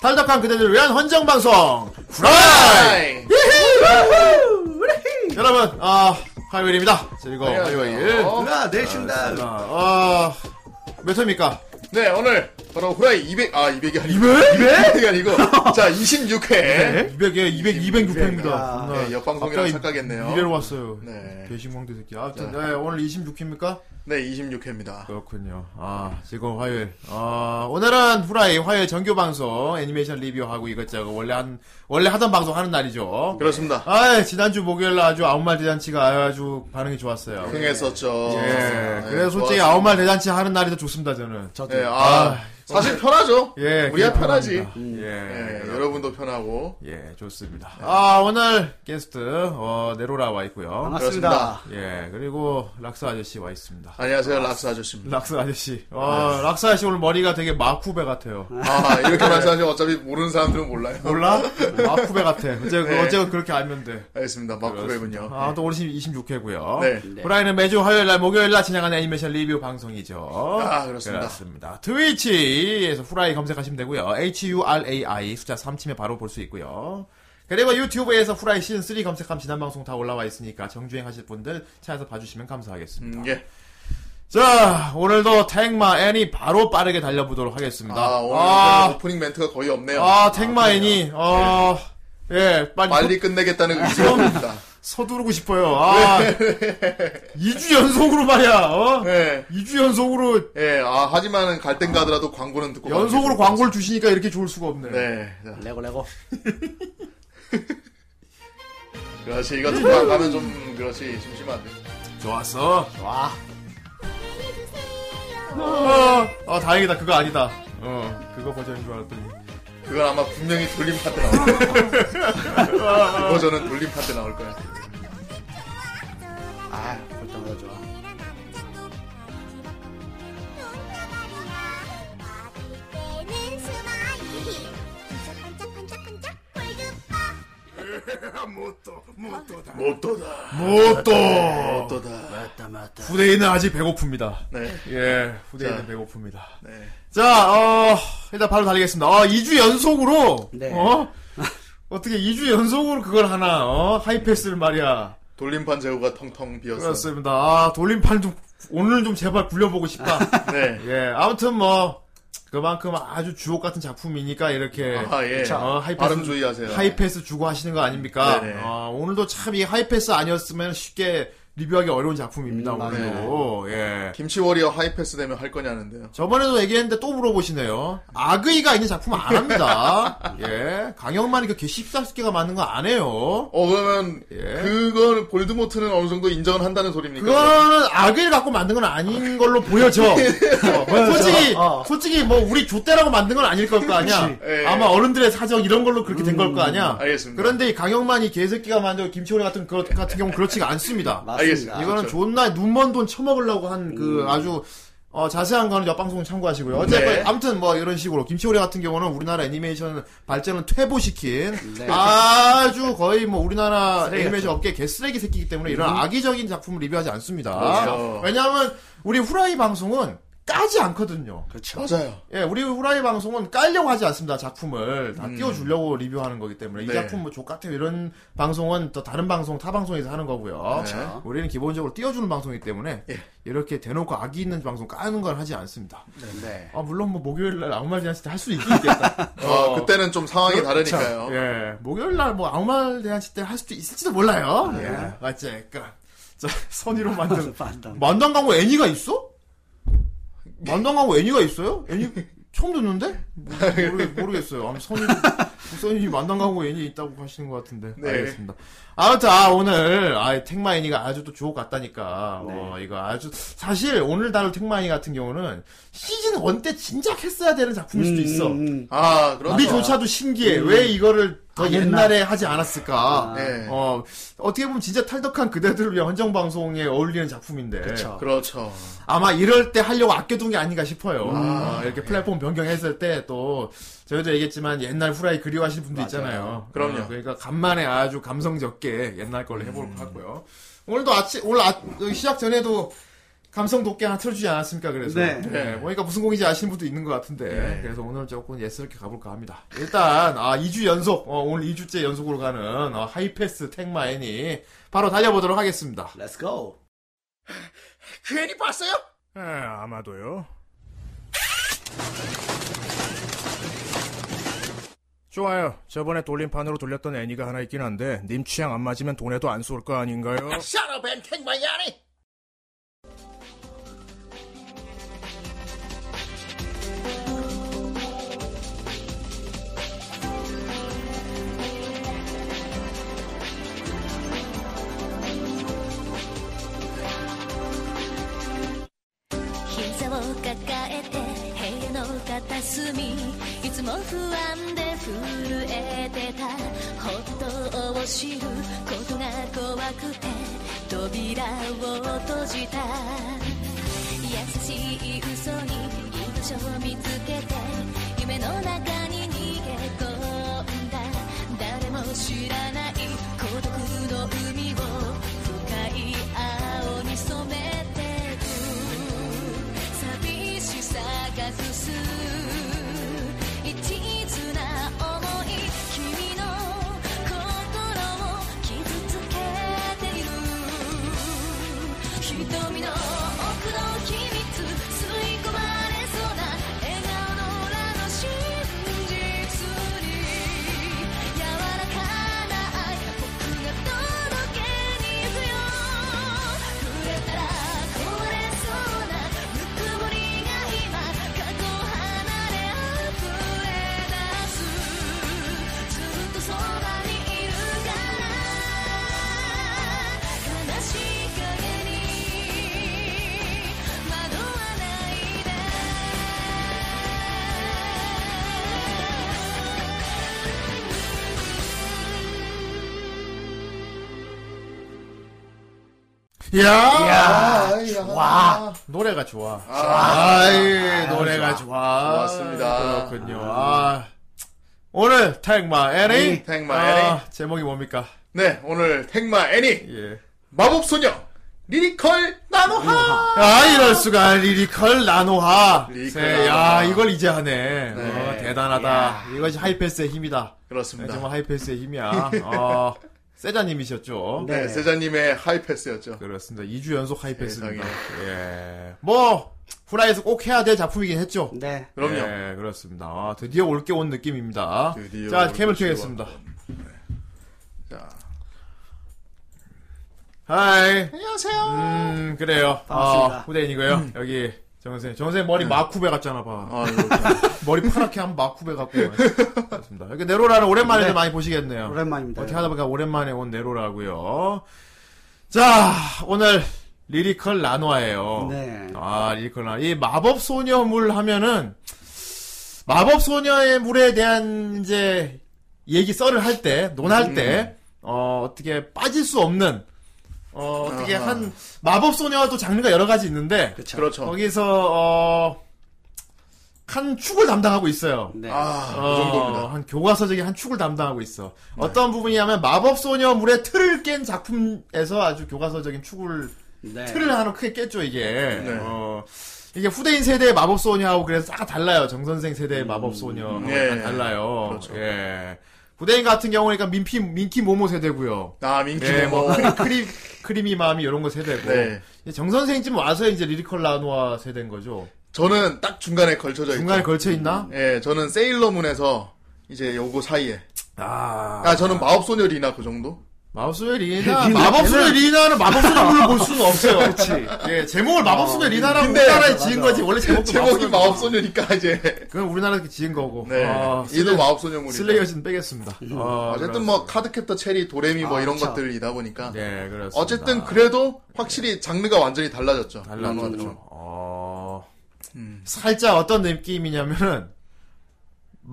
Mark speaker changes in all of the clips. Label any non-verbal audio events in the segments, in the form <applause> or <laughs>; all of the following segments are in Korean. Speaker 1: 탈덕한 그대들을 위한 헌정 방송 프라이. 여러분, 아 화요일입니다.
Speaker 2: 어,
Speaker 1: 즐거운 화요일.
Speaker 2: 안녕하세요.
Speaker 3: 누나 내일 쉰다.
Speaker 1: 아, 아, 몇 회입니까?
Speaker 2: 네, 오늘 바로 후라이 200, 아, 200이 아니고. 200?
Speaker 1: <laughs>
Speaker 2: 200이 아니고. 자, 26회. 네,
Speaker 1: 200에 200, 206회입니다.
Speaker 3: 아,
Speaker 2: 옆방송이랑 착각했네요.
Speaker 1: 2회로 왔어요.
Speaker 2: 네.
Speaker 1: 배신광대 새끼. 아무튼 네, 오늘 26회입니까?
Speaker 2: 네, 26회입니다.
Speaker 1: 그렇군요. 아, 즐거운 화요일. 아, 오늘은 후라이 화요일 정규 방송 애니메이션 리뷰하고 이것저것 원래 한 원래 하던 방송 하는 날이죠.
Speaker 2: 그렇습니다.
Speaker 1: 아, 지난주 목요일 날 아주 아홉 말 대잔치가 아주 반응이 좋았어요.
Speaker 2: 흥했었죠.
Speaker 1: 예.
Speaker 2: 네,
Speaker 1: 그래서 솔직히
Speaker 2: 좋았습니다.
Speaker 1: 아홉 말 대잔치 하는 날이 더 좋습니다, 저는.
Speaker 3: 저도
Speaker 2: 네, 아, 사실 편하죠.
Speaker 1: 예.
Speaker 2: 우리야
Speaker 1: 그게
Speaker 2: 편하지.
Speaker 1: 편합니다.
Speaker 2: 네,
Speaker 1: 예.
Speaker 2: 여러분도 네. 편하고.
Speaker 1: 예, 좋습니다. 아, 오늘 게스트 어, 네로라 와 있고요.
Speaker 3: 반갑습니다.
Speaker 1: 예, 그리고 락스 아저씨 와 있습니다.
Speaker 2: 안녕하세요, 락스 아저씨입니다.
Speaker 1: 락스 아저씨. 어,
Speaker 2: 네.
Speaker 1: 락스 아저씨 오늘 머리가 되게 마쿠베 같아요.
Speaker 2: 아, 이렇게 말씀하시면 어차피 모르는 사람들은 몰라요.
Speaker 1: <laughs>
Speaker 2: <laughs>
Speaker 1: 몰라? 마쿠베 같아. 어째,
Speaker 2: 네.
Speaker 1: 어째 그렇게 알면 돼.
Speaker 2: 알겠습니다. 마크웨군요.
Speaker 1: 아, 또 오늘 26회고요.
Speaker 2: 네.
Speaker 1: 후라이는 매주 화요일 날, 목요일 날 진행하는 애니메이션 리뷰 방송이죠.
Speaker 2: 아, 그렇습니다.
Speaker 1: 그렇습니다. 트위치에서 후라이 검색하시면 되고요. H-U-R-A-I 숫자 3치면 바로 볼 수 있고요. 그리고 유튜브에서 후라이 시즌3 검색하면 지난 방송 다 올라와 있으니까 정주행 하실 분들 차에서 봐주시면 감사하겠습니다.
Speaker 2: 음, 예.
Speaker 1: 자, 오늘도 탱마 애니 바로 빠르게 달려보도록 하겠습니다.
Speaker 2: 아, 오늘
Speaker 1: 아,
Speaker 2: 오프닝 멘트가 거의 없네요. 네.
Speaker 1: 아, 탱마 애니, 어, 예, 빨리,
Speaker 2: 빨리 끝내겠다는 의지가 옵니다.
Speaker 1: <laughs> 서, 두르고 싶어요. 아, 2주 연속으로 말이야, 어?
Speaker 2: 예.
Speaker 1: 2주 연속으로,
Speaker 2: 예, 아, 하지만 갈 땐 가더라도 광고는 듣고.
Speaker 1: 연속으로
Speaker 2: 가는 게
Speaker 1: 광고를 주시니까 이렇게 좋을 수가 없네.
Speaker 2: 좋을 것 같습니다. 네. 자,
Speaker 3: 레고 레고.
Speaker 2: 그렇지. 이거 듣고 안 가면 좀, 그렇지. 심심한데.
Speaker 1: 좋았어.
Speaker 3: 와.
Speaker 1: 아, 아, 다행이다. 그거 아니다. 어, 그거 버전인 줄 알았더니.
Speaker 2: 그건 아마 분명히 돌림판 때 나올 거야.
Speaker 1: <laughs>
Speaker 2: 그 버전은 돌림판 때 나올 거야.
Speaker 3: 아, 볼 때마다 좋아.
Speaker 2: 못도다.
Speaker 1: 뭐또
Speaker 2: 못도다.
Speaker 3: 맞다 맞다.
Speaker 1: 후대인은 아직 배고픕니다.
Speaker 2: 네.
Speaker 1: 예, 후대인은
Speaker 2: 자.
Speaker 1: 배고픕니다.
Speaker 2: 네.
Speaker 1: 자, 어, 일단 바로 달리겠습니다. 어, 2주 연속으로,
Speaker 3: 네.
Speaker 1: 어? 어떻게 2주 연속으로 그걸 하나, 어? 하이패스를 말이야.
Speaker 2: 돌림판 재고가 텅텅 비었어.
Speaker 1: 그렇습니다. 아, 돌림판 좀, 오늘 좀 제발 굴려보고
Speaker 2: <laughs>
Speaker 1: 싶다.
Speaker 2: 네.
Speaker 1: 예, 아무튼 뭐, 그만큼 아주 주옥 같은 작품이니까 이렇게.
Speaker 2: 아, 예.
Speaker 1: 어,
Speaker 2: 발음
Speaker 1: 하이패스,
Speaker 2: 주의하세요.
Speaker 1: 하이패스 주고 하시는 거 아닙니까?
Speaker 2: 네. 네네.
Speaker 1: 아, 오늘도 참 이 하이패스 아니었으면 쉽게 리뷰하기 어려운 작품입니다,
Speaker 3: 음,
Speaker 1: 오늘도. 예.
Speaker 2: 김치 워리어 하이패스 되면 할 거냐는데요.
Speaker 1: 저번에도 얘기했는데 또 물어보시네요. 악의가 있는 작품 안 합니다. 예. 강영만 이렇게 14개가 맞는 거 안 해요.
Speaker 2: 어, 그러면,
Speaker 1: 예.
Speaker 2: 그건, 볼드모트는 어느 정도 인정을 한다는 소리입니까?
Speaker 1: 그거는 악의를 갖고 만든 건 아닌 걸로 보여져. 어, 솔직히,
Speaker 3: 어.
Speaker 1: 솔직히 뭐 우리 좆대라고 만든 건 아닐 걸 거 아니야.
Speaker 2: 예. 음,
Speaker 1: 아마 어른들의 사정 이런 걸로 그렇게 된 걸 거 아니야.
Speaker 2: 알겠습니다.
Speaker 1: 그런데 이 강영만이 개새끼가 만들고 김치호리 같은 그 같은 경우 는 그렇지가 않습니다.
Speaker 3: 맞습니다. 음.
Speaker 2: 알겠습니다.
Speaker 1: 이거는
Speaker 2: 그렇죠.
Speaker 1: 존나 눈먼 돈 처먹으려고 한 그 아주 어, 자세한 거는 옆방송 참고하시고요. 어쨌든
Speaker 2: 네.
Speaker 1: 아무튼 뭐 이런 식으로 김치오리 같은 경우는 우리나라 애니메이션 발전을 퇴보시킨
Speaker 3: 네.
Speaker 1: 아주 거의 뭐 우리나라
Speaker 3: 쓰레기 음.
Speaker 1: 애니메이션 업계 개쓰레기 새끼이기 때문에 이런 악의적인 작품을 리뷰하지 않습니다.
Speaker 2: 그렇죠.
Speaker 1: 왜냐하면 우리 후라이 방송은 까지 않거든요.
Speaker 3: 그렇죠.
Speaker 2: 맞아요.
Speaker 1: 예, 우리 후라이 방송은 깔려고 하지 않습니다. 작품을 다
Speaker 2: 음.
Speaker 1: 띄워주려고 리뷰하는 거기 때문에
Speaker 2: 네.
Speaker 1: 이 작품 뭐 족같아요 이런 방송은 또 다른 방송 타 방송에서 하는 거고요.
Speaker 2: 네.
Speaker 1: 우리는 기본적으로 띄워주는 방송이기 때문에
Speaker 2: 예.
Speaker 1: 이렇게 대놓고 악이 있는 방송 까는 건 하지 않습니다.
Speaker 3: 네.
Speaker 1: 아 물론 뭐 목요일 날 아무 말 대잔치 때 할 수 있긴
Speaker 2: <laughs>
Speaker 1: 있겠다.
Speaker 2: 어, 그때는 좀 상황이 다르니까요.
Speaker 1: 예, 목요일 날 뭐 아무 말 대잔치 때 할 수도 있을지도
Speaker 2: 아,
Speaker 1: 몰라요.
Speaker 2: 네.
Speaker 1: 예, 맞지. 그러니까 자 선의로
Speaker 3: <laughs>
Speaker 1: 만든
Speaker 3: 반당.
Speaker 1: 만담 광고 애니가 있어? 만담 광고 애니가 있어요? 애니 처음 듣는데? 모르, 겠어요 아무 선이 선이 만담 광고 애니 있다고 하시는 것 같은데.
Speaker 2: 네.
Speaker 1: 알겠습니다. 아무튼 아 오늘 아 택마 애니가 아주 또 주옥 같다니까. 어
Speaker 2: 네.
Speaker 1: 이거 아주 사실 오늘 다룰 택마 애니 같은 경우는 시즌 1 때 진작 했어야 되는 작품일 수도 있어.
Speaker 3: 음, 음,
Speaker 2: 아, 그렇죠. 음.
Speaker 1: 우리조차도 신기해. 왜 이거를 더
Speaker 3: 안 했나?
Speaker 1: 옛날에 하지 않았을까?
Speaker 3: 아.
Speaker 2: 예.
Speaker 1: 어, 어떻게 보면 진짜 탈덕한 그대들을 위한 헌정방송에 어울리는 작품인데.
Speaker 4: 아.
Speaker 3: 그쵸.
Speaker 2: 그렇죠.
Speaker 1: 아마 이럴 때 하려고 아껴둔 게 아닌가 싶어요. 어, 이렇게 플랫폼 변경했을 때 또 저희도 얘기했지만 옛날 후라이 그리워하시는 분도 있잖아요.
Speaker 2: 그럼요.
Speaker 1: 어, 그러니까 간만에 아주 감성적게 옛날 걸로 해볼까 하고요. 오늘도 아침 오늘 아- 시작 전에도 감성 돋게 하나 틀어주지 않았습니까? 그래서
Speaker 3: 네.
Speaker 1: 보니까 무슨 곡인지 아시는 분도 있는 것 같은데 그래서 오늘 조금 예스럽게 가볼까 합니다. 일단 아 2주 연속 어, 오늘 2주째 연속으로 가는 어, 하이패스 택마애니 바로 달려보도록 하겠습니다.
Speaker 3: Let's go.
Speaker 5: 괜히 봤어요?
Speaker 4: 에, 예, 아마도요. 좋아요. 저번에 돌림판으로 돌렸던 애니가 하나 있긴 한데 님 취향 안 맞으면 돈에도 안 쏠 거 아닌가요?
Speaker 5: 샤라벤 택마야니
Speaker 6: 膝を抱えて部屋の片隅いつも不安で震えてた本当を知ることが怖くて扉を閉じた優しい嘘に居場所を見つけて夢の中に逃げ込んだ誰も知らない孤独の海を深い青に染めてく寂しさが隠す一途な想い君の心を傷つけている瞳の奥の秘密吸い込まれそうな笑顔のあの真実に柔らかな愛僕が届けに行くよ触れたら壊れそうなぬくもりが今過去を離れ溢れ出すずっとそばにいるから「悲しい影に惑わないで」
Speaker 1: 이야,
Speaker 2: 야, 와.
Speaker 1: 노래가 좋아.
Speaker 2: 아,
Speaker 1: 아이 노래가 좋아.
Speaker 2: 고맙습니다.
Speaker 1: 그렇군요. 아. 오늘 택마 애니
Speaker 2: 음, 택마
Speaker 1: 아, 제목이 뭡니까?
Speaker 2: 네, 오늘 택마 애니
Speaker 1: 예.
Speaker 2: 마법소녀 리리컬 나노하.
Speaker 1: 아 이럴 수가 리리컬 나노하.
Speaker 2: 리리컬
Speaker 1: 세, 야
Speaker 2: 나노하.
Speaker 1: 이걸 이제 하네.
Speaker 2: 네.
Speaker 1: 어, 대단하다. 이것이 하이패스의 힘이다. 네,
Speaker 2: 그렇습니다.
Speaker 1: 정말 하이패스의
Speaker 2: <laughs>
Speaker 1: 힘이야. 어, 세자님이셨죠?
Speaker 2: 네,
Speaker 3: 네.
Speaker 2: 세자님의 하이패스였죠.
Speaker 1: 그렇습니다. 2주 연속 하이패스입니다.
Speaker 2: 세상에.
Speaker 1: 예. 뭐 후라이에서 꼭 해야 될 작품이긴 했죠.
Speaker 3: 네.
Speaker 2: 그럼요.
Speaker 1: 네, 그렇습니다. 아, 드디어 올게 온 느낌입니다.
Speaker 2: 드디어
Speaker 1: 자,
Speaker 2: 올게
Speaker 1: 캠을
Speaker 2: 온
Speaker 1: 켜겠습니다.
Speaker 2: 자,
Speaker 1: 하이.
Speaker 2: 안녕하세요.
Speaker 1: 음, 그래요.
Speaker 3: 반갑습니다.
Speaker 1: 어, 후대인이고요.
Speaker 2: 음.
Speaker 1: 여기 정선생. 정선생 머리 마쿠베 같잖아, 봐.
Speaker 2: 아, 이거
Speaker 1: 머리 파랗게 한 마쿠베 같고.
Speaker 2: <laughs>
Speaker 1: 그렇습니다. 여기 네로라는 오랜만에 좀
Speaker 3: 네.
Speaker 1: 많이 보시겠네요.
Speaker 3: 오랜만입니다.
Speaker 1: 어떻게 하다 보니까 오랜만에 온 네로라고요. 자, 오늘 리리컬 나노아예요.
Speaker 3: 네.
Speaker 1: 아, 리리컬 나노아. 이 마법 소녀물 하면은 마법 소녀의 물에 대한 이제 얘기 썰을 할 때, 논할 때
Speaker 2: 음.
Speaker 1: 어, 어떻게 빠질 수 없는 어, 어떻게
Speaker 2: 아하.
Speaker 1: 한 마법 소녀와도 장르가 여러 가지 있는데
Speaker 2: 그렇죠.
Speaker 1: 거기서 어, 한 축을 담당하고 있어요.
Speaker 3: 네.
Speaker 2: 아,
Speaker 1: 어,
Speaker 2: 그 정도입니다. 네.
Speaker 1: 한 교과서적인 한 축을 담당하고 있어. 어떤 부분이냐면 마법 소녀 물의 틀을 깬 작품에서 아주 교과서적인 축을
Speaker 3: 네.
Speaker 1: 틀을 하나 크게 깼죠 이게.
Speaker 2: 네.
Speaker 1: 어, 이게 후대인 세대의 마법 소녀하고 그래서 딱 달라요. 정 선생 세대의 마법 소녀
Speaker 2: 예.
Speaker 1: 예. 달라요.
Speaker 2: 음, 그렇죠.
Speaker 1: 예. 후대인 같은 경우는 그러니까 민피 민키 모모 세대고요.
Speaker 2: 아, 민키
Speaker 1: 예, 뭐
Speaker 2: 모모.
Speaker 1: 크리, 크리 크리미 마음이 이런 거 세대고.
Speaker 2: 네.
Speaker 1: 정 선생쯤 와서 이제 리리컬 라노아 세대인 거죠.
Speaker 2: 저는 딱 중간에 걸쳐져 있고.
Speaker 1: 중간에 걸쳐 있나?
Speaker 2: 예, 저는 세일러문에서 이제 요거 사이에.
Speaker 1: 아.
Speaker 2: 아, 저는 마법소녀 리나 그 정도?
Speaker 1: 마법소녀 리나,
Speaker 3: 리나,
Speaker 1: 마법소녀
Speaker 3: 걔는-
Speaker 1: 리나는 마법소녀물로 볼 수는 없어요. 그렇지. 예, 제목을 마법소녀 리나라고
Speaker 2: 아, 근데-
Speaker 1: 우리나라에
Speaker 3: 맞아.
Speaker 1: 지은 거지. 원래 제목도
Speaker 2: 제목이
Speaker 1: 마법소녀-
Speaker 2: 마법소녀니까 이제.
Speaker 1: 그건 우리나라에서 지은 거고.
Speaker 2: 네.
Speaker 1: 아,
Speaker 2: 얘도
Speaker 1: 슬레-
Speaker 2: 마법소녀물이.
Speaker 1: 슬레이어즈는 빼겠습니다. 어,
Speaker 2: 어쨌든 뭐 카드캡터 체리 도레미 뭐
Speaker 3: 아,
Speaker 2: 이런
Speaker 3: 참.
Speaker 2: 것들이다 보니까
Speaker 1: 네, 그렇습니다.
Speaker 2: 어쨌든 그래도 확실히 장르가 완전히 달라졌죠.
Speaker 1: 달라졌죠.
Speaker 2: 죠
Speaker 1: 어, 살짝 어떤 느낌이냐면은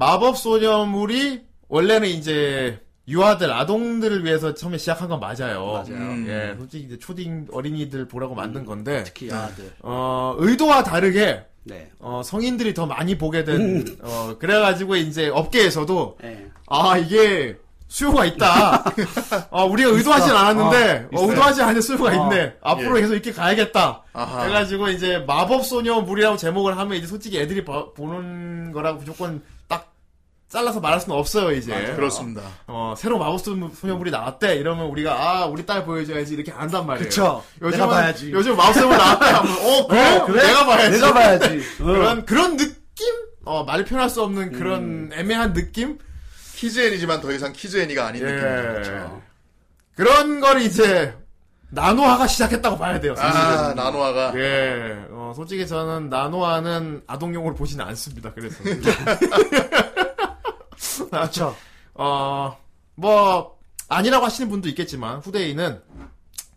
Speaker 1: 마법소녀물이 원래는 이제 유아들 아동들을 위해서 처음에 시작한 건 맞아요.
Speaker 3: 맞아요.
Speaker 1: 예, 솔직히 이제 초딩 어린이들 보라고 만든 건데
Speaker 3: 특히 아들.
Speaker 1: 어, 의도와 다르게
Speaker 3: 네.
Speaker 1: 어, 성인들이 더 많이 보게 된, 어, 그래가지고 이제 업계에서도,
Speaker 3: 네.
Speaker 1: 아, 이게 수요가 있다. 어, 우리가 의도하진 않았는데, 어,
Speaker 2: 있어요.
Speaker 1: 의도하지 않은 수요가
Speaker 4: 아,
Speaker 1: 있네. 앞으로
Speaker 2: 예.
Speaker 1: 계속 이렇게 가야겠다.
Speaker 2: 아하.
Speaker 1: 해가지고 이제 마법소녀 물이라고 제목을 하면 이제 솔직히 애들이 봐- 보는 거라고 무조건 딱 잘라서 말할 수는 없어요, 이제.
Speaker 2: 아, 그렇습니다.
Speaker 1: 어, 새로 마법소녀 물이 나왔대. 이러면 우리가, 아, 우리 딸 보여줘야지. 이렇게 안단 말이에요.
Speaker 3: 그쵸.
Speaker 1: 요즘은,
Speaker 3: 그렇죠. 내가 봐야지.
Speaker 1: 요즘 마법소녀 물 나왔대. 하면, 어, 그래? 내가 봐야지. <laughs>
Speaker 3: 내가 봐야지. 어.
Speaker 1: 그런, 그런 느낌? 어, 말이 표현할 수 없는 그런 애매한 느낌?
Speaker 2: 키즈애니지만 더 이상 키즈애니가 아닌
Speaker 1: 예,
Speaker 2: 느낌이죠. 그렇죠.
Speaker 1: 그런 걸 이제 나노화가 시작했다고 봐야 돼요. 사실은.
Speaker 2: 아, 나노아가.
Speaker 1: 예, 어, 솔직히 저는 나노화는 아동용으로 보지는 않습니다. 그래서
Speaker 3: 그쵸.
Speaker 1: 어, 뭐 아니라고 하시는 분도 있겠지만 후대인은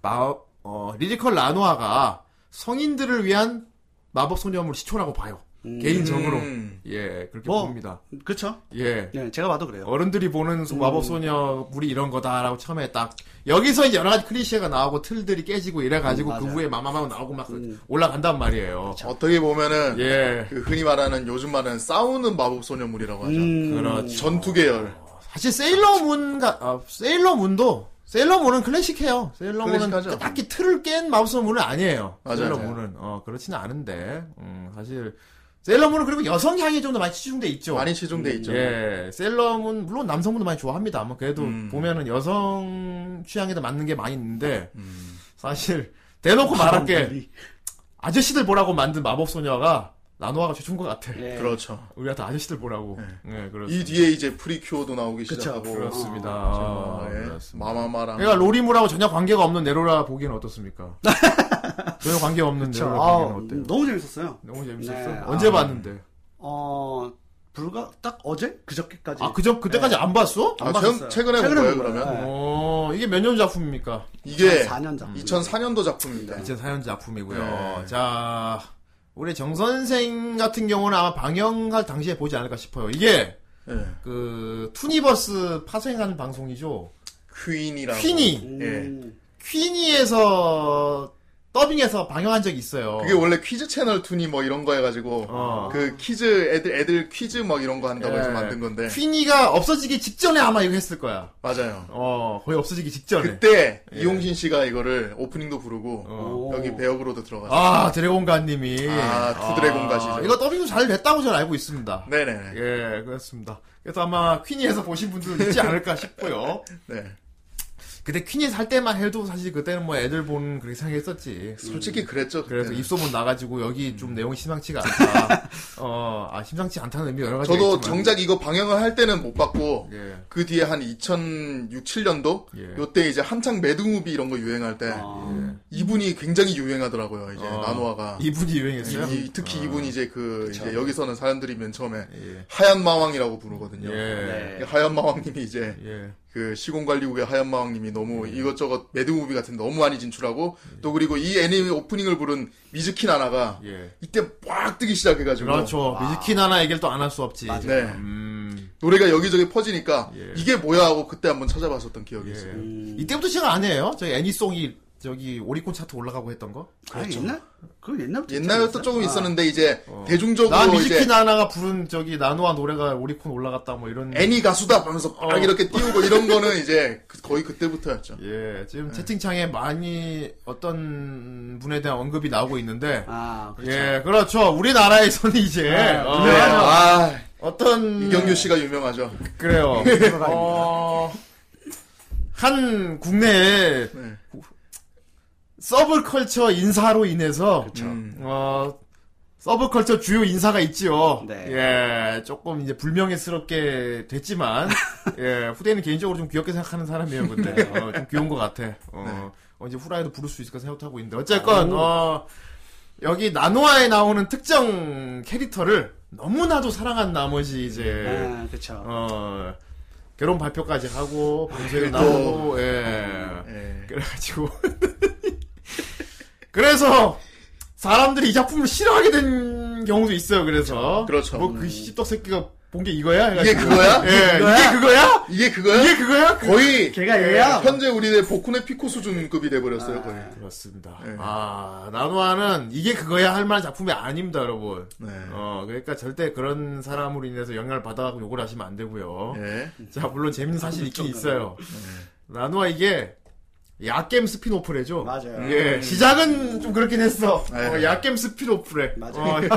Speaker 1: 마법 어, 리디컬 나노화가 성인들을 위한 마법 소녀물 시초라고 봐요. 개인적으로
Speaker 2: 음.
Speaker 1: 예 그렇게
Speaker 3: 뭐.
Speaker 1: 봅니다.
Speaker 3: 그쵸.
Speaker 1: 예,
Speaker 3: 네, 제가 봐도 그래요.
Speaker 1: 어른들이 보는 소-
Speaker 2: 음.
Speaker 1: 마법소녀 물이 이런 거다라고 처음에 딱 여기서 이제 여러 가지 클리셰가 나오고 틀들이 깨지고 이래가지고
Speaker 3: 음,
Speaker 1: 그
Speaker 3: 맞아요.
Speaker 1: 후에 마마마 나오고 막
Speaker 3: 음.
Speaker 1: 올라간단 말이에요.
Speaker 2: 어떻게 보면은
Speaker 1: 예,
Speaker 2: 그 흔히 말하는 요즘 말하는 싸우는 마법 소녀물이라고 하죠.
Speaker 3: 음.
Speaker 1: 그렇죠.
Speaker 2: 전투 계열.
Speaker 1: 사실 세일러문가 아, 세일러문도 세일러문은 클래식해요. 세일러문은
Speaker 2: 클래식하죠.
Speaker 1: 딱히 틀을 깬 마법소녀물은 아니에요.
Speaker 2: 맞아요,
Speaker 1: 세일러문은 어 그렇지는 않은데 음, 사실 세일러문은 그리고 여성 향이 좀 더 많이 치중돼 있죠.
Speaker 2: 많이 치중돼 있죠.
Speaker 1: 예, 셀러문 물론 남성분도 많이 좋아합니다만 그래도
Speaker 2: 음.
Speaker 1: 보면은 여성 취향에도 맞는 게 많이 있는데
Speaker 2: 음.
Speaker 1: 사실 대놓고 말할 게 아저씨들 보라고 만든 마법 소녀가 나노아가 최초인 것 같아.
Speaker 3: 네.
Speaker 2: 그렇죠.
Speaker 1: 우리한테 아저씨들 보라고. 예,
Speaker 2: 이
Speaker 1: 그렇습니다.
Speaker 2: 뒤에 이제 프리큐어도 나오기
Speaker 3: 그쵸.
Speaker 2: 시작하고.
Speaker 1: 그렇습니다.
Speaker 2: 아,
Speaker 1: 아,
Speaker 2: 예.
Speaker 1: 그렇습니다.
Speaker 2: 마마마랑.
Speaker 1: 그러니까 로리무라고 전혀 관계가 없는 네로라 보기는 <laughs> 어떻습니까? 전혀 관계 없는
Speaker 3: 그쵸.
Speaker 1: 네로라
Speaker 3: 아,
Speaker 1: 보기는 어때요?
Speaker 3: 너무 재밌었어요.
Speaker 1: 너무 재밌었어.
Speaker 3: 네,
Speaker 1: 언제
Speaker 3: 아.
Speaker 1: 봤는데?
Speaker 3: 어, 불과 딱 어제? 그저께까지.
Speaker 1: 아, 그저 그때까지 안 봤어?
Speaker 2: 아,
Speaker 3: 안
Speaker 2: 최근-
Speaker 3: 봤었어요.
Speaker 2: 최근에 본 거예요,
Speaker 3: 본
Speaker 2: 그러면?
Speaker 3: 거예요.
Speaker 1: 어, 이게 몇 년 작품입니까?
Speaker 2: 이게
Speaker 3: 4년 전.
Speaker 2: 2004년도 작품입니다.
Speaker 1: 이제 사연지 작품이고요.
Speaker 2: 네.
Speaker 1: 자, 우리 정 선생 같은 경우는 아마 방영할 당시에 보지 않을까 싶어요. 이게
Speaker 2: 예.
Speaker 1: 그 투니버스 파생하는 방송이죠.
Speaker 2: 퀸이라고.
Speaker 1: 퀸이
Speaker 3: 음.
Speaker 2: 예.
Speaker 1: 퀸이에서 더빙해서 방영한 적이 있어요.
Speaker 2: 그게 원래 퀴즈 채널 투니 뭐 이런 거 해가지고
Speaker 1: 어.
Speaker 2: 그 퀴즈 애들 애들 퀴즈 뭐 이런 거 한다고 해서
Speaker 1: 예.
Speaker 2: 만든 건데
Speaker 1: 퀸이가 없어지기 직전에 아마 이거 했을 거야.
Speaker 2: 맞아요.
Speaker 1: 어, 거의 없어지기 직전에.
Speaker 2: 그때
Speaker 1: 예.
Speaker 2: 이용진 씨가 이거를 오프닝도 부르고
Speaker 1: 어.
Speaker 2: 여기 배역으로도 들어갔어요.
Speaker 1: 아, 드래곤가님이.
Speaker 2: 아, 투 드래곤가시죠.
Speaker 1: 이거 더빙도 잘 됐다고 저는 알고 있습니다.
Speaker 2: 네네네.
Speaker 1: 아. 예, 그렇습니다. 그래서 아마 퀸이에서 보신 분들 있지 않을까 싶고요.
Speaker 2: 네.
Speaker 1: 그때 퀸이 살 때만 해도 사실 그때는 뭐 애들 보는 그렇게 생각했었지.
Speaker 2: 솔직히 그랬죠.
Speaker 1: 그래서
Speaker 2: 그때는.
Speaker 1: 입소문 나가지고 여기
Speaker 2: 음.
Speaker 1: 좀 내용이 심상치가 않다. 어, 아, 심상치 않다는 의미 여러 가지.
Speaker 2: 저도 정작 이거 방영을 할 때는 못 봤고
Speaker 1: 예.
Speaker 2: 그 뒤에 한 2006, 7년도
Speaker 1: 예.
Speaker 2: 요때 이제 한창 매드무비 이런 거 유행할 때
Speaker 1: 아.
Speaker 3: 아,
Speaker 2: 이분이 굉장히 유행하더라고요. 이제
Speaker 1: 어.
Speaker 2: 나노아가
Speaker 1: 이분이 유행했어요. 아,
Speaker 2: 이- 이- 특히 이분이 이제 그 이제 여기서는 사람들이 맨 처음에
Speaker 1: 예.
Speaker 2: 하얀 마왕이라고 부르거든요.
Speaker 1: 예.
Speaker 2: 이 하얀 마왕님이 이제
Speaker 1: 예.
Speaker 2: 그 시공관리국의 하얀 마왕님이 너무 이것저것 매드무비 같은 데 너무 많이 진출하고 또 그리고 이 애니메 오프닝을 부른 미즈키 나나가
Speaker 1: 예.
Speaker 2: 이때 막 뜨기 시작해가지고
Speaker 1: 그렇죠. 뮤지킨 하나 얘기를 또 안 할 수 없지.
Speaker 2: 아. 네.
Speaker 1: 음.
Speaker 2: 노래가 여기저기 퍼지니까
Speaker 1: 예.
Speaker 2: 이게 뭐야 하고 그때 한번 찾아봤었던 기억이
Speaker 1: 예.
Speaker 2: 있어요.
Speaker 1: 이때부터 시작 안 해요? 저희 애니송이 저기 오리콘 차트 올라가고 했던 거?
Speaker 3: 아, 옛날? 그 옛날부터.
Speaker 2: 그렇죠. 옛날부터
Speaker 3: 있었어요?
Speaker 2: 조금
Speaker 3: 아.
Speaker 2: 있었는데 이제
Speaker 1: 어. 나
Speaker 2: 대중적으로 이제
Speaker 1: 뮤지킨 하나가 부른 저기 나노아 노래가 오리콘 올라갔다 뭐 이런.
Speaker 2: 애니 가수다 하면서 막
Speaker 1: 어.
Speaker 2: 이렇게 띄우고 이런 거는 이제 그- 거의 그때부터였죠.
Speaker 1: 예, 지금
Speaker 2: 네.
Speaker 1: 채팅창에 많이 어떤 분에 대한 언급이 나오고 있는데,
Speaker 3: 아, 그렇죠.
Speaker 1: 예, 그렇죠. 우리나라에서는 이제 어,
Speaker 2: 네. 아,
Speaker 1: 어떤
Speaker 2: 이경규 씨가 네, 유명하죠. <laughs>
Speaker 1: 그래요. 어, 한 국내에
Speaker 2: 네.
Speaker 1: 서브컬처 인사로 인해서
Speaker 3: 그렇죠.
Speaker 2: 음.
Speaker 1: 어, 서브컬처 주요 인사가 있지요.
Speaker 3: 네.
Speaker 1: 예, 조금 이제 불명예스럽게 됐지만, 예, 후대는 개인적으로 좀 귀엽게 생각하는 사람이에요, 근데. 어, 좀 귀여운 것 같아. 어, 어, 이제 후라이도 부를 수 있을까 생각하고 있는데. 어쨌건, 어, 여기 나노아에 나오는 특정 캐릭터를 너무나도 사랑한 나머지
Speaker 2: 예.
Speaker 1: 이제,
Speaker 3: 아, 그렇죠.
Speaker 1: 어, 결혼 발표까지 하고, 방송에
Speaker 2: 그래도-
Speaker 1: 나오고, 예.
Speaker 2: 예.
Speaker 1: 그래가지고 <laughs> 그래서 사람들이 이 작품을 싫어하게 된 경우도 있어요. 그래서
Speaker 2: 그렇죠.
Speaker 1: 뭐그 씨떡 새끼가 본 게 이거야?
Speaker 2: 이게
Speaker 1: 해가지고.
Speaker 2: 그거야? 네.
Speaker 1: 예, 이게 그거야?
Speaker 2: 이게 그거야?
Speaker 1: 이게 그거야?
Speaker 2: 거의
Speaker 3: 걔가 얘야. 아,
Speaker 2: 현재 우리네 보쿠네 피코 수준급이 돼버렸어요 예, 거의.
Speaker 1: 아. 그렇습니다.
Speaker 2: 예.
Speaker 1: 아, 나노아는 이게 그거야 할 만한 작품이 아닙니다, 여러분.
Speaker 2: 네.
Speaker 1: 어, 그러니까 절대 그런 사람으로 인해서 영향을 받아갖고 욕을 하시면 안 되고요.
Speaker 2: 예.
Speaker 1: 자, 물론 재밌는 사실 있긴
Speaker 2: 그렇죠.
Speaker 1: 있어요.
Speaker 2: 네.
Speaker 1: 나노아 이게 야겜 스피노프래죠.
Speaker 3: 맞아요. 음.
Speaker 1: 예,
Speaker 2: 음.
Speaker 1: 시작은 좀 그렇긴 했어.
Speaker 2: 예.
Speaker 1: 어, 야겜 스피노프래. 어,
Speaker 3: 맞아요.
Speaker 1: <laughs>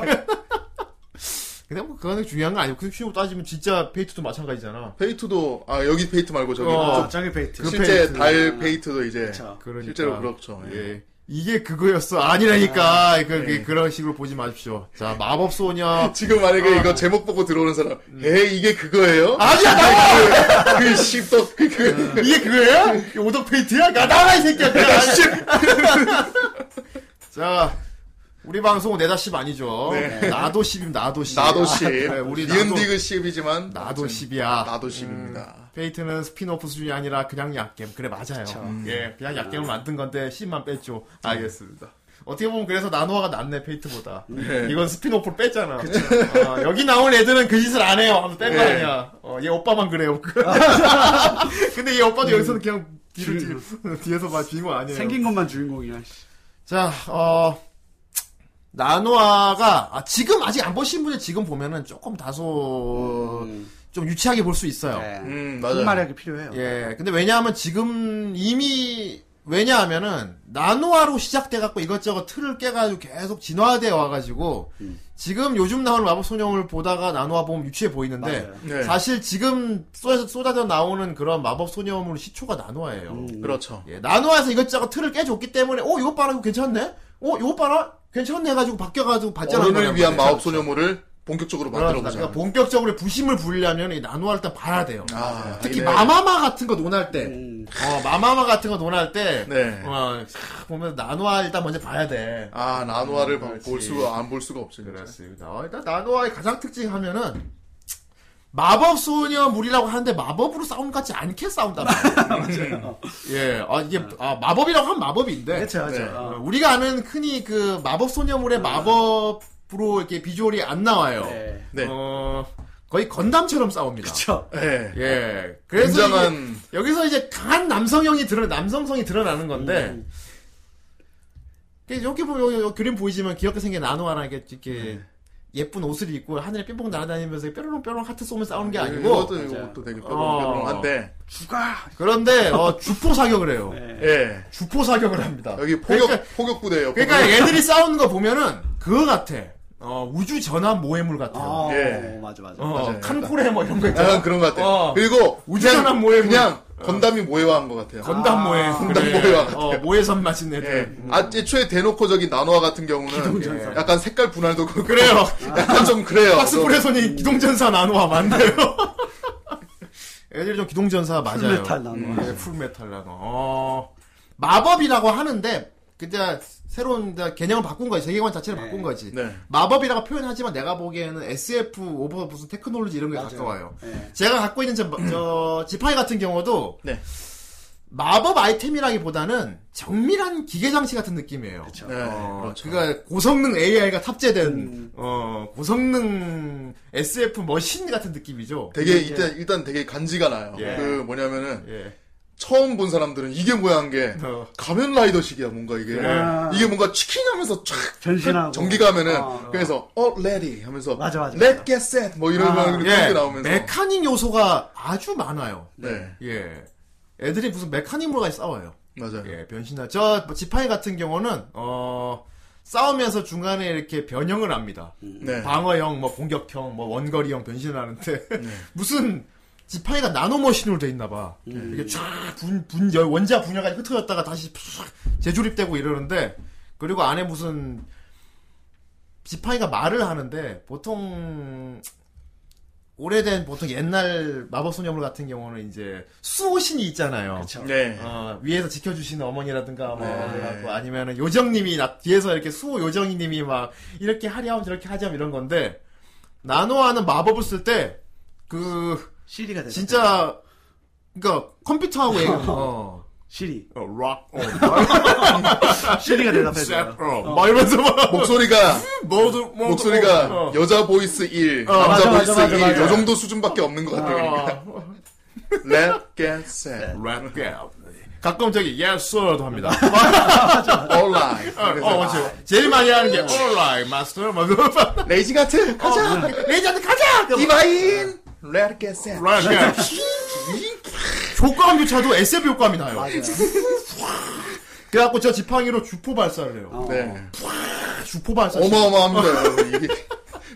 Speaker 1: 근데 뭐 그거는 중요한 거 아니고 그 식으로 따지면 진짜 페이트도 마찬가지잖아.
Speaker 2: 페이트도 아 여기 페이트 말고 저기
Speaker 1: 어.
Speaker 2: 좀
Speaker 3: 아, 짱의 페이트.
Speaker 2: 실제
Speaker 1: 페이트.
Speaker 2: 달 페이트도 이제
Speaker 3: 그쵸.
Speaker 1: 그러니까.
Speaker 2: 실제로 그렇죠. 예.
Speaker 1: 예. 이게 그거였어. 아니라니까.
Speaker 2: 네.
Speaker 1: 그, 그, 그런 식으로 보지 마십시오. 자, 마법소녀.
Speaker 2: 지금
Speaker 1: 어.
Speaker 2: 만약에 이거 제목 보고 들어오는 사람,
Speaker 1: 음.
Speaker 2: 에이 이게 그거예요?
Speaker 1: 아니야, 나와!
Speaker 2: 그 씹덕 그, 그
Speaker 1: 이게 그거야? 이게 오덕페이트야? 나 나와, 이 새끼야! 그냥. <laughs> 자, 우리 방송은 네 내다 십 아니죠. 나도 십임 나도 십.
Speaker 2: 네. 나도 씹,
Speaker 1: 네, 우리 나도,
Speaker 2: 니은디그 씹이지만
Speaker 1: 나도 십이야.
Speaker 2: 나도 씹입니다.
Speaker 1: 페이트는 스피노프 수준이 아니라 그냥 약겜. 그래 맞아요. 예, 그냥 약겜을 만든 건데 10만 뺐죠. 음. 알겠습니다. 어떻게 보면 그래서 나노아가 음. 낫네 페이트보다. 이건 스피노프를 뺐잖아. 어, 여기 나온 애들은 그 짓을 안 해요. 하면서 뺀 거
Speaker 2: 네.
Speaker 1: 아니야. 어, 얘 오빠만 그래요. <laughs> 근데 얘 오빠도 여기서는 그냥 음. 뒤를 뒤- 뒤에서 막 주인공
Speaker 2: 네.
Speaker 1: 아니에요.
Speaker 3: 생긴 것만 주인공이야. 씨.
Speaker 1: 자, 어, 나노아가, 아, 지금 아직 안 보신 분들 지금 보면은 조금 다소 좀 유치하게 볼 수 있어요.
Speaker 3: 음. 네.
Speaker 2: 어, 음 네. 맞아.
Speaker 3: 말하기 필요해요.
Speaker 1: 예, 근데 왜냐하면 지금 이미, 왜냐하면은, 나노아로 시작돼갖고 이것저것 틀을 깨가지고 계속 진화되어 와가지고,
Speaker 2: 음.
Speaker 1: 지금 요즘 나오는 마법소녀를 보다가 나노아 보면 유치해 보이는데,
Speaker 3: 맞아요.
Speaker 2: 네.
Speaker 1: 사실 지금 쏟아- 쏟아져 나오는 그런 마법소녀물 시초가 나노아예요.
Speaker 2: 그렇죠.
Speaker 1: 예, 나노아에서 이것저것 틀을 깨줬기 때문에, 어, 이것 봐라, 이거 괜찮네? 어, 이것 봐라? 괜찮네? 해가지고 바뀌어가지고 발전한
Speaker 2: 어른을
Speaker 1: 거란
Speaker 2: 위한
Speaker 1: 말이에요.
Speaker 2: 마법소녀물을 본격적으로
Speaker 1: 그렇습니다.
Speaker 2: 만들어보자.
Speaker 1: 그러니까 본격적으로 부심을 부리려면 이 나노아를 일단 봐야 돼요.
Speaker 2: 아,
Speaker 1: 특히
Speaker 2: 네.
Speaker 1: 마마마 같은 거 논할 때,
Speaker 3: 음.
Speaker 1: 어, 마마마 같은 거 논할 때,
Speaker 2: 네.
Speaker 1: 어, 캬, 보면 나노아 일단 먼저 봐야 돼.
Speaker 2: 아 나노아를
Speaker 1: 그렇지.
Speaker 2: 볼 수가 안 볼 수가 없어요. 진짜.
Speaker 1: 그렇습니다. 어, 일단 나노아의 가장 특징 하면은, 마법 소녀물이라고 하는데 마법으로 싸움 같지 않게 싸운단 말이에요. 예, 아, 이게, 아, 마법이라고 하면 마법인데,
Speaker 3: 그렇죠,
Speaker 2: 네.
Speaker 3: 그렇죠.
Speaker 1: 어, 우리가 아는 흔히 그 마법 소녀물의 마법으로 이렇게 비주얼이 안 나와요.
Speaker 3: 네.
Speaker 2: 네.
Speaker 1: 어, 거의 건담처럼 싸웁니다.
Speaker 3: 그렇죠.
Speaker 2: 예.
Speaker 1: 예. 그래서 이게
Speaker 2: 굉장한
Speaker 1: 여기서 이제 강한 남성형이 드러 남성성이 드러나는
Speaker 3: 음.
Speaker 1: 건데 예, 이게 여기 보면 여기, 여기 그림 보이지만 귀엽게 생긴 나노아랑 이렇게, 이렇게
Speaker 2: 네.
Speaker 1: 예쁜 옷을 입고 하늘에 ปิ้뽕 날아다니면서 뾰로롱 뾰로롱 하트 쏘면 싸우는 게 아니고
Speaker 2: 예, 이것도
Speaker 3: 맞아요.
Speaker 2: 이것도 되게
Speaker 1: 어.
Speaker 2: 뾰롱뾰롱한데
Speaker 3: 죽아.
Speaker 1: 그런데 어, 주포 사격을 해요.
Speaker 3: 네.
Speaker 2: 예.
Speaker 1: 주포 사격을 합니다.
Speaker 2: 여기 포격
Speaker 1: 그러니까,
Speaker 2: 포격 부대예요.
Speaker 1: 그러니까
Speaker 2: 포격.
Speaker 1: 애들이 싸우는 거 보면은 그거 같아. 어, 우주 전함 모해물 같아요.
Speaker 3: 아,
Speaker 2: 예.
Speaker 3: 맞아, 맞아.
Speaker 1: 어,
Speaker 2: 맞아요.
Speaker 1: 칸코레 뭐 이런 거
Speaker 2: 약간
Speaker 1: 있잖아.
Speaker 2: 그런 것 같아요.
Speaker 1: 어.
Speaker 2: 그리고
Speaker 1: 우주전함
Speaker 2: 그냥
Speaker 1: 모해 뭐. 어.
Speaker 2: 그냥 건담이 모해화한 것 같아요.
Speaker 1: 건담 모해.
Speaker 2: 건담 모해와 같아요.
Speaker 1: 어, 모해선 맞은
Speaker 2: 예.
Speaker 1: 애들. 음.
Speaker 2: 아, 애초에 대놓고 저기 나노아 같은 경우는 예. 약간 색깔 분할도 그렇고
Speaker 1: 그래요.
Speaker 2: 약간 좀 그래요.
Speaker 1: 박스프레소니 기동전사 나노아 맞나요? <laughs> 애들이 좀 기동전사 맞아요.
Speaker 3: 풀메탈 나노아.
Speaker 1: 네, 풀메탈 나노. 어, 마법이라고 하는데 그때 새로운 이제 개념을 바꾼 거지. 세계관 자체를 바꾼 거지.
Speaker 2: 네.
Speaker 1: 마법이라고 표현하지만 내가 보기에는 SF 오버 무슨 테크놀로지 이런 게 가까워요.
Speaker 3: 예.
Speaker 1: 제가 갖고 있는 저, 저 지파이 같은 경우도
Speaker 2: 네.
Speaker 1: 마법 아이템이라기보다는 정밀한 기계 장치 같은 느낌이에요.
Speaker 3: 그쵸.
Speaker 2: 네.
Speaker 1: 어,
Speaker 2: 그렇죠. 음.
Speaker 1: 그러니까 고성능 AI가 탑재된 어, 고성능 SF 머신 같은 느낌이죠.
Speaker 2: 되게 일단 일단 되게 간지가 나요.
Speaker 1: 예.
Speaker 2: 그 뭐냐면은
Speaker 1: 예.
Speaker 2: 처음 본 사람들은 이게 뭐야 한 게
Speaker 1: 어.
Speaker 2: 가면 라이더식이야 뭔가 이게
Speaker 3: 예.
Speaker 2: 이게 뭔가 치킨하면서 쫙
Speaker 3: 변신하고.
Speaker 2: 전기가 하면은
Speaker 3: 어.
Speaker 2: 그래서 all ready 하면서
Speaker 3: 맞아, 맞아,
Speaker 2: let
Speaker 3: 맞아.
Speaker 2: get set 뭐 이런
Speaker 3: 아.
Speaker 2: 거 그런
Speaker 1: 예.
Speaker 2: 게 나오면서
Speaker 1: 메카닉 요소가 아주 많아요.
Speaker 2: 네
Speaker 1: 예. 애들이 무슨 메카닉물과 싸워요.
Speaker 2: 맞아요
Speaker 1: 예, 변신하. 저 지파이 같은 경우는 어 싸우면서 중간에 이렇게 변형을 합니다.
Speaker 2: 네.
Speaker 1: 방어형, 뭐 공격형, 뭐 원거리형 변신을 하는데
Speaker 2: 네.
Speaker 1: 무슨 지팡이가 나노머신으로 돼 있나 봐. 이게 쫙분분 원자 분야가 흩어졌다가 다시 팍 재조립되고 이러는데 그리고 안에 무슨 지팡이가 말을 하는데 보통 오래된 보통 옛날 마법소녀물 같은 경우는 이제 수호신이 있잖아요.
Speaker 3: 그쵸.
Speaker 2: 네.
Speaker 1: 어, 위에서 지켜주시는 어머니라든가, 뭐,
Speaker 2: 네.
Speaker 1: 그래갖고 아니면은 요정님이 나, 뒤에서 이렇게 수호 요정님이 막, 이렇게 하렴, 저렇게 하렴, 이런 건데, 나노아는 마법을 쓸 때, 그,
Speaker 2: 네,
Speaker 3: CD가
Speaker 2: <laughs>
Speaker 3: 되죠.
Speaker 1: 진짜, 그니까, 컴퓨터하고 얘기, 어,
Speaker 3: 시리.
Speaker 1: 어, 락, 어,
Speaker 3: 시리가 대답해줘요.
Speaker 1: 셋, 어, 막 이러면서 막,
Speaker 2: 목소리가
Speaker 1: 모두, 모두,
Speaker 2: 목소리가
Speaker 1: 어,
Speaker 2: 여자 보이스 1,
Speaker 1: 어,
Speaker 2: 남자
Speaker 3: 맞아,
Speaker 2: 보이스
Speaker 3: 맞아, 맞아,
Speaker 2: 1,
Speaker 3: 맞아.
Speaker 2: 요 정도 수준밖에 없는 것 같아요.
Speaker 1: 어,
Speaker 2: Let's get set,
Speaker 1: 랩, 랩. 가끔 저기, yes, sir도 <laughs> 합니다.
Speaker 2: all right.
Speaker 1: 어, 어, 맞죠. 제일 많이 하는 게, alright, master. 막, 이러면서
Speaker 2: 레이지 같은 가자,
Speaker 1: 레이저한테 가자!
Speaker 2: 디바인, Let's get set.
Speaker 1: 랩, 랩. 효과음조차도 SF 효과음이 나요. <laughs> 그래갖고 저 지팡이로 주포 발사를 해요.
Speaker 3: 어.
Speaker 2: 네.
Speaker 3: 아.
Speaker 1: 주포 발사.
Speaker 2: 어마어마합니다. 여러분. 이게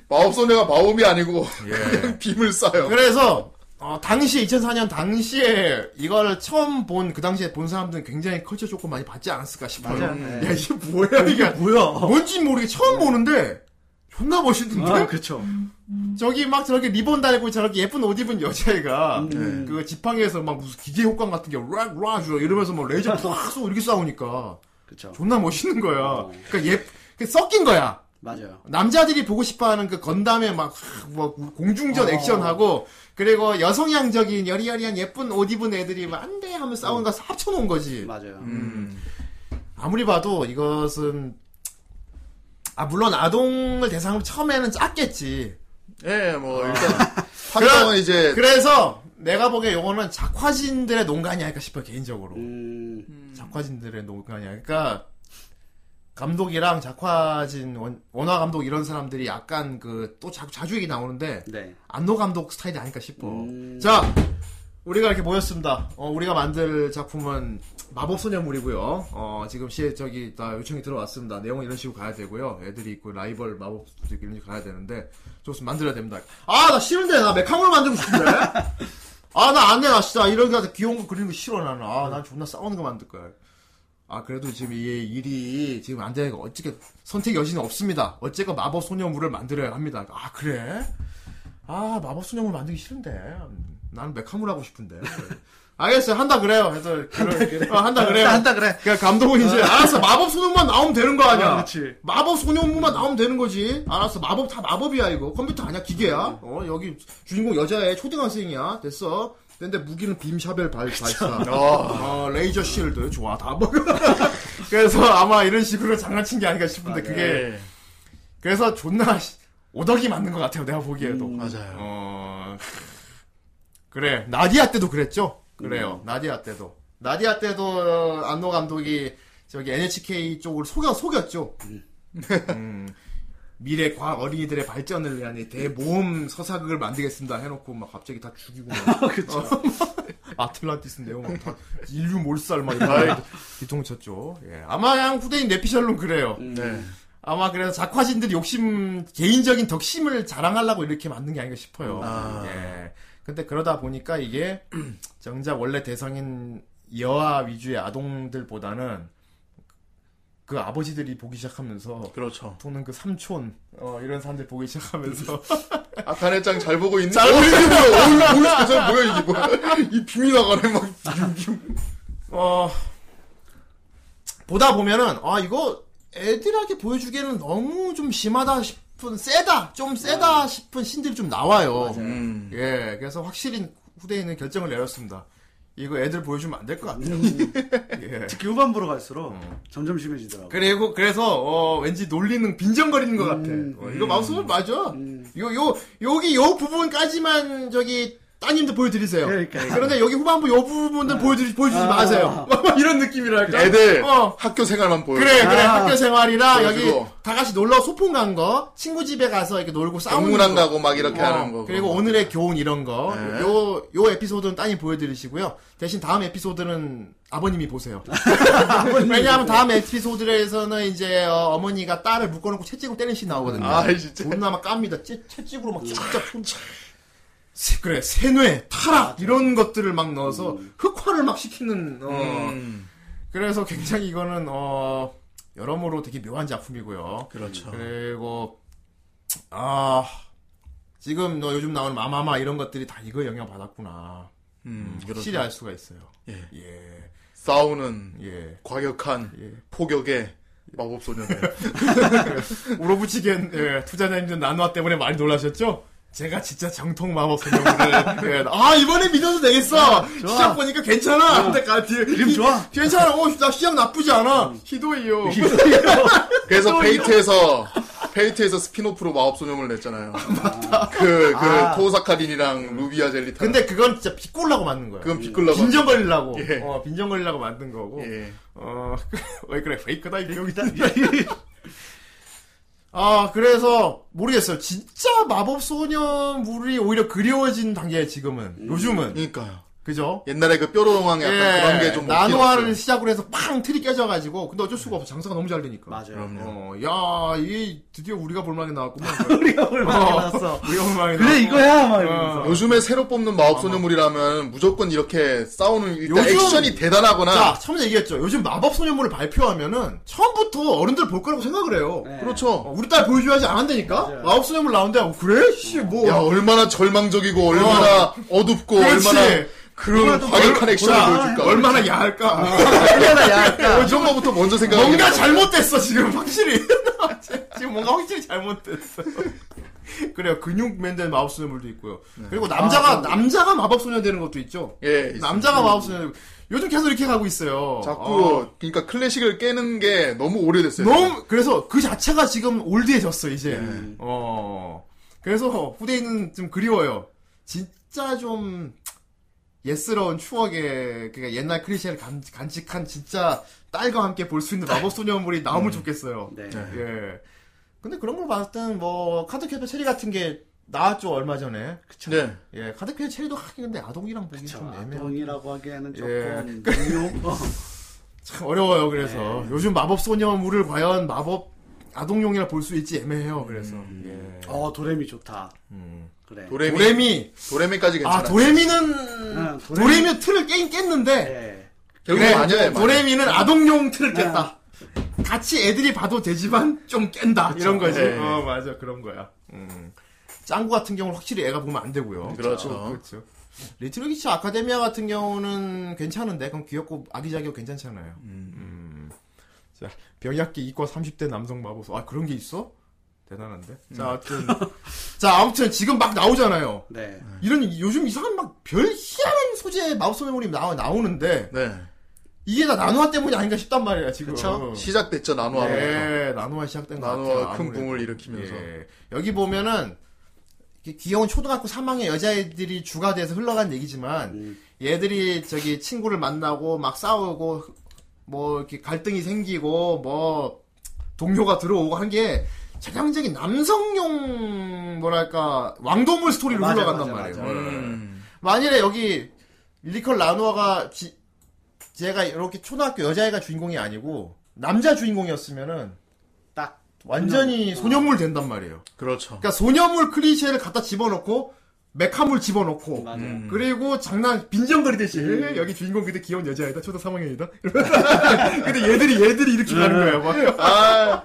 Speaker 2: 마법소녀가 마법이 아니고 그냥 빔을 쏴요.
Speaker 1: 네. 예. 그래서 어, 당시 2004년 당시에 이걸 처음 본 그 당시에 본 사람들은 굉장히 컬처 조금 많이 받지 않았을까 싶어요.
Speaker 3: 맞아요. 네.
Speaker 1: 음. 야 이게 뭐야 이게
Speaker 3: 뭐야?
Speaker 1: 뭔지 모르게 처음 보는데 존나 멋있는데
Speaker 3: 아, 그쵸.
Speaker 1: 저기 막 저렇게 리본 달고 저렇게 예쁜 옷 입은 여자애가
Speaker 3: 음.
Speaker 1: 그 지팡이에서 막 무슨 기계 효과음 같은 게락락 이러면서 막 레이저 팍 쏘고 이렇게 싸우니까
Speaker 3: 그쵸.
Speaker 1: 존나 멋있는 거야. 그러니까 예, 그 섞인 거야.
Speaker 3: 맞아요.
Speaker 1: 남자들이 보고 싶어하는 그 건담의 막뭐
Speaker 3: 아.
Speaker 1: 공중전 액션하고 그리고 여성향적인 여리여리한 예쁜 옷 입은 애들이 막 안돼 하면 싸우는 거 합쳐놓은 거지.
Speaker 3: 맞아요.
Speaker 2: 음.
Speaker 1: 아무리 봐도 이것은 아 물론 아동을 대상으로 처음에는 짰겠지.
Speaker 2: 예, 뭐 일단 판정은 이제
Speaker 1: 그래서 내가 보기에 요거는 작화진들의 농간이 아닐까 싶어 요 개인적으로.
Speaker 3: 음,
Speaker 1: 작화진들의 농간이 아닐까. 그러니까 감독이랑 작화진 원, 원화 감독 이런 사람들이 약간 그 또 자주 얘기 나오는데
Speaker 3: 네.
Speaker 1: 안노 감독 스타일이 아닐까 싶어.
Speaker 3: 음.
Speaker 1: 자, 우리가 이렇게 모였습니다. 어, 우리가 만들 작품은 마법소녀물이고요. 어, 지금 시에 저기 다 요청이 들어왔습니다. 내용은 이런 식으로 가야 되고요. 애들이 있고 라이벌 마법 이런 식으로 가야 되는데 좋습니다. 만들어야 됩니다. 아, 나 싫은데 나 메카물 만들고 싶은데. 아, 나 안 해. 나 진짜 이런 거 귀여운 거 그리는 거 싫어 나는. 아, 난 존나 싸우는 거 만들 거야. 아, 그래도 지금 이 일이 지금 안 되니까 어떻게 선택 여지는 없습니다. 어쨌건 마법소녀물을 만들어야 합니다. 아, 그래? 아 마법소녀물 만들기 싫은데 나는 메카물 하고 싶은데 알겠어요 한다 그래요 해서 한다 그래 어, 한다 그래요
Speaker 3: 한다 그래.
Speaker 1: 그러니까 감독은 이제 알았어 마법소녀물만 나오면 되는 거 아니야
Speaker 3: 어, 그렇지.
Speaker 1: 마법소녀물만 나오면 되는 거지 알았어 마법 다 마법이야 이거 컴퓨터 아니야 기계야 어 여기 주인공 여자애 초등학생이야 됐어 근데 무기는 빔샤벨 발, 발사 어, 레이저 쉴드 좋아 다 먹어 <laughs> 그래서 아마 이런 식으로 장난친 게 아닌가 네. 싶은데 그게
Speaker 2: 예.
Speaker 1: 그래서 존나 오덕이 맞는 것 같아요 내가 보기에도
Speaker 2: 맞아요.
Speaker 1: 어... <laughs> 그래 나디아 때도 그랬죠. 그래요. 나디아 때도 나디아 때도 어, 안노 감독이 저기 NHK 쪽을 속여 속였죠. 음, <laughs> 미래 과학 어린이들의 발전을 위한 이 대모험 서사극을 만들겠습니다 해놓고 막 갑자기 다 죽이고 <laughs> 막
Speaker 3: 어, 그쵸.
Speaker 1: 아틀란티스 내용 막다 인류 몰살 막 이런 뒤통쳤죠. 예. 아마 그냥 후대인 내피셜론 그래요.
Speaker 3: 음.
Speaker 2: 네.
Speaker 1: 아마 그래서 작화진들이 욕심 개인적인 덕심을 자랑하려고 이렇게 만든 게 아닌가 싶어요. 예. 근데 그러다 보니까 이게 <clears throat> 정작 원래 대상인 여아 위주의 아동들보다는 그 아버지들이 보기 시작하면서
Speaker 2: 그렇죠.
Speaker 1: 또는 그 삼촌 어, 이런 사람들 보기 시작하면서
Speaker 2: 아칸의 짱잘 보고 있는. 잘 보고 있는 뭐야? 오늘 오늘 저 <laughs> 뭐야 이게 뭐야? 이 빔이 나가네 막.
Speaker 1: 어, 보다 보면은, 아, 이거 애들에게 보여주기에는 너무 좀 심하다 싶은, 세다! 좀 세다
Speaker 3: 음.
Speaker 1: 싶은 신들이 좀 나와요.
Speaker 2: 음.
Speaker 1: 예, 그래서 확실히 후대인은 결정을 내렸습니다. 이거 애들 보여주면 안 될 것 같아요. 예.
Speaker 3: 음.
Speaker 1: 어.
Speaker 3: 특히 후반부로 갈수록 점점 심해지더라고요.
Speaker 1: 그리고, 그래서, 어, 왠지 놀리는, 빈정거리는 것 같아.
Speaker 3: 음.
Speaker 1: 어, 이거 마우스볼 맞아. 요, 요, 여기 요 부분까지만, 저기, 따님들 보여드리세요.
Speaker 3: 그러니까.
Speaker 1: 그런데 여기 후반부 요 부분들 보여드리, 보여주지
Speaker 3: 아. 네.
Speaker 1: 마세요. <laughs> 이런 느낌이랄까.
Speaker 2: 애들
Speaker 1: 어.
Speaker 2: 학교 생활만 보여.
Speaker 1: 그래 그래
Speaker 3: 아.
Speaker 1: 학교 생활이나 여기
Speaker 2: 그래가지고.
Speaker 1: 다 같이 놀러 소풍 간 거 친구 집에 가서 이렇게 놀고 싸우는
Speaker 2: 공문안
Speaker 1: 거.
Speaker 2: 가고 막 이렇게
Speaker 1: 어,
Speaker 2: 하는 거.
Speaker 1: 그리고 오늘의 교훈 이런 거.
Speaker 2: 네.
Speaker 1: 요, 요 에피소드는 따님 보여드리시고요. 대신 다음 에피소드는 아버님이
Speaker 2: <laughs>
Speaker 1: 보세요. 왜냐하면 다음 에피소드에서는 이제 어, 머니가 딸을 묶어놓고 채찍으로 때리는 씬 나오거든요.
Speaker 2: 아 진짜. 아,
Speaker 1: 존나 막 깝니다. 채, 채찍으로 막 진짜 손. 세- 그래 세뇌 타락 이런 것들을 막 넣어서 흑화를 막 시키는 어,
Speaker 2: 음.
Speaker 1: 그래서 굉장히 이거는 어 여러모로 되게 묘한 작품이고요.
Speaker 2: 그렇죠.
Speaker 1: 그리고 아 지금 너 요즘 나오는 마마마 이런 것들이 다 이거 영향 받았구나.
Speaker 2: 음,
Speaker 1: 확실히
Speaker 2: 그렇죠.
Speaker 1: 알 수가 있어요.
Speaker 2: 예.
Speaker 1: 예.
Speaker 2: 싸우는
Speaker 1: 예.
Speaker 2: 과격한
Speaker 1: 예.
Speaker 2: 포격의
Speaker 1: <laughs>
Speaker 2: 마법 소녀들.
Speaker 1: 우로부치겐 예, 투자자님들 난화 때문에 많이 놀라셨죠? 제가 진짜 정통 마법
Speaker 2: <laughs>
Speaker 1: 소녀를 아 이번에 믿어도 되겠어 시작 보니까
Speaker 2: 어.
Speaker 1: 괜찮아 근데 가 뒤에
Speaker 3: 그림 좋아.
Speaker 1: 괜찮아 어나 시작 나쁘지 않아
Speaker 2: 음. <laughs>
Speaker 1: 히도이요
Speaker 2: 그래서 페이트에서 페이트에서 스피노프로 마법소녀물 냈잖아요. 그그
Speaker 3: 아.
Speaker 2: 토사카린이랑 루비아 젤리타.
Speaker 1: 음. 근데 그건 진짜 비꼴라고 만든 거야
Speaker 2: 그건 비끌라고.
Speaker 1: 빈정 걸리려고
Speaker 2: 예.
Speaker 1: 어 빈정 걸리려고 만든 거고
Speaker 2: 예.
Speaker 1: 어왜 <laughs> 그래 페이크다 이거 <laughs> 여기다 아 그래서 모르겠어요 진짜 마법 소녀물이 오히려 그리워진 단계에 지금은 요즘은
Speaker 2: 그러니까요.
Speaker 1: 그죠
Speaker 2: 옛날에 그 뾰로 동왕의 음. 약간 그런 게 좀
Speaker 1: 예. 나노화를 시작으로 해서 팡 틀이 깨져가지고 근데 어쩔 수가 없어 장사가 너무 잘 되니까
Speaker 3: 맞아요.
Speaker 2: 그럼요.
Speaker 1: 어야 이게 드디어 우리가 볼만하게 나왔구만
Speaker 3: <laughs> 우리가 얼마나
Speaker 1: 어.
Speaker 3: 많았어.
Speaker 1: 우리가 볼만하게
Speaker 3: 그래
Speaker 1: 나왔구만.
Speaker 3: 이거야 막 이러면서. 어,
Speaker 2: 요즘에 새로 뽑는 마법소녀물이라면 무조건 이렇게 싸우는 일단
Speaker 1: 요즘-
Speaker 2: 액션이 대단하거나
Speaker 1: 자 처음에 얘기했죠 요즘 마법 소녀물을 발표하면은 처음부터 어른들 볼 거라고 생각을 해요
Speaker 3: 네.
Speaker 1: 어,
Speaker 2: 그렇죠.
Speaker 1: 우리 딸 보여줘야지 안 한다니까?
Speaker 3: 맞아요.
Speaker 1: 마법 소녀물 나온대? 어, 그래? 씨, 뭐.
Speaker 2: 야 얼마나 절망적이고 얼마나 어둡고
Speaker 1: 그렇지.
Speaker 2: 얼마나 그러니까 그런
Speaker 1: 그래도
Speaker 2: 과격한
Speaker 1: 얼-
Speaker 2: 액션을
Speaker 1: 뭐야,
Speaker 2: 보여줄까. 아,
Speaker 1: 얼마나 야할까?
Speaker 3: 얼마나 약간.
Speaker 2: 어, 이런 거부터 먼저 생각하
Speaker 1: 뭔가 잘못됐어, 지금, 확실히. <laughs> 지금 뭔가 확실히 잘못됐어. 그래요. 근육 맨된 마법 소녀물도 있고요. 그리고
Speaker 3: 아,
Speaker 1: 남자가, 남자가 마법 소녀 되는 것도 있죠.
Speaker 2: 예. 네. 있습니다.
Speaker 1: 남자가 마법 소녀 되고. 요즘 계속 이렇게 가고 있어요.
Speaker 2: 자꾸
Speaker 1: 어.
Speaker 2: 그러니까 클래식을 깨는 게 너무 오래됐어요.
Speaker 1: 너무, 그래서 그 자체가 지금 올드해졌어, 이제.
Speaker 3: 네.
Speaker 2: 예.
Speaker 1: 어. 그래서 후대인은 좀 그리워요. 진짜 좀 옛스러운 추억의 그러니까 옛날 클리셰를 간, 직한 진짜 딸과 함께 볼 수 있는 마법 소녀물이 나오면 좋겠어요.
Speaker 3: 네.
Speaker 1: 예. 근데 그런 걸 봤을 땐 뭐 카드캡터 체리 같은 게 나왔죠 얼마 전에.
Speaker 3: 그쵸.
Speaker 2: 네.
Speaker 1: 예, 카드캡터 체리도 하긴 근데 아동이랑 보기
Speaker 3: 그쵸.
Speaker 1: 좀 애매한.
Speaker 3: 아동이라고 하기에는
Speaker 1: 예. <laughs>
Speaker 3: 조금 음료. 어.
Speaker 1: 참 어려워요. 그래서
Speaker 2: 네.
Speaker 1: 요즘 마법 소녀물을 과연 마법 아동용이라 볼 수 있지 애매해요. 그래서. 예.
Speaker 3: 어 도레미 좋다. 그래.
Speaker 2: 음, 네. 도레미
Speaker 1: 도레미.
Speaker 2: 도레미까지 괜찮아.
Speaker 1: 아 도레미는
Speaker 3: 응, 도레미.
Speaker 1: 도레미 틀을 깨긴 깼는데
Speaker 3: 예.
Speaker 2: 결국
Speaker 1: 그래,
Speaker 2: 맞아요. 맞아요.
Speaker 1: 도레미는 아동용 틀을
Speaker 3: 네.
Speaker 1: 깼다. 같이 애들이 봐도 되지만 좀 깬다 이런 거지.
Speaker 2: 네.
Speaker 1: 어 맞아 그런 거야. 음. 짱구 같은 경우는 확실히 애가 보면 안 되고요.
Speaker 2: 그렇죠.
Speaker 1: 어, 그렇죠. 리틀 기치 아카데미아 같은 경우는 괜찮은데 그럼 귀엽고 아기자기하고 괜찮잖아요. 음. 자 병약기 이과 30대 남성 마법소 아 그런 게 있어? 대단한데.
Speaker 2: 음.
Speaker 1: 자 아무튼 <laughs> 자 아무튼 지금 막 나오잖아요.
Speaker 3: 네.
Speaker 1: 이런 요즘 이상한 막 별 희한한 소재의 마법소 메모리 나와 나오는데
Speaker 2: 네.
Speaker 1: 이게 다 나노화 때문이 아닌가 싶단 말이야 지금. 그쵸?
Speaker 2: 시작됐죠 나노아로.
Speaker 1: 예, 나노화 시작된 것
Speaker 2: 나노화
Speaker 1: 같아요.
Speaker 2: 큰
Speaker 1: 아무래도.
Speaker 2: 붐을 일으키면서.
Speaker 1: 예. 여기 보면은 이렇게 귀여운 초등학교 3학년 여자애들이 주가 돼서 흘러간 얘기지만
Speaker 3: 음.
Speaker 1: 얘들이 저기 친구를 만나고 막 싸우고 뭐 이렇게 갈등이 생기고 뭐 동료가 들어오고 한 게 전형적인 남성용 뭐랄까 왕도물 스토리로
Speaker 3: 맞아,
Speaker 1: 흘러간단
Speaker 3: 맞아,
Speaker 1: 말이에요. 네.
Speaker 3: 맞아.
Speaker 2: 음.
Speaker 1: 만일에 여기 리컬 라노아가 지- 제가 이렇게 초등학교 여자애가 주인공이 아니고 남자 주인공이었으면은
Speaker 3: 딱.
Speaker 1: 완전히
Speaker 3: 소녀.
Speaker 1: 소녀물 된단 말이에요.
Speaker 2: 그렇죠.
Speaker 1: 그러니까 소녀물 클리셰를 갖다 집어넣고 메카물 집어넣고
Speaker 3: 맞아요.
Speaker 2: 음.
Speaker 1: 그리고 장난 빈정거리듯이
Speaker 3: 음.
Speaker 1: "에이, 여기 주인공 그때 귀여운 여자애다 초등 3학년이다 <laughs> 근데 얘들이 얘들이 이렇게
Speaker 3: 음.
Speaker 1: 가는 거야 막. <laughs>
Speaker 2: 아,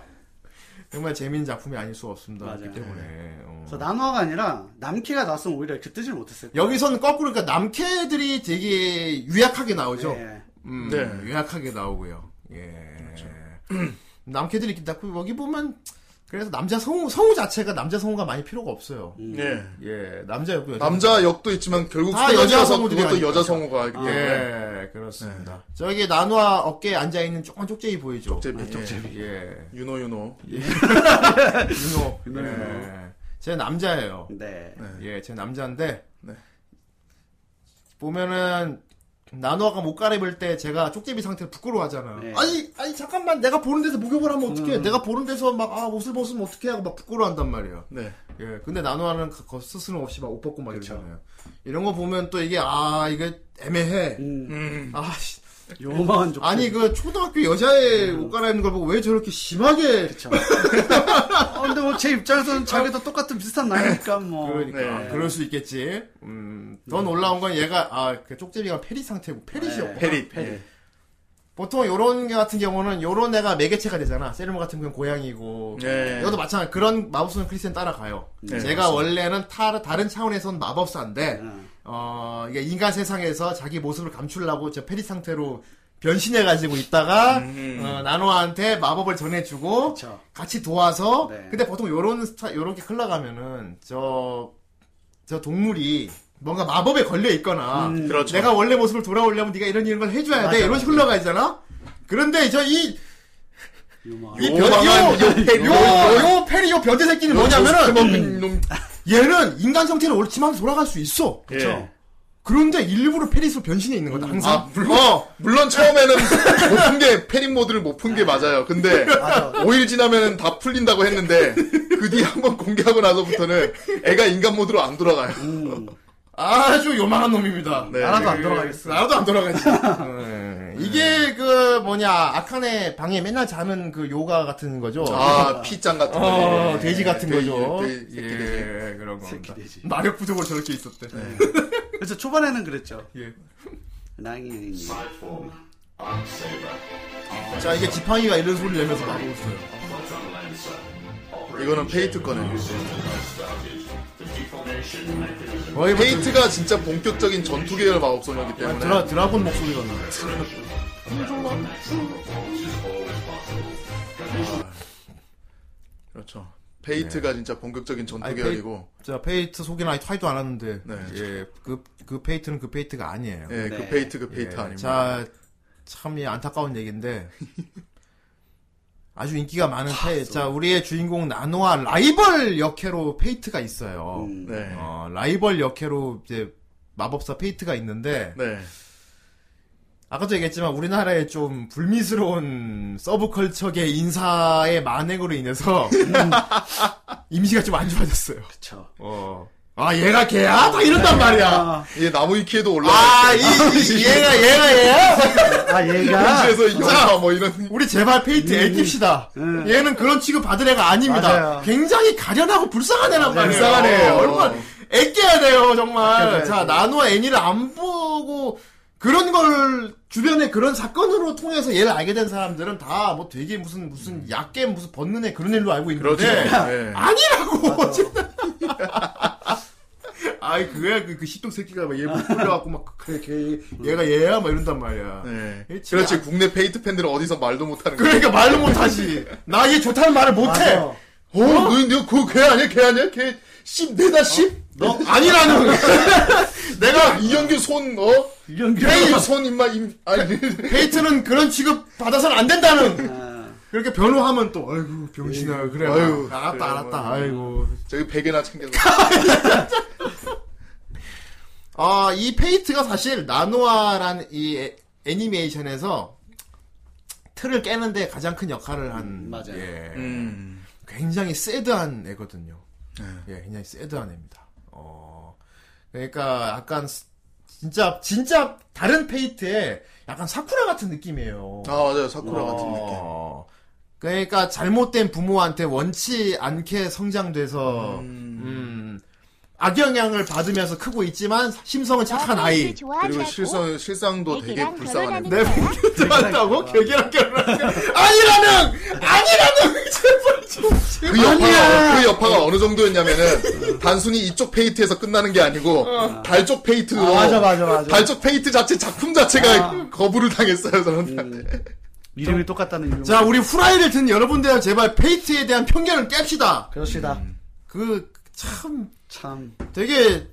Speaker 1: 정말 재밌는 작품이 아닐 수 없습니다
Speaker 3: 맞아요. 네.
Speaker 1: 그렇기 때문에 어.
Speaker 3: 그래서 난화가 아니라 남캐가 나왔으면 오히려 이렇게 뜨질 못했을 거예요.
Speaker 1: 여기서는 거꾸로 그러니까 남캐들이 되게 유약하게 나오죠
Speaker 3: 예.
Speaker 1: 음,
Speaker 2: 네.
Speaker 1: 유약하게 나오고요. 예.
Speaker 3: 그렇죠.
Speaker 1: <clears throat> 남캐들이 있긴 고 여기 보면 그래서 남자 성우 성우 자체가 남자 성우가 많이 필요가 없어요.
Speaker 3: 음.
Speaker 2: 예.
Speaker 1: 예, 남자 옆에 여자
Speaker 2: 남자 역도 있지만 결국
Speaker 1: 다
Speaker 2: 소녀라서
Speaker 1: 여자 성우들이
Speaker 2: 그것도
Speaker 1: 하니까.
Speaker 2: 여자 성우가 있기
Speaker 1: 성우.
Speaker 2: 때문에
Speaker 1: 예, 그렇습니다.
Speaker 3: 네.
Speaker 1: 저기 나누아 어깨에 앉아 있는 조금 쪽제이 보이죠.
Speaker 2: 쪽제비, 쪽제비.
Speaker 1: 예,
Speaker 2: 유노 유노
Speaker 1: 윤호.
Speaker 3: 윤호,
Speaker 1: 예, 제 남자예요.
Speaker 3: 네.
Speaker 1: 예, 제 남자인데
Speaker 2: 네.
Speaker 1: 보면은 나노아가 못 갈아입을 때 제가 쪽제비 상태로 부끄러워하잖아.
Speaker 3: 네.
Speaker 1: 아니 아니 잠깐만 내가 보는 데서 목욕을 하면 어떡해?
Speaker 3: 음.
Speaker 1: 내가 보는 데서 막 아 옷을 벗으면 어떡해 하고 막 부끄러워한단 말이야.
Speaker 2: 네.
Speaker 1: 예, 근데 나노아는 그- 그 스스럼 없이 막 옷 벗고 막
Speaker 3: 그쵸.
Speaker 1: 이러잖아요. 이런 거 보면 또 이게 아 이게 애매해.
Speaker 3: 음.
Speaker 2: 음.
Speaker 1: 아 씨.
Speaker 3: 요만한 족.
Speaker 1: 아니 그 초등학교 여자애 옷 갈아입는 걸 보고 왜 저렇게 심하게
Speaker 3: 그쵸. <laughs> 어, 근데 뭐 제 입장에서는 자기도 똑같은 비슷한 나이니까 뭐.
Speaker 1: 그러니까
Speaker 2: 네.
Speaker 1: 그럴 수 있겠지. 음, 더 놀라운 건 얘가 아그 쪽제비가 페리 상태고 페리시였고
Speaker 2: 네, 페릿.
Speaker 3: 페릿.
Speaker 1: 보통 요런 게 같은 경우는 요런 애가 매개체가 되잖아. 세르모 같은 경우는 고양이고.
Speaker 2: 예.
Speaker 1: 이것도 마찬가지. 그런 마법사는 크리스엔 따라가요.
Speaker 2: 네,
Speaker 1: 제가 원래는 타, 다른 차원에선 마법사인데,
Speaker 3: 음.
Speaker 1: 어, 이게 인간 세상에서 자기 모습을 감추려고 저 페리 상태로 변신해가지고 있다가,
Speaker 2: 음.
Speaker 1: 어, 나노아한테 마법을 전해주고,
Speaker 3: 그쵸.
Speaker 1: 같이 도와서,
Speaker 3: 네.
Speaker 1: 근데 보통 요런 스타, 요렇게 흘러가면은, 저, 저 동물이 뭔가 마법에 걸려 있거나
Speaker 2: 그렇죠.
Speaker 1: 내가 원래 모습을 돌아오려면 네가 이런 이런 걸 해줘야 돼 이런 식으로 흘러가잖아. 그런데 저이요
Speaker 3: 유머.
Speaker 1: 이
Speaker 2: 요망한
Speaker 1: 요, 요, 요 페리 요 변태 새끼는 뭐냐면은 음.
Speaker 2: 먹는 놈.
Speaker 1: 얘는 인간 성체는 옳지만 돌아갈 수 있어.
Speaker 2: 그쵸. 음. 예.
Speaker 1: 그런데 일부러 페리스로 변신해 있는 거다 항상.
Speaker 2: 아, 물론, 물론 처음에는 못 푼 게, 패닝 모드를 못 푼 게 맞아요. 근데, 5일 지나면 다 풀린다고 했는데, 그 뒤에 한번 공개하고 나서부터는 애가 인간 모드로 안 돌아가요.
Speaker 3: 음.
Speaker 1: 아주 요망한 놈입니다.
Speaker 2: 네.
Speaker 3: 나라도 안 돌아가겠어.
Speaker 1: 나도 안 돌아가지. 네. 이게 그 뭐냐 아칸의 방에 맨날 자는 그 요가 같은 거죠.
Speaker 2: 아, 피짱 같은 거.
Speaker 1: 어,
Speaker 2: 예.
Speaker 1: 돼지 같은
Speaker 2: 돼지,
Speaker 1: 거죠.
Speaker 2: 돼지,
Speaker 1: 예,
Speaker 2: 새끼 돼지. 네.
Speaker 1: 그런 겁니다.
Speaker 3: 돼지.
Speaker 1: 마력 부족으로 저렇게 있었대.
Speaker 3: 그래서 초반에는 그랬죠.
Speaker 1: 예.
Speaker 3: 낭이
Speaker 1: 자 이게 지팡이가 이런 소리 내면서 나오고 있어요.
Speaker 2: 이거는 페이트 거네.
Speaker 1: 거의 뭐 아,
Speaker 2: 페이트가 진짜 본격적인 전투 계열 마법소녀이기
Speaker 1: 드-
Speaker 2: 때문에.
Speaker 1: 드라 드라곤 목소리가 나.
Speaker 2: 그렇죠. 페이트가 진짜 본격적인 전투
Speaker 1: 네. 아니,
Speaker 2: 계열이고,
Speaker 1: 자 페이트 소개나 타이도 안 하는데
Speaker 2: 네.
Speaker 1: 예그그 페이트는 그 페이트가 아니에요.
Speaker 2: 예, 그
Speaker 3: 네.
Speaker 2: 페이트, 그 페이트 아닙니다.
Speaker 1: 자, 참 이 안타까운 얘기인데 아주 인기가 많은 페 자, 우리의 주인공 나노와 라이벌 역캐로 페이트가 있어요.
Speaker 2: 네.
Speaker 1: 어, 라이벌 역캐로 이제 마법사 페이트가 있는데
Speaker 2: 네.
Speaker 1: 아까도 얘기했지만 우리나라의 좀 불미스러운 서브컬처계 인사의 만행으로 인해서 <laughs> 이미지가 좀 안 좋아졌어요.
Speaker 3: 그쵸.
Speaker 1: 어. 아, 얘가 걔야? 다 이런단 말이야.
Speaker 3: 아,
Speaker 2: 이 나무위키에도
Speaker 1: 네. 아,
Speaker 2: 올라와.
Speaker 1: 이, 이- 얘가 얘가 얘야?
Speaker 3: 아 얘가
Speaker 2: 현실에서 영화 뭐 이런
Speaker 1: 우리 제발 페이트 애깁시다.
Speaker 3: 음.
Speaker 1: 얘는 그런 취급 받을 애가 아닙니다.
Speaker 3: 맞아요.
Speaker 1: 굉장히 가련하고 불쌍한 애란 말이에요.
Speaker 2: 불쌍한 애예요.
Speaker 1: 얼마나 애껴야 돼요, 정말. 자, 나노와 애니를 안 보고 그런 걸 주변에 그런 사건으로 통해서 얘를 알게 된 사람들은 다 뭐 되게 무슨 무슨 약계 무슨 벗는 애 그런 일로 알고
Speaker 2: 그렇죠.
Speaker 1: 있는데 <laughs>
Speaker 2: 네.
Speaker 1: 아니라고. 진짜. 아이 그야 그그 시동 새끼가 막얘 불러갖고 막 <laughs> 예. 그래 걔 얘가 얘야 막 이런단 말이야.
Speaker 2: 네.
Speaker 1: 그렇지.
Speaker 2: 그렇지 국내 페이트 팬들은 어디서 말도 못하는 거야.
Speaker 1: 그러니까 말도 못하지. 나 얘 좋다는 말을 못해.
Speaker 3: 맞아.
Speaker 2: 어, 너, 너, 그거 걔 아니야? 걔 아니야? 걔, 씹, 내다 씹?
Speaker 1: 어? 너 어? 아니라는
Speaker 2: 내가 이현규 손, 어?
Speaker 3: 이현규.
Speaker 2: 이현규 손, 임마, 임, 아니, <laughs>
Speaker 1: 페이트는 그런 취급 받아서는 안 된다는.
Speaker 3: 아,
Speaker 1: 그렇게 변호하면 또 아이고 병신아 그래.
Speaker 2: 아유,
Speaker 1: 알았다
Speaker 2: 그래,
Speaker 1: 알았다.
Speaker 2: 뭐.
Speaker 1: 아이고.
Speaker 2: 저기 베개나 챙겨서.
Speaker 1: 아, 이 페이트가 사실 나노아라는 이 애- 애니메이션에서 틀을 깨는데 가장 큰 역할을 한
Speaker 3: 맞아요.
Speaker 1: 예.
Speaker 2: 음.
Speaker 1: 굉장히 새드한 애거든요.
Speaker 2: 네.
Speaker 1: 예, 굉장히 새드한 애입니다. 어, 그러니까 약간 스- 진짜 진짜 다른 페이트에 약간 사쿠라 같은 느낌이에요.
Speaker 2: 아, 맞아요. 사쿠라 같은 느낌.
Speaker 1: 어, 그러니까 잘못된 부모한테 원치 않게 성장돼서 음, 악영향을 받으면서 크고 있지만 심성은 착한 아이. <laughs>
Speaker 2: 그리고 실상, 실상도 되게
Speaker 6: 뭐 애기랑
Speaker 2: 불쌍한 애.
Speaker 6: 결혼하는 거야?
Speaker 2: 아.
Speaker 1: 들어왔다고 결결한 결혼한 아니라는 아니라는 <laughs> 제발 좀.
Speaker 2: 그 여파가, 그 여파가 어느 정도였냐면은, 단순히 이쪽 페이트에서 끝나는 게 아니고, 달 쪽 페이트로.
Speaker 3: 맞아 맞아 맞아.
Speaker 2: 달 쪽 페이트 자체, 작품 자체가
Speaker 1: 아.
Speaker 2: 거부를 당했어요,
Speaker 1: 음.
Speaker 2: 저한테.
Speaker 3: 이름이 똑같다는 이름.
Speaker 1: 자, 우리 후라이를 듣는 여러분들 제발 페이트에 대한 편견을 깹시다.
Speaker 3: 그렇시다.
Speaker 1: 그 참
Speaker 3: 참.
Speaker 1: 되게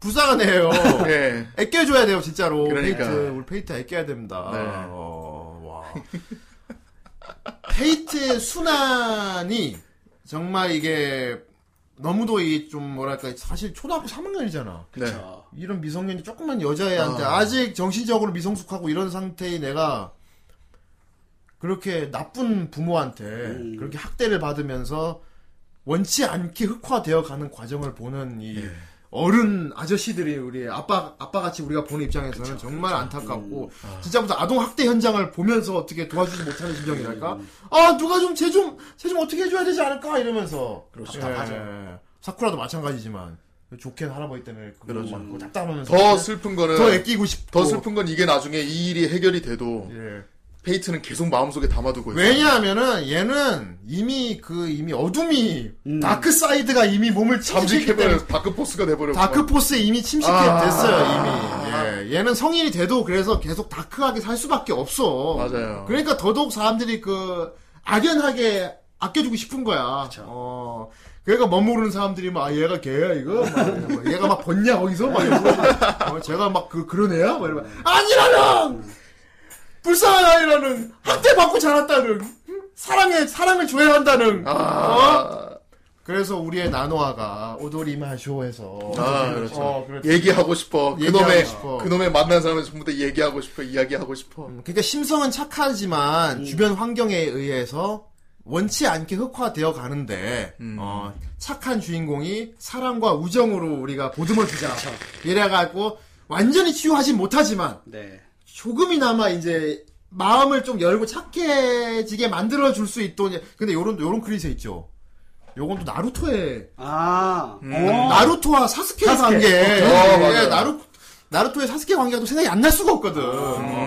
Speaker 1: 불쌍한
Speaker 2: <laughs>
Speaker 1: 애예요.
Speaker 2: 예.
Speaker 1: 아껴줘야 돼요, 진짜로.
Speaker 2: 그러니까.
Speaker 1: 페이트, 우리 페이트 아껴야 됩니다.
Speaker 2: 네.
Speaker 1: 어, 와. 페이트의 순환이 정말 이게 너무도 이 좀 뭐랄까 사실 초등학교 3학년이잖아.
Speaker 2: 네.
Speaker 3: 저.
Speaker 1: 이런 미성년이 조금만 여자애한테 아. 직 정신적으로 미성숙하고 이런 상태의 내가 그렇게 나쁜 부모한테 그렇게 학대를 받으면서 원치 않게 흑화되어 가는 과정을 보는 이 어른 아저씨들이 우리 아빠 아빠 같이 우리가 보는 입장에서는 정말 안타깝고 진짜 무슨 음. 아동 학대 현장을 보면서 어떻게 도와주지 못하는 심정이랄까 아 누가 좀 쟤 좀 쟤 좀 어떻게 해줘야 되지 않을까 이러면서 그렇죠 사쿠라도 마찬가지지만 좋게 할아버지 때문에 그거
Speaker 2: 그렇죠.
Speaker 1: 막 그거 답답하면서
Speaker 2: 더 슬픈 거는,
Speaker 1: 더 애끼고 싶고
Speaker 2: 더 어, 슬픈 건 이게 나중에 이 일이 해결이 돼도
Speaker 1: 예.
Speaker 2: 페이트는 계속 마음속에 담아두고 있어요.
Speaker 1: 왜냐하면은 얘는 이미 그 이미 어둠이 다크 사이드가 이미 몸을 침식했기 때문에
Speaker 2: 음. 잠식해버려 다크포스가 돼버렸고
Speaker 1: 다크포스에 이미
Speaker 2: 아.
Speaker 1: 침식됐어요 이미 예. 얘는 성인이 돼도 그래서 계속 다크하게 살 수밖에 없어
Speaker 2: 맞아요.
Speaker 1: 그러니까 더더욱 사람들이 그 악연하게 아껴주고 싶은 거야 어 그러니까 멋모르는 사람들이 막, 아, 얘가 걔야, 이거? 막, 이러고 막, 얘가 막 벗냐, 거기서? 막, 이러고. 어, 제가 막, 그, 그런 애야? 막 이러면, 아니라는! 불쌍한 아이라는! 학대받고 자랐다는! 사랑해, 사랑을 줘야 한다는! 어?
Speaker 2: 아,
Speaker 1: 그래서 우리의 나노아가, 오도리 마쇼에서.
Speaker 2: 아, 그렇죠.
Speaker 1: 어, 그렇죠.
Speaker 2: 얘기하고 싶어.
Speaker 1: 얘기하고
Speaker 2: 그놈의
Speaker 1: 싶어.
Speaker 2: 그놈의 만난 사람은 전부 다 얘기하고 싶어. 이야기하고 싶어.
Speaker 1: 그러니까 심성은 착하지만
Speaker 2: 음.
Speaker 1: 주변 환경에 의해서 원치 않게 흑화되어 가는데
Speaker 2: 음.
Speaker 1: 어, 착한 주인공이 사랑과 우정으로 우리가 보듬어 주자. 이래가지고 완전히 치유하지 못하지만
Speaker 3: 네.
Speaker 1: 조금이나마 이제 마음을 좀 열고 착해지게 만들어 줄 수 있도록 근데 요런 요런 크리세 있죠. 요건 또 나루토의
Speaker 3: 아, 어.
Speaker 1: 나루토와 사스케의
Speaker 3: 사스케.
Speaker 1: 관계.
Speaker 2: 어,
Speaker 1: 예,
Speaker 2: 맞아요.
Speaker 1: 나루 나루토의 사스케 관계가 또 생각이 안 날 수가 없거든.
Speaker 2: 음. 아.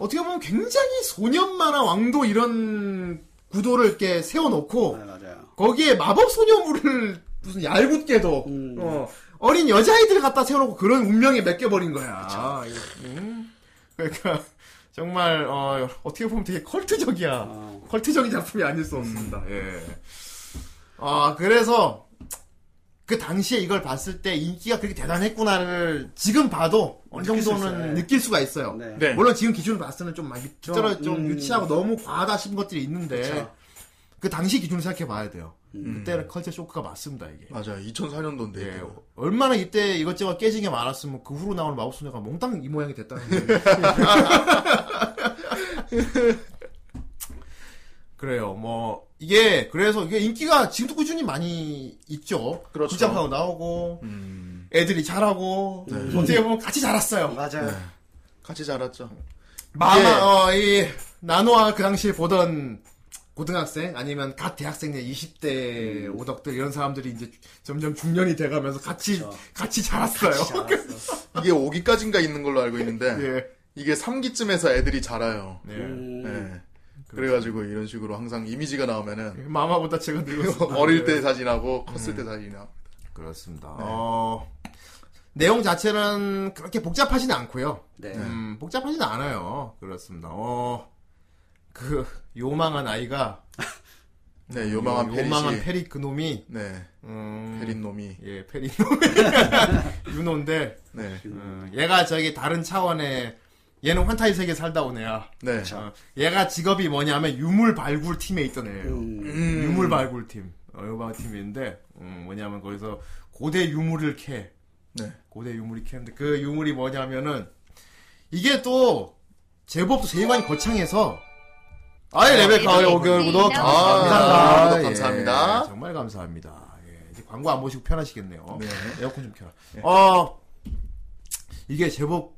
Speaker 1: 어떻게 보면 굉장히 소년 만화 왕도 이런 구도를 이렇게 세워놓고
Speaker 3: 네, 맞아요.
Speaker 1: 거기에 마법 소녀물을 무슨 얄궂게도
Speaker 3: 음.
Speaker 1: 어, 어린 여자아이들 갖다 세워놓고 그런 운명에 맡겨버린 거야. 음. 그러니까 정말 어, 떻게 보면 되게 컬트적이야.
Speaker 3: 어.
Speaker 1: 컬트적인 작품이 아닐
Speaker 3: 음.
Speaker 1: 수 없습니다. 예. 아 그래서 그 당시에 이걸 봤을 때 인기가 그렇게 대단했구나를 지금 봐도 어느
Speaker 3: 느낄 수
Speaker 1: 정도는
Speaker 3: 있어요.
Speaker 1: 느낄 수가 있어요.
Speaker 3: 네.
Speaker 2: 네.
Speaker 1: 물론 지금 기준으로 봤을 때는 좀 많이 떨어 좀
Speaker 3: 음.
Speaker 1: 유치하고 너무 과하다 싶은 것들이 있는데
Speaker 3: 그쵸. 음.
Speaker 1: 그 당시 기준을 생각해 봐야 돼요. 그때는 컬처 쇼크가 맞습니다 이게.
Speaker 2: 음. 맞아. 2004년도인데.
Speaker 1: 예, 얼마나 이때 이것저것 깨진 게 많았으면 그 후로 나오는 마법소녀가 몽땅 이 모양이 됐다는 거예요. <laughs> 그래요. 뭐 이게 그래서 이게 인기가 지금도 꾸준히 많이 있죠.
Speaker 2: 그렇죠.
Speaker 1: 극장판도 나오고 애들이 잘하고 어떻게 보면 같이 자랐어요.
Speaker 3: 맞아요.
Speaker 2: 같이 자랐죠.
Speaker 1: 마마
Speaker 2: 예.
Speaker 1: 어이 나노아 그 당시에 보던 고등학생 아니면 갓 대학생의 20대 오덕들 이런 사람들이 이제 점점 중년이 돼가면서 같이 그렇죠. 같이 자랐어요.
Speaker 3: 알았어.
Speaker 2: 이게 5기까지인가 있는 걸로 알고 있는데
Speaker 1: <laughs> 예. 음,
Speaker 2: 이게 3기쯤에서 애들이 자라요. 네.
Speaker 1: 그렇죠.
Speaker 2: 그래가지고 이런 식으로 항상 이미지가 나오면은
Speaker 1: 예, 마마보다 제가 <laughs> 늙어서
Speaker 2: 어릴 때
Speaker 1: 음.
Speaker 2: 사진하고 컸을 때 사진이나
Speaker 1: 네. 그렇습니다. 어, 내용 자체는 그렇게 복잡하진 않고요.
Speaker 3: 네.
Speaker 1: 음, 복잡하진 않아요. 그렇습니다. 어, 그 요망한 아이가
Speaker 2: 네 요망한 페리
Speaker 1: 음, 요망한
Speaker 2: 씨.
Speaker 1: 페리 그놈이
Speaker 2: 네
Speaker 1: 음,
Speaker 2: 페린 놈이
Speaker 1: 예 페리 <laughs> 유노인데
Speaker 2: 네
Speaker 1: 음, 얘가 저기 다른 차원의 얘는 환타지 세계 에 살다 온 애야.
Speaker 2: 네.
Speaker 1: 어, 얘가 직업이 뭐냐면 유물 발굴 팀에 있던 애예요.
Speaker 3: 음.
Speaker 2: 음.
Speaker 1: 유물 발굴 팀, 어, 유발 팀인데 음, 뭐냐면 거기서 고대 유물을 캐.
Speaker 2: 네.
Speaker 1: 고대 유물이 캐는데 그 유물이 뭐냐면은 이게 또 제법 또 세계관이 거창해서 어, 아이 레베카의 오개월 구독
Speaker 6: 아,
Speaker 1: 감사합니다.
Speaker 2: 아, 감사합니다.
Speaker 1: 예, 정말 감사합니다. 예, 이제 광고 안 보시고 편하시겠네요.
Speaker 2: 네.
Speaker 1: 에어컨 좀 켜라. 어 이게 제법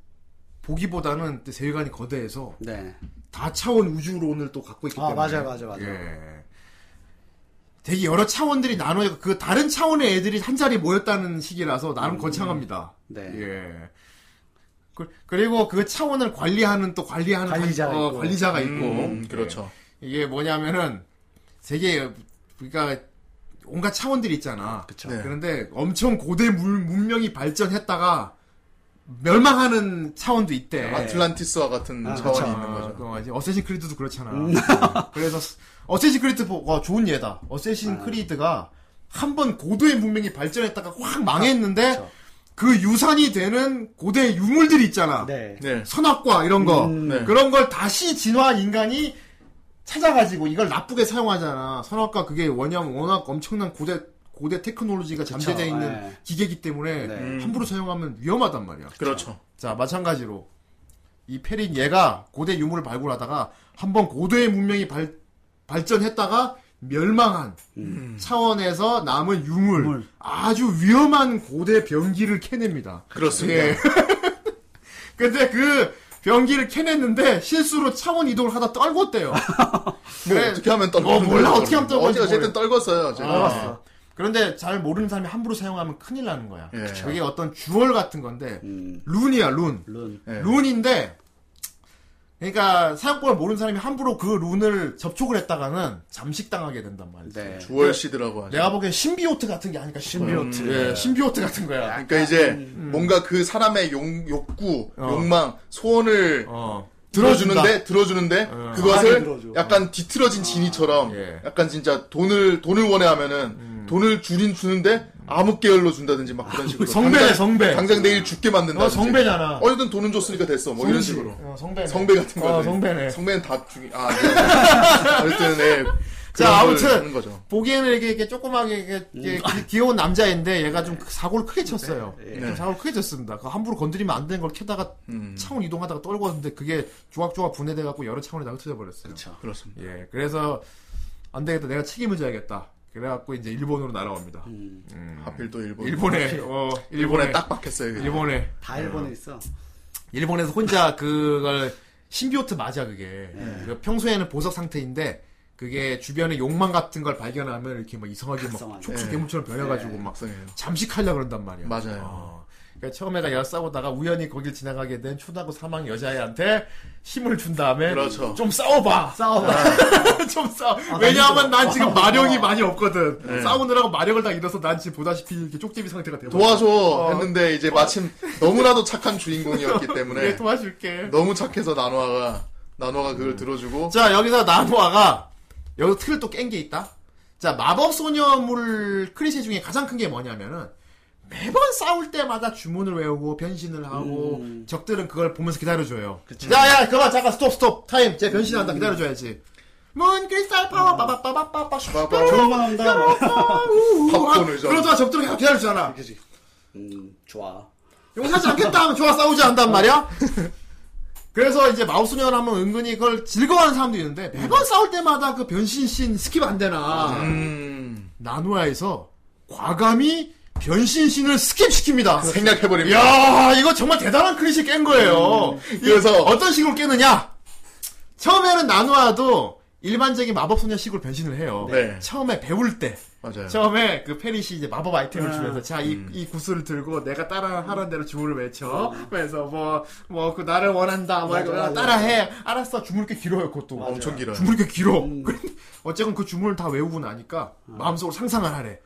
Speaker 1: 보기보다는 또 세계관이 거대해서
Speaker 3: 네.
Speaker 1: 다 차원 우주로 오늘 또 갖고 있기
Speaker 3: 아,
Speaker 1: 때문에.
Speaker 3: 맞아요, 맞아요, 맞아요.
Speaker 1: 예. 되게 여러 차원들이 나눠져, 그 다른 차원의 애들이 한 자리에 모였다는 시기라서 나름 거창합니다.
Speaker 3: 음. 네.
Speaker 1: 예. 그, 그리고 그 차원을 관리하는 또 관리하는
Speaker 3: 관리자가
Speaker 1: 단- 어,
Speaker 3: 있고. 네.
Speaker 1: 관리자가 있고.
Speaker 2: 음, 그렇죠
Speaker 1: 예. 이게 뭐냐면은 세계 그러니까 온갖 차원들이 있잖아.
Speaker 3: 그쵸.
Speaker 2: 네.
Speaker 1: 그런데 엄청 고대 물- 문명이 발전했다가 멸망하는 차원도
Speaker 3: 네,
Speaker 1: 있대.
Speaker 2: 아틀란티스와 같은
Speaker 3: 아,
Speaker 2: 차원이
Speaker 3: 그렇죠. 음.
Speaker 2: 있는 거죠
Speaker 1: 어, 이제 어쌔신 크리드도 그렇잖아. 음. 그래서 어쌔신 크리드 보고 와, 좋은 예다.
Speaker 3: 아.
Speaker 1: 어쌔신 크리드가 한 번 고도의 문명이 발전했다가 확 망했는데
Speaker 3: 그쵸.
Speaker 1: 그 유산이 되는 고대 유물들이 있잖아.
Speaker 3: 네.
Speaker 2: 네
Speaker 1: 선악과 이런 거
Speaker 3: 음,
Speaker 2: 네.
Speaker 1: 그런 걸 다시 진화한 인간이 찾아가지고 이걸 나쁘게 사용하잖아. 선악과 그게 원형 워낙 엄청난 고대 고대 테크놀로지가 잠재되어
Speaker 3: 그쵸,
Speaker 1: 있는
Speaker 3: 예.
Speaker 1: 기계이기 때문에
Speaker 3: 네.
Speaker 1: 함부로 사용하면 위험하단 말이야.
Speaker 2: 음. 그렇죠
Speaker 1: 자, 마찬가지로 이 페린 얘가 고대 유물을 발굴하다가 한번 고대의 문명이 발, 발전했다가 멸망한
Speaker 2: 음.
Speaker 1: 차원에서 남은 유물,
Speaker 3: 유물.
Speaker 1: 아주 위험한 고대 병기를 캐냅니다.
Speaker 2: 그렇습니다
Speaker 1: 예. 근데 그 병기를 캐냈는데 실수로 차원 이동을 하다 떨궜대요.
Speaker 2: <laughs> 뭐
Speaker 1: 그래.
Speaker 2: 어떻게 하면 떨고
Speaker 1: 어, 몰라. 어떻게 하면 떨궜는지
Speaker 2: 어쨌든 떨궜어요 제가
Speaker 1: 아. 그런데 잘 모르는 사람이 함부로 사용하면 큰일 나는 거야.
Speaker 2: 예.
Speaker 1: 그게 어떤 주얼 같은 건데
Speaker 3: 음.
Speaker 1: 룬이야 룬.
Speaker 3: 룬.
Speaker 2: 예.
Speaker 1: 네. 룬인데 그러니까 사용법을 모르는 사람이 함부로 그 룬을 접촉을 했다가는 잠식당하게 된단 말이지.
Speaker 3: 네.
Speaker 2: 주얼 시드라고 하죠
Speaker 1: 내가 보기엔 신비오트 같은 게 아닐까 싶어요.
Speaker 3: 신비오트.
Speaker 1: 예, 신비오트 같은 거야.
Speaker 2: 그러니까 이제 뭔가 그 사람의 욕, 욕구
Speaker 1: 음. 어.
Speaker 2: 욕망 소원을
Speaker 1: 어.
Speaker 2: 들어주는데 들어주는데
Speaker 1: 어.
Speaker 2: 그것을
Speaker 3: 많이 들어줘.
Speaker 2: 약간 뒤틀어진 진이처럼
Speaker 1: 예. 음.
Speaker 2: 약간 진짜 돈을 돈을 원해 하면은 돈을 줄인 주는데 암흑 계열로 준다든지 막 그런 식으로
Speaker 1: 아, 성배네,
Speaker 2: 당장-
Speaker 1: 성배.
Speaker 2: 당장 내일 죽게 만든다
Speaker 1: 어, 성배잖아.
Speaker 2: 어쨌든 돈은 줬으니까 됐어 뭐 이런 식으로
Speaker 1: 어, 성배네.
Speaker 2: 성배 같은 거지
Speaker 1: 어, 성배네.
Speaker 2: 성배는 다 죽이 아 네. <laughs> 어쨌든 네. 그런
Speaker 1: 자,
Speaker 2: 걸
Speaker 1: 아무튼.
Speaker 2: 하는 거죠
Speaker 1: 보기에는 이게, 이게 조그맣게 이게,
Speaker 2: 음.
Speaker 1: 이게 귀- 귀여운 남자인데 얘가 좀그 사고를
Speaker 2: 네.
Speaker 1: 크게 쳤어요. 좀 사고를 크게 쳤습니다. 그 함부로 건드리면 안 되는 걸 캐다가
Speaker 2: 음,
Speaker 1: 차원 이동하다가 떨고 왔는데 그게 조각조각 분해돼 갖고 여러 차원에 다 흩어져 버렸어요.
Speaker 2: 그렇습니다
Speaker 1: 예, 그래서 안 되겠다. 내가 책임을 져야겠다. 그래갖고 이제 일본으로 날아옵니다.
Speaker 2: 하필 또 일본 네.
Speaker 1: 일본에 어
Speaker 2: 일본에
Speaker 1: 일본에
Speaker 2: 딱 박혔어요 그냥.
Speaker 1: 일본에
Speaker 3: 다 일본에 있어.
Speaker 1: 일본에서 혼자 그걸 신비오트 맞아 그게
Speaker 2: 네.
Speaker 1: 그 평소에는 보석 상태인데 그게 주변에 욕망 같은 걸 발견하면 이렇게 막 이상하게 막
Speaker 3: 각성하네.
Speaker 1: 촉수
Speaker 2: 예.
Speaker 1: 괴물처럼 변해가지고 막
Speaker 2: 막상이에요
Speaker 1: 잠식하려 그런단 말이야.
Speaker 2: 맞아요.
Speaker 1: 어. 그러니까 처음에가 여 싸우다가 우연히 거길 지나가게 된 초등학교 3학년 여자애한테 힘을 준 다음에
Speaker 2: 그렇죠.
Speaker 1: 좀 싸워봐.
Speaker 3: 싸워봐.
Speaker 1: <laughs> 좀 싸워. 왜냐하면 난 지금 마력이 많이 없거든.
Speaker 2: 네.
Speaker 1: 싸우느라고 마력을 다 잃어서 난 지금 보다시피 이렇게 쪽제비 상태가 되고.
Speaker 2: 도와줘
Speaker 1: 어.
Speaker 2: 했는데 이제 마침 너무나도 착한 주인공이었기
Speaker 1: 그래
Speaker 2: 때문에
Speaker 1: 도와줄게.
Speaker 2: 너무 착해서 나노아가 나노아가 그걸 들어주고
Speaker 1: 자 여기서 나노아가 여기서 틀을 또 깬 게 있다. 자 마법 소녀물 클리셰 중에 가장 큰 게 뭐냐면은 매번 싸울 때마다 주문을 외우고 변신을 하고
Speaker 2: 음.
Speaker 1: 적들은 그걸 보면서 기다려줘요. 야야 그만 잠깐 스톱 스톱 타임 쟤
Speaker 2: 음.
Speaker 1: 변신한다 기다려줘야지. 문 크리스탈 파워 빠바빠바빠빠
Speaker 2: 빠바빠.
Speaker 3: 좋은 거 나온다. 뭐.
Speaker 2: 팝콘을 좀.
Speaker 1: 그러자 적들은 계속 기다려주잖아.
Speaker 3: 음, 좋아.
Speaker 1: 용서하지 않겠다 하면 좋아 싸우지
Speaker 2: 어.
Speaker 1: 않단 말이야. 그래서 이제 마우스년 하면 은근히 그걸 즐거워하는 사람도 있는데 매번 싸울 때마다 그 변신 씬 스킵 안 되나
Speaker 2: 음,
Speaker 1: 나누아에서 과감히 변신 씬을 스킵시킵니다.
Speaker 2: 그 생략해버립니다. 음.
Speaker 1: 야 이거 정말 대단한 클리셰 깬 거예요.
Speaker 2: 그래서
Speaker 1: 어떤 식으로 깨느냐? 처음에는 나누아도 일반적인 마법소녀식으로 변신을 해요.
Speaker 2: 네.
Speaker 1: 처음에 배울 때
Speaker 2: 맞아요.
Speaker 1: 처음에 그 페리시 이제 마법 아이템을
Speaker 3: 아.
Speaker 1: 주면서 자 이
Speaker 2: 음.
Speaker 1: 이 구슬을 들고 내가 따라 하라는 대로 주문을 외쳐 그래서 뭐 뭐 그 나를 원한다 뭐
Speaker 3: 맞아,
Speaker 1: 이거
Speaker 3: 맞아.
Speaker 1: 따라 해 알았어 주문 꽤 길어요 그것도
Speaker 2: 엄청 길어요.
Speaker 1: 주문이 꽤 길어
Speaker 3: 음.
Speaker 1: 그런데 어쨌건 그 주문을 다 외우고 나니까 마음속으로 상상을 하래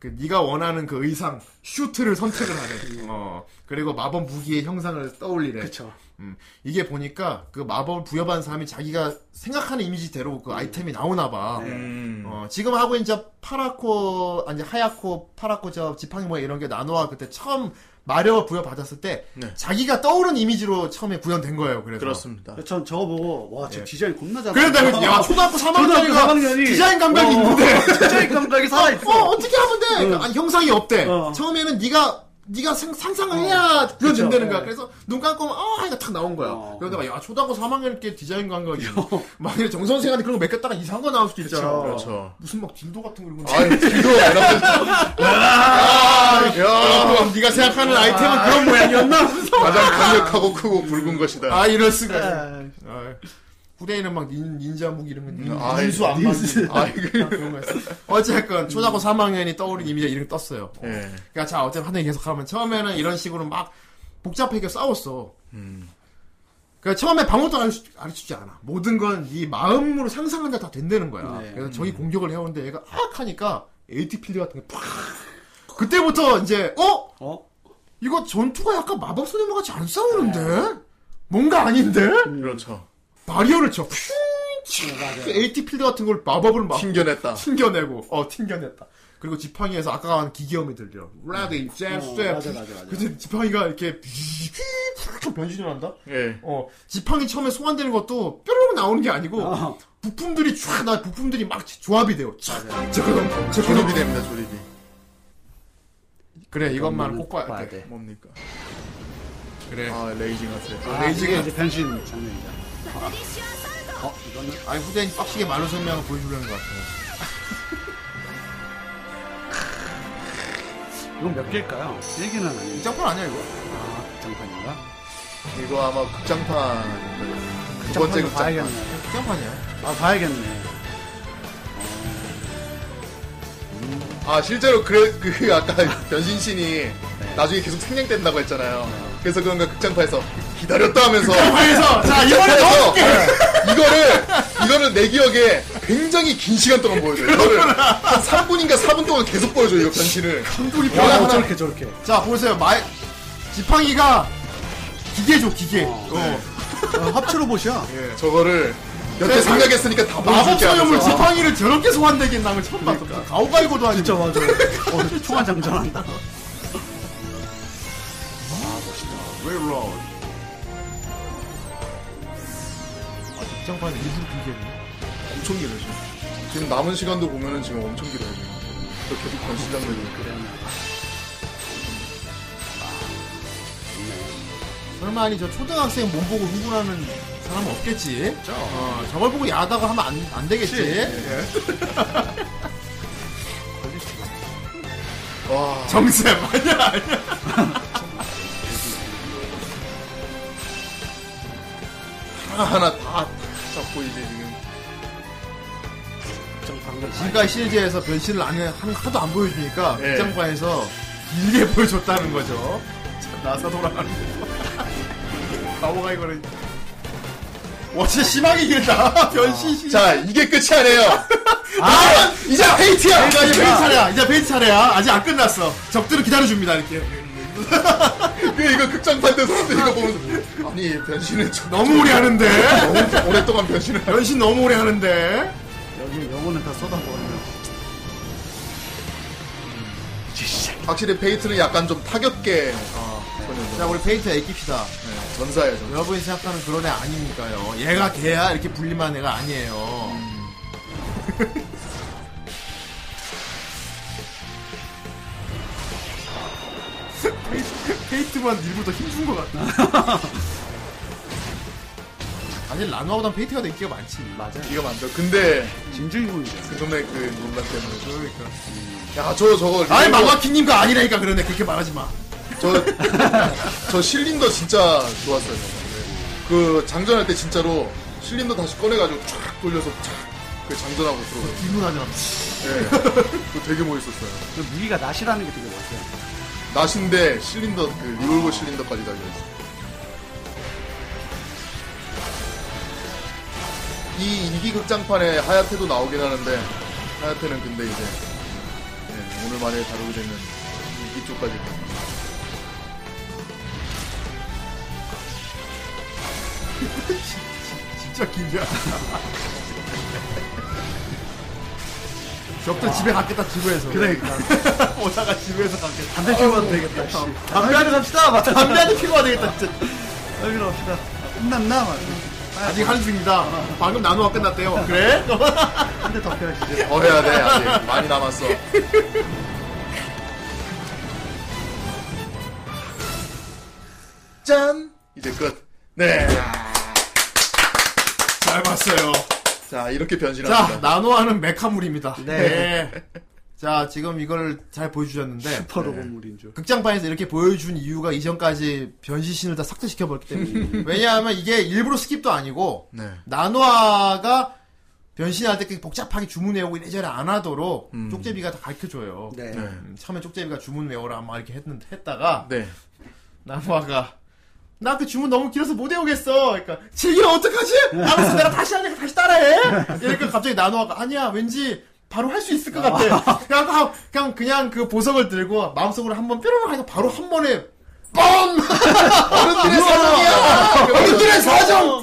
Speaker 1: 그 네가 원하는 그 의상 슈트를 선택을
Speaker 2: 음.
Speaker 1: 하래 어 그리고 마법 무기의 형상을 떠올리래
Speaker 3: 그쵸.
Speaker 1: 음, 이게 보니까 그 마법을 부여받은 사람이 자기가 생각하는 이미지대로 그 아이템이 나오나 봐.
Speaker 2: 음,
Speaker 1: 어, 지금 하고 있는 저 파라코 아니 하얗고 파라코 저 지팡이 뭐 이런 게 나노아 그때 처음 마력 부여 받았을 때
Speaker 2: 네.
Speaker 1: 자기가 떠오른 이미지로 처음에 구현된 거예요. 그래서
Speaker 2: 그렇습니다.
Speaker 3: 전 저거 보고 와, 저 디자인 겁나 잘한다.
Speaker 1: 그래서 내가 그러니까
Speaker 3: 아,
Speaker 1: 야 초등학교 3학년이가
Speaker 3: 학년이 어,
Speaker 1: 디자인 감각이 있는데.
Speaker 3: <laughs> 디자인 감각이 살아
Speaker 1: 어
Speaker 3: 있어.
Speaker 1: 어떻게 하면 돼?
Speaker 3: 응.
Speaker 1: 아니, 형상이 없대.
Speaker 3: 어.
Speaker 1: 처음에는 네가 네가 생- 상상을 해야 구현된다는 거야.
Speaker 3: 네.
Speaker 1: 그래서 눈 감고 면어 하니까 탁 나온 거야.
Speaker 3: 어.
Speaker 1: 그런데 막야 초등학교 3학년께 디자인 감각이 만약에 정 선생한테 그런 거 맡겼다가 이상한 거 나올 수도 있잖아.
Speaker 2: 그렇죠.
Speaker 1: 무슨 막 딜도 같은 거 이런 거.
Speaker 2: 아이, 뒤도 여러분.
Speaker 1: 아,
Speaker 2: 야,
Speaker 1: 그럼 네가 생각하는 아이템은 그런 모양이었나?
Speaker 2: 가장 강력하고 크고 붉은 것이다.
Speaker 1: 아 이럴 수가.
Speaker 3: 예.
Speaker 1: 아, 후대에는 막 닌, 닌자 무기 이런 건 닌,
Speaker 2: 아,
Speaker 1: 음, 인수 안
Speaker 2: 닌수.
Speaker 1: 맞는 아, 그런 거였어. 어쨌건 초등학교 3학년이 떠오른 이미지 이름 떴어요.
Speaker 2: 예.
Speaker 1: 그러니까 자 어쨌든 한 얘기 계속하면 처음에는 이런 식으로 막 복잡하게 싸웠어. 그러니까 처음에 방어도 가르치, 가르치지 않아. 모든 건 이 마음으로 상상한 데다 된다는 거야.
Speaker 3: 네.
Speaker 1: 그래서 저기 공격을 해오는데 얘가 악 하니까 에이티 필드 같은 게 팍. 그때부터 이제 어
Speaker 3: 어?
Speaker 1: 이거 전투가 약간 마법 소녀만 같이 안 싸우는데? 뭔가 아닌데?
Speaker 2: 그렇죠.
Speaker 1: 바리어를 쳐. 퓨! AT 필드 같은 걸 마법으로 막
Speaker 2: 튕겨냈다.
Speaker 1: 튕겨내고, 어, 튕겨냈다. 그리고 지팡이에서 아까 한 기계음이 들려. 레디, 잭,
Speaker 3: 어,
Speaker 1: 잭.
Speaker 3: 맞아, 맞아, 맞아.
Speaker 1: 근데 지팡이가 이렇게 휙 변신을 한다?
Speaker 2: 예.
Speaker 1: 어, 지팡이 처음에 소환되는 것도 뾰로롱 나오는 게 아니고,
Speaker 3: 어.
Speaker 1: 부품들이 쫙, 나 부품들이 막 조합이 돼요. 쫙, 저거는,
Speaker 2: 조립이
Speaker 1: 저거는.
Speaker 2: 됩니다, 조립이.
Speaker 1: 그래, 이것만 꼭
Speaker 3: 이거는
Speaker 1: 봐야 돼.
Speaker 3: 돼.
Speaker 2: 뭡니까?
Speaker 1: 그래.
Speaker 2: 아, 레이징 하세요.
Speaker 3: 아, 이게 이제 변신 장면이다. 어,
Speaker 1: 아니, 후대인 빡시게 말로 설명을 보여주려는 것 같아요.
Speaker 3: 이건 몇 개일까요? 1개는 아니에요.
Speaker 1: 장판 아니야, 이거?
Speaker 3: 아, 장판인가?
Speaker 2: 이거 아마 극장판.
Speaker 1: 어,
Speaker 2: 두 번째
Speaker 3: 극장판도
Speaker 2: 극장판.
Speaker 3: 봐야겠네.
Speaker 1: 장판이야.
Speaker 3: 아, 봐야겠네.
Speaker 1: 어,
Speaker 2: 아 실제로 그래 그 아까 <laughs> 변신신이 나중에 계속 생략된다고 했잖아요. 그래서 그런가 극장파에서 기다렸다 하면서
Speaker 1: 그래서, 자, 이번에 너!
Speaker 2: 극장파에서 네. 이거를 이거를 내 기억에 굉장히 긴 시간 동안 보여줘요. 이거를 한 3분인가 4분 동안 계속 보여줘요. 이거 변신을.
Speaker 1: 감독이
Speaker 3: 아,
Speaker 1: 변화
Speaker 3: 저렇게, 저렇게.
Speaker 1: 자, 보세요. 마 지팡이가 기계죠, 기계. 어. 예.
Speaker 3: 합체로봇이야.
Speaker 2: 예, 저거를 여태 생각했으니까 다
Speaker 1: 마법
Speaker 2: 보여줄게
Speaker 1: 소유물
Speaker 2: 하면서.
Speaker 1: 지팡이를 저렇게 소환되긴 남을 처음 봤어. 가오가이고도 아니고.
Speaker 3: 진짜 맞아. 어, 초간장전한다.
Speaker 1: Railroad. 아, 극장판에 일부러 길게 했네.
Speaker 2: 엄청 길어져. 지금 남은 시간도 보면은 지금 엄청 길어져. 또 계속 변신 장면이 있고.
Speaker 1: 설마 아니 저 초등학생 몸 보고 흥분하는 사람은 없겠지? 그 어, 저걸 보고 야하다고 하면 안, 안 되겠지?
Speaker 2: 와,
Speaker 1: 정샘 아니야 아니야.
Speaker 2: 하나하나 다 잡고 이제 지금.
Speaker 1: 지가 실제에서 변신을 안 해, 한, 하도 안 보여주니까
Speaker 2: 예.
Speaker 1: 극장판에서 길게 <laughs> 보여줬다는 거죠. 참, 나사 돌아가는 <laughs> 거. 가오가이고를. 와 진짜 심하게 길다. <laughs> 변신 시.
Speaker 2: 자, 이게 끝이 아니에요. 아, 이제 페이트야!
Speaker 1: 이제 베이트 차례야. 이제 베이트 차례야. 아직 안 끝났어. 적들은 기다려줍니다. 이렇게.
Speaker 2: 그 이거 극장판 돼서 이거 보면서 아니 변신은 좀
Speaker 1: 너무 오래 하는데. <laughs>
Speaker 2: 너무 오랫동안 변신을 하고
Speaker 1: 변신 너무 오래 하는데.
Speaker 3: 여기 영혼을 다 쏟아부었네요.
Speaker 2: 확실히 페이트는 약간 좀 타격계 소년
Speaker 1: 자, 우리 페이트 애깁시다.
Speaker 2: 전사예요 전사.
Speaker 1: 여러분이 생각하는 그런 애 아닙니까요? 얘가 걔야? 이렇게 불리만 애가 아니에요. <laughs> 페이트- 페이트만 일부러 더 힘준 것 같다. 사실 <laughs> 라노아보단 페이트가 더 인기가 많지. 맞아.
Speaker 2: 이거 만져 근데
Speaker 3: 진주인공이죠.
Speaker 2: 그놈의 그 논란 때문에
Speaker 1: 그러니까.
Speaker 2: 야저 저거
Speaker 1: 아이,
Speaker 2: 리얼로-
Speaker 1: 망와킹님과 아니라니까 그러네. 그렇게 말하지 마.
Speaker 2: 저, 저 실린더 진짜 좋았어요. 저는. 그 장전할 때 진짜로 실린더 다시 꺼내가지고 쫙 돌려서 쫙그 장전하고 들어가요.
Speaker 1: 비문하잖아.
Speaker 2: 예. 그거 되게 멋있었어요.
Speaker 3: 그 무기가 낫이라는 게 되게 멋있어요.
Speaker 2: 낫인데 실린더, 그 리볼버 실린더까지 달려있어요. 이 인기 극장판에 하야테도 나오긴 하는데, 하야테는 근데 이제, 예, 오늘 만에 다루게 되는 인기 쪽까지.
Speaker 1: 진짜 길지 않아. 적들 집에 갔겠다, 집에서.
Speaker 3: 그러니까.
Speaker 1: <laughs> 오다가 집에서 갔겠다.
Speaker 3: 담배 피고 가도 되겠다. 씨. 담배
Speaker 1: 담배하러
Speaker 3: 어. 갑시다. 맞다. 담배
Speaker 1: 담배한테 피고 와야 되겠다, 진짜.
Speaker 3: 여기로 갑시다. 끝났나? 맞아.
Speaker 1: 아직 하는 중이다. 방금 나누어 끝났대요. 그래?
Speaker 3: 한대 덮여야지
Speaker 2: 더 해야 돼, 아직. 많이 남았어. 짠! 이제 끝. 네.
Speaker 1: 잘 봤어요.
Speaker 2: 자, 이렇게
Speaker 1: 자,
Speaker 2: 변신합니다.
Speaker 1: 나누어는 메카물입니다.
Speaker 3: 네.
Speaker 1: 자, 지금 이걸 잘 보여주셨는데.
Speaker 3: 퍼로봇물인 줄.
Speaker 1: 극장판에서 이렇게 보여준 이유가 이전까지 변신신을 다 삭제시켜버렸기 <laughs> 때문에. 왜냐하면 이게 일부러 스킵도 아니고,
Speaker 2: 네.
Speaker 1: 나노아가 변신할 때그 복잡하게 주문 외우고 이래저래 안 하도록
Speaker 2: 음.
Speaker 1: 쪽제비가 다 가르쳐줘요.
Speaker 3: 네.
Speaker 2: 네.
Speaker 1: 음, 처음에 쪽제비가 주문 외워라 막 이렇게 했는, 했다가
Speaker 2: 네.
Speaker 1: 나노아가 나 그 주문 너무 길어서 못 외우겠어. 그러니까 제기는 어떡하지? 알았어 내가 다시 하니까 다시 따라해. 이러니까 갑자기 나노아가 아니야 왠지 바로 할 수 있을 것 같아. 그냥 다- 그냥 그냥 그 보석을 들고 마음속으로 한번 뾰로롱 하니까 바로 한 번에 뻥! <laughs>
Speaker 2: 어른들의 사랑이야! 어른들의 사정!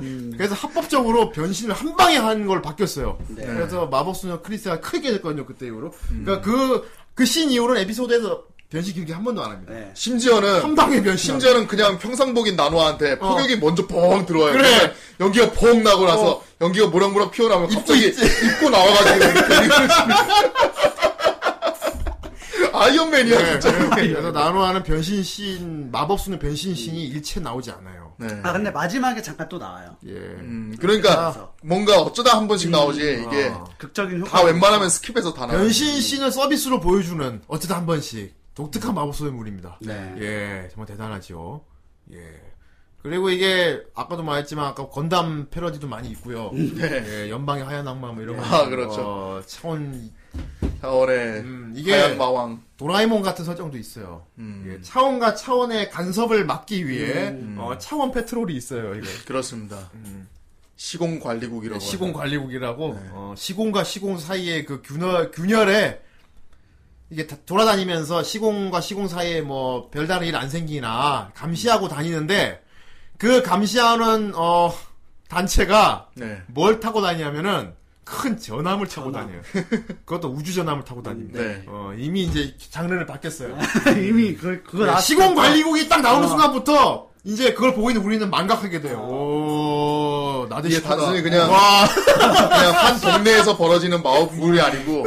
Speaker 1: 음. 그래서 합법적으로 변신을 한 방에 한 걸 바뀌었어요.
Speaker 3: 네.
Speaker 1: 그래서 마법소녀 크리스가 크게 됐거든요 그때 이후로.
Speaker 2: 음.
Speaker 1: 그러니까 그 그 씬 이후로는 에피소드에서 변신 길게 한 번도 안 합니다.
Speaker 3: 네.
Speaker 2: 심지어는
Speaker 1: 한 방에 변신.
Speaker 2: 심지어는 그냥 평상복인 나노아한테 폭격이 먼저 뻥 들어와요.
Speaker 1: 어. 그래. 어.
Speaker 2: 근데 연기가 뻥 나고 나서 연기가 모락모락 피어나면 갑자기 입고 나와가지고 데리고
Speaker 1: <laughs>
Speaker 2: 있습니다. 아이언맨이야 <laughs> 진짜.
Speaker 1: 네. 그래서 나노아는 변신 씬 마법소녀 변신 씬이
Speaker 2: 음.
Speaker 1: 일체 나오지 않아요.
Speaker 2: 네.
Speaker 3: 아, 근데 마지막에 잠깐 또 나와요.
Speaker 1: 예.
Speaker 2: 음, 그러니까 뭔가 어쩌다 한 번씩 나오지 이게
Speaker 3: 어. 극적인 효과.
Speaker 2: 다 웬만하면 스킵해서 다 나와.
Speaker 1: 음. 변신 씬을 서비스로 보여주는 어쨌든 한 번씩 독특한 마법소녀물입니다.
Speaker 3: 네.
Speaker 1: 예, 정말 대단하죠. 예. 그리고 이게 아까도 말했지만 아까 건담 패러디도 많이 있고요.
Speaker 2: 네.
Speaker 1: 예, 연방의 하얀 악마 뭐 이런 거.
Speaker 2: 아, 그렇죠.
Speaker 1: 어, 차원
Speaker 2: 4월에
Speaker 1: 음, 이게
Speaker 2: 이게 하얀 마왕.
Speaker 1: 도라에몽 같은 설정도 있어요.
Speaker 2: 음.
Speaker 1: 예, 차원과 차원의 간섭을 막기 위해 어, 차원 페트롤이 있어요. 이거
Speaker 2: 그렇습니다. 시공 관리국이라고.
Speaker 1: 네. 음. 시공 관리국이라고
Speaker 2: 네.
Speaker 1: 어, 시공과 시공 사이의 그 균열 균열에 이게 다- 돌아다니면서 시공과 시공 사이에 뭐 별다른 일 안 생기나 감시하고 다니는데 그 감시하는 어 단체가
Speaker 2: 네.
Speaker 1: 뭘 타고 다니냐면은 큰 전함을 타고
Speaker 3: 전함.
Speaker 1: 다녀요. 그것도 우주 전함을 타고 다닙니다.
Speaker 2: 네.
Speaker 1: 어, 이미 이제 장르를 바뀌었어요.
Speaker 3: <laughs> 이미 그 그걸
Speaker 1: 네,
Speaker 3: 알았으니까.
Speaker 1: 시공 관리국이 딱 나오는
Speaker 3: 어.
Speaker 1: 순간부터 이제 그걸 보고 있는 우리는 망각하게 돼요. 오, 나도
Speaker 2: 어. 이게
Speaker 1: 싶다.
Speaker 2: 단순히 그냥-
Speaker 1: 와,
Speaker 2: 그냥 한 동네에서 벌어지는 마법물이 아니고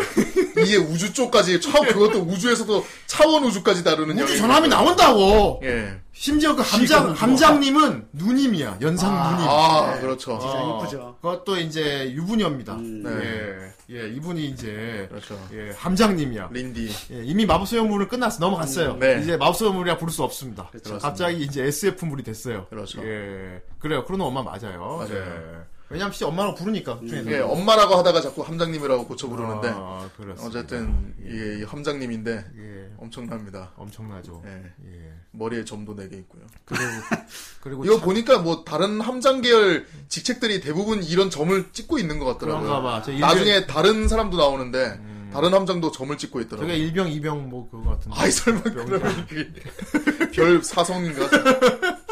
Speaker 2: 이게 우주 쪽까지 처음 그것도 우주에서도 차원 우주까지 다루는
Speaker 1: 우주
Speaker 2: 영역이거든요.
Speaker 1: 전함이 나온다고.
Speaker 2: 예.
Speaker 1: 심지어 그 함장
Speaker 3: 시공
Speaker 1: 함장님은 누님이야. 연상
Speaker 3: 아.
Speaker 1: 누님.
Speaker 2: 아 그렇죠. 네.
Speaker 3: 진짜
Speaker 1: 어,
Speaker 3: 이쁘죠.
Speaker 1: 그것도 이제 유부녀입니다.
Speaker 3: 음.
Speaker 1: 예, 예, 이분이 이제
Speaker 2: 그렇죠.
Speaker 1: 예, 함장님이야.
Speaker 2: 린디.
Speaker 1: 예, 이미 마법소용물은 끝났어 넘어갔어요.
Speaker 2: 음, 네.
Speaker 1: 이제 마법소용물이라 부를 수 없습니다.
Speaker 2: 그렇죠.
Speaker 1: 갑자기 이제 SF물이 됐어요.
Speaker 2: 그렇죠.
Speaker 1: 예, 그래요. 그런 엄마 맞아요.
Speaker 2: 맞아요. 음,
Speaker 1: 예. 왜냐면 진짜 엄마라고 부르니까. 중에서.
Speaker 2: 이게 엄마라고 하다가 자꾸 함장님이라고 고쳐 부르는데
Speaker 1: 아, 그렇습니다.
Speaker 2: 어쨌든 이게 이 함장님인데
Speaker 1: 예,
Speaker 2: 엄청납니다.
Speaker 1: 엄청나죠.
Speaker 2: 예.
Speaker 1: 예.
Speaker 2: 머리에 점도 4개 있고요. <laughs>
Speaker 1: 그리고 그리고
Speaker 2: 이거
Speaker 1: 참-
Speaker 2: 보니까 뭐 다른 함장 계열 직책들이 대부분 이런 점을 찍고 있는 것
Speaker 1: 그런가 음.
Speaker 2: 같더라고요.
Speaker 1: 봐. 저 일병-
Speaker 2: 나중에 다른 사람도 나오는데 다른 함장도 점을 찍고
Speaker 1: 저게
Speaker 2: 있더라고요.
Speaker 1: 일병 이병 뭐 그거 같은데.
Speaker 2: 아이 설마
Speaker 1: 병장.
Speaker 2: 그러면 이게 별 사성인가?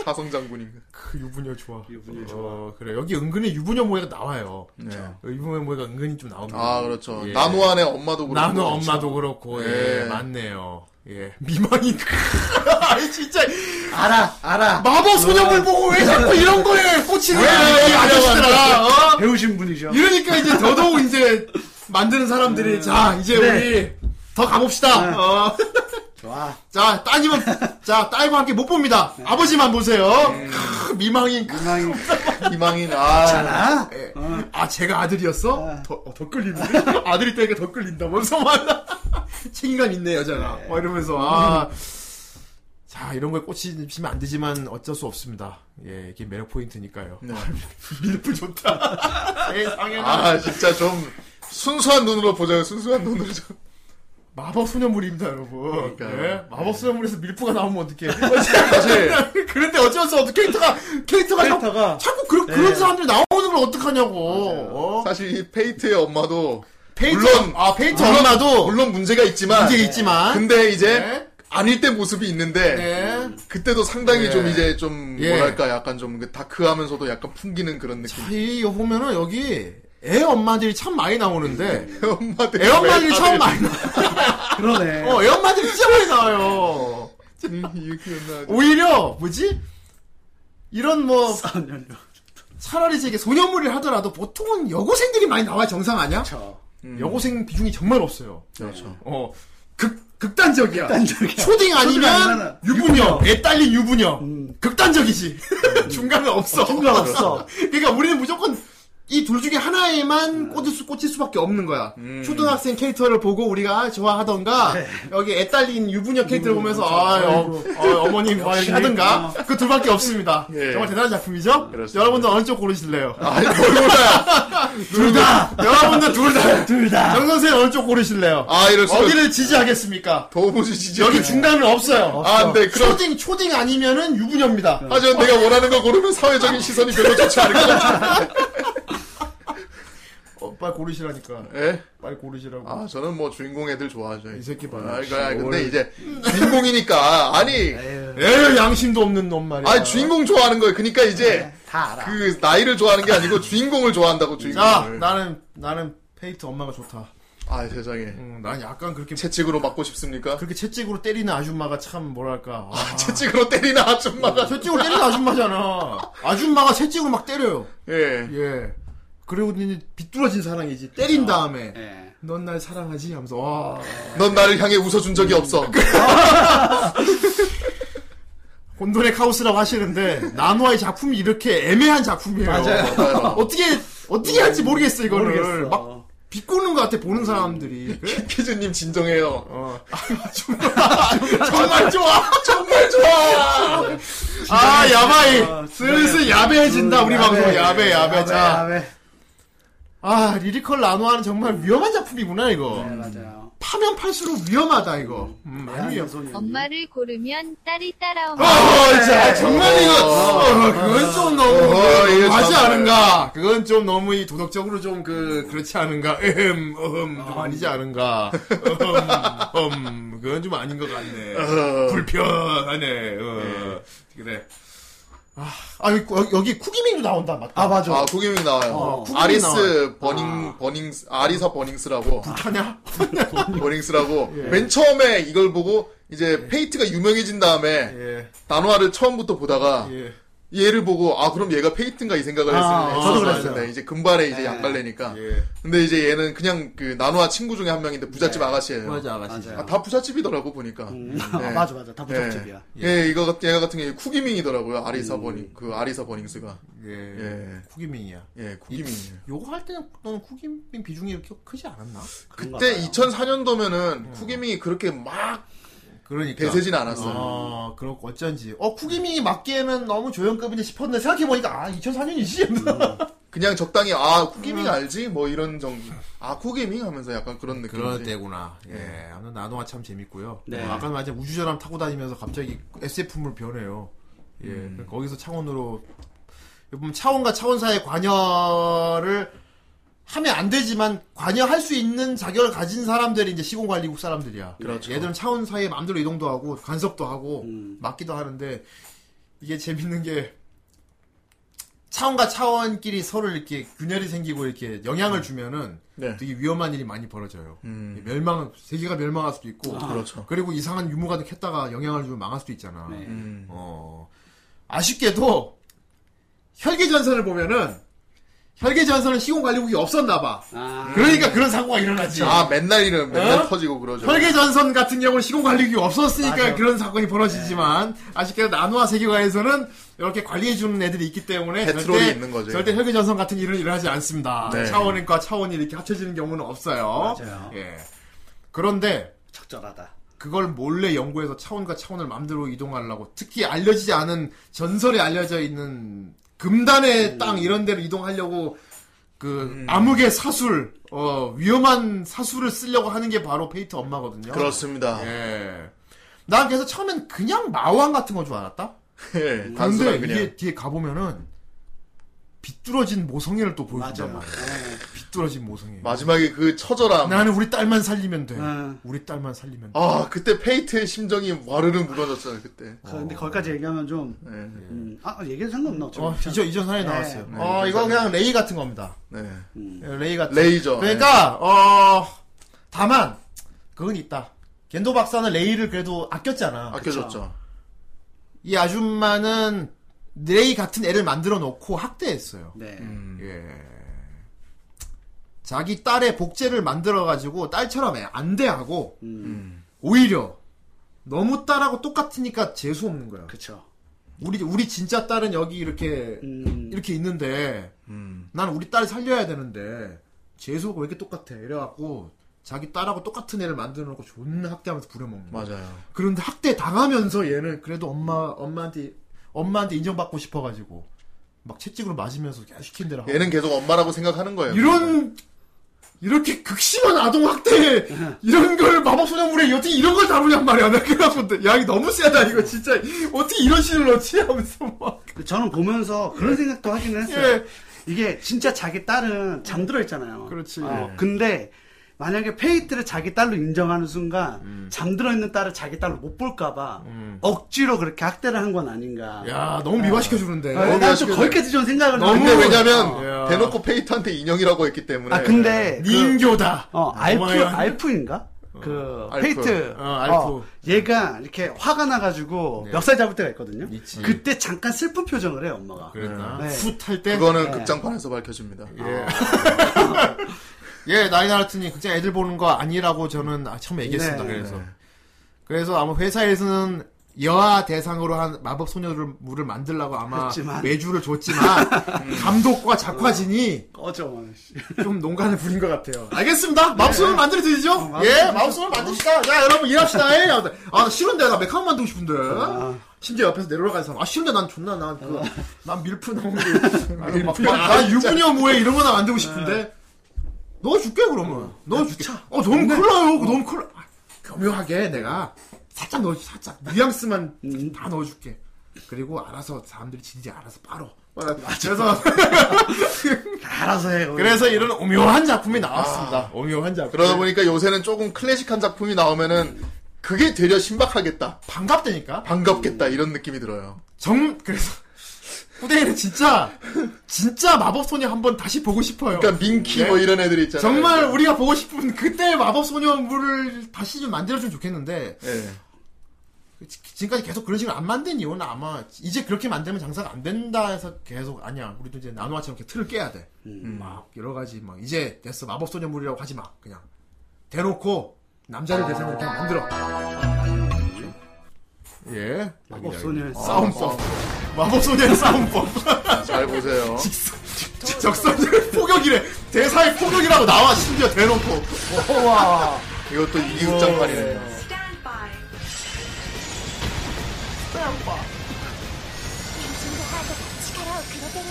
Speaker 2: 사성 장군인가?
Speaker 1: 그 유부녀 좋아.
Speaker 3: 유부녀
Speaker 1: 좋아. 그래 여기 은근히 유부녀 모해가 나와요.
Speaker 2: 네.
Speaker 1: 유부녀 모해가 은근히 좀 나옵니다.
Speaker 2: 아 그렇죠.
Speaker 1: 예.
Speaker 2: 나노안의 엄마도 그렇고
Speaker 1: 나노 엄마도 그렇고 예,
Speaker 2: 예.
Speaker 1: 맞네요. 예 미만이 <laughs> 아이 진짜
Speaker 3: 알아 알아
Speaker 1: 마법
Speaker 2: 어.
Speaker 1: 소녀물 보고 왜 자꾸 이런 거에 꽂히는 거야 이 아저씨들아. 어?
Speaker 3: 배우신 분이죠.
Speaker 1: 이러니까 이제 더더욱 이제 만드는
Speaker 2: 음.
Speaker 1: 사람들이 자 이제
Speaker 3: 네.
Speaker 1: 우리 더 가봅시다.
Speaker 3: 네.
Speaker 1: 어.
Speaker 3: 좋아.
Speaker 1: 자 따님은 자 딸과 함께 못 봅니다.
Speaker 3: 네.
Speaker 1: 아버지만 보세요. 크, 미망인 크,
Speaker 3: <laughs> 이망이
Speaker 2: 이망인 아
Speaker 3: 알아.
Speaker 1: 아 제가 아들이었어?
Speaker 3: 아.
Speaker 1: 더, 어, 더 끌리는데? <laughs> 아들이 되니까 더 끌린다. 면서만 <laughs> 책임감 있네 여자가. 막 이러면서 아. 자 이런 거에 꽂히시면 안 되지만 어쩔 수 없습니다. 예 이게 매력 포인트니까요.
Speaker 2: 네.
Speaker 1: <laughs> 밀프 좋다. <laughs> 세상에나
Speaker 2: 아 진짜 좀 순수한 눈으로 보자요. 순수한 눈으로 좀.
Speaker 1: 마법 소녀물입니다 여러분.
Speaker 2: 그러니까요. 네.
Speaker 1: 예? 마법 소녀물에서 밀프가 나오면
Speaker 2: <laughs>
Speaker 1: 어떡해.
Speaker 2: 사실
Speaker 1: <laughs> 그런데 어쩔 수 없어 캐릭터가 캐릭터가 자꾸-
Speaker 3: 캐릭터가
Speaker 1: 자꾸 그런
Speaker 2: 네.
Speaker 1: 그런 사람들이 나오는 걸 어떡하냐고. 어?
Speaker 2: 사실 이 페이트의 엄마도
Speaker 1: 페인트
Speaker 2: 물론-
Speaker 1: 아 페인트
Speaker 2: 물론-
Speaker 1: 엄마도
Speaker 2: 물론 문제가 있지만
Speaker 1: 문제 있지만
Speaker 2: 근데 이제
Speaker 1: 네.
Speaker 2: 아닐 때 모습이 있는데
Speaker 1: 네.
Speaker 2: 그때도 상당히
Speaker 1: 예. 좀
Speaker 2: 좀
Speaker 1: 이제
Speaker 2: 이제 좀
Speaker 1: 예. 뭐랄까,
Speaker 2: 뭐랄까 약간 좀 다크하면서도 약간 풍기는 그런 느낌.
Speaker 1: 이 이거 보면은 여기 애 엄마들이 참 많이 나오는데
Speaker 2: 엄마들
Speaker 1: 애 엄마들이 네. 참 많이 나.
Speaker 3: 그러네.
Speaker 1: 어, 애 엄마들이 진짜 많이 나와요. 오히려 뭐지? 이런 뭐
Speaker 3: 싸운 연료.
Speaker 1: 차라리 이게 소녀물을 하더라도 보통은 여고생들이 많이 나와 야 정상 아니야?
Speaker 3: 저.
Speaker 1: 여고생 비중이 정말 없어요.
Speaker 2: 그렇죠.
Speaker 1: 어. 극 극단적이야.
Speaker 3: 극단적이야.
Speaker 1: 초딩 아니면
Speaker 3: 아니면은
Speaker 1: 유부녀, 애 딸린 유부녀.
Speaker 3: 음.
Speaker 1: 극단적이지. <laughs>
Speaker 2: 음.
Speaker 1: 중간은 없어.
Speaker 3: 중간 없어.
Speaker 1: <laughs> 그러니까 우리는 무조건 이 둘 중에
Speaker 2: 음.
Speaker 1: 하나에만 꽂을 수, 꽂힐 수밖에 없는 거야. 초등학생 캐릭터를 보고 우리가 좋아하던가,
Speaker 2: 네.
Speaker 1: 여기 애 딸린 유부녀 캐릭터를 보면서,
Speaker 2: 음, 그렇죠.
Speaker 1: 아, 어, 어, 머님 과연
Speaker 3: 역시.
Speaker 1: 하든가, 그 둘밖에 없습니다.
Speaker 2: 어. 예.
Speaker 1: 정말 대단한 작품이죠?
Speaker 2: 그렇습니다.
Speaker 1: 여러분들 어느 쪽 고르실래요?
Speaker 2: 아니 몰라요.
Speaker 1: <laughs> 둘 다! 여러분들 둘 다!
Speaker 3: 둘 다.
Speaker 1: 정선생 어느 쪽 고르실래요?
Speaker 2: 아 이럴 수가.
Speaker 1: 어디를 지지하겠습니까?
Speaker 2: 도무지 지지.
Speaker 1: 여기 중간은 없어요.
Speaker 2: 아, 근데 그럼 그렇죠.
Speaker 1: 초딩, 초딩 아니면은 유부녀입니다.
Speaker 2: 하지만 내가 원하는 걸 고르면
Speaker 1: 아.
Speaker 2: 사회적인 시선이 별로 좋지
Speaker 1: <laughs>
Speaker 2: 않을 것 같아.
Speaker 1: 어, 빨리 고르시라니까.
Speaker 2: 예?
Speaker 1: 빨리 고르시라고.
Speaker 2: 아 저는 뭐 주인공 애들 좋아하죠.
Speaker 1: 이 새끼 봐라.
Speaker 2: 아, 그러니까 근데 이제 주인공이니까 아니
Speaker 1: 에휴, 양심도 없는 놈 말이야.
Speaker 2: 아니 주인공 좋아하는 거예요. 그러니까 이제
Speaker 3: 네. 다 알아.
Speaker 2: 그 나이를 좋아하는 게 아니고 주인공을 좋아한다고
Speaker 1: 네. 자,
Speaker 2: 주인공을.
Speaker 1: 나는, 나는 페이트 엄마가 좋다.
Speaker 2: 아 세상에.
Speaker 1: 음, 난 약간 그렇게,
Speaker 2: 채찍으로 맞고 싶습니까?
Speaker 1: 그렇게 채찍으로 때리는 아줌마가 참, 뭐랄까. 아,
Speaker 2: 채찍으로 때리나 아줌마가
Speaker 1: 채찍으로 때리는 아줌마잖아. 아줌마가 채찍으로 막 때려요.
Speaker 2: 예
Speaker 1: 예. 그리고 이제 비뚤어진 사랑이지. 때린 다음에.
Speaker 3: 예.
Speaker 1: 넌 날 사랑하지? 하면서, 와.
Speaker 2: 넌 나를 향해 웃어준
Speaker 1: 음.
Speaker 2: 적이 없어
Speaker 1: 혼돈의 카오스라고 하시는데, 나노아의 작품이 이렇게 애매한 작품이에요. <laughs>
Speaker 3: 맞아요.
Speaker 2: 맞아요.
Speaker 1: 어떻게, 어떻게 할지 모르겠어, 이거를.
Speaker 3: 모르겠어.
Speaker 1: 막 비꼬는 것 같아 보는 사람들이 그래?
Speaker 2: 키즈님 진정해요
Speaker 1: 어. 정말 좋아
Speaker 2: 정말 좋아
Speaker 1: 아
Speaker 3: 아,
Speaker 1: 야바이
Speaker 3: 진짜.
Speaker 1: 슬슬 야배해진다 우리 방송
Speaker 3: 네.
Speaker 1: 야배
Speaker 3: 야배,
Speaker 1: 야배 자아 아,
Speaker 3: 야배.
Speaker 1: 리리컬 라노아는 정말 위험한 작품이구나 이거
Speaker 3: 네, 맞아요.
Speaker 1: 파면 팔수록 위험하다 이거 음, 많이 위험
Speaker 3: 소년.
Speaker 7: 엄마를 고르면 딸이 따라옵니다.
Speaker 1: 아, 자, 정말 이거, 어, 그건 좀 너무,
Speaker 2: 어, 이거
Speaker 1: 하지
Speaker 2: 정말.
Speaker 1: 않은가. 그건 좀 너무 이 도덕적으로 좀 그, 그렇지 않은가. 에헴, 어흠, 좀 아니지 <laughs> 않은가. 어흠, 음, 아, 그건 좀 어. 아닌 것 같네. 불편하네. 어, 그래. 아 여기, 여기- 여기 쿠기민도 나온다 맞다.
Speaker 3: 아 맞아.
Speaker 2: 아, 구기밍 나와요.
Speaker 1: 어, 구기밍
Speaker 2: 아리스
Speaker 1: 나와요.
Speaker 2: 버닝 버닝 아리사 버닝스라고
Speaker 1: 하냐?
Speaker 2: 버닝스라고 맨 처음에 이걸 보고 이제 페이트가 유명해진 다음에
Speaker 1: 예.
Speaker 2: 단화를 처음부터 보다가
Speaker 1: 예.
Speaker 2: 얘를 보고 아 그럼 얘가 페이트인가 이 생각을
Speaker 3: 아,
Speaker 2: 했어요.
Speaker 1: 저도
Speaker 2: 했었어요.
Speaker 1: 그랬어요.
Speaker 2: 네, 이제 금발에 이제
Speaker 3: 네.
Speaker 2: 양갈래니까.
Speaker 1: 예.
Speaker 2: 근데 이제 얘는 그냥 그 나노아 친구 중에 한 명인데 부잣집 아가씨예요.
Speaker 1: 맞아,
Speaker 3: 맞아요.
Speaker 2: 아, 다 부잣집이더라고 보니까.
Speaker 3: 아,
Speaker 2: 네.
Speaker 3: 맞아 맞아. 다 부적집이야.
Speaker 2: 예. 예, 이거 같- 얘가 같은 경우 쿠기밍이더라고요. 아리사 버닝 그 아리사 버닝스가.
Speaker 1: 예.
Speaker 2: 예.
Speaker 1: 쿠기민이야.
Speaker 2: 예, 쿠기밍이에요.
Speaker 1: 요거 할 때는 너는 쿠기민 비중이 이렇게 크지 않았나?
Speaker 3: 그런가
Speaker 2: 그때
Speaker 3: 봐요.
Speaker 2: 2004년도면은
Speaker 1: 음.
Speaker 2: 쿠기밍이 그렇게 막
Speaker 1: 그러니까.
Speaker 2: 대세진 않았어요.
Speaker 1: 아, 그렇고 어쩐지. 어, 쿠기민이 맞기에는 너무 조연급인데 싶었는데 생각해보니까, 아, 2004년이지. <laughs>
Speaker 2: 그냥 적당히 아 쿠기밍 알지? 뭐 이런 정도. 아 쿠기밍 하면서 약간 그런 느낌.
Speaker 1: 그럴 때구나. 예. 아무튼 나노가 참 재밌고요.
Speaker 3: 네.
Speaker 1: 어, 아까 말했지 우주전함 타고 다니면서 갑자기 SF물 변해요. 예. 그러니까 거기서 차원으로 보면 차원과 차원 사이의 관여를 하면 안 되지만 관여할 수 있는 자격을 가진 사람들이 이제 시공관리국 사람들이야. 예.
Speaker 2: 그렇죠.
Speaker 1: 얘들은 차원 사이에 마음대로 이동도 하고 간섭도 하고
Speaker 3: 음.
Speaker 1: 막기도 하는데 이게 재밌는 게 차원과 차원끼리 서로 이렇게 균열이 생기고 이렇게 영향을 주면은
Speaker 2: 네.
Speaker 1: 되게 위험한 일이 많이 벌어져요.
Speaker 2: 음.
Speaker 1: 멸망, 세계가 멸망할 수도 있고,
Speaker 2: 그렇죠.
Speaker 1: 그리고 이상한 유무가 캤다가 영향을 주면 망할 수도 있잖아.
Speaker 3: 네.
Speaker 2: 음.
Speaker 1: 어, 아쉽게도, 혈계전선을 보면은, 혈계전선은 시공관리국이 없었나봐.
Speaker 3: 아,
Speaker 1: 그러니까 그런 사고가 일어나지.
Speaker 2: 아 맨날 이름 맨날
Speaker 1: 어?
Speaker 2: 터지고 그러죠.
Speaker 1: 혈계전선 같은 경우는 시공관리국이 없었으니까
Speaker 3: 맞아요.
Speaker 1: 그런
Speaker 2: 네.
Speaker 1: 사건이 벌어지지만, 아쉽게도 나노아 세계관에서는 이렇게 관리해주는 애들이 있기 때문에,
Speaker 2: 페트롤이
Speaker 1: 절대,
Speaker 2: 있는 거죠.
Speaker 1: 절대 혈계전선 같은 일은 일어나지 않습니다.
Speaker 2: 네.
Speaker 1: 차원과 차원이 이렇게 합쳐지는 경우는 없어요.
Speaker 3: 맞아요.
Speaker 1: 예. 그런데,
Speaker 3: 적절하다.
Speaker 1: 그걸 몰래 연구해서 차원과 차원을 마음대로 이동하려고 특히 알려지지 않은 전설에 알려져 있는
Speaker 2: 음.
Speaker 1: 금단의 땅 이런 데로 이동하려고 그 암흑의 사술 어 위험한 사술을 쓰려고 하는 게 바로 페이트 엄마거든요.
Speaker 2: 그렇습니다. <laughs> 예.
Speaker 1: 예. 난 그래서 처음엔 그냥 마왕 같은 건 줄 알았다.
Speaker 2: 예, 단순한
Speaker 1: 근데
Speaker 2: 그냥.
Speaker 1: 이게 뒤에 가보면은 비뚤어진 모성애를 또 보여준단
Speaker 3: 맞아요. 네.
Speaker 1: 말이야. 비뚤어진 모성애.
Speaker 2: 마지막에 그 처절함.
Speaker 1: 나는 우리 딸만 살리면 돼.
Speaker 3: 네.
Speaker 1: 우리 딸만 살리면 돼.
Speaker 2: 아 그때 페이트의 심정이 와르르 무너졌잖아요 그때.
Speaker 1: 어.
Speaker 3: 그, 근데 거기까지 얘기하면 좀,
Speaker 2: 네.
Speaker 3: 음, 아, 얘기는 상관없나? 어차피.
Speaker 1: 어, 이전 이전 사례 나왔어요.
Speaker 2: 네,
Speaker 1: 어,
Speaker 2: 이전
Speaker 1: 이거
Speaker 2: 사례.
Speaker 1: 그냥 레이 같은 겁니다.
Speaker 2: 네.
Speaker 1: 예, 레이 같은.
Speaker 2: 레이저. 예,
Speaker 1: 그러니까 어 다만 그건 있다. 겐도 박사는 레이를 그래도 아꼈잖아.
Speaker 2: 네. 아껴줬죠.
Speaker 1: 이 아줌마는 레이 같은 애를 만들어 놓고 학대했어요.
Speaker 3: 네.
Speaker 2: 음.
Speaker 1: 예. 자기 딸의 복제를 만들어 가지고 딸처럼 애 안대하고
Speaker 2: 음.
Speaker 1: 오히려 너무 딸하고 똑같으니까 재수 없는 거야.
Speaker 3: 그쵸.
Speaker 1: 우리 우리 진짜 딸은 여기 이렇게
Speaker 3: 음,
Speaker 1: 이렇게 있는데
Speaker 2: 음.
Speaker 1: 난 우리 딸 살려야 되는데 재수가 왜 이렇게 똑같아 이래갖고 자기 딸하고 똑같은 애를 만들어놓고 존나 학대하면서 부려먹는 거야
Speaker 2: 맞아요.
Speaker 1: 그런데 학대 당하면서 얘는 그래도 엄마 엄마한테 엄마한테 인정받고 싶어가지고 막 채찍으로 맞으면서 계속 시킨 대로 하고
Speaker 2: 얘는 계속 엄마라고 생각하는 거예요.
Speaker 1: 이런 이렇게 극심한 아동 학대 이런 걸 마법 소녀물에 어떻게 이런 걸 다루냔 말이야 나 그래갖고 야 이거 너무 세다 이거 진짜 어떻게 이런 신을 넣지 하면서 막
Speaker 3: 그 저는 보면서 그런 생각도 하긴 했어요.
Speaker 1: 네. 예.
Speaker 3: 이게 진짜 자기 딸은 잠들어 있잖아요.
Speaker 1: 그렇지. 예.
Speaker 3: 어, 근데 만약에 페이트를 자기 딸로 인정하는 순간
Speaker 1: 음.
Speaker 3: 잠들어 있는 딸을 자기 딸로 못 볼까봐 억지로 그렇게 학대를 한 건 아닌가.
Speaker 1: 야 너무 미화시켜 주는데
Speaker 3: 아, 난좀
Speaker 2: 미화시켜요.
Speaker 3: 거기까지 좀 생각을
Speaker 1: 너무-
Speaker 3: 어.
Speaker 1: 아, 예.
Speaker 2: 근데
Speaker 3: 했는데
Speaker 2: 왜냐면
Speaker 1: 야.
Speaker 2: 대놓고 페이트한테 인형이라고 했기 때문에.
Speaker 3: 아 근데 그,
Speaker 1: 민교다
Speaker 3: 어 알프
Speaker 1: 고마워요.
Speaker 3: 알프인가? 그
Speaker 2: 알프.
Speaker 3: 페이트
Speaker 1: 어, 알프. 네.
Speaker 3: 얘가 이렇게 화가 나가지고 멱살 잡을 때가 있거든요.
Speaker 1: 있지.
Speaker 3: 그때 잠깐 슬픈 표정을 해요 엄마가.
Speaker 1: 그랬나?
Speaker 3: 네.
Speaker 1: fut할 때?
Speaker 2: 예. 그거는
Speaker 3: 네.
Speaker 2: 극장판에서 밝혀집니다.
Speaker 1: 아. 예, 나이나라트님, 극장 애들 보는 거 아니라고 저는 아, 처음 얘기했습니다,
Speaker 3: 네.
Speaker 1: 그래서. 그래서 아마 회사에서는 여아 대상으로 한 마법 소녀를 물을 만들라고 아마
Speaker 3: 했지만.
Speaker 1: 외주를
Speaker 3: <laughs>
Speaker 1: 줬지만 감독과 작화진이
Speaker 3: 꺼져.
Speaker 1: 좀 농간을 부린 것 같아요. 알겠습니다. 마법 소녀 만들어 드리죠.
Speaker 3: 마법
Speaker 1: 예,
Speaker 3: 소녀
Speaker 1: 마법 소녀 만듭시다. 자, 여러분 일합시다. 예. 아, 싫은데 나 메카만 만들고 싶은데. 아. 심지어 옆에서 내려가는 사람. 아, 싫은데 난 존나 난 그, 난 밀프 나오는데. 막, 막, 나 유부녀 뭐해 이런 거나 만들고 싶은데. 넣어줄게 그러면. 넣어줄게. 어, 너무 콜라요. 너무 콜라. 아, 교묘하게 내가 살짝 넣어줄게. 살짝 뉘앙스만 다 넣어줄게. 그리고 알아서 사람들이 진지 알아서 바로. 그래서
Speaker 3: 알아서 해. 우리.
Speaker 1: 그래서 이런 오묘한 작품이 나왔습니다. 오묘한 작품.
Speaker 2: 아, 그러다 보니까 요새는 조금 클래식한 작품이 나오면은 그게 되려 신박하겠다.
Speaker 1: 반갑다니까.
Speaker 2: 반갑겠다 이런 느낌이 들어요.
Speaker 1: 정 그래서 <laughs> 후대인은 진짜 진짜 마법 소녀 한번 다시 보고 싶어요.
Speaker 2: 그러니까 민키 뭐 이런 애들 있잖아요.
Speaker 1: 예. 정말 우리가 보고 싶은 그때 마법 소녀물을 다시 좀 만들어주면 좋겠는데
Speaker 2: 예.
Speaker 1: 그 지- 지금까지 계속 그런 식으로 안 만든 이유는 아마 이제 그렇게 만들면 장사가 안 된다 해서 계속 아니야 우리도 이제 나노아처럼 이렇게 틀을 깨야 돼.
Speaker 3: 음.
Speaker 1: 음. 막 여러 가지 막 이제 됐어 마법 소녀물이라고 하지 마 그냥 대놓고 남자를 대상으로 그냥 만들어. 예.
Speaker 3: 마법 어, 소녀의 싸움.
Speaker 1: 싸움법. 마법 소녀의 싸움법. <laughs>
Speaker 2: 잘 보세요.
Speaker 1: 적선을 포격이래. 대사의 포격이라고 나와 심지어 대놓고.
Speaker 2: 이것도 이웃장판이네요.
Speaker 1: 어.
Speaker 8: Stand by.
Speaker 6: ピンチングハートが力をくれてる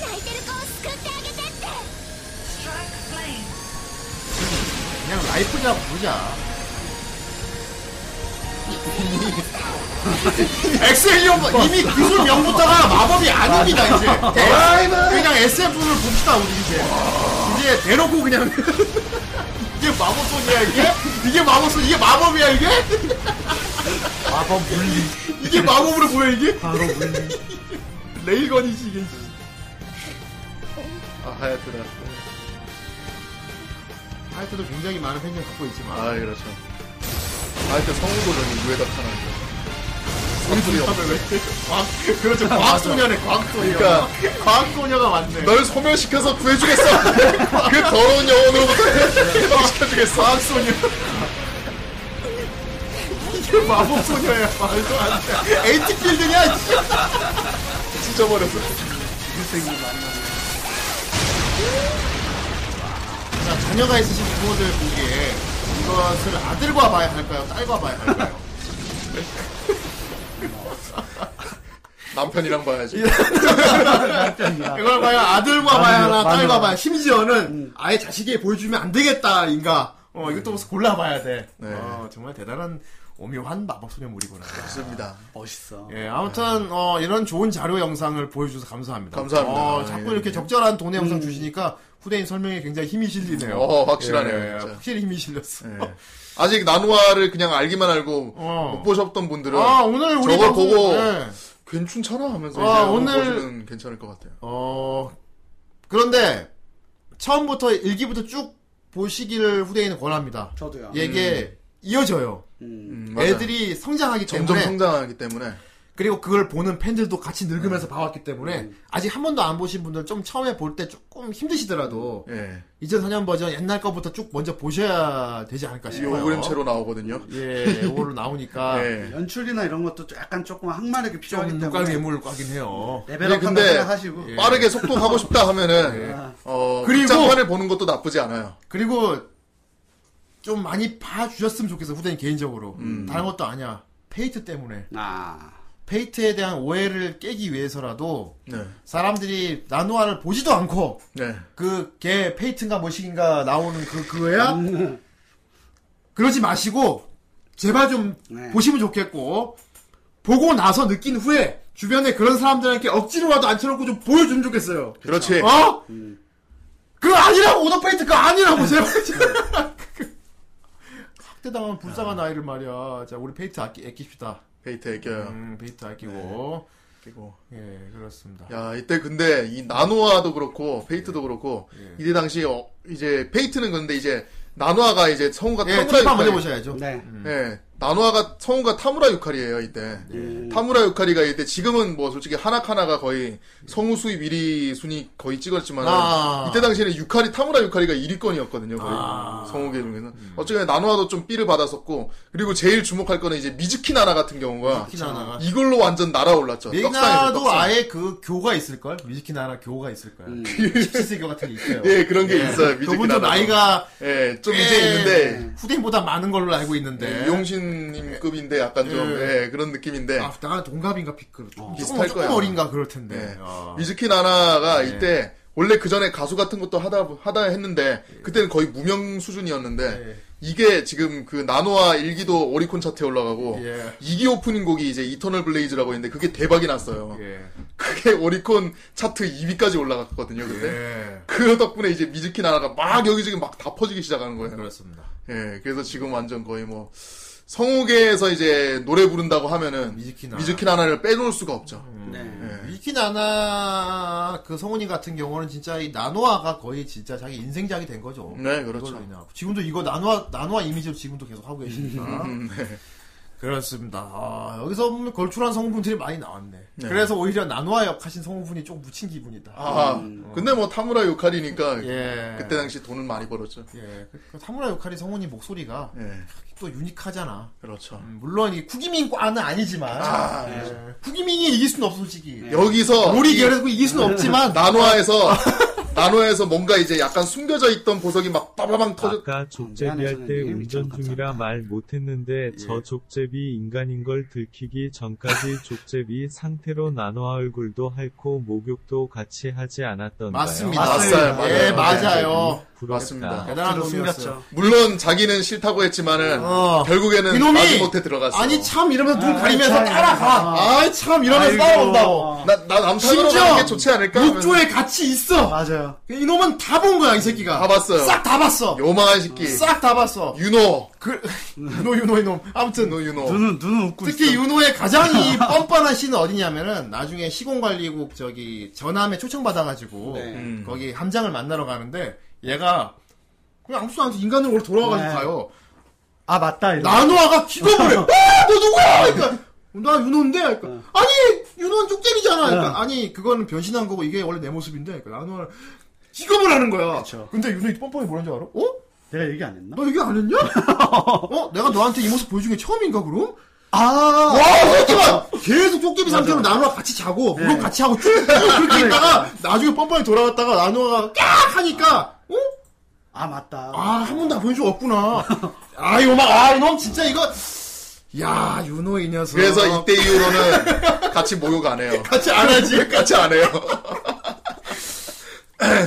Speaker 6: 泣いてる子を救ってあげてって
Speaker 8: Strike flame.
Speaker 1: 그냥 라이프냐고 부르자.
Speaker 9: <laughs>
Speaker 1: 엑셀리온 뭐 이미 기술 명부터가 마법이 아닙니다 이제.
Speaker 9: 네.
Speaker 1: 네. 그냥 SF를 봅시다 우리 이제. 이제 대놓고 그냥 이게 마법 소녀야 이게 이게 마법 소 이게 마법이야 이게
Speaker 9: <laughs> 마법 물리.
Speaker 1: 이게 마법으로 보여 이게
Speaker 3: 바로
Speaker 1: <laughs>
Speaker 3: 물리.
Speaker 1: 레일건이지 이게.
Speaker 2: 아, 하얗더라.
Speaker 1: 하여튼도 굉장히 많은 팬을 갖고 있지만
Speaker 2: 아, 그렇죠. 하여튼 성우도전이 유에 나타나는 성우들이 없어.
Speaker 1: 광,
Speaker 9: 아,
Speaker 1: 그렇죠. 과학소녀네, 과학소녀.
Speaker 2: 그러니까.
Speaker 1: 과학소녀가 맞네.
Speaker 2: 널 소멸시켜서 구해주겠어! <laughs> 그 더러운 영혼으로부터 해방시켜주겠어!
Speaker 1: 과학소녀. 이게 마법소녀야, 말도 안 돼. 에이티필드냐, 씨.
Speaker 2: 찢어버렸어.
Speaker 1: 자, 자녀가 있으신 부모들 보기에 이것을 아들과 봐야 할까요? 딸과 봐야 할까요?
Speaker 2: 남편이랑
Speaker 1: 예.
Speaker 2: 봐야지.
Speaker 1: 이걸 과연 아들과 봐야 하나,
Speaker 3: 맞아.
Speaker 1: 딸과 봐야
Speaker 2: 음.
Speaker 1: 심지어는 아예 자식에게 보여주면 안 되겠다인가. 어, 이것도 골라봐야 돼.
Speaker 2: 네.
Speaker 1: 어, 정말 대단한 오묘한 마법소녀물이구나.
Speaker 2: 아. 좋습니다.
Speaker 3: 멋있어.
Speaker 1: 예, 아무튼 어, 이런 좋은 자료 영상을 보여주셔서 감사합니다.
Speaker 2: 감사합니다.
Speaker 1: 어,
Speaker 2: 아,
Speaker 1: 자꾸
Speaker 2: 예. 음.
Speaker 1: 이렇게 적절한 돈의 영상 주시니까 후대인 설명에 굉장히 힘이 실리네요.
Speaker 2: 어, 확실하네요,
Speaker 1: 예,
Speaker 2: 진짜.
Speaker 1: 확실히 힘이 실렸어.
Speaker 2: 예. 아직 나누아를 그냥 알기만 알고
Speaker 1: 어.
Speaker 2: 못 보셨던 분들은
Speaker 1: 아, 오늘 우리
Speaker 2: 뭐, 저걸
Speaker 1: 방송-
Speaker 2: 보고
Speaker 1: 예.
Speaker 2: 괜찮잖아 하면서
Speaker 1: 아,
Speaker 2: 이제 오늘
Speaker 1: 오늘-
Speaker 2: 보시면 괜찮을 것 같아요.
Speaker 1: 어, 그런데 처음부터 일기부터 쭉 보시기를 후대인은 권합니다.
Speaker 3: 저도요.
Speaker 1: 이게 이어져요.
Speaker 2: 음, 맞아요.
Speaker 1: 애들이 성장하기
Speaker 2: 점점
Speaker 1: 때문에
Speaker 2: 성장하기 때문에
Speaker 1: 그리고 그걸 보는 팬들도 같이
Speaker 2: 음.
Speaker 1: 늙으면서 봐왔기 때문에 아직 한 번도 안 보신 분들 좀 처음에 볼 때 조금 힘드시더라도
Speaker 2: 예.
Speaker 1: 2004년 버전 옛날 거부터 쭉 먼저 보셔야 되지 않을까
Speaker 2: 이
Speaker 1: 싶어요.
Speaker 2: 오그램 채로 나오거든요.
Speaker 1: 예, 요걸로 나오니까
Speaker 2: <laughs> 예.
Speaker 3: 연출이나 이런 것도 좀 약간 조금 항마력이 필요하기
Speaker 1: 좀 눈깔
Speaker 3: 때문에
Speaker 1: 괴물 꽉긴 해요.
Speaker 3: 레벨업 한다
Speaker 2: 근데-
Speaker 3: 생각하시고
Speaker 1: 예.
Speaker 2: 빠르게 속도 가고 싶다 하면은
Speaker 3: 아,
Speaker 2: 어
Speaker 1: 그리고-
Speaker 2: 그리고 장판을 보는 것도 나쁘지 않아요.
Speaker 1: 그리고 좀 많이 봐주셨으면 좋겠어 후대인 개인적으로 다른 것도 아니야. 페이트 때문에
Speaker 3: 아
Speaker 1: 페이트에 대한 오해를 깨기 위해서라도
Speaker 2: 네.
Speaker 1: 사람들이 나노아를 보지도 않고
Speaker 2: 네.
Speaker 1: 그 걔 페이트인가 뭐시인가 나오는 그 그거야
Speaker 3: 음,
Speaker 1: 그러지 마시고 제발 좀
Speaker 3: 네.
Speaker 1: 보시면 좋겠고 보고 나서 느낀 후에 주변에 그런 사람들한테 억지로라도 앉혀놓고 좀 보여주면 좋겠어요.
Speaker 2: 그렇지.
Speaker 1: 어?
Speaker 3: 음.
Speaker 1: 그거 아니라고 오더페이트 그거 아니라고 제발.
Speaker 2: 네.
Speaker 1: <laughs> 학대당한 불쌍한 아이를 말이야. 자 우리 페이트 아끼 아낍시다.
Speaker 2: 베이트 애껴요.
Speaker 1: 음 페이트 아끼고
Speaker 2: 그리고
Speaker 1: 예 그렇습니다.
Speaker 2: 네. 야 이때 근데 이 나노아도 그렇고 페이트도 그렇고
Speaker 1: 예.
Speaker 2: 이때 당시 어, 이제 페이트는 근데 이제 나노아가 이제 성우가
Speaker 1: 예
Speaker 2: 타무라
Speaker 1: 첫판 먼저
Speaker 2: 유카리.
Speaker 1: 보셔야죠.
Speaker 3: 네.
Speaker 2: 예. 나노아가 성우가 타무라 유카리예요 이때. 타무라 유카리가 이때 지금은 뭐 솔직히 하나카나가 거의 성우 수입 1위 순위 거의 찍었지만
Speaker 1: 아.
Speaker 2: 이때 당시에는 유카리 타무라 유카리가 1위권이었거든요. 거의
Speaker 1: 아.
Speaker 2: 성우계 중에서는 어쨌든 나노아도 좀 삐를 받았었고 그리고 제일 주목할 거는 이제 미즈키 나나 같은 경우가
Speaker 1: 미즈키나나가.
Speaker 2: 이걸로 완전 날아올랐죠. 떡상에서
Speaker 1: 미나도
Speaker 2: 떡상.
Speaker 1: 아예 그 교가 있을걸? 뮤지키 나라 교가 있을걸? <laughs> 십시세교 같은 게 있어요.
Speaker 2: 예 그런 게 있어요. 미즈키
Speaker 1: 그분도
Speaker 2: 나나.
Speaker 1: 나이가
Speaker 2: 예좀
Speaker 1: 꽤
Speaker 2: 이제 있는데 예,
Speaker 1: 후대인보다 많은 걸로 알고 있는데
Speaker 2: 용신님급인데 약간 좀
Speaker 1: 네. 예.
Speaker 2: 예, 그런 느낌인데
Speaker 1: 아, 나랑 동갑인가 그
Speaker 2: 어, 비슷할
Speaker 1: 조금
Speaker 2: 거야.
Speaker 1: 어린가 그럴 텐데.
Speaker 2: 네.
Speaker 1: 아.
Speaker 2: 미즈키 나나가
Speaker 1: 네.
Speaker 2: 이때 원래 그 전에 가수 같은 것도 하다 하다 했는데 그때는 거의 무명 수준이었는데
Speaker 1: 예.
Speaker 2: 이게 지금 그 나노와 일기도 오리콘 차트에 올라가고
Speaker 1: 예.
Speaker 2: 이 2기 오프닝 곡이 이제 이터널 블레이즈라고 있는데 그게 대박이 났어요.
Speaker 1: 예.
Speaker 2: 그게 오리콘 차트 2위까지 올라갔거든요. 근데
Speaker 1: 예.
Speaker 2: 그 덕분에 이제
Speaker 1: 네.
Speaker 2: 미즈키 나나가 막 여기저기 막 다 퍼지기 시작하는 거예요.
Speaker 1: 그렇습니다.
Speaker 2: 예, 그래서 지금 완전 거의 뭐 성우계에서 이제 노래 부른다고 하면은
Speaker 1: 미즈키나. 음.
Speaker 2: 미즈키 나나를 빼놓을 수가 없죠.
Speaker 3: 네.
Speaker 1: 예. 위키나나 그 성훈이 같은 경우는 진짜 이 나노아가 거의 진짜 자기 인생작이 된 거죠.
Speaker 2: 네, 그렇죠.
Speaker 1: 이걸로 인해서. 지금도 이거 나노아 나노아 이미지로 지금도 계속 하고 계시니까.
Speaker 2: 음, 네.
Speaker 1: 그렇습니다. 아, 여기서 보면 걸출한 성우분들이 많이 나왔네. 그래서 오히려 나노아 역 하신 성우분이 좀 묻힌 기분이다.
Speaker 2: 아, 근데 뭐 타무라 요칼이니까
Speaker 1: 음. 예.
Speaker 2: 그때 당시 돈을 많이 벌었죠.
Speaker 1: 예. 그- 그 사무라 요카리 성우님 목소리가
Speaker 2: 예,
Speaker 1: 또 유니크하잖아.
Speaker 2: 그렇죠.
Speaker 1: 음, 물론 이 쿠기민과는 아니지만
Speaker 2: 네.
Speaker 1: 예. 쿠기민이 이길 수는 없어 솔직히.
Speaker 2: 여기서
Speaker 1: 우리
Speaker 2: 이
Speaker 1: 결국 이길 수는 없지만
Speaker 2: <laughs> 나노아에서 나노아에서 뭔가 이제 약간 숨겨져 있던 보석이 막 빠바방 터져.
Speaker 10: 아까 족제비 할 때 운전 중이라 말 못했는데 저 족제비 인간인 걸 들키기 전까지 족제비 상태로 나노아 얼굴도 핥고 목욕도 같이 하지 않았던가요?
Speaker 1: 맞습니다.
Speaker 2: 맞아요. 맞아요.
Speaker 1: 예,
Speaker 2: 맞아요.
Speaker 1: 맞아요.
Speaker 10: 부럽다.
Speaker 2: 맞습니다.
Speaker 1: 대단한
Speaker 3: 억지로
Speaker 1: 놈이었어.
Speaker 2: 물론 자기는 싫다고 했지만은
Speaker 1: 어.
Speaker 2: 결국에는
Speaker 1: 이놈이
Speaker 2: 네, 마지 못해 들어갔어.
Speaker 1: 아니 참 이러면서 눈
Speaker 3: 아,
Speaker 1: 가리면서
Speaker 3: 참.
Speaker 1: 따라가. 아, 참 이러면서
Speaker 3: 아이고.
Speaker 1: 따라온다고.
Speaker 3: 어,
Speaker 2: 나나 남산으로
Speaker 1: 심지어
Speaker 2: 가는 게 좋지 않을까? 그러니까 하면서
Speaker 1: 욕조에 같이 있어. 그
Speaker 3: 맞아요.
Speaker 1: 이놈은 다 본 거야 이 새끼가.
Speaker 2: 다 봤어요.
Speaker 1: 싹 다 봤어.
Speaker 2: 요망한 새끼.
Speaker 1: 싹 다 봤어.
Speaker 2: 윤호.
Speaker 1: 그 <laughs> 유노 유노 이놈. 아무튼
Speaker 2: 윤호 윤호.
Speaker 3: 눈은 눈은 웃고
Speaker 1: 특히
Speaker 3: 있어.
Speaker 1: 윤호의 가장 이 뻔뻔한 씬은 어디냐면은 나중에 시공관리국 저기 전함에 초청받아가지고
Speaker 3: 네.
Speaker 2: 음.
Speaker 1: 거기 함장을 만나러 가는데 얘가 그냥 아무도 안 해서 인간으로 돌아와가지고
Speaker 3: 네.
Speaker 1: 가요.
Speaker 3: 아 맞다. 이거.
Speaker 1: 나노아가 죽어버려. 아, 너 누구야? 그러니까 나 윤호인데. 그러니까 아니 윤호는 쪽제비잖아. 그러니까 아니 그거는 변신한 거고 이게 원래 내 모습인데. 그러니까 나노아를 직업을 하는 거야.
Speaker 3: 그쵸.
Speaker 1: 근데 윤호이 뻔뻔히 뭐라는 줄 알아? 어?
Speaker 3: 내가 얘기 안 했나?
Speaker 1: 너 얘기 안 <laughs> 했냐? 어? 내가 너한테 이 모습 보여준 게 처음인가 그럼?
Speaker 3: 아
Speaker 1: 와, 그렇지만 계속 쪽제비 상태로 나누아 그러니까. 같이 자고, 무릎 같이 하고 쭉 그렇게 있다가 나중에 뻔뻔히 돌아왔다가 나누아가 깍 하니까, 어?
Speaker 3: 아 맞다.
Speaker 1: 아, 한 번도 안 보여준 적 없구나. 아, 이놈아, 아, 이놈 진짜 이거. 야, 윤호 이 녀석.
Speaker 2: 그래서 이때 이후로는 같이 목욕
Speaker 1: <laughs>
Speaker 2: 안 해요.
Speaker 1: 같이 안 하지.
Speaker 2: <laughs> 같이 안 해요.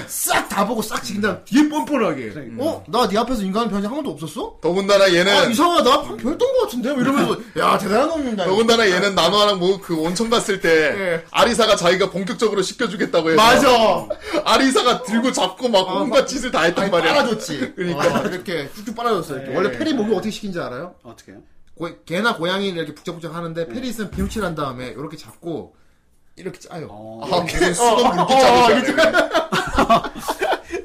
Speaker 1: 싹 다 보고 싹 지킨 다음 뒤에 뻔뻔하게.
Speaker 2: 음.
Speaker 3: 그러니까.
Speaker 1: 어? 나 네 앞에서 인간 변신 한 번도 없었어?
Speaker 2: 더군다나 얘는
Speaker 1: 아, 이상하다. 방금 별던 것 같은데? 뭐 이러면서, 야, 대단한 놈입니다. 이거.
Speaker 2: 더군다나 얘는 나노아랑 뭐 그 온천 갔을 때
Speaker 1: 예.
Speaker 2: 아리사가 자기가 본격적으로 씻겨주겠다고 해서
Speaker 1: 맞아.
Speaker 2: 아리사가 들고 잡고 막 온갖 짓을 다 했단
Speaker 1: 아니,
Speaker 2: 말이야.
Speaker 1: 빨아줬지.
Speaker 2: 그러니까.
Speaker 1: 어, 이렇게 쭉쭉 빨아줬어. 이렇게.
Speaker 3: 예.
Speaker 1: 원래 페리 목욕 어떻게 시킨지 알아요?
Speaker 3: 어떻게요?
Speaker 1: 고- 개나 고양이를 이렇게 북적북적 하는데 페리 있으면 비누칠 한 다음에 이렇게 잡고 이렇게 짜요.
Speaker 2: 아, 무슨
Speaker 1: 어,
Speaker 2: 수건
Speaker 1: 어,
Speaker 2: 물기
Speaker 1: 어,
Speaker 2: 짜듯이
Speaker 1: 이렇게
Speaker 2: 하네.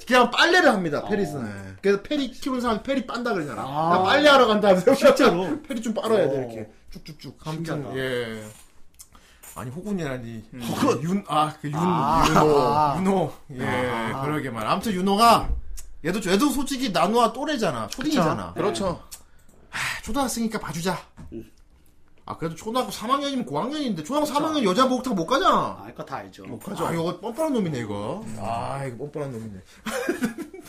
Speaker 1: 그냥 빨래를 합니다. 페리는. 그래서 페리 키우는 사람 페리 빤다 그러잖아. 나 빨래하러 간다. 하면서
Speaker 3: 실제로?
Speaker 1: <laughs> 페리 좀 빨아야 돼
Speaker 3: 어.
Speaker 1: 이렇게 쭉쭉쭉. 아무튼
Speaker 3: 신기하다.
Speaker 1: 예. 아니 호군이라니. 그 윤아그 윤.
Speaker 3: 아.
Speaker 1: 윤호. 예. 그러게 말. 아무튼 윤호가 얘도 얘도 솔직히 나누아 또래잖아. 초딩이잖아. 예.
Speaker 2: 그렇죠.
Speaker 1: 초등학생이니까 봐주자. 아 그래도 초등학교 3학년이면 고학년인데 초등학교 3학년 여자 목욕탕 못 가잖아.
Speaker 3: 아 이거 다 알죠.
Speaker 1: 아 이거 뻔뻔한 놈이네 이거. 아 이거 뻔뻔한 놈이네.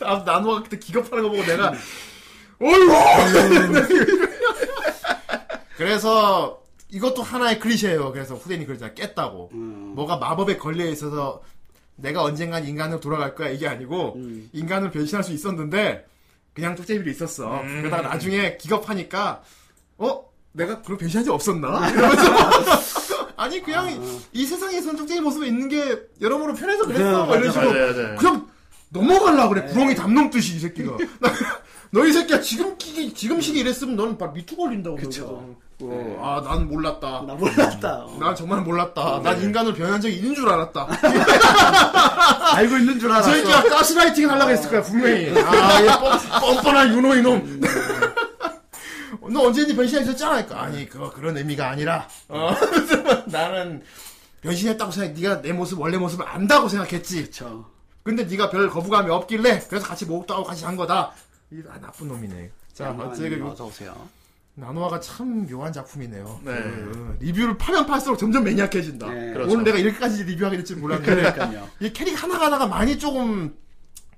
Speaker 1: <laughs> 아 나노가 그때 기겁하는 거 보고 내가 어이구. <laughs> 그래서 이것도 하나의 클리셰예요. 그래서 후대인이 그러잖아 깼다고.
Speaker 3: 음.
Speaker 2: 어.
Speaker 1: 뭐가 마법에 걸려 있어서 내가 언젠간 인간으로 돌아갈 거야 이게 아니고
Speaker 2: 음.
Speaker 1: 인간으로 변신할 수 있었는데 그냥 쪽제비로 있었어.
Speaker 2: 음.
Speaker 1: 그러다가 나중에 기겁하니까 어 내가 그런 변신한 적 없었나? <laughs> 이러면서 아니 그냥 이 세상에선 쪽제비 모습에 있는 게 여러모로 편해서 그랬어. 막 이런 식으로
Speaker 2: 네, 맞아요, 네. 맞아요.
Speaker 1: 그냥 넘어갈라 그래. 구렁이 담놈듯이 이 새끼가. <laughs> 나- 너 이 새끼야 지금 끼기 지금 시기 이랬으면 너는 바 미투 걸린다고.
Speaker 3: 그쵸.
Speaker 2: 네.
Speaker 1: 그래서. 어, 아, 난 몰랐다.
Speaker 3: 나 몰랐다. 어.
Speaker 1: 난 정말 몰랐다. 난 인간으로 변한 적이 있는 줄 알았다.
Speaker 3: 알고 있는 줄 아, 알았어. 음.
Speaker 1: 저 새끼가 가스라이팅을 하려고 했을 거야, 분명히. 아, 얘 뻔- 뻔뻔한 윤호 이놈. <laughs> 너 언제든지 변신했었잖아. 그러니까, 아니, 그거 그런 의미가 아니라. 어, <laughs> 나는 변신했다고 생각, 네가 내 모습, 원래 모습을 안다고 생각했지.
Speaker 3: 그쵸.
Speaker 1: 근데 네가 별 거부감이 없길래 그래서 같이 목욕도 하고 같이 한 거다. 이- 아 나쁜 놈이네. 자 그-
Speaker 3: 양반님,
Speaker 1: 어쨌든
Speaker 3: 어서 오세요.
Speaker 1: 나노아가 참 묘한 작품이네요.
Speaker 2: 네.
Speaker 1: 그 리뷰를 파면 팔수록 점점 매니악해진다.
Speaker 3: 네.
Speaker 2: 그렇죠.
Speaker 1: 오늘 내가 이렇게까지 리뷰하게 될지 몰랐는데
Speaker 3: 그러니까요.
Speaker 1: <laughs> 이 캐릭 하나 하나가 많이 조금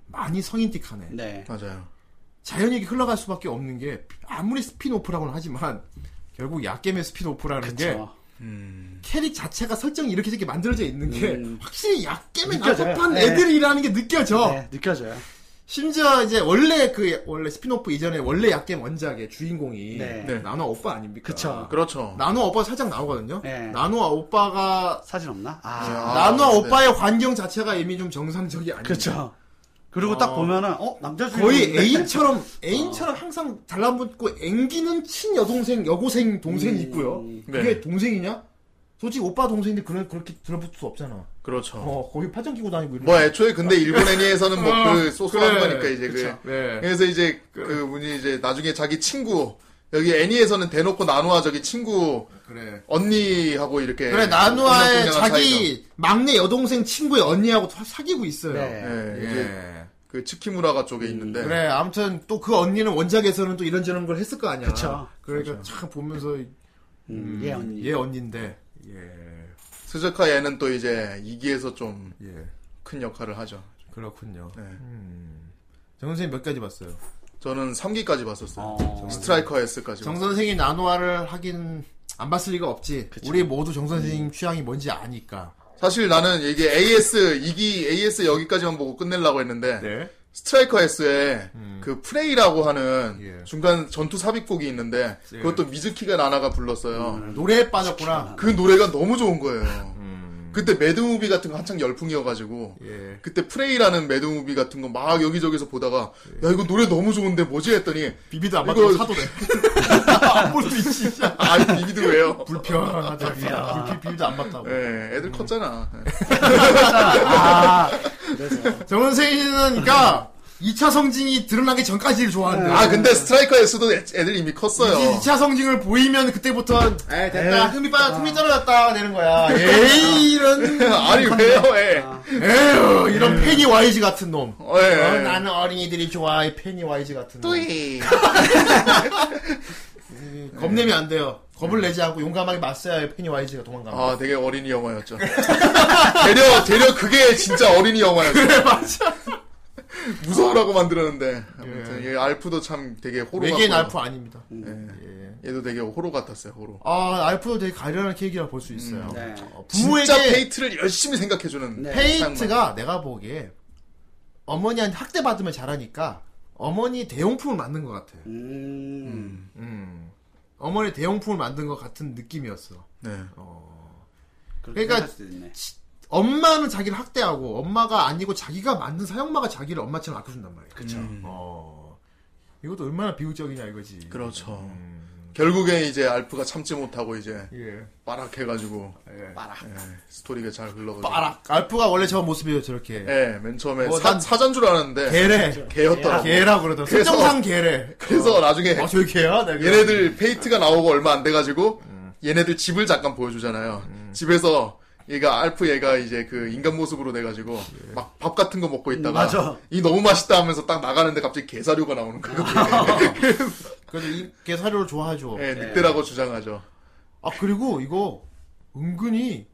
Speaker 1: 많이 성인틱하네.
Speaker 3: 네.
Speaker 2: 맞아요.
Speaker 1: 자연이 흘러갈 수밖에 없는 게 아무리 스피노프라고는 하지만 결국 약겜의 스피노프라는 게
Speaker 3: 그쵸.
Speaker 2: 음.
Speaker 1: 캐릭 자체가 설정이 이렇게 저렇게 만들어져 있는 게
Speaker 3: 음.
Speaker 1: 확실히 약겜의
Speaker 3: 느껴져요.
Speaker 1: 낙법한
Speaker 3: 네.
Speaker 1: 애들이라는 게 느껴져.
Speaker 3: 네, 느껴져요.
Speaker 1: 심지어 이제 원래 그 원래 스피노프 이전에 원래 약겜 원작의 주인공이
Speaker 3: 네.
Speaker 2: 네.
Speaker 1: 나노 오빠 아닙니까?
Speaker 3: 그쵸.
Speaker 2: 그렇죠.
Speaker 1: 나노 오빠 살짝 나오거든요.
Speaker 3: 네.
Speaker 1: 나노 오빠가
Speaker 3: 사진 없나? 아,
Speaker 2: 아,
Speaker 1: 나노
Speaker 2: 네.
Speaker 1: 오빠의 환경 자체가 이미 좀 정상적이 아니에요.
Speaker 3: 그쵸. 그리고 딱 보면은 어 남자 주인공
Speaker 1: 거의
Speaker 2: 네.
Speaker 1: 애인처럼
Speaker 3: 어.
Speaker 1: 애인처럼 항상 잘라붙고 앵기는 친 여동생 여고생 동생이
Speaker 3: 음.
Speaker 1: 있고요. 그게
Speaker 2: 네.
Speaker 1: 동생이냐? 솔직히 오빠 동생인데 그런 그렇게 들어붙을 수 없잖아.
Speaker 2: 그렇죠.
Speaker 1: 어 거기 파전 끼고 다니고 이런.
Speaker 2: 뭐 애초에 근데 일본 애니에서는 뭐 그
Speaker 1: 어,
Speaker 2: 소소한
Speaker 1: 그래.
Speaker 2: 거니까 이제 그
Speaker 1: 그쵸. 네.
Speaker 2: 그래서 이제 그 분이 이제 나중에 자기 친구 여기 애니에서는 대놓고 나누아 저기 친구
Speaker 1: 그래.
Speaker 2: 언니하고 이렇게
Speaker 1: 그래 나누아의
Speaker 2: 엄청 네, 동생이랑
Speaker 1: 자기 막내 여동생 친구의 언니하고 사- 사귀고 있어요.
Speaker 3: 네.
Speaker 2: 사이가. 예, 이제
Speaker 1: 예.
Speaker 2: 그 치키무라가 쪽에 있는데
Speaker 1: 그래 아무튼 또 그 언니는 원작에서는 또 이런저런 걸 했을 거 아니야.
Speaker 3: 그쵸.
Speaker 1: 그러니까 참 보면서
Speaker 3: 음, 예 언니
Speaker 1: 얘 언니인데 예
Speaker 2: 스즈카 얘는 또 이제 이기에서 좀 큰
Speaker 1: 예.
Speaker 2: 역할을 하죠.
Speaker 1: 그렇군요.
Speaker 2: 네.
Speaker 1: 음. 정 선생님 몇 가지 봤어요?
Speaker 2: 저는 3기까지 봤었어요.
Speaker 3: 어,
Speaker 2: 스트라이커 S까지.
Speaker 1: 아. 정 선생이 나노화를 하긴 안 봤을 리가 없지. 우리 모두 정
Speaker 2: 음.
Speaker 1: 선생님 취향이 뭔지 아니까.
Speaker 2: 사실 나는 이게 AS 2기 AS 여기까지만 보고 끝내려고 했는데
Speaker 1: 네. 음.
Speaker 2: 스트라이커 S에 그 프레이라고 하는
Speaker 1: 예.
Speaker 2: 중간 전투 삽입곡이 있는데
Speaker 1: 예. 음.
Speaker 2: 그것도 미즈키가 나나가 불렀어요.
Speaker 1: 노래에 빠졌구나.
Speaker 2: 그 노래가 너무 좋은 거예요. 그때 매드무비 같은 거 한창 열풍이어가지고
Speaker 1: 음. 예.
Speaker 2: 그때 프레이라는 매드무비 같은 거 막 여기저기서 보다가
Speaker 1: 예.
Speaker 2: 야 이거 노래 너무 좋은데 뭐지 했더니
Speaker 1: 비비도 안
Speaker 2: 이거-
Speaker 1: 받고 사도 돼. <laughs> 안볼 수 있지. 진짜.
Speaker 2: 아 비비드
Speaker 1: <laughs>
Speaker 2: 왜요?
Speaker 1: 불편하다. 비비도. 불피 비비도 안 받다고.
Speaker 2: 예, 애들 컸잖아.
Speaker 1: 음.
Speaker 2: 예.
Speaker 3: 아 그래서
Speaker 1: 정 선생님은 그러니까 2차 성징이 드러나기 전까지를 좋아한대.
Speaker 2: 아 근데 스트라이커 S도 애- 애들 이미 컸어요.
Speaker 1: 이제 2차 성징을 보이면 그때부터 에 네, 됐다
Speaker 3: 네.
Speaker 1: 흠이 빠 흠이 떨어졌다 되는 거야 <laughs> 에이 <laughs> 이런
Speaker 2: <laughs> 아니 왜요? 예.
Speaker 1: 에휴 이런 페니와이즈 같은 놈
Speaker 2: 어, 예.
Speaker 1: 네. 어, 나는 어린이들이 좋아해 페니와이즈 같은 놈
Speaker 2: 예.
Speaker 1: 음, <laughs> 겁내면 안 돼요 겁을 내지 않고 용감하게 맞서야 해 페니와이즈가 도망가면
Speaker 2: 아, 되게 어린이 영화였죠. 되려, 되려 그게 진짜 어린이 영화였죠. 그래, 맞아. 무서우라고 만들었는데. 아무튼, 얘 알프도 참 되게 호로 같고.
Speaker 1: 예. 외계인 알프 아닙니다 예.
Speaker 2: 얘도 되게 호로 같았어요, 호로.
Speaker 1: 아 알프도 되게 가련한 캐릭이라 볼 수 있어요
Speaker 3: 네.
Speaker 1: 어,
Speaker 2: 진짜
Speaker 1: 부모에게
Speaker 2: 페이트를 열심히 생각해주는.
Speaker 3: 네.
Speaker 1: 페이트가 내가 보기에 어머니한테 학대받으면 잘하니까 어머니 대용품을 만든 것 같아
Speaker 3: 음,
Speaker 1: 음. 어머니 대용품을 만든 것 같은 느낌이었어
Speaker 2: 네.
Speaker 3: 그렇게
Speaker 1: 그러니까-
Speaker 3: 생각할 수도 있네.
Speaker 1: 엄마는 자기를 학대하고 엄마가 아니고 자기가 만든 사형마가 자기를 엄마처럼 아껴준단 말이야. 그렇죠. 어. 이것도 얼마나 비극적이냐 이거지.
Speaker 2: 음. 그렇죠.
Speaker 1: 음.
Speaker 2: 결국에 이제 알프가 참지 못하고 이제
Speaker 1: 예.
Speaker 2: 빠락 해가지고
Speaker 1: 예.
Speaker 2: 스토리가 잘 흘러가지고.
Speaker 1: 빠락. 알프가 원래 저 모습이에요 저렇게.
Speaker 2: 예, 맨 처음에
Speaker 1: 어,
Speaker 2: 사,
Speaker 1: 난-
Speaker 2: 사자인 줄 알았는데.
Speaker 1: 개래.
Speaker 2: 개였더라고.
Speaker 1: 개라고 그러더라.
Speaker 2: 그래서-
Speaker 1: 설정상 개래.
Speaker 2: 그래서 나중에
Speaker 1: 아 저기 개야? 내가.
Speaker 2: 얘네들 페이트가 나오고 얼마 안 돼가지고
Speaker 1: 음.
Speaker 2: 얘네들 집을 잠깐 보여주잖아요. 집에서 얘가 알프 얘가 이제 그 인간 모습으로 돼가지고
Speaker 1: 예.
Speaker 2: 막 밥 같은 거 먹고 있다가
Speaker 3: 맞아.
Speaker 2: 이 너무 맛있다 하면서 딱 나가는데 갑자기 개사료가 나오는 거예요.
Speaker 1: 아, 그래서 이개 사료를 좋아하죠.
Speaker 2: 예, 늑대라고 주장하죠.
Speaker 1: 아 그리고 이거 은근히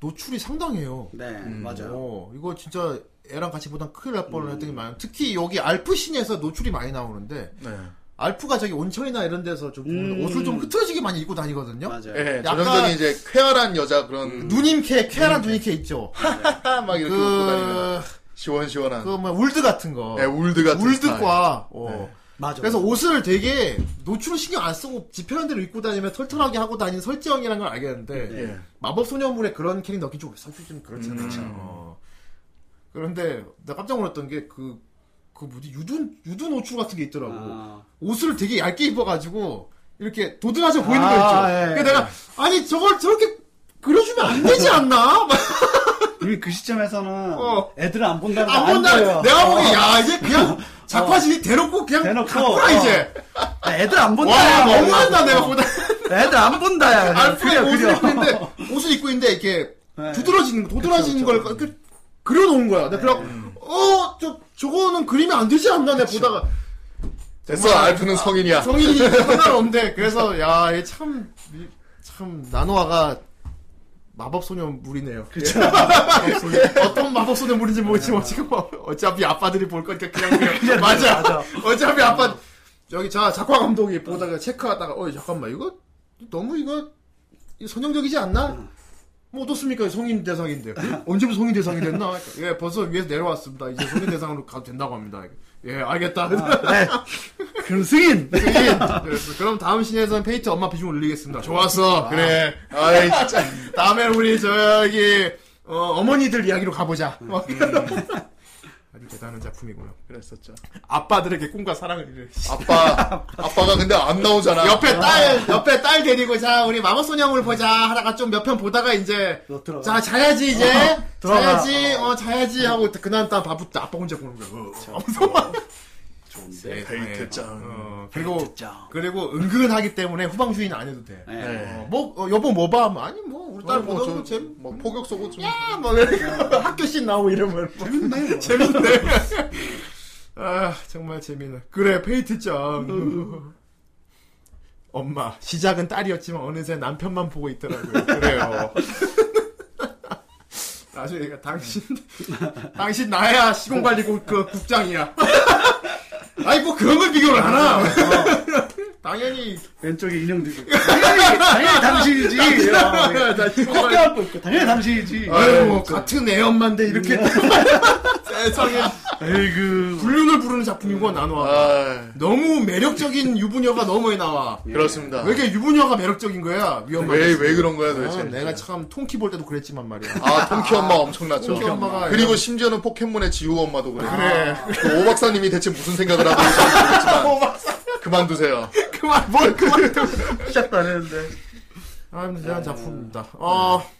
Speaker 1: 노출이 상당해요.
Speaker 3: 네 맞아요.
Speaker 1: 어, 이거 진짜 애랑 같이 보다 큰일 날 뻔한 했던 게 많아요. 특히 여기 알프 신에서 노출이 많이 나오는데
Speaker 2: 네.
Speaker 1: 알프가 저기 온천이나 이런 데서 좀 보면
Speaker 3: 음.
Speaker 1: 옷을 좀 흐트러지게 많이 입고 다니거든요.
Speaker 3: 맞아요.
Speaker 2: 예,
Speaker 1: 약간- 음.
Speaker 2: 전형적인 이제 쾌활한 여자 그런
Speaker 1: 누님캐, 쾌활한 누님캐 있죠.
Speaker 2: <laughs> 막 이렇게 웃고
Speaker 1: 그,
Speaker 2: 다니는 시원시원한
Speaker 1: 그, 뭐, 울드 같은 거.
Speaker 2: 예, 울드 같은 스타일.
Speaker 1: 울드과, 어.
Speaker 2: 네.
Speaker 3: 맞아.
Speaker 1: 그래서 옷을 되게 노출을 신경 안 쓰고 지편한 대로 입고 다니면 털털하게 하고 다니는 설지영이라는 걸 알겠는데
Speaker 3: 네.
Speaker 2: 예.
Speaker 1: 마법 소녀물에 그런 캐릭 넣기 좀 사실 좀
Speaker 3: 음.
Speaker 1: 그렇잖아요. 어. 그런데 나 깜짝 놀랐던 게 그 그 뭐지 유둔 유둔 옷줄 같은 게 있더라고.
Speaker 3: 아.
Speaker 1: 옷을 되게 얇게 입어가지고 이렇게 도드라져 보이는
Speaker 3: 아,
Speaker 1: 거 있죠.
Speaker 3: 예,
Speaker 1: 그러니까
Speaker 3: 예.
Speaker 1: 내가 아니 저걸 저렇게 그려주면 안 되지 않나?
Speaker 3: <laughs>
Speaker 1: 막
Speaker 3: 이미 그 시점에서는
Speaker 1: 어.
Speaker 3: 애들 안 본다는
Speaker 1: 안
Speaker 3: 거안
Speaker 1: 본다.
Speaker 3: 보여.
Speaker 1: 내가 보기에 야 이제 그냥 작화실이 대놓고 그냥
Speaker 3: 대놓고,
Speaker 1: 가꾸라
Speaker 3: 어.
Speaker 1: 이제.
Speaker 3: 야, 애들 안 본다.
Speaker 1: 와
Speaker 3: 야.
Speaker 1: 너무한다 내가 보다. 아,
Speaker 3: 애들 안 본다야.
Speaker 1: 알프가 옷을 입고 <laughs> 있는데 옷을 입고 있는데 이렇게
Speaker 3: 네.
Speaker 1: 두드러지는 도드라지는 걸 이렇게 그려놓은 거야. 내가 그래 어저 저거는 그림이 안 되지 않나 내가 보다가
Speaker 2: 됐어 알프는 성인이야.
Speaker 1: 정인이 상관없는데 그래서 야참참 나노아가 마법 소녀 물이네요. <laughs> 어떤 마법 소녀 물인지 모르지만 지금 뭐 어차피 아빠들이 볼 거니까 그냥 그냥 맞아.
Speaker 3: 맞아.
Speaker 1: 어차피 아빠 여기 자 작화 감독이 보다가 체크하다가 어 잠깐만 이거 너무 이거 이거 선형적이지 않나? 뭐 어떻습니까 성인 대상인데 언제부터 성인 대상이 됐나? 예 벌써 위에서 내려왔습니다. 이제 성인 대상으로 가도 된다고 합니다. 예 알겠다. <laughs>
Speaker 3: 그럼 승인.
Speaker 1: 네, 그래서 그럼 다음 신에서는 페이트 엄마 비중 올리겠습니다. 좋았어. 그래.
Speaker 2: 아이 진짜
Speaker 1: 다음에 우리 저기 어, 어머니들 이야기로 가보자. 막 이러고. 뭐 아주 대단한 작품이고요.
Speaker 2: 그랬었죠.
Speaker 1: 아빠들에게 꿈과 사랑을.
Speaker 2: 아빠, 아빠가 근데 안 나오잖아.
Speaker 1: 옆에 딸, 옆에 딸 데리고, 자, 우리 마법소녀물 보자 하다가 좀 몇 편 보다가 이제,
Speaker 3: 너 들어가.
Speaker 1: 자, 자야지, 이제.
Speaker 3: 어, 들어가.
Speaker 1: 자야지, 어, 자야지 하고, 그날 딱 바쁘다. 아빠 혼자 보는 거야. 어, 하면서.
Speaker 2: 좋은데.
Speaker 1: 어,
Speaker 2: 데이트짱.
Speaker 1: 그리고,
Speaker 3: 진짜.
Speaker 1: 그리고 은근하기 때문에 후방주의는 안 해도 돼.
Speaker 3: 네. 어,
Speaker 1: 어, 뭐, 어, 여보 뭐 봐? 뭐, 아니, 뭐, 우리 딸 보던 거
Speaker 2: 뭐,
Speaker 1: 재밌,
Speaker 2: 좀, 뭐, 포격 쏘고 좀.
Speaker 1: 아, 막 이렇게
Speaker 3: 네.
Speaker 1: <laughs> 학교씬 나오고 이러면 뭐.
Speaker 3: 뭐.
Speaker 1: 재밌네 재밌네 <laughs> 아 정말 재밌네 그래 페이트점 <laughs> 엄마 시작은 딸이었지만 어느새 남편만 보고 있더라고요 그래요 <laughs> 나중에 얘가 <laughs> 당신 당신 나야 시공관리국 그 국장이야 <laughs> 아니 뭐 그런 걸 비교를 하나 <laughs> 당연히
Speaker 3: 왼쪽에 인형 들고 당연히 당연히 당신이지 야,
Speaker 1: 나 시공관리-
Speaker 3: 커피 안고 있고 당연히 당신이지
Speaker 1: 어, 아유, 뭐 음. 같은 애 엄마인데 이렇게 <laughs> 세상에
Speaker 3: 에이그
Speaker 1: 불륜을 부르는 작품이고 나노아
Speaker 2: 아,
Speaker 1: 너무 매력적인 유부녀가 너무 많이 나와
Speaker 2: 그렇습니다.
Speaker 1: 왜 이렇게 유부녀가 매력적인 거야 위험한
Speaker 2: 왜, 왜 그런 거야 도대체?
Speaker 1: 아, 내가 참 통키 볼 때도 그랬지만 말이야
Speaker 2: 아, 통키 엄마 엄청났죠.
Speaker 1: 통키 엄마가 아,
Speaker 2: 그리고 심지어는 포켓몬의 지우 엄마도 그래요.
Speaker 1: 그래
Speaker 2: 그 오박사님이 대체 무슨 생각을 하고 있는지 모르겠지만 <laughs> 그만두세요.
Speaker 1: 그만 뭘 그만
Speaker 3: 시작도 안 했는데
Speaker 1: 아 대단한 작품입니다
Speaker 2: 음.
Speaker 1: 어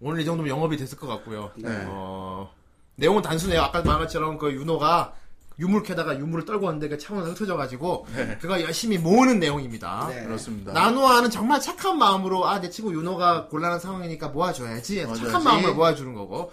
Speaker 1: 오늘 이 정도면 영업이 됐을 것 같고요
Speaker 2: 네.
Speaker 1: 어 내용은 단순해요 아까 말한 것처럼 그 윤호가 유물캐다가 유물을 떨고 왔는데 그 차원에서 흩어져가지고
Speaker 2: 네.
Speaker 1: 그가 열심히 모으는 내용입니다
Speaker 3: 네.
Speaker 2: 그렇습니다.
Speaker 1: 나노아는 정말 착한 마음으로 아 내 친구 윤호가 곤란한 상황이니까 모아줘야지 해서 착한
Speaker 2: 모아줘야지.
Speaker 1: 마음으로 모아주는 거고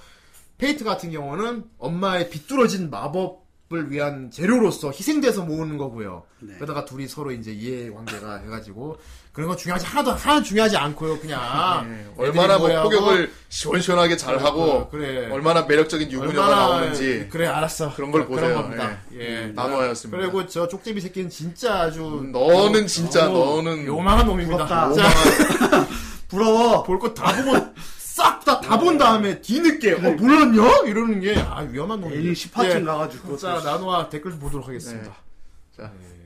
Speaker 1: 페이트 같은 경우는 엄마의 비뚤어진 마법을 위한 재료로서 희생돼서 모으는 거고요.
Speaker 3: 네.
Speaker 1: 그러다가 둘이 서로 이제 이해관계가 해가지고 그런 거 중요하지 하나도 하나 중요하지 않고요
Speaker 2: <laughs>
Speaker 1: 그냥
Speaker 2: 얼마나 뭐
Speaker 1: 애들이 뭐야
Speaker 2: 포격을 시원시원하게
Speaker 1: 하고,
Speaker 2: 잘하고
Speaker 1: 어, 그래
Speaker 2: 얼마나 매력적인 유부녀가
Speaker 1: 얼마나-
Speaker 2: 나오는지
Speaker 1: 그래 알았어
Speaker 2: 그런 걸 보세요. 네.
Speaker 1: 겁니다. 예.
Speaker 2: 나노아였습니다.
Speaker 1: 그리고 저 쪽제비 새끼는 진짜 아주
Speaker 2: 음, 너는 진짜
Speaker 1: 너무
Speaker 2: 너는
Speaker 1: 요망한 놈입니다.
Speaker 3: 부럽다.
Speaker 1: 자,
Speaker 3: 부러워
Speaker 1: 볼 거 다 보고 싹 다 다 본 다음에 뒤늦게 어
Speaker 2: 그러니까.
Speaker 1: 몰랐냐 이러는 게 아 위험한 놈이
Speaker 3: 애니 10화쯤 가가지고
Speaker 1: 예. 자 나노와 댓글 좀 보도록 하겠습니다.
Speaker 2: 네. 자.
Speaker 1: 예.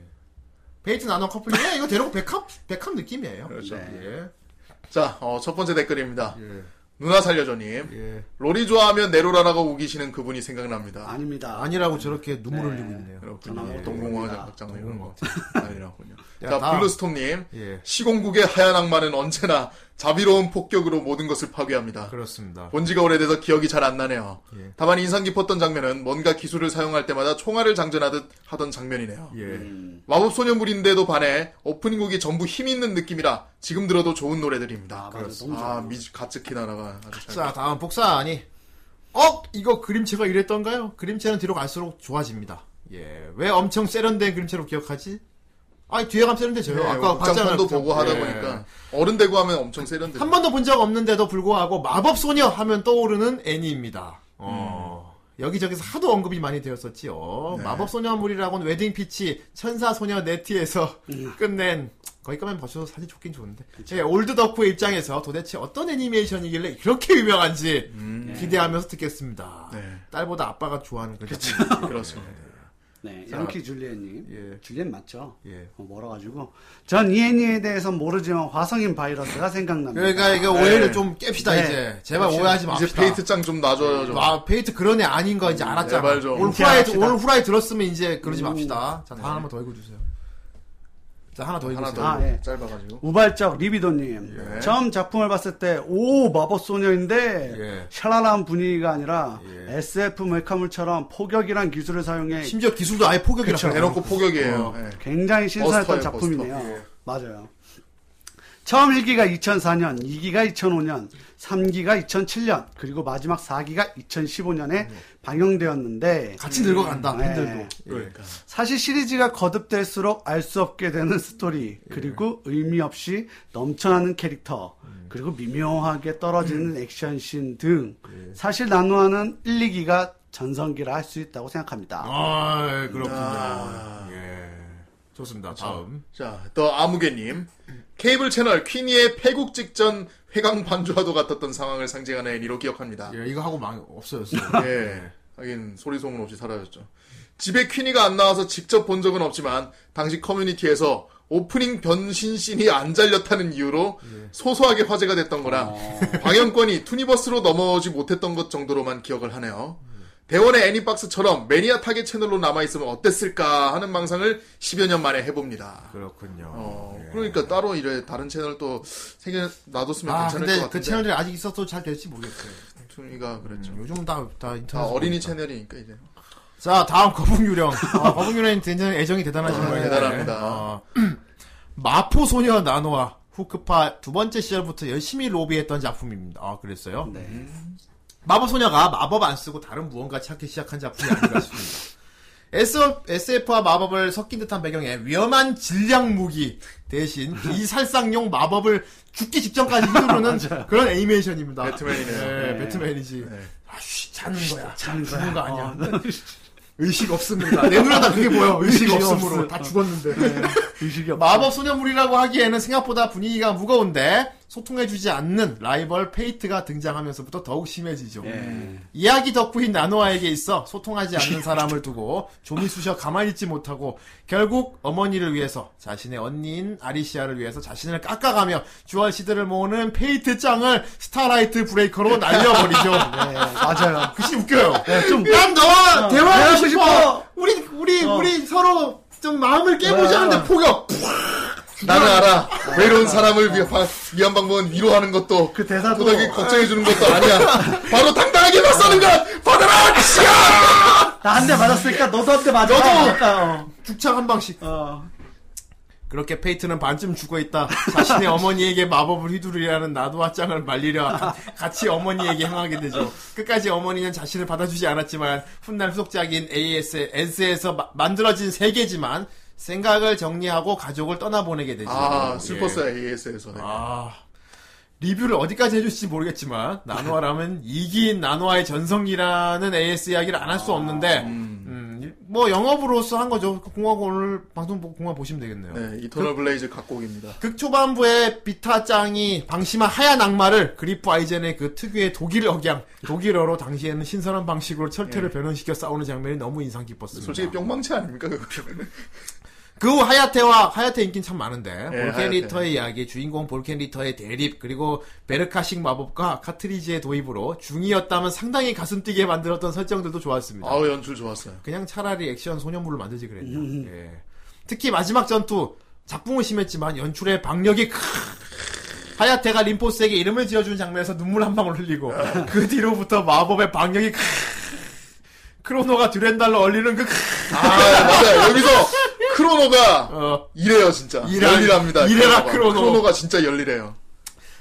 Speaker 1: 베이트 나노 커플이 예, 이거 대놓고 백합 백합 느낌이에요.
Speaker 2: 그렇죠.
Speaker 1: 예.
Speaker 2: 자, 어, 첫 번째 댓글입니다.
Speaker 1: 예.
Speaker 2: 누나 살려줘님.
Speaker 1: 예.
Speaker 2: 로리 좋아하면 네로라라고 우기시는 그분이 생각납니다.
Speaker 3: 아닙니다
Speaker 1: 아니라고 저렇게 눈물 흘리고 있네요.
Speaker 2: 그렇군요.
Speaker 3: 아,
Speaker 2: 동공화
Speaker 3: 그렇구나.
Speaker 2: 장작장은
Speaker 1: 동공화.
Speaker 2: 이런 거
Speaker 3: <laughs>
Speaker 2: 아니라군요.
Speaker 1: 야,
Speaker 2: 자,
Speaker 1: 다음.
Speaker 2: 블루스톰님.
Speaker 1: 예.
Speaker 2: 시공국의 하얀 악마는 언제나 자비로운 폭격으로 모든 것을 파괴합니다.
Speaker 1: 그렇습니다.
Speaker 2: 본 지가 오래돼서 기억이 잘 안 나네요.
Speaker 1: 예.
Speaker 2: 다만 인상 깊었던 장면은 뭔가 기술을 사용할 때마다 총알을 장전하듯 하던 장면이네요.
Speaker 1: 예.
Speaker 3: 음,
Speaker 2: 마법소녀물인데도 반해 오프닝곡이 전부 힘있는 느낌이라 지금 들어도 좋은
Speaker 3: 아
Speaker 2: 노래들입니다.
Speaker 3: 맞아 너무 좋아
Speaker 2: 아, 미즈 가츠키 나라가 아주 잘.
Speaker 1: 자 다음 복사하니 어 이거 그림체가 이랬던가요? 그림체는 뒤로 갈수록 좋아집니다. 예. 왜 엄청 세련된 그림체로 기억하지? 아니 뒤에 가면 세련되죠.
Speaker 2: 네,
Speaker 1: 아까 박장을
Speaker 2: 국장판도 보고 하다
Speaker 1: 예.
Speaker 2: 보니까 어른 되고 하면 엄청 세련돼.
Speaker 1: 네. 한 번도 본 적 없는데도 불구하고 마법 소녀 하면 떠오르는 애니입니다. 어,
Speaker 2: 음.
Speaker 1: 여기저기서 하도 언급이 많이 되었었지요.
Speaker 2: 네.
Speaker 1: 마법 소녀물이라고는 웨딩 피치, 천사 소녀 네티에서
Speaker 2: 음.
Speaker 1: 끝낸 거기까지만 봐줘도 사실 좋긴 좋은데. 예, 올드 덕후의 입장에서 도대체 어떤 애니메이션이길래 이렇게 유명한지 기대하면서 듣겠습니다.
Speaker 2: 음. 네.
Speaker 1: 딸보다 아빠가 좋아하는 그죠
Speaker 2: 그렇습니다.
Speaker 3: 네 양키 줄리엣님
Speaker 1: 예.
Speaker 3: 줄리엣 맞죠
Speaker 1: 예.
Speaker 3: 어, 멀어가지고 전 이 애니에 대해선 모르지만 화성인 바이러스가 생각납니다
Speaker 1: 그러니까 이게 오해를
Speaker 2: 네. 그렇죠.
Speaker 1: 좀 깹시다
Speaker 3: 네.
Speaker 1: 이제. 제발 오해하지 맙시다.
Speaker 2: 이제 페이트장 좀 놔줘요 좀.
Speaker 1: 아, 페이트 그런 애 아닌 거 이제 알았잖아.
Speaker 2: 제발 음, 네, 좀.
Speaker 1: 올 후라이,
Speaker 3: 인정합시다.
Speaker 1: 올 후라이 들었으면 이제 그러지
Speaker 3: 음.
Speaker 1: 맙시다. 자, 다음 하나만 더 읽어주세요. 자, 하나 더
Speaker 2: 하나
Speaker 1: 읽어주세요.
Speaker 2: 더
Speaker 3: 아, 예.
Speaker 2: 짧아가지고.
Speaker 1: 그렇죠.
Speaker 3: 우발적 리비도님
Speaker 2: 예.
Speaker 3: 처음 작품을 봤을 때 오 마법 소녀인데
Speaker 1: 예.
Speaker 3: 샤랄라한 분위기가 아니라
Speaker 1: 예.
Speaker 3: SF 메카물처럼 포격이란 기술을 사용해
Speaker 1: 심지어 기술도 아예 포격이라
Speaker 2: 그렇죠. 대놓고 포격이에요.
Speaker 1: 어.
Speaker 2: 예.
Speaker 3: 굉장히 신선했던
Speaker 2: 버스터예요,
Speaker 3: 작품이네요.
Speaker 2: 버스터. 예.
Speaker 3: 맞아요. 처음 1기가 2004년, 2기가 2005년, 3기가 2007년, 그리고 마지막 4기가 2015년에
Speaker 2: 음.
Speaker 3: 방영되었는데
Speaker 1: 같이 늙어간다,
Speaker 3: 네.
Speaker 1: 팬들도.
Speaker 2: 그러니까.
Speaker 3: 사실 시리즈가 거듭될수록 알 수 없게 되는 스토리, 그리고 의미 없이 넘쳐나는 캐릭터, 그리고 미묘하게 떨어지는 액션씬 등 사실 나누아는 1, 2기가 전성기라 할 수 있다고 생각합니다.
Speaker 1: 아, 그렇군요. 예.
Speaker 2: 아.
Speaker 1: 좋습니다. 다음.
Speaker 2: 자, 더 아무개님. 케이블 채널 퀸이의 폐국 직전 회강 반주와도 같았던 상황을 상징하는 애니로 기억합니다.
Speaker 1: 예, 이거 하고 망, 없어졌어요.
Speaker 2: <laughs> 예. 하긴 소리 소문 없이 사라졌죠. 집에 퀸이가 안 나와서 직접 본 적은 없지만 당시 커뮤니티에서 오프닝 변신 씬이 안 잘렸다는 이유로
Speaker 1: 예.
Speaker 2: 소소하게
Speaker 1: 어.
Speaker 2: <laughs> 화제가 됐던 거라 방영권이 투니버스로 넘어오지 못했던 것 정도로만 기억을 하네요. 대원의 애니박스처럼 매니아 타겟 채널로 남아있으면 어땠을까 하는 망상을 10여 년 만에 해봅니다.
Speaker 1: 그렇군요.
Speaker 2: 어,
Speaker 1: 예.
Speaker 2: 그러니까 따로 이래 다른 채널 또 생겨 놔뒀으면
Speaker 1: 아,
Speaker 2: 괜찮을 것
Speaker 1: 근데
Speaker 2: 같은데.
Speaker 1: 그 채널이 아직 있어도 잘 될지 모르겠어요. 음,
Speaker 2: 퉁이가 그랬죠.
Speaker 1: 요즘 다, 다 인터넷.
Speaker 2: 다 어린이 채널이니까 이제.
Speaker 1: 자, 다음 거북유령. 아, 거북유령이 굉장히 애정이 대단하신
Speaker 2: 아,
Speaker 1: 거예요.
Speaker 2: 대단합니다.
Speaker 1: 어. <clears throat> 마포소녀 나노아 후크파 두 번째 시절부터 열심히 로비했던 작품입니다. 아, 그랬어요?
Speaker 3: 네.
Speaker 1: 마법소녀가 마법 안 쓰고 다른 무언가 찾기 시작한 작품이 아닌가 싶습니다. <laughs> SF와 마법을 섞인 듯한 배경에 위험한 질량 무기 대신 비살상용 마법을 죽기 직전까지
Speaker 2: <laughs>
Speaker 1: 휘두르는 그런 애니메이션입니다.
Speaker 2: 배트맨이네요.
Speaker 1: 네,
Speaker 3: 네.
Speaker 1: 배트맨이지. 아쉬, 자는 거야.
Speaker 3: 자는 거야.
Speaker 1: 죽은 거 아니야.
Speaker 3: 어.
Speaker 1: 의식 없습니다. 내 눈에 다 그게 보여. <laughs> 의식
Speaker 3: 의식이
Speaker 1: 없음으로.
Speaker 3: 없어.
Speaker 1: 다 네, 죽었는데.
Speaker 3: <laughs> 의식이
Speaker 1: <laughs>
Speaker 3: 없
Speaker 1: 마법 소녀물이라고 하기에는 생각보다 분위기가 무거운데 소통해주지 않는 라이벌 페이트가 등장하면서부터 더욱 심해지죠.
Speaker 3: 예.
Speaker 1: 이야기 덕후인 나노아에게 있어 소통하지 <laughs> 않는 사람을 두고 조미수셔 가만히 있지 못하고 결국 어머니를 위해서 자신의 언니인 아리시아를 위해서 자신을 깎아가며 주얼 시드를 모으는 페이트 짱을 스타라이트 브레이커로 <laughs> 날려버리죠.
Speaker 3: 네, 맞아요.
Speaker 1: 그시 웃겨요.
Speaker 3: 네, 좀
Speaker 1: 난 너와 대화하고
Speaker 3: 대화하고
Speaker 1: 싶어.
Speaker 3: 싶어.
Speaker 1: 우리 우리 우리 서로 좀 마음을 깨보자
Speaker 3: 어.
Speaker 1: 하는데 폭격.
Speaker 2: 나는 알아. 외로운 사람을 위협하, 위한 방법은 위로하는 것도
Speaker 3: 그 대사도-
Speaker 1: 아.
Speaker 2: 도덕이 걱정해주는 것도 아니야. 바로 당당하게 맞서는 것! 받아라! 시야!
Speaker 3: 나 한 대 맞았으니까 너도 한 대 맞아.
Speaker 1: 너도!
Speaker 3: 그러니까,
Speaker 1: 죽창 한 방씩.
Speaker 3: 어. 어.
Speaker 1: 그렇게 페이트는 반쯤 죽어 있다. <laughs> 자신의 어머니에게 마법을 휘두르려는 나도와 짱을 말리려 <laughs> 하- 같이 어머니에게 향하게 되죠. 끝까지 어머니는 자신을 받아주지 않았지만 훗날 후속작인 AS S에서 마- 만들어진 세계지만 생각을 정리하고 가족을 떠나보내게 되죠.
Speaker 2: 아,
Speaker 1: 예.
Speaker 2: 슬펐어요, AS에서.
Speaker 1: 아 리뷰를 어디까지 해줄지 모르겠지만
Speaker 2: <laughs>
Speaker 1: 나노아라면 이기인 나노아의 전성이라는 AS 이야기를 안 할
Speaker 2: 아,
Speaker 1: 수 없는데 음, 뭐 영업으로서 한 거죠 그 공화국 오늘 방송 보고 공화 보시면 되겠네요
Speaker 2: 네, 이터널 블레이즈 각곡입니다.
Speaker 1: 극 초반부에 비타짱이 방심한 하얀 악마를 그리프 아이젠의 그 특유의 독일 억양 독일어로 당시에는 신선한 방식으로 철퇴를 변형시켜 싸우는 장면이 너무 인상 깊었습니다
Speaker 2: 네. 솔직히 뿅망치 아닙니까, 그거는?
Speaker 1: 그 후 하야테와 하야테 인기는 참 많은데 볼켄
Speaker 2: 예, 하야테.
Speaker 1: 리터의 이야기, 주인공 볼켄 리터의 대립, 그리고 베르카식 마법과 카트리지의 도입으로 중이었다면 상당히 가슴 뛰게 만들었던 설정들도 좋았습니다.
Speaker 2: 아우, 연출 좋았어요.
Speaker 1: 그냥 차라리 액션 소년물로 만들지 그랬냐.
Speaker 2: 음.
Speaker 1: 예. 특히 마지막 전투 작품은 심했지만 연출의 박력이 크. 하야테가 림포스에게 이름을 지어준 장면에서 눈물 한 방울 흘리고
Speaker 2: <laughs>
Speaker 1: 그 뒤로부터 마법의 박력이 크. 크로노가 듀렌달로 얼리는 그 크.
Speaker 2: 아, 맞아요. 여기서 크로노가
Speaker 1: 어.
Speaker 2: 이래요, 진짜.
Speaker 1: 이래라,
Speaker 2: 열일합니다.
Speaker 1: 이래라,
Speaker 2: 크로노가.
Speaker 1: 크로노.
Speaker 2: 크로노가 진짜 열일해요.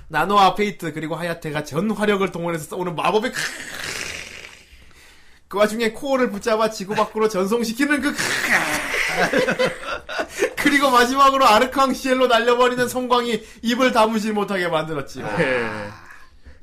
Speaker 1: 나노와 페이트 그리고 하야테가 전 화력을 동원해서 싸우는 마법의 크... 그 와중에 코어를 붙잡아 지구 밖으로 전송시키는 그 크- <laughs> 그리고 마지막으로 아르캉 시엘로 날려버리는 성광이 입을 다무지 못하게 만들었지요.
Speaker 2: 예.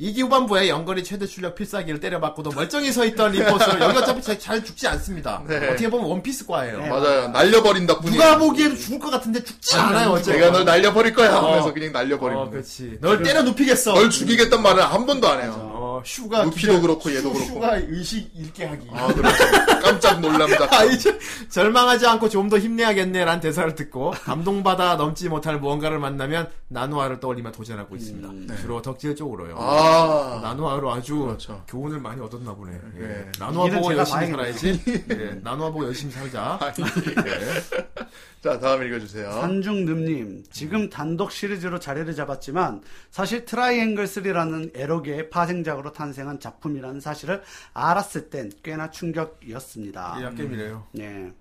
Speaker 1: 이기 후반부에 연거리 최대 출력 필살기를 때려맞고도 멀쩡히 서있던 리포스 여기 어차피 잘, 잘 죽지 않습니다.
Speaker 2: 네.
Speaker 1: 어떻게 보면 원피스과예요.
Speaker 2: 맞아요. 날려버린다 뿐이
Speaker 1: 누가 보기에도 죽을 것 같은데 죽지 않아요. 어째
Speaker 2: 내가 널 날려버릴 거야 하면서
Speaker 1: 어.
Speaker 2: 그냥 날려버리는
Speaker 1: 어,
Speaker 2: 거예요.
Speaker 1: 그렇지. 널 때려 눕히겠어.
Speaker 2: 널 죽이겠단 말을 한 번도 안 해요.
Speaker 1: 어, 슈가
Speaker 2: 루피도
Speaker 1: 기절-
Speaker 2: 그렇고 얘도 그렇고.
Speaker 1: 슈가 의식 잃게 하기.
Speaker 2: 아, 그렇죠. 깜짝 놀랍니다.
Speaker 1: <laughs> 아, 이제 절망하지 않고 좀 더 힘내야겠네라는 대사를 듣고 감동받아 넘지 못할 무언가를 만나면 나누아를 떠올리며 도전하고 있습니다. 주로 덕질 쪽으로요.
Speaker 2: 음, 네. 아,
Speaker 1: 나누아로 아주
Speaker 2: 그렇죠.
Speaker 1: 교훈을 많이 얻었나 보네. 예.
Speaker 2: 네.
Speaker 1: 나누아
Speaker 3: 이기는
Speaker 1: 보고
Speaker 3: 제가
Speaker 1: 열심히
Speaker 3: 많이
Speaker 1: 살아야지. 예. 나누아 보고 열심히
Speaker 2: <laughs>
Speaker 1: 살자. 예.
Speaker 2: 자, 다음 읽어주세요.
Speaker 3: 산중늠님, 지금 단독 시리즈로 자리를 잡았지만 사실 트라이앵글 3라는 에러계의 파생작으로 탄생한 작품이라는 사실을 알았을 땐 꽤나 충격이었습니다.
Speaker 1: 이 약겜이래요.
Speaker 3: 예.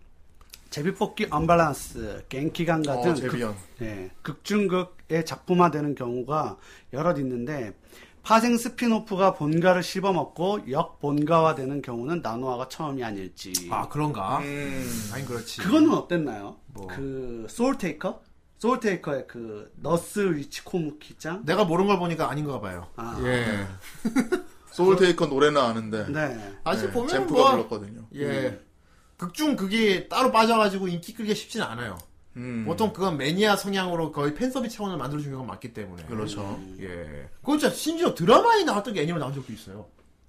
Speaker 3: 제비뽑기 언밸런스, 갱키강 같은
Speaker 2: 어, 제비언.
Speaker 3: 극, 예, 극중극에 작품화되는 경우가 여럿 있는데 파생 스피노프가 본가를 씹어먹고 역본가화되는 경우는 나노화가 처음이 아닐지.
Speaker 1: 아 그런가?
Speaker 2: 음,
Speaker 1: 아니 그렇지.
Speaker 3: 그거는 어땠나요?
Speaker 1: 뭐.
Speaker 3: 그 소울테이커? 소울테이커의 그 너스 위치 코무키짱?
Speaker 1: 내가 모른 걸 보니까 아닌가 봐요.
Speaker 3: 아.
Speaker 1: 예.
Speaker 2: 소울테이커 노래는 아는데.
Speaker 3: 네.
Speaker 1: 아직
Speaker 2: 네, 음.
Speaker 1: 보면
Speaker 2: 잼프가
Speaker 1: 뭐
Speaker 2: 불렀거든요.
Speaker 1: 예. 극중 그게 따로 빠져가지고 인기 끌기가 쉽진 않아요.
Speaker 2: 음,
Speaker 1: 보통 그건 매니아 성향으로 거의 팬서비스 차원을 만들어준 경우가 많기 때문에.
Speaker 2: 그렇죠.
Speaker 1: 예. 그거 진짜 심지어 드라마에 나왔던 게 애니로 나온 적도 있어요.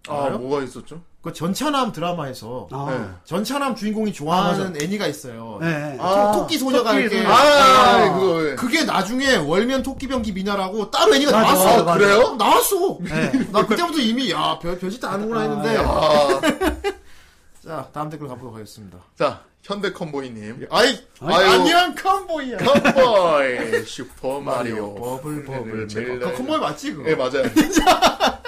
Speaker 2: 아,
Speaker 1: 알아요?
Speaker 2: 뭐가 있었죠?
Speaker 1: 그 전차남 드라마에서.
Speaker 3: 아.
Speaker 1: 전차남 주인공이 좋아하는 애니가 있어요.
Speaker 3: 네.
Speaker 1: 좀 아, 토끼 소녀가
Speaker 3: 토끼
Speaker 1: 이렇게.
Speaker 3: 소녀.
Speaker 2: 아,
Speaker 1: 아,
Speaker 2: 그거 왜.
Speaker 1: 그게 나중에 월면 토끼병기 미나라고 따로 애니가
Speaker 3: 맞아,
Speaker 1: 나왔어.
Speaker 3: 맞아, 맞아.
Speaker 1: 그래요? <laughs> 나왔어.
Speaker 3: 네. 아,
Speaker 1: 나 그때부터 이미 야 별, 별짓 다 하는구나 했는데
Speaker 2: 아,
Speaker 1: 자, 다음 댓글 가보도록 하겠습니다.
Speaker 2: 자, 현대 컴보이님. 아이,
Speaker 1: 아이,
Speaker 2: 아유,
Speaker 1: 안녕, 컴보이야!
Speaker 2: 컴보이! 슈퍼
Speaker 1: 마리오,
Speaker 2: 마리오. 네,
Speaker 1: 버블, 버블,
Speaker 2: 젤라이.
Speaker 1: 그 컴보이 맞지, 그거?
Speaker 2: 예, <laughs> 맞아요.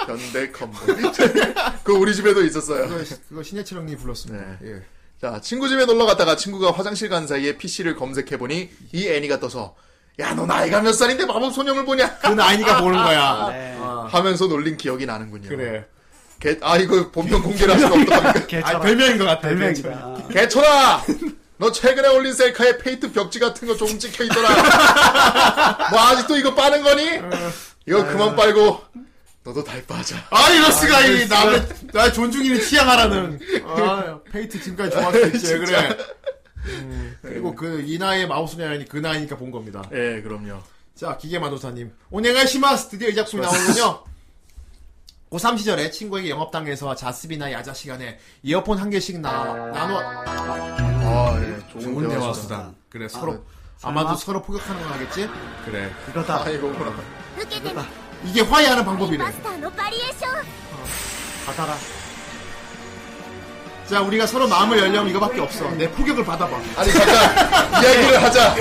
Speaker 2: 현대 컴보이. <laughs> 그 우리 집에도 있었어요.
Speaker 1: 그거, 그거 신예철형님이 불렀습니다.
Speaker 2: 네.
Speaker 1: 예.
Speaker 2: 자, 친구 집에 놀러 갔다가 친구가 화장실 간 사이에 PC를 검색해보니 이 애니가 떠서 야, 너 나이가 몇 살인데 마법 소녀물 보냐?
Speaker 1: 그 나이니까 보는 거야.
Speaker 3: 네.
Speaker 1: 어,
Speaker 2: 하면서 놀린 기억이 나는군요.
Speaker 1: 그래.
Speaker 2: 개, 아, 이거 본편 공개를 할 수가 없더라니까.
Speaker 1: 아,
Speaker 3: 그 개처럼
Speaker 1: 별명인 것 같아. 별명이다.
Speaker 3: 별명이다.
Speaker 2: <laughs> 개초라! 너 최근에 올린 셀카에 페인트 벽지 같은 거 조금 <laughs> 찍혀있더라. 뭐 아직도 이거 빠는 거니? 이거 그만 빨고 너도 달 빠져.
Speaker 1: 아, 이럴수가, 이, 남의, 나의 존중인을 취향하라는. 아, 페이트 지금까지 좋았겠지, <laughs> 그래. 음, 그리고 그, 이 나이에 마우스냐니 그 나이니까 본 겁니다.
Speaker 2: 예, 그럼요.
Speaker 1: 자, 기계만도사님. 오네가시마스 드디어 이 작품이 나오는군요. 고3 시절에 친구에게 영업당해서 자습이나 야자 시간에 이어폰 한 개씩 나, 나눠,
Speaker 2: 아, 예,
Speaker 1: 좋은 대화 수단. 그래, 서로, 아, 네. 마도
Speaker 3: 설마?
Speaker 1: 서로 포격하는 건 하겠지? 그래.
Speaker 3: 이거다.
Speaker 2: 아이고구나.
Speaker 6: 受けてみ
Speaker 1: 이게 화해하는
Speaker 6: マ
Speaker 1: 방법이래.
Speaker 6: スターのバリエーション
Speaker 3: 받아라.
Speaker 1: 자, 우리가 서로 마음을 열려면 이거밖에 없어. 내 포격을 받아봐.
Speaker 2: 아니, 잠깐! 이야기를 하자!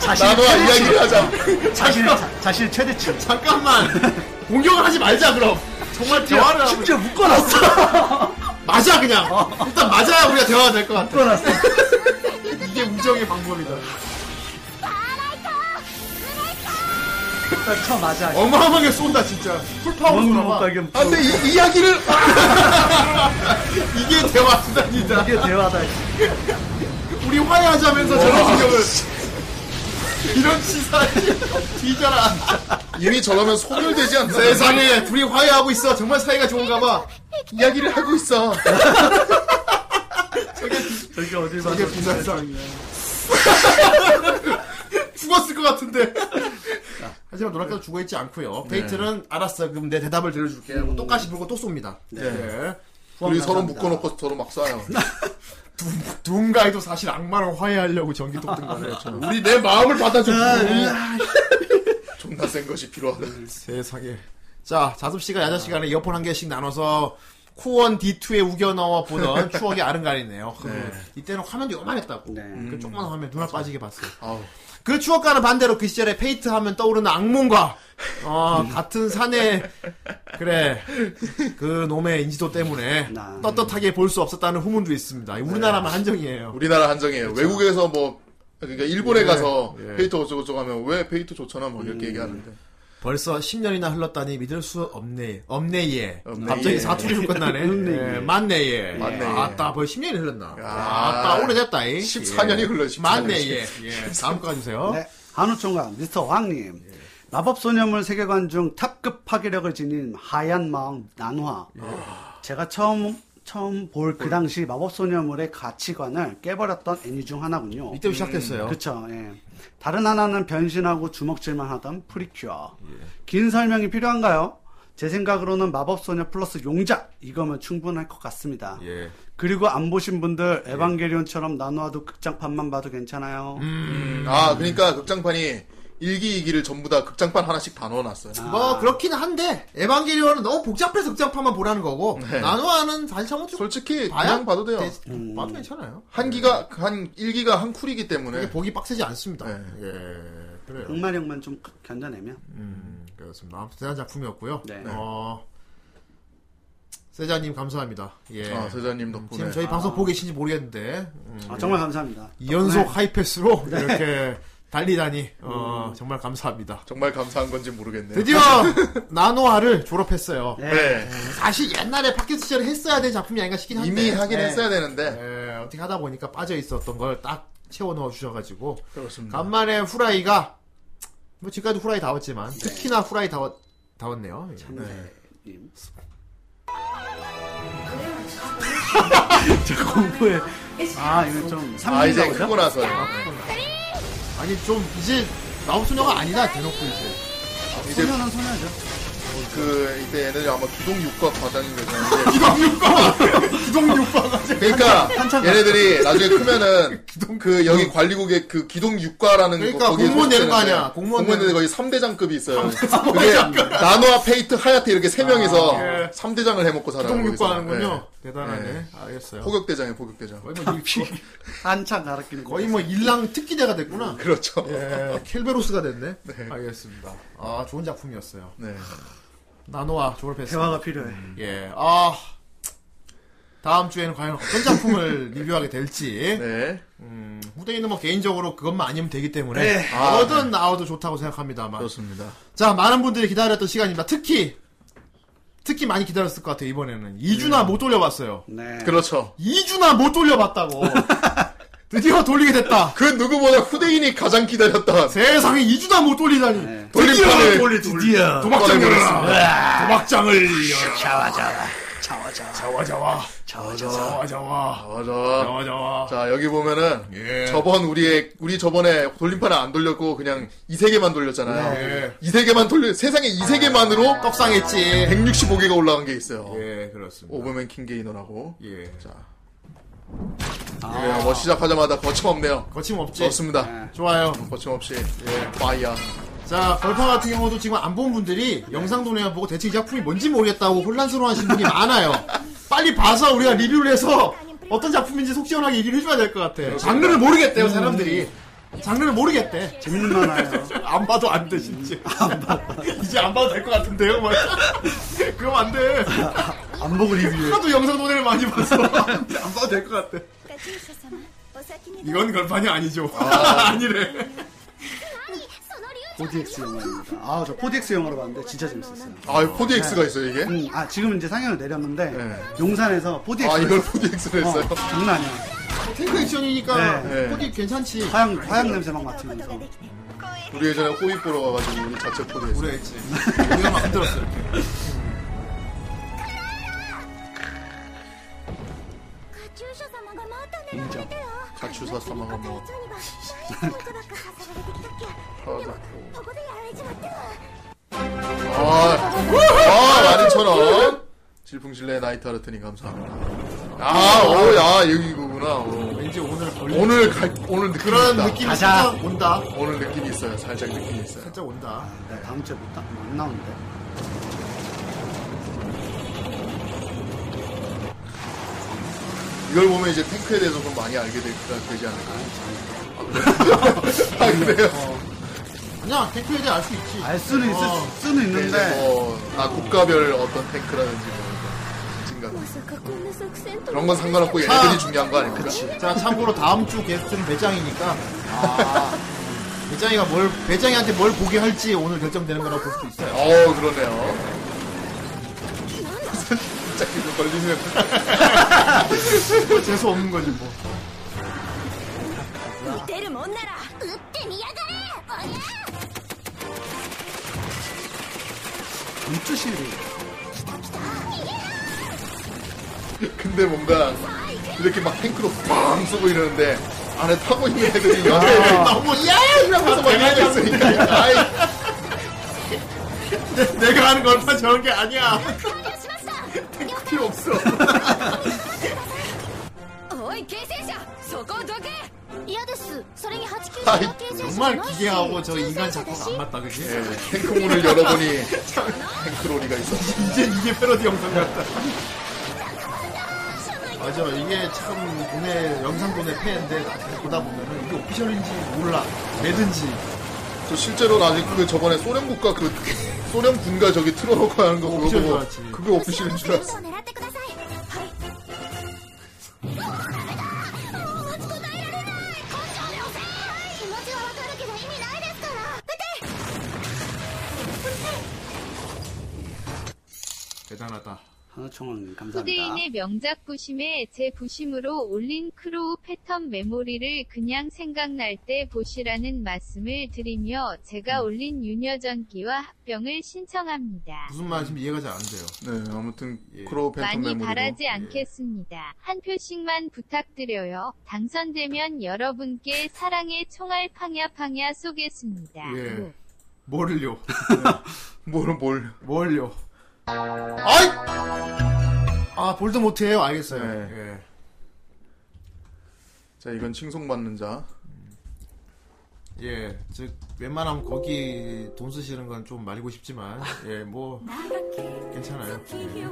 Speaker 3: 자신의
Speaker 2: 나눠
Speaker 3: 최대치.
Speaker 2: 이야기를 하자!
Speaker 3: 자신의 자- 자신의 최대치.
Speaker 1: 잠깐만! 공격을 하지 말자, 그럼! 정말 대화를 하면. <laughs>
Speaker 3: 심지어 묶어놨어.
Speaker 1: 맞아, 그냥! 일단 맞아야 우리가 대화가 될 것 같아.
Speaker 3: 묶어놨어.
Speaker 1: 이게 우정의 방법이다.
Speaker 6: パーライト
Speaker 3: 일단 쳐 맞아.
Speaker 1: 어마어마하게 쏜다, 진짜. 풀파워로
Speaker 3: 원로
Speaker 1: 쏘나
Speaker 3: 못
Speaker 1: 봐.
Speaker 3: 가게. 묶어.
Speaker 2: 아, 근데 이 이야기를!
Speaker 1: <laughs> 이게 대화 수단이다.
Speaker 3: 이게 대화다.
Speaker 1: 우리 화해하자면서 저런 신경을. 이런 시사에 뒤져라.
Speaker 2: 이미 저러면 소멸되지 않나?
Speaker 1: 세상에, 둘이 화해하고 있어. 정말 사이가 좋은가 봐.
Speaker 2: 이야기를 하고
Speaker 1: <laughs>
Speaker 2: 있어.
Speaker 3: 저게 어딜 봐도
Speaker 1: 이게 비싼 사람이야. 죽었을 것 같은데. 네. 하지만 노랑카도 죽어있지 않고요. 페이트는 알았어. 그럼 내 대답을 들어줄게. 하고 똑같이 불고 또 쏩니다. 음. 네.
Speaker 2: 우리 서로
Speaker 3: 감사합니다.
Speaker 2: 묶어놓고 서로 막 쏴요.
Speaker 1: 누군가에도 사실 악마랑 화해하려고 전기 똑든 거네요. 저는.
Speaker 2: 우리 내 마음을 받아줘. 존나 센 것이 필요하다.
Speaker 1: 세상에. 자, 자습시간, 야자시간에 이어폰 한 개씩 나눠서 쿠원 D2에 우겨 넣어 보던 추억이 아른가리네요. 그 이때는 화면도 요만했다고.
Speaker 3: 네.
Speaker 1: 그 조그만 화면 눈알 빠지게 봤어요.
Speaker 2: 아우.
Speaker 1: 그 추억과는 반대로 그 시절에 페이트 하면 떠오르는 악몽과 어, 같은 산에 그래 그 놈의 인지도 때문에
Speaker 3: 나.
Speaker 1: 떳떳하게 볼 수 없었다는 후문도 있습니다. 우리나라만 한정이에요.
Speaker 2: 우리나라 한정이에요. 외국에서 뭐 그러니까 일본에 가서
Speaker 1: 예.
Speaker 2: 페이트 어쩌고 저쩌고 하면 왜 페이트 좋잖아 뭐 이렇게 얘기하는데
Speaker 1: 벌써 10년이나 흘렀다니 믿을 수 없네. 없네 예.
Speaker 2: 없네,
Speaker 1: 갑자기
Speaker 2: 예. <laughs>
Speaker 1: 사투리로 끝나네.
Speaker 3: 없네,
Speaker 1: 예. 맞네 예.
Speaker 2: 맞네, 예.
Speaker 1: 아따 벌써 10년이 흘렀나.
Speaker 2: 아,
Speaker 1: 아따 오래됐다.
Speaker 2: 14년이 흘러요, 14년이.
Speaker 1: 맞네 예. 예. 다음 거 가주세요.
Speaker 3: 네. 한우 총각 미스터 왕님.
Speaker 1: 예.
Speaker 3: 마법 소녀물 세계관 중 탑급 파괴력을 지닌 하얀 마왕 난화.
Speaker 1: 예.
Speaker 3: 제가 처음 처음 볼
Speaker 1: 어.
Speaker 3: 그 당시 마법 소녀물의 가치관을 깨버렸던 애니 중 하나군요.
Speaker 1: 이때부터 시작됐어요.
Speaker 2: 음,
Speaker 3: 그쵸. 예. 다른 하나는 변신하고 주먹질만 하던 프리큐어.
Speaker 1: 예.
Speaker 3: 긴 설명이 필요한가요? 제 생각으로는 마법소녀 플러스 용작 이거면 충분할 것 같습니다.
Speaker 1: 예.
Speaker 3: 그리고 안 보신 분들 에반게리온처럼 나누어도 극장판만 봐도 괜찮아요.
Speaker 1: 음.
Speaker 2: 아 그러니까 극장판이 일기 이기를 전부 다 극장판 하나씩 다 넣어놨어요.
Speaker 1: 뭐 그렇긴 한데 에반게리온은 너무 복잡해서 극장판만 보라는 거고
Speaker 2: 네.
Speaker 1: 나노아는 사실 잘못 좀
Speaker 2: 솔직히
Speaker 1: 봐야
Speaker 2: 그냥 봐도 돼요. 네. 음.
Speaker 1: 대- 봐도 괜찮아요.
Speaker 2: 한 기가 한 일기가 한 쿨이기 때문에
Speaker 1: 그게 보기 빡세지 않습니다.
Speaker 2: 네. 음.
Speaker 1: 예 그래요.
Speaker 3: 악마력만 좀 견뎌내면.
Speaker 1: 음, 그렇습니다. 아무튼 대단한 작품이었고요.
Speaker 3: 네.
Speaker 1: 어, 세자님 감사합니다. 예.
Speaker 2: 아
Speaker 1: 지금
Speaker 2: 세자님 덕분에
Speaker 1: 저희 방송 보고 계신지 모르겠는데 음,
Speaker 3: 아, 정말 감사합니다.
Speaker 2: 네.
Speaker 1: 연속
Speaker 3: 덕분에
Speaker 1: 하이패스로 이렇게 달리다니 어,
Speaker 2: 음.
Speaker 1: 정말 감사합니다.
Speaker 2: 정말 감사한 건지 모르겠네요. <laughs>
Speaker 1: 드디어 나노아를 졸업했어요.
Speaker 3: 네.
Speaker 2: 네.
Speaker 1: 사실 옛날에 팟캐스트 시절에 했어야 될 작품이 아닌가 싶긴 한데
Speaker 2: 이미 하긴
Speaker 1: 네.
Speaker 2: 했어야 되는데
Speaker 1: 예, 어떻게 하다 보니까 빠져 있었던 걸 딱 채워 넣어 주셔가지고
Speaker 2: 그렇습니다.
Speaker 1: 간만에 후라이가 뭐 지금까지 후라이 다웠지만
Speaker 2: 네.
Speaker 1: 특히나 후라이 다웠 다웠네요. 예.
Speaker 3: 님. 저 공부에 아 이거 좀
Speaker 2: 아 이제
Speaker 3: 3년이죠.
Speaker 2: 크고 나서
Speaker 1: 아니 좀 이제 마법소녀가 아니다 대놓고 이제
Speaker 2: 이제
Speaker 3: 소녀는 소녀죠.
Speaker 2: 그 이때 얘네들이 아마 기동 육과 과장인 거잖아요.
Speaker 1: 네. <laughs> 기동 육과 기동 육과 과장.
Speaker 2: 그러니까
Speaker 1: 한참
Speaker 2: 얘네들이 나중에
Speaker 1: <laughs>
Speaker 2: 크면은 그 여기 관리국의 그 기동 육과라는
Speaker 1: 그러니까 공무원 되는 거 아니야. 공무원
Speaker 2: 공무원 되는 거의 3대장급이 있어요.
Speaker 1: 삼대장급.
Speaker 2: 그게 <laughs> 나노아 페이트 하야테 이렇게 세 명이서
Speaker 1: 예.
Speaker 2: 3대장을 해먹고 살아요.
Speaker 1: 기동 육과
Speaker 2: 거기서.
Speaker 1: 하는군요. 뭐,
Speaker 2: 예.
Speaker 1: 대단하네.
Speaker 2: 예.
Speaker 1: 알겠어요.
Speaker 2: 포격대장이에요, 포격대장.
Speaker 3: 한창 가르키는
Speaker 1: 거의 뭐 일랑 특기대가 됐구나.
Speaker 2: <laughs> 그렇죠. <laughs>
Speaker 1: 예, 켈베로스가 됐네. 알겠습니다. 아, 좋은 작품이었어요.
Speaker 2: 네.
Speaker 1: 나노아 졸업했어요.
Speaker 3: 대화가 필요해.
Speaker 1: 예, 아. 다음 주에는 과연 어떤 작품을
Speaker 2: <laughs>
Speaker 1: 리뷰하게 될지.
Speaker 2: 네.
Speaker 1: 음, 후대인은 뭐 개인적으로 그것만 아니면 되기 때문에.
Speaker 3: 네.
Speaker 2: 아,
Speaker 1: 뭐든 나와도 좋다고 생각합니다만.
Speaker 2: 그렇습니다.
Speaker 1: 자, 많은 분들이 기다렸던 시간입니다. 특히, 특히 많이 기다렸을 것 같아요, 이번에는. 2주나 못 돌려봤어요.
Speaker 3: 네.
Speaker 2: 그렇죠.
Speaker 1: 2주나 못 돌려봤다고. 드디어 돌리게 됐다.
Speaker 2: 그 누구보다 후대인이 가장 기다렸던
Speaker 1: 세상에 2주나 못 돌리다니.
Speaker 2: 돌림판을
Speaker 3: 드디어
Speaker 1: 도박장
Speaker 2: 꺼내버렸습니다.
Speaker 1: 열었습니다. 도박장을 열어.
Speaker 3: 자와자와 자와자와
Speaker 1: 자와자와.
Speaker 3: 자와자와
Speaker 1: 자와자와.
Speaker 2: 맞아.
Speaker 1: 자와자와.
Speaker 2: 자 여기 보면은
Speaker 1: 예.
Speaker 2: 저번 우리의 우리 저번에 돌림판을 안 돌렸고 그냥 이 세 개만 돌렸잖아요.
Speaker 1: 예.
Speaker 2: 이 세 개만 돌려 세상에 이 세 개만으로
Speaker 1: 떡상했지.
Speaker 2: 165개가 올라간 게 있어요.
Speaker 1: 예, 그렇습니다.
Speaker 2: 오버맨 킹게이너라고.
Speaker 1: 예.
Speaker 2: 자. 예, 뭐 시작하자마자 거침없네요.
Speaker 1: 거침없지.
Speaker 2: 좋습니다.
Speaker 3: 네.
Speaker 1: 좋아요.
Speaker 2: 거침없이 파이야.
Speaker 1: 자, 벌판 같은 경우도 지금 안 본 분들이 영상 도내만 보고 대체 이 작품이 뭔지 모르겠다고 혼란스러워 하시는 분이 많아요. 빨리 봐서 우리가 리뷰를 해서 어떤 작품인지 속시원하게 얘기를 해줘야 될 것 같아. 장르를 모르겠대요, 사람들이. 장르를 모르겠대.
Speaker 3: 재밌는 만화예요.
Speaker 1: 안 봐도 안 돼, 진짜. 이제 안 봐도 될 것 같은데요, 막. <laughs> 그럼 안 돼.
Speaker 3: 안 보고 리뷰해.
Speaker 1: 하도 영상 도내를 많이 봐서. 안 봐도 될 것 같아.
Speaker 6: カチューシャ様お先にどうぞ
Speaker 1: 이건 걸판이 아니죠. <laughs> 아, 니래
Speaker 3: 네.
Speaker 6: その龍
Speaker 3: 4DX 영화입니다. 아, 저 4DX 영화로 봤는데 진짜 재밌었어요.
Speaker 2: 아 4DX가 있어요 이게.
Speaker 3: 음, 아, 지금 이제 상영을 내렸는데
Speaker 2: 네.
Speaker 3: 용산에서 4DX
Speaker 2: 아 이걸 4DX를 했어요.
Speaker 3: 어, 장난 아니야.
Speaker 1: 탱크 액션이니까
Speaker 2: 네.
Speaker 1: 포기 괜찮지.
Speaker 3: 화양 화양 냄새 막 맡으면서
Speaker 6: できて
Speaker 2: 우리 예전에 호입 보러 가가지고 우리 자체 4DX.
Speaker 1: 오래 했지. 우리가 만들었어, 이렇게.
Speaker 3: 인정.
Speaker 2: 가추사 사망한 뭐.
Speaker 6: ここでやられちまったわ
Speaker 2: 아, 아, 마린처럼. 질풍질레 나이트 하르트니 감사합니다. 아, 오, 야, 여기 이거구나. 오.
Speaker 1: 왠지 오늘 걸리
Speaker 2: 오늘 갈, 오늘 느낌
Speaker 1: 그런
Speaker 2: 있다.
Speaker 1: 느낌이
Speaker 3: 가자.
Speaker 1: 살짝 온다.
Speaker 2: 오늘 느낌이 있어요. 살짝 느낌이 있어요.
Speaker 1: 살짝 온다.
Speaker 3: 나 네, 다음 주에 뭐 못, 나- 못 나온대.
Speaker 2: 이걸 보면 이제 탱크에 대해서 좀 많이 알게 되, 되지 않을까. 아, 그래요?
Speaker 1: 그냥 탱크에 대해 알 수 있지.
Speaker 3: 알 수는 있을
Speaker 1: 어.
Speaker 3: 수는
Speaker 2: 근데 이제
Speaker 3: 있는데
Speaker 2: 뭐, 아, 국가별 어떤 탱크라든지 뭐, 진가.
Speaker 6: まさかこんな作戦と
Speaker 2: 그런 건 상관없고 얘네들이 중요한 거 아닙니까?
Speaker 1: 자, 참고로 다음 주 게스트는 배짱이니까. 아, 배짱이가 뭘, 배짱이한테 뭘 보게 할지 오늘 결정되는 거라고 볼 수도 있어요.
Speaker 2: 어, 그러네요. <laughs> 진짜 이거 걸리면.
Speaker 1: 재수 없는 거지, 뭐.
Speaker 6: 見てるもんなら撃ってみやがれおりゃ
Speaker 3: 물주실이
Speaker 2: 근데 뭔가 이렇게 막 탱크로 빵 쏘고 이러는데 안에 타고 있는 애들이 여자애들
Speaker 1: 아.
Speaker 2: 너무 야 이러면서 막 이러고 있으니까 아이
Speaker 1: 내가 하는 걸판 저런 게 아니야.
Speaker 6: 完了しました了
Speaker 1: 필요 없어.
Speaker 6: 解おい軽戦車そこをどけ嫌ですそれに
Speaker 2: は
Speaker 6: 890の軽戦車じゃ
Speaker 1: 정말
Speaker 6: ないし
Speaker 1: 기계하고 저
Speaker 6: 軽
Speaker 1: 인간
Speaker 6: 戦車だ
Speaker 1: 작곡
Speaker 6: し
Speaker 1: 안 맞다, 그지?
Speaker 2: 예, 탱크 문을 열어보니 탱크로리가 있었어
Speaker 1: 이제 이게 패러디 영상 같다. 맞아, 이게 참 국내 영상 돈의 폐인데 나중에 보다 보면은 이게 오피셜인지 몰라, 매든지
Speaker 2: 저 실제로 나중에 그 저번에 소련 국가 그 소련 군가 저기 틀어놓고 하는 거 그거
Speaker 1: 오피셜인 줄
Speaker 2: 보고
Speaker 1: 알았지.
Speaker 2: 그게 오피셜인 줄 알았어
Speaker 6: 狙ってくださいはい気持ちはわかるけど意味ないですから撃て
Speaker 1: 대단하다.
Speaker 3: 한우총원님 감사합니다.
Speaker 7: 후대인의 명작 부심에 제 부심으로 올린 크로우 패턴 메모리를 그냥 생각날 때 보시라는 말씀을 드리며
Speaker 2: 음.
Speaker 7: 제가 올린 유녀전기와 합병을 신청합니다.
Speaker 1: 무슨 말인지 이해가 잘 안 돼요. 예.
Speaker 2: 네 아무튼 크로우 팬텀
Speaker 7: 많이
Speaker 2: 음, 메모리로 예.
Speaker 7: 바라지 않겠습니다. 한 표씩만 부탁드려요. 당선되면 여러분께 사랑의 총알 팡야팡야 쏘겠습니다.
Speaker 1: 예. 뭐를요?
Speaker 2: 뭐를 뭘?
Speaker 1: 뭘요? 아이! 아, 볼드모트예요 알겠어요.
Speaker 2: 네.
Speaker 1: 예.
Speaker 2: 자 이건 칭송받는 자.
Speaker 1: 예. 즉, 웬만하면 거기 돈 쓰시는 건 좀 말리고 싶지만, 예, 뭐, 괜찮아요. 예.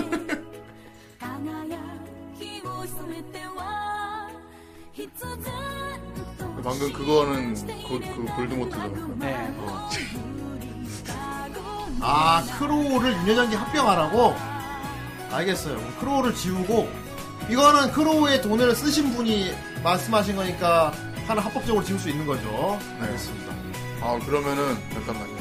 Speaker 11: 輝きを全ては必然と
Speaker 2: 방금 그거는 그, 그 볼드모트죠.
Speaker 1: 네. 아, 크로우를 윤여정기 합병하라고? 알겠어요. 그럼 크로우를 지우고, 이거는 크로우의 돈을 쓰신 분이 말씀하신 거니까, 하나 합법적으로 지울 수 있는 거죠. 알겠습니다.
Speaker 2: 아 그러면은 잠깐만요.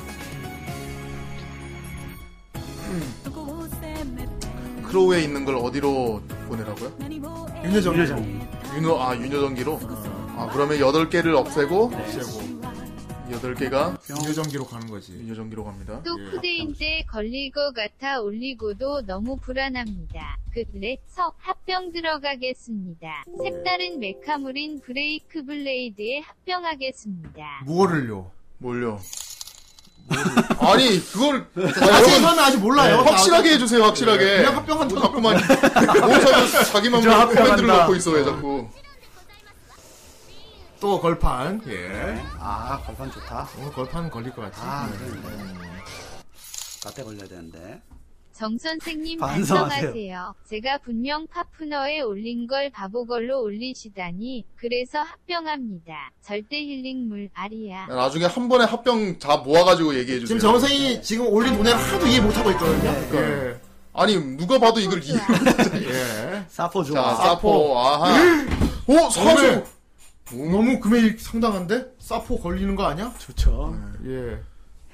Speaker 2: 크로우에 있는 걸 어디로 보내라고요?
Speaker 1: 윤여정.
Speaker 2: 윤호 아 윤여정기로. 아 그러면 여덟 개를 없애고
Speaker 1: 없애고.
Speaker 2: 여덟 개가
Speaker 1: 윤여정기로 가는 거지.
Speaker 2: 윤여정기로 갑니다.
Speaker 7: 또 쿠데인데 걸릴 것 같아 올리고도 너무 불안합니다. 그래서 합병 들어가겠습니다. 색다른 메카물인 브레이크 블레이드에 합병하겠습니다.
Speaker 1: 뭐를요?
Speaker 2: 뭘요? 아니 그걸 아,
Speaker 1: 자세히
Speaker 2: 여러분,
Speaker 1: 저는 아직 몰라요. 네,
Speaker 2: 네, 확실하게 해주세요 확실하게.
Speaker 1: 그냥 합병한다.
Speaker 2: 자꾸만 뭐 자꾸 자기만
Speaker 1: 그저
Speaker 2: 팬들을
Speaker 1: 합병한다.
Speaker 2: 넣고 있어 왜 자꾸.
Speaker 1: 아, 또 걸판. 예.
Speaker 3: 아, 걸판 좋다.
Speaker 1: 오늘 걸판 걸릴 것 같지?
Speaker 3: 아,
Speaker 1: 예.
Speaker 3: 나때 걸려야 되는데.
Speaker 7: 정 선생님
Speaker 3: 반성하세요.
Speaker 7: 반성하세요. 제가 분명 파프너에 올린 걸 바보 걸로 올리시다니 그래서 합병합니다. 절대 힐링물 아리야.
Speaker 2: 네, 나중에 한 번에 합병 다 모아가지고 얘기해주세요.
Speaker 1: 지금 정선생이 지금 올린 돈을 하나도 이해 못하고 있거든요.
Speaker 2: 그러니까. 아니 누가 봐도 이걸 이해 못하죠.
Speaker 1: 예. 예.
Speaker 3: 사포
Speaker 2: 자
Speaker 3: 좋아.
Speaker 2: 사포 아하. 오 사포.
Speaker 1: 오늘 너무 금액이 상당한데? 사포 걸리는 거 아니야?
Speaker 3: 좋죠.
Speaker 1: 예.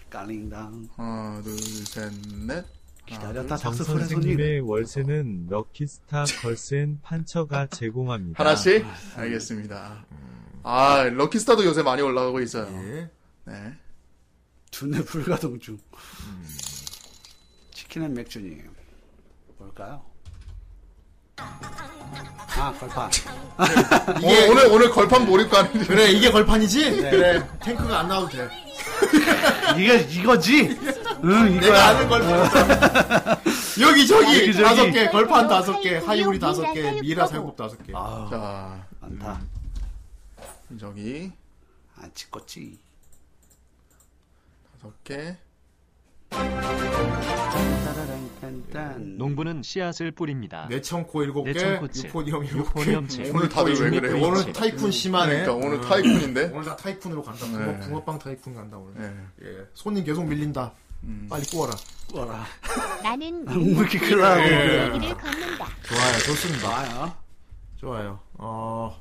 Speaker 3: 깔링당.
Speaker 2: 하나 둘셋넷
Speaker 3: 기다렸다
Speaker 10: 정
Speaker 3: 박수 소리 손님.
Speaker 10: 아, 선생님의 월세는 럭키스타 걸스앤 판처가 제공합니다.
Speaker 1: 아,
Speaker 2: 하나씩 알겠습니다. 아 럭키스타도 요새 많이 올라가고 있어요.
Speaker 1: 예.
Speaker 2: 네.
Speaker 3: 두뇌 불가동 중. 치킨앤 맥주님. 뭘까요? 아, 걸판.
Speaker 1: 이게-
Speaker 2: 오, 오늘 오늘 걸판 몰입가는
Speaker 1: 어, 그래, 이게 걸판이지?
Speaker 3: 네.
Speaker 1: 그래, 탱크가 안 나와도 돼.
Speaker 3: 이게, 이거지? 응,
Speaker 1: 내가
Speaker 3: 이거야.
Speaker 1: 아는 걸판. 여기, 저기,
Speaker 3: 여기저기.
Speaker 1: 다섯 개, 걸판 다섯 개, 하이브리 다섯 개, 미라 살굽 다섯 개.
Speaker 3: 아,
Speaker 2: 자
Speaker 3: 많다.
Speaker 2: 저기
Speaker 3: 안 찍었지.
Speaker 2: 다섯
Speaker 1: 음,
Speaker 2: 개.
Speaker 3: 따라란딴딴. 아,
Speaker 12: 농부는 씨앗을 뿌립니다.
Speaker 1: 내청코 일곱 개,
Speaker 12: 내청꽃이.
Speaker 1: 유포니엄 일곱 개. 어,
Speaker 12: 유포니엄 제
Speaker 2: 오늘 다들 왜 그래?
Speaker 1: 오늘 타이쿤 심하네.
Speaker 2: 그러니까 오늘
Speaker 1: 음.
Speaker 2: 타이쿤인데.
Speaker 1: 오늘 다 타이쿤으로 간다.
Speaker 2: 네.
Speaker 1: 붕어, 붕어빵 타이쿤 간다, 오늘.
Speaker 2: 네.
Speaker 1: 예. 손님 계속 밀린다.
Speaker 2: 음.
Speaker 1: 빨리 구워라.
Speaker 3: 와라.
Speaker 7: 어.
Speaker 6: 나는
Speaker 7: 음.
Speaker 3: 뭐 이렇게 크라고.
Speaker 1: 예.
Speaker 6: 길을 걷는다.
Speaker 1: 좋아요, 좋습니다.
Speaker 3: 나야.
Speaker 1: 좋아요. 어,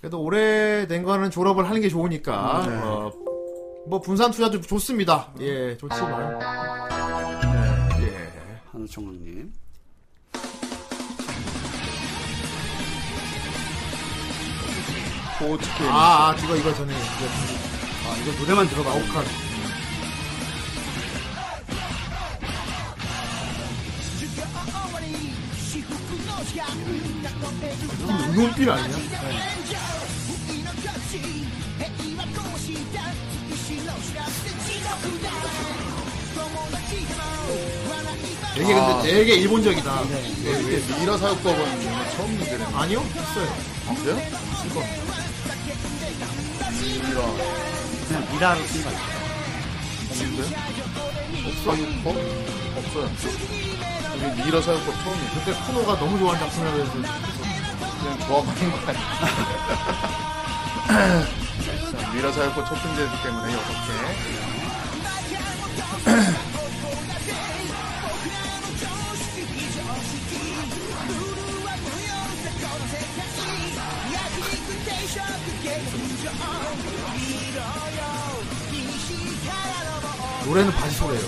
Speaker 1: 그래도 오래된 거는 졸업을 하는 게 좋으니까, 어, 뭐, 분산 투자도 좋습니다. 예, 좋지만. 예.
Speaker 3: 한우 총무님.
Speaker 2: 포치킨.
Speaker 1: 아, 아, 이거, 이거 전에. 이거,
Speaker 3: 아, 이거 노래만 들어봐.
Speaker 1: 아웃칸. 눈빛 아니야? 네. 되게 근데
Speaker 2: 아.
Speaker 1: 되게 일본적이다.
Speaker 2: 예. 이게 미라 사육법은 오늘 처음 문제네. 아
Speaker 1: 아니요? 있어요.
Speaker 2: 그래요? 이거. 미라.
Speaker 3: 그냥 미라로 쓴 거야.
Speaker 2: 없는데? 없사육법? 없어요. 여기 미라 사육법 처음이에요.
Speaker 1: 그때 쿠노가 너무 좋아하는 작품이라서
Speaker 2: 그냥 좋아하는 거 아니에요. <laughs> 자, 미라 사육법 첫 번째 때문에 여섯 개.
Speaker 1: 노래는 바지 소래요.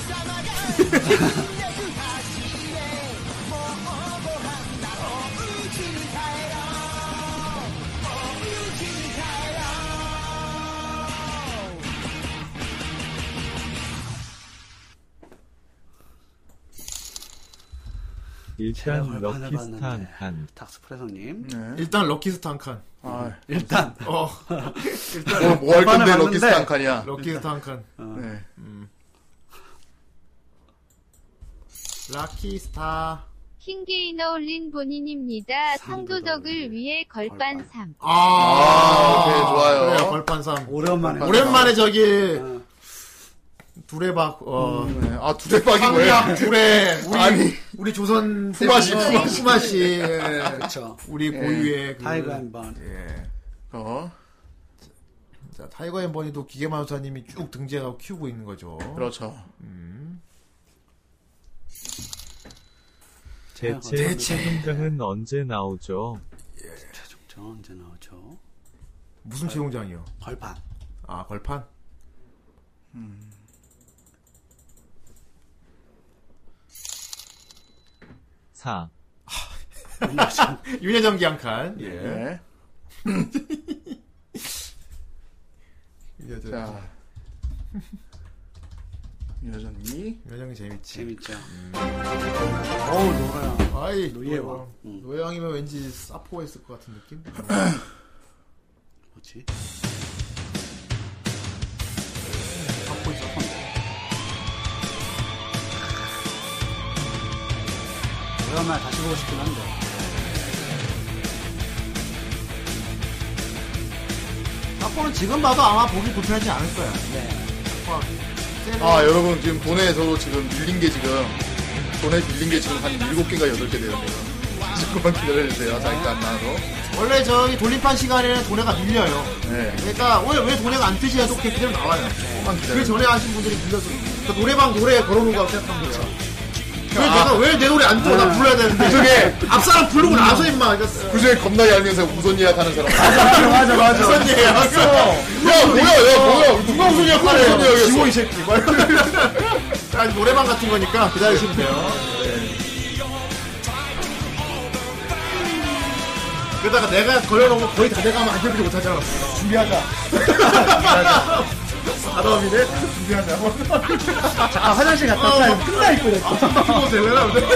Speaker 10: 일단
Speaker 3: 제가 얼마나
Speaker 10: 럭키스탄
Speaker 3: 봤는데.
Speaker 10: 한
Speaker 3: 닥스프레소님.
Speaker 1: 일단 럭키스타 한 칸.
Speaker 2: 아,
Speaker 3: 일단.
Speaker 1: 어.
Speaker 2: 뭐, 뭐할
Speaker 3: 얼마나
Speaker 2: 건데
Speaker 3: 봤는데.
Speaker 2: 럭키스타 한 칸이야.
Speaker 1: 럭키스타 한 칸. 음.
Speaker 3: 어.
Speaker 2: 네.
Speaker 1: 럭키스타.
Speaker 7: 킹게이너 올린 본인입니다. 상도덕을 위해 걸반 3.
Speaker 1: 아, 아
Speaker 2: 오케이, 좋아요.
Speaker 1: 그래요, 걸판 3.
Speaker 3: 오랜만에.
Speaker 1: 오랜만에 저기, 두레박, 어,
Speaker 3: 음.
Speaker 2: 네. 아, 두대박이
Speaker 1: 황량
Speaker 2: 뭐야?
Speaker 1: 두레, 우리,
Speaker 2: 아니.
Speaker 1: 우리 조선.
Speaker 2: 후마시,
Speaker 1: 때문에
Speaker 2: 후마시.
Speaker 1: 후마시. 예.
Speaker 3: 그쵸.
Speaker 1: 우리
Speaker 2: 예.
Speaker 1: 고유의 그.
Speaker 3: 네. 그렇죠. 타이거 한번.
Speaker 1: 예.
Speaker 2: <laughs> 어,
Speaker 1: 자, 타이거 앤버니도 기계마우사님이 쭉 등재하고 키우고 있는 거죠.
Speaker 2: 그렇죠.
Speaker 1: 음.
Speaker 3: 네,
Speaker 10: 대체 최종장은 언제 나오죠?
Speaker 3: 최종전 언제 나오죠?
Speaker 1: 무슨 채용장이요?
Speaker 3: 걸판. <laughs>
Speaker 1: 아, 걸판? <laughs>
Speaker 10: 사
Speaker 1: 윤여정기 한 칸. 예.
Speaker 2: 네.
Speaker 1: 윤여정기.
Speaker 2: <laughs> 자. 여전히.
Speaker 1: 윤여정기 재밌지.
Speaker 3: 재밌죠. 어우, 노아야.
Speaker 1: 아이,
Speaker 3: 노예왕.
Speaker 1: 노예왕.
Speaker 3: 음.
Speaker 1: 노예왕이면 왠지 사포가 있을 것 같은 느낌?
Speaker 3: 뭐지?
Speaker 1: 사포 있어.
Speaker 3: 오랜만에 다시 보고 싶긴 한데.
Speaker 1: <laughs> 사포는 지금 봐도 아마 보기 불편하지 않을 거야.
Speaker 3: 네.
Speaker 1: 사포가 세네.
Speaker 2: 아, 여러분, 지금 돈에 저도 지금 밀린 게 지금, 돈에 밀린 게 지금 한 7개인가 8개 되요 <laughs> 지금. 조금만 기다려주세요. 자, 일단 나도.
Speaker 1: 원래 저기 돌림판 시간에는 도네가 밀려요.
Speaker 2: 네.
Speaker 1: 그러니까 왜, 왜 도네가 안 뜨지야 좋게 그대로 나와요.
Speaker 2: 조금만
Speaker 1: 그
Speaker 2: 기다려주세요.
Speaker 1: 전에 하신 분들이 밀려서 그러니까 노래방 노래 걸어놓은 거라고 생각하면 돼요. 왜 내가 왜 내 노래 안 떠나 불러야 <laughs> 되는데
Speaker 2: 그중에-
Speaker 1: 앞사람 부르고 나서 임마 <laughs> 그러니까
Speaker 2: 그 중에 겁나 얄미워서 우선 예약하는 사람. <laughs>
Speaker 3: 맞아, 맞아.
Speaker 1: 무슨 얘기야
Speaker 2: 야, 뭐야, 야, 뭐야. 누가 우선 예약하래? 우선 예약했어.
Speaker 1: 지호 이 새끼 막 이러면서. 자, 아, 노래방 같은 거니까 기다리시면 돼요 네. 그러다가 내가 걸려놓은 거 거의 다 돼가면 안 되지 못하잖아 준비하자 아담이네 준비하자
Speaker 3: 아, 화장실 갔다 왔다. 이거 끝나 있고 그랬어.
Speaker 1: 아, 이거 되려나 보다.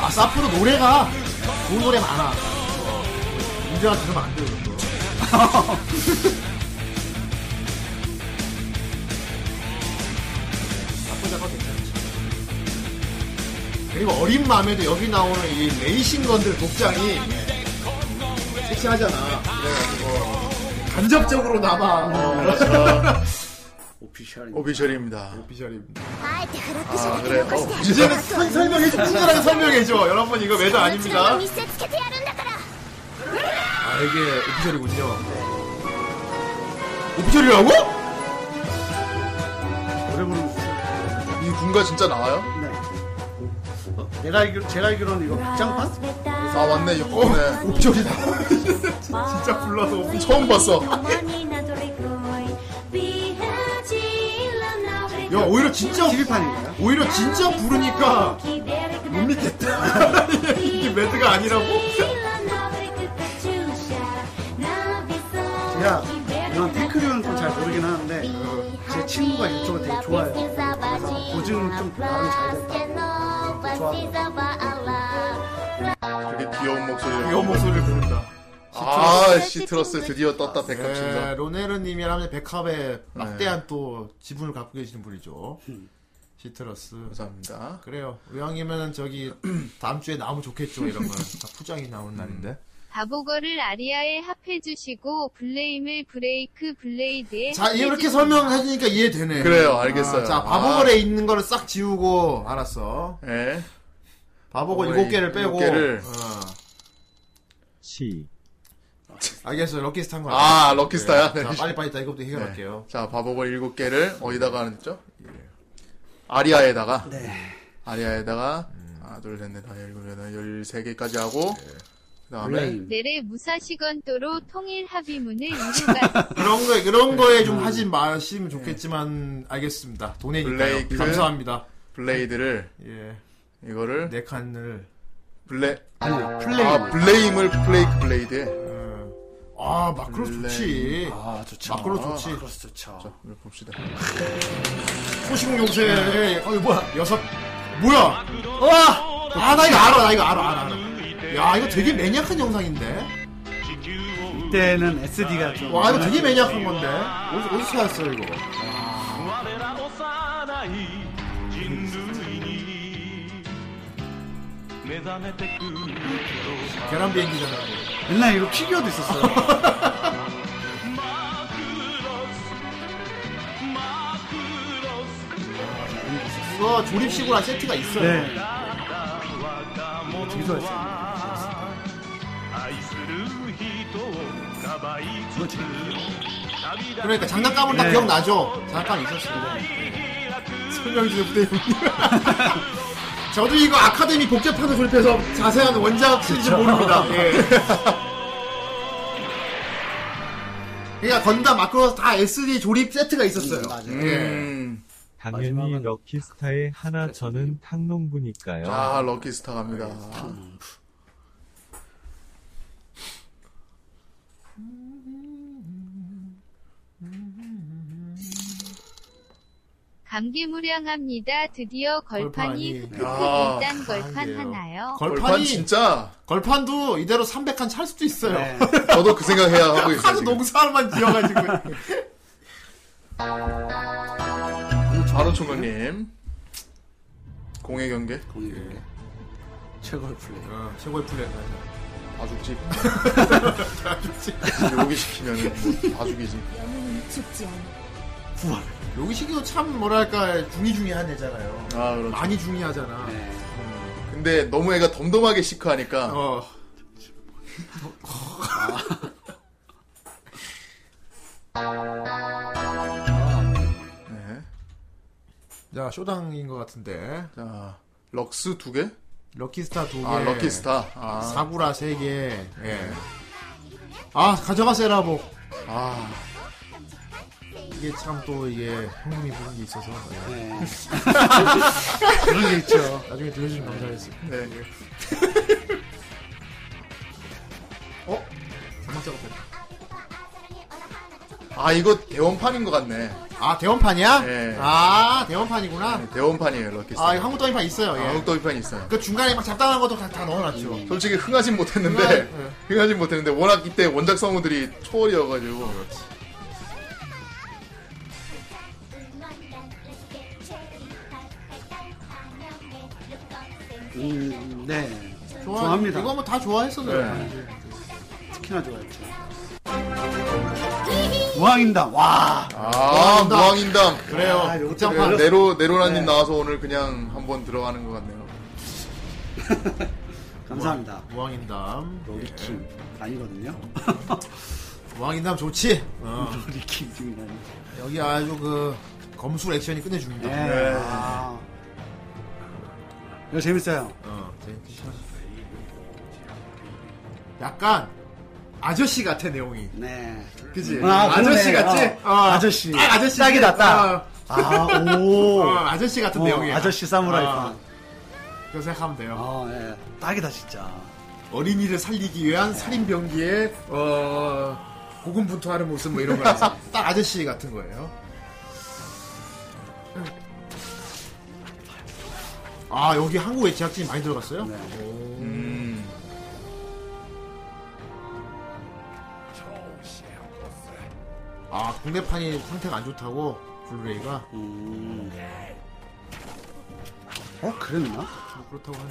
Speaker 1: 아, 사프로 노래가 좋은 노래 많아. 문제가 들으면 안 돼요, 이거. 사프 작업 괜찮지. 그리고 어린 마음에도 여기 나오는 이 레이싱 건들 복장이 섹시하잖아. 그래가지고 간접적으로 남아. 그렇죠. <laughs>
Speaker 3: 오피셜.
Speaker 2: 오피셜입니다.
Speaker 1: 비주얼입니다.
Speaker 2: 아, 그래. 어,
Speaker 1: 이제는 설- 설명해줘. 친절하게 설명해줘. 여러분 이거 매도 아닙니다.
Speaker 6: 見せつけてやるんだから
Speaker 1: 아 이게 오피셜이군요. 오피셜이라고?
Speaker 3: 어, 노래 부르는 거.
Speaker 2: 이 군가 진짜 나와요?
Speaker 3: 네. 어, 내가 알기로, 제가 알기로는 이거 극장판?
Speaker 2: 아, 맞네. 옆에.
Speaker 1: 옵션이다. <laughs> 진짜 불러서
Speaker 2: 처음 봤어.
Speaker 1: 야 오히려 진짜
Speaker 3: TV판인가요?
Speaker 1: 오히려 진짜 부르니까 못 믿겠다. <laughs> 이게 매드가
Speaker 2: 어.
Speaker 1: 아니라고?
Speaker 3: 제가 이런 테크류는 좀 잘 모르긴 하는데, 제 친구가 이쪽을 되게 좋아해요. 그래서 보증을 좀 나름 잘 됐다. 좋아.
Speaker 2: 되게 귀여운 목소리로.
Speaker 1: 이거 목소리를 부른다.
Speaker 2: 아, 시트러스 드디어 떴다, 백합 신사.
Speaker 1: 네, 로네르님이라면 백합의 막대한 또 지분을 갖고 계시는 분이죠.
Speaker 2: 음.
Speaker 1: 시트러스.
Speaker 2: 감사합니다.
Speaker 1: 그래요. 의왕이면 저기 <clears throat> 다음 주에 나오면 좋겠죠 이런 거다 포장이
Speaker 2: 음.
Speaker 1: 나오는 날인데.
Speaker 7: 바보거를 아리아에 합해주시고 블레임을 브레이크 블레이드에
Speaker 1: 자 이렇게
Speaker 7: 합해주세요.
Speaker 1: 설명해주니까 이해되네.
Speaker 2: 그래요, 알겠어요.
Speaker 1: 아, 자 바보걸에 있는 거를 싹 지우고 알았어.
Speaker 2: 아, 예.
Speaker 1: 바보걸
Speaker 2: 바보걸
Speaker 1: 일곱 개를 빼고.
Speaker 2: 일곱 개를.
Speaker 1: 어,
Speaker 10: 시
Speaker 1: 알겠어요. 럭키스타인 거.
Speaker 2: 아,
Speaker 1: 알았어요.
Speaker 2: 럭키스타야?
Speaker 1: 네. 자
Speaker 2: <laughs> 네.
Speaker 1: 빨리 빨리 다 이것도 해결할게요.
Speaker 2: 자, 바보걸 일곱 개를 어디다가 하는죠? 예. 아리아에다가.
Speaker 3: 네.
Speaker 2: 아리아에다가. 하나, 둘, 셋, 넷, 다섯, 일곱, 여덟, 열세 개까지 하고. 그 다음에.
Speaker 3: 블레임.
Speaker 7: 내래 무사시건도로 통일
Speaker 1: <laughs>
Speaker 7: 합의문을 이루가
Speaker 1: 그런 거에
Speaker 2: 네.
Speaker 1: 그런 거에
Speaker 2: 음.
Speaker 1: 좀 하지 마시면 좋겠지만 알겠습니다. 돈이니까요.
Speaker 2: 블레이크.
Speaker 1: 감사합니다.
Speaker 2: 블레이드를,
Speaker 1: 예.
Speaker 2: 이거를.
Speaker 1: 네 칸을.
Speaker 2: 블레,
Speaker 3: 아니, 플레이.
Speaker 2: 아, 블레임을 플레이크 블레이드에.
Speaker 1: 어, 아, 마크로스 좋지.
Speaker 3: 아, 좋죠.
Speaker 1: 마크로스 좋지.
Speaker 3: 마크로스 좋죠.
Speaker 2: 자, 이거 봅시다.
Speaker 1: 소시공 용세.
Speaker 2: 네.
Speaker 1: 어, 이거 뭐야? 여섯. 뭐야? 와! 아, 나 이거 알아, 나 이거 알아, 알아, 알아. 야, 이거 되게 매니악한 영상인데?
Speaker 3: 이때는 SD가 좀.
Speaker 1: 와, 이거 되게 매니악한 건데? 어디서, 어디서 찾았어요, 이거? 계란 비행기잖아.
Speaker 3: 옛날에 이거 피규어도 있었어요.
Speaker 1: 이거 조립식으로 한 세트가 있어요.
Speaker 3: 네.
Speaker 1: 되게 좋아했어요. 그러니까 장난감은 다
Speaker 9: 네.
Speaker 1: 기억나죠? 장난감 있었어요. 설명주의 <laughs> 부대님. 저도 이거 아카데미 복제판을 구입해서 자세한 원작 시리즈 모릅니다. <laughs> 예. 그러니까 건담 마크로스 다 SD 조립 세트가 있었어요. 음, 예. 맞아요.
Speaker 2: 음.
Speaker 10: 당연히 럭키스타의 하나 저는 탕농부니까요.
Speaker 2: 아, 럭키스타 갑니다.
Speaker 7: 감개무량합니다. 드디어
Speaker 1: 걸판이.
Speaker 7: 걸판이 흑흑
Speaker 1: 아,
Speaker 7: 일단 걸판
Speaker 1: 강해요.
Speaker 7: 하나요.
Speaker 1: 걸판이
Speaker 2: 진짜
Speaker 1: 걸판도 이대로 300칸 찰 수도 있어요.
Speaker 3: 네.
Speaker 2: 저도 그 생각해야 하고 있어요.
Speaker 1: <laughs> 하도
Speaker 2: 지금.
Speaker 1: 농사만 <laughs> 지어가지고.
Speaker 2: 바로 총각님. 공의 경계. 공의 경계.
Speaker 3: 최고의 플레이.
Speaker 1: 어, 최고의 플레이.
Speaker 2: 아죽집. 아죽집. 여기 시키면 뭐 아죽이지.
Speaker 6: 영웅은 죽지 않아.
Speaker 3: 부활.
Speaker 1: 여기 시기도 참 뭐랄까 중이중이한 애잖아요.
Speaker 2: 아, 그렇죠.
Speaker 1: 많이 중이하잖아.
Speaker 3: 네,
Speaker 2: 네. 근데 너무 애가 덤덤하게 시크하니까.
Speaker 1: 어.
Speaker 2: 네.
Speaker 1: 자 쇼당인 것 같은데.
Speaker 2: 자 럭스 두 개.
Speaker 1: 럭키스타 두 개.
Speaker 2: 아, 럭키스타. 아.
Speaker 1: 사구라 세 개. 예. 아 가져가 세라복.
Speaker 2: 아
Speaker 1: 이게 참 또 이게 형님이 부른 게 있어서.
Speaker 2: <laughs>
Speaker 1: 예.
Speaker 3: 네. 그런 게 있죠.
Speaker 1: 나중에 들려주면 감사하겠습니다.
Speaker 2: 네.
Speaker 1: 어? 잘못 잡았다.
Speaker 2: 아 이거 대원판인 것 같네.
Speaker 1: 아 대원판이야?
Speaker 2: 네.
Speaker 1: 아 대원판이구나.
Speaker 2: 대원판이에요 럭키스타.
Speaker 1: 아 이거 한국 더빙판 있어요. 예.
Speaker 2: 아, 음. 한국 더비판 있어요.
Speaker 1: 그 중간에 막 잡다한 것도 다, 다 넣어놨죠.
Speaker 2: 솔직히 흥하진 못했는데
Speaker 1: 흥하- 네.
Speaker 2: 흥하진 못했는데 워낙 이때 원작 성우들이 초월이어가지고
Speaker 3: 음, 네.
Speaker 1: 좋아,
Speaker 3: 좋아합니다.
Speaker 1: 이거 뭐다 좋아했었어요.
Speaker 2: 네.
Speaker 3: 특히나 좋아했죠. 음. 무항인담, 와.
Speaker 2: 아 무왕인담
Speaker 1: 그래요.
Speaker 3: 아, 요것도
Speaker 1: 극장판.
Speaker 3: 그래요?
Speaker 2: 네로 네로라님
Speaker 3: 네.
Speaker 2: 나와서 오늘 그냥 한번 들어가는 것 같네요.
Speaker 3: 감사합니다.
Speaker 1: 무왕인담.
Speaker 3: 로리킴. <laughs> 아니거든요.
Speaker 1: 무왕인담 좋지. 어.
Speaker 3: 로리킴 중이라니.
Speaker 1: 여기 아주 그 검술 액션이 끝내줍니다.
Speaker 3: 네. 아. 이거 재밌어요.
Speaker 1: 어, 재밌지. 약간 아저씨 같아 내용이.
Speaker 3: 네.
Speaker 1: 그지?
Speaker 3: 아,
Speaker 1: 아, 저씨
Speaker 3: 그러네.
Speaker 1: 같지?
Speaker 3: 어, 아저씨.
Speaker 1: 딱 아저씨
Speaker 3: 딱이다, 딱.
Speaker 1: 어.
Speaker 3: 아, 오.
Speaker 1: 어, 아저씨 같은
Speaker 3: 어,
Speaker 1: 내용이야.
Speaker 3: 아저씨 사무라이
Speaker 1: 어,
Speaker 3: 판.
Speaker 1: 그거 생각하면 돼요.
Speaker 3: 어, 예. 딱이다, 진짜.
Speaker 1: 어린이를 살리기 위한 살인병기의 어, 고군분투하는 모습 뭐 이런 거라서
Speaker 2: <laughs>
Speaker 1: 딱 아저씨 같은 거예요. 아 여기 한국에 제작진이 많이 들어갔어요?
Speaker 2: 네.
Speaker 3: 네.
Speaker 1: 오.
Speaker 2: 음.
Speaker 1: 아 국내판이 상태가 안 좋다고 블루레이가
Speaker 3: 음. 어, 그랬나?
Speaker 1: 뭐 그렇다고 하네.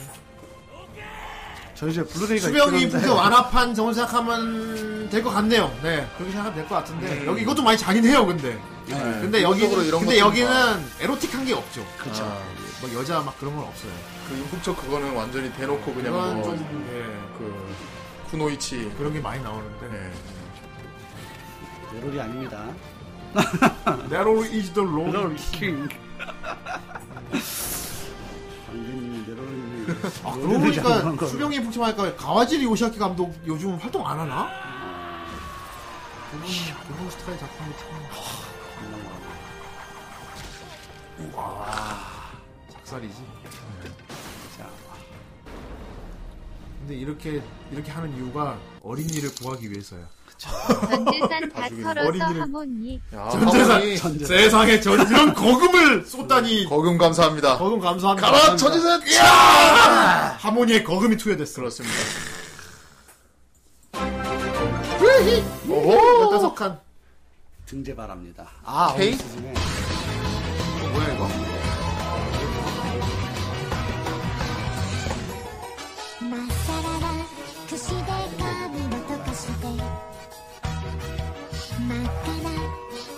Speaker 3: 저 이제 블루레이가
Speaker 1: 수병이
Speaker 3: 있긴 한데.
Speaker 1: 부서 완화판 정도 생각하면 될 것 같네요. 네 그렇게 생각하면 될 것 같은데
Speaker 2: 음.
Speaker 1: 여기 이것도 많이 잔인해요 근데.
Speaker 2: 네.
Speaker 1: 근데 여기
Speaker 2: 기본적으로 이런
Speaker 1: 근데
Speaker 2: 것들은 뭐.
Speaker 1: 여기는
Speaker 2: 다-
Speaker 1: 에로틱한 게 없죠.
Speaker 3: 그쵸.
Speaker 1: 아, 뭐 여자 막 그런 건 없어요.
Speaker 2: 그 흑척 그거는 완전히 대놓고 그냥
Speaker 1: 그건
Speaker 2: 뭐,
Speaker 1: 좀 예,
Speaker 2: 그 쿠노이치
Speaker 1: 그런 게 많이 나오는데.
Speaker 2: 네.
Speaker 3: 로리 아닙니다.
Speaker 1: Narrow is the road.
Speaker 3: 로리킴. <laughs> 방금 내로리.
Speaker 1: 아 <laughs> 그러고 보니까 수병이 폭침하니까 가와지리 요시아키 감독 요즘 활동 안 하나? 아. 그분 스타일 작품이 참 아, 작살이지. 네. 근데 이렇게 이렇게 하는 이유가 어린이를 구하기 위해서야.
Speaker 7: 전재산 다 털어서
Speaker 1: 어린이를-
Speaker 7: 하모니
Speaker 1: 아, 전재산, 세상에 전 <laughs> 이런 거금을 쏟다니.
Speaker 2: 거금 감사합니다.
Speaker 1: 거금 감사합니다.
Speaker 2: 가라,
Speaker 1: 감사합니다.
Speaker 2: 전재산! 이야!
Speaker 1: 하모니에 거금이 투여됐어. 그렇습니다.
Speaker 2: 오호!
Speaker 1: 다섯 칸.
Speaker 3: 등재 바랍니다. 아,
Speaker 2: 오케이.
Speaker 3: 오늘 스승의
Speaker 2: 뭐야 이거?
Speaker 6: まっさらな櫛で髪を溶かして真っ赤な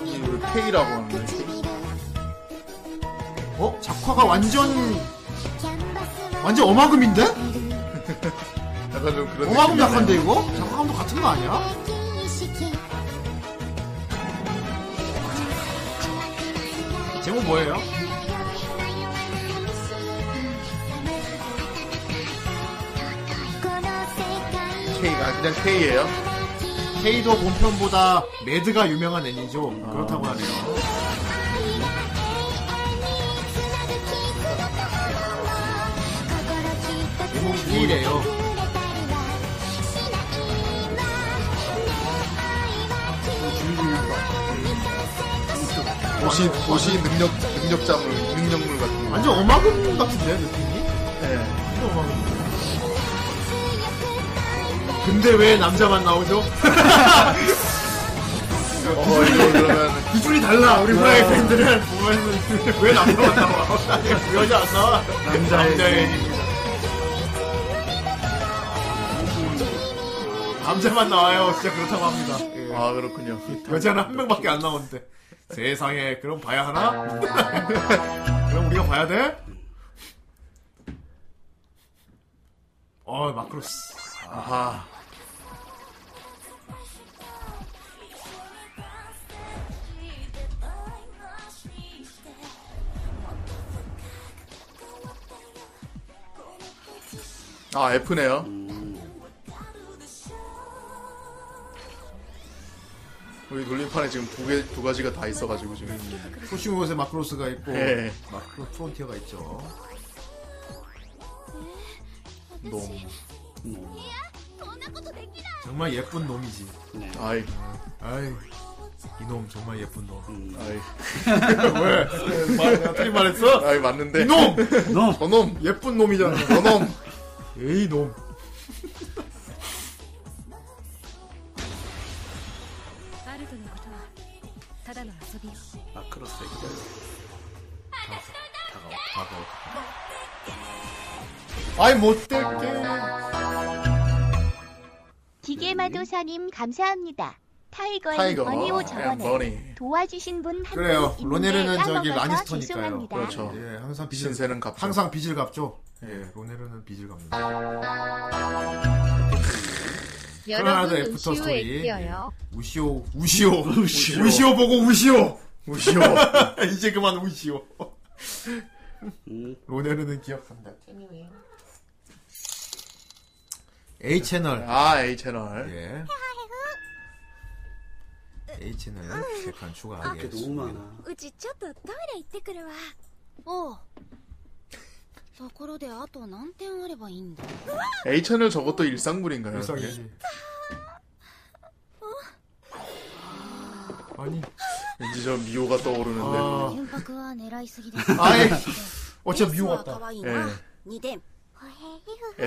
Speaker 6: ニ
Speaker 2: 이 K라고 하는데.
Speaker 1: 어? 작화가 완전 완전 어마금인데?
Speaker 2: 약간 좀 그런
Speaker 1: 어마금
Speaker 2: 느낌이
Speaker 1: 약한데
Speaker 2: 나네요.
Speaker 1: 이거? 작화감도 같은 거 아니야?
Speaker 6: 意識
Speaker 1: 제목 뭐예요?
Speaker 2: K가 그냥 K예요.
Speaker 1: K도 본편보다 매드가 유명한 애니죠. 그렇다고 하네요. 제목이 이래요.
Speaker 2: 도시 아, 도시 능력 능력자물 능력물 같은 거.
Speaker 1: 완전 어마금 같은데 느낌이?
Speaker 2: 예.
Speaker 1: 완전 어마금. 근데 왜 남자만 나오죠?
Speaker 2: 어, 이거 그러면
Speaker 1: 기준이 달라 우리 후라이 팬들은 보면은 네. <laughs> 왜 남자만 나와? <laughs> 왜 여자 안 나와?
Speaker 2: 남자의
Speaker 1: 남자의 남자만 나와요 진짜 그렇다고 합니다. 예.
Speaker 2: 아 그렇군요.
Speaker 1: 여자는 한 명밖에 안 나오는데 세상에 그럼 봐야 하나? <laughs> 그럼 우리가 봐야 돼? 어 마크로스
Speaker 2: 아하. 아 F네요. 우리 돌림판에 지금 두 개 두 가지가 다 있어가지고
Speaker 1: 음.
Speaker 2: 지금.
Speaker 1: 소싱곳에 마크로스가 있고
Speaker 2: 예.
Speaker 1: 마크로 프론티어가 있죠. 음.
Speaker 2: 놈.
Speaker 3: 뭐.
Speaker 1: 정말 예쁜 놈이지.
Speaker 3: 네.
Speaker 2: 아이.
Speaker 1: 아이 이놈 정말 예쁜 놈.
Speaker 2: 아이.
Speaker 1: 왜? 말, 내가 틀린 말했어?
Speaker 2: 아이 맞는데.
Speaker 1: 이놈!
Speaker 3: 놈!
Speaker 2: 저놈.
Speaker 1: 예쁜 놈이잖아.
Speaker 2: 저놈.
Speaker 1: 에이 놈. 아,
Speaker 3: 마크로스 얘기죠.
Speaker 1: 아이 못 될게.
Speaker 13: 기계마도사님 감사합니다. 타이거 앤
Speaker 2: 타이거 네,
Speaker 13: 버니오
Speaker 2: 앤
Speaker 13: 저번에
Speaker 2: 버니.
Speaker 13: 도와주신 분한
Speaker 1: 어, 네, 뭐. 그래요.
Speaker 7: 음,
Speaker 13: 분이 있는데
Speaker 1: 로네르는 저기
Speaker 13: 까먹어서
Speaker 1: 라니스터니까요.
Speaker 13: 죄송합니다.
Speaker 2: 그렇죠.
Speaker 1: 예, 항상 빚을
Speaker 2: 신세는 값.
Speaker 1: 항상 빚을 갚죠. 예, 로네르는 빚을 갚는다.
Speaker 7: 여러분
Speaker 1: 애프터
Speaker 7: 우시오
Speaker 1: 스토리. 예.
Speaker 7: 애끼어요.
Speaker 1: 우시오, 우시오,
Speaker 3: 우시오.
Speaker 1: 우시오, 보고 우시오. <laughs>
Speaker 2: 우시오.
Speaker 1: 이제 그만 우시오.
Speaker 3: 음.
Speaker 1: 로네르는 기억한다. A 채널.
Speaker 2: 아 A 채널.
Speaker 1: 예. A 채널 세칸 추가하게.
Speaker 3: 이게 너무 많아.
Speaker 13: うちちょっとトイレ行ってくるわおうところであと何点あればいいんだ
Speaker 2: A 채널 저것도 일상물인가요?
Speaker 1: 일상이지. 아니,
Speaker 2: 왠지 저 미호가 떠오르는데.
Speaker 1: 아,
Speaker 13: 連泊は狙いすぎで
Speaker 1: 아이, 어째
Speaker 13: ミスは
Speaker 1: 미워갔다. 예.
Speaker 13: 可愛い
Speaker 2: え
Speaker 14: 아.
Speaker 13: な2点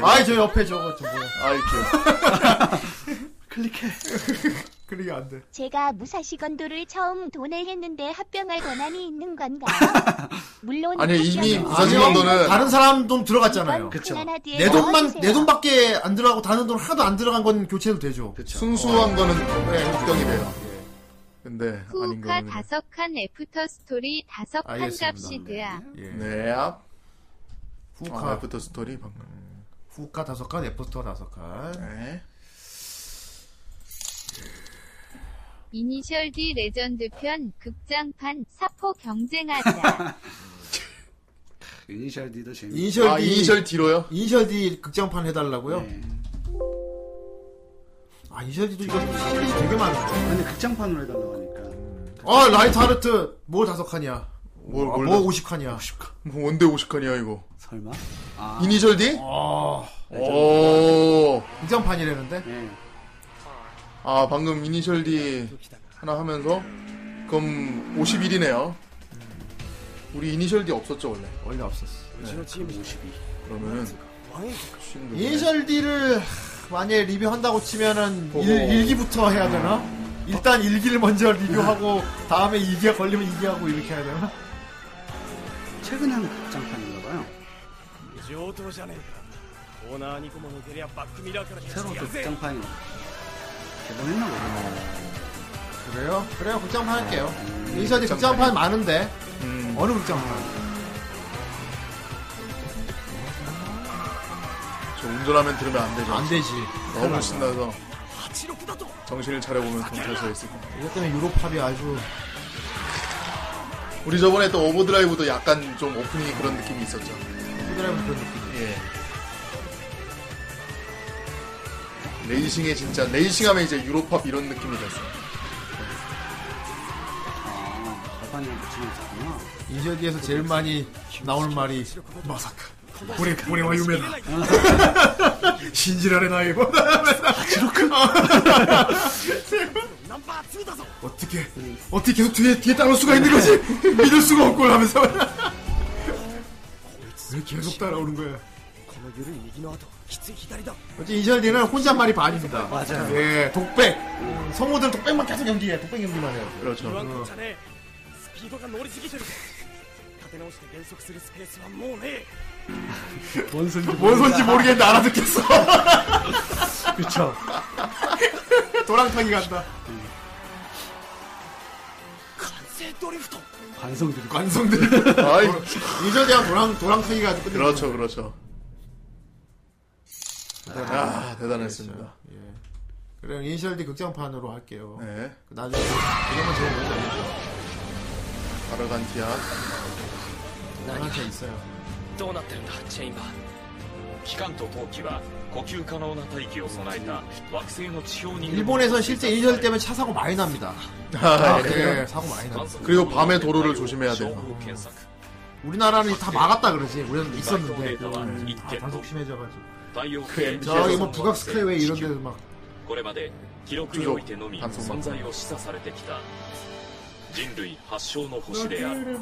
Speaker 1: 아이, 저 옆에 저거 저 뭐야?
Speaker 2: 아이 귀여워.
Speaker 3: 클릭해.
Speaker 1: 그러게 안 돼.
Speaker 13: <laughs> 제가 무사시 건도를 처음 도내했는데 합병할 권한이 있는
Speaker 2: <laughs>
Speaker 13: 건가요? 물론
Speaker 2: 아니요, 이미
Speaker 13: 합병은
Speaker 2: 무사시
Speaker 1: 아니요,
Speaker 2: 건도는-
Speaker 1: 다른 사람 돈 들어갔잖아요.
Speaker 13: 이번
Speaker 3: 그쵸.
Speaker 13: 지난 하디에
Speaker 1: 내 돈만
Speaker 13: 넣어주세요.
Speaker 1: 내 돈밖에 안 들어가고 다른 돈 하나도 안 들어간 건 교체해도 되죠.
Speaker 2: 순수한 거는 걱정이 돼요. 근데 아닌
Speaker 7: 후카
Speaker 2: 거는.
Speaker 7: 다섯 칸 애프터 스토리 다섯 칸
Speaker 1: 알겠습니다.
Speaker 7: 값이드야.
Speaker 1: 예.
Speaker 2: 네 앞.
Speaker 1: 후카
Speaker 2: 아, 애프터 스토리 방금.
Speaker 1: 후카 다섯 칸, 애프터 다섯 칸.
Speaker 2: 네.
Speaker 7: 이니셜 D 레전드 편 극장판 사포 경쟁하자.
Speaker 3: 이니셜 D도 재밌.
Speaker 1: 이니셜
Speaker 2: 아
Speaker 1: D
Speaker 2: 이니셜 네. D로요?
Speaker 1: 이니셜 D 극장판 해달라고요?
Speaker 3: 네.
Speaker 1: 아 이니셜 D도 이거 시리즈 되게 많아.
Speaker 3: 아니 극장판으로 해달라고 하니까.
Speaker 1: 아 라이트 하르트 뭐 다섯 칸이야?
Speaker 2: 뭘
Speaker 1: 아,
Speaker 2: 뭘?
Speaker 1: 뭐 오십 칸이야?
Speaker 2: 뭐 원대 50칸이야 이거.
Speaker 3: 설마? 아,
Speaker 2: 이니셜 D?
Speaker 1: 아
Speaker 2: 오.
Speaker 1: 극장판이라는데?
Speaker 3: 예.
Speaker 2: 아, 방금 이니셜 D 하나 하면서 그럼 51이네요. 우리 이니셜 D 없었죠, 원래?
Speaker 1: 원래 없었어.
Speaker 2: 네.
Speaker 1: 52.
Speaker 2: 그러면은
Speaker 1: 이니셜 D를 만약에 리뷰한다고 치면은
Speaker 2: 보고.
Speaker 1: 일, 기부터 해야 되나? 일단 일기를 먼저 리뷰하고 다음에 이기가 걸리면 이기하고 이렇게 해야 되나?
Speaker 3: 최근에 한 극장판인가 봐요.
Speaker 15: 上等じゃねえかオーナーニコモのゲリアバックミラーから
Speaker 3: 새로운 또 극장판이 개봉했나 보다.
Speaker 1: 그래요? 그래요, 극장판 할게요. 이니셜 D 극장판 많은데.
Speaker 2: 음,
Speaker 1: 어느 극장판?
Speaker 2: 저 운전하면 들으면 안 되죠.
Speaker 1: 안 아, 되지.
Speaker 2: 너무 신나서 정신을 차려보면 경찰서에 있을 겁니다.
Speaker 1: 이것 때문에 유로팝이 아주
Speaker 2: 우리 저번에 또 오버드라이브도 약간 좀 오프닝이 그런 느낌이 있었죠.
Speaker 1: 오버드라이브 그런 느낌.
Speaker 2: 예. 레이싱에 진짜 레이싱하면 이제 유로팝 이런 느낌이 됐어요.
Speaker 3: 아, 발판이랑 붙이고 있었구나.
Speaker 1: 이니셜 D에서 제일 많이 나오는 말이 마사카. 우리 우리와 유메다. <laughs> 신지랄의 뭐. 나이. <laughs> 어떻게 어떻게 계속 뒤에 뒤에 따라올 수가 있는 거지? 믿을 수가 없고 하면서 <laughs> 왜 계속 따라오는 거야? 어째 이셜디는 혼잣말이 반입니다.
Speaker 3: 맞아요.
Speaker 1: 예, 독백. 성우들 독백만 계속 연기해. 독백 연기만 해요. 그렇죠.
Speaker 15: 言わんこっちゃ
Speaker 6: 네.
Speaker 15: ねえスピードが乗りすぎてる立て直して減速するスペースはもうねえ
Speaker 3: 뭔 소리인지,
Speaker 1: 뭔
Speaker 2: 음.
Speaker 1: 소리인지 모르겠는데 알아듣겠어.
Speaker 3: <laughs> 그쵸.
Speaker 1: 도랑탕이 간다.
Speaker 15: 完成ドリフト
Speaker 3: 관성들이.
Speaker 1: 관성들이.
Speaker 2: 아이.
Speaker 1: 이셜디랑 도랑 도랑탕이가 아주 끝내.
Speaker 2: 그렇죠, 그렇죠. 아, 대단했습니다.
Speaker 1: 예. 그럼 이셜디 극장판으로 할게요.
Speaker 2: 네.
Speaker 1: 그 나중에 이거만 제일 먼저 알려줘.
Speaker 2: 바라간티아.
Speaker 1: 나한테 네, 있어요.
Speaker 16: どうなってるんだチェインバー機関と陶器は呼吸可能な大気を備えた惑星の地表に
Speaker 1: 일본에선 실제 이셜 때문에 차 사고 많이 납니다.
Speaker 2: 아,
Speaker 1: 예,
Speaker 2: 그래요?
Speaker 1: 사고 많이 나.
Speaker 2: 그리고 밤에 도로를 조심해야 돼요.
Speaker 1: 우리나라는 다 막았다 그러지. 우리는 있었는데.
Speaker 16: 음.
Speaker 1: 아, 단속 심해져가지고.
Speaker 16: 太陽
Speaker 1: 그
Speaker 16: 系
Speaker 1: MBC 저기 뭐 북악 스카이웨이 이런 데서 막
Speaker 16: これまで記録においてのみ存在を示唆されてきた人類発祥の星である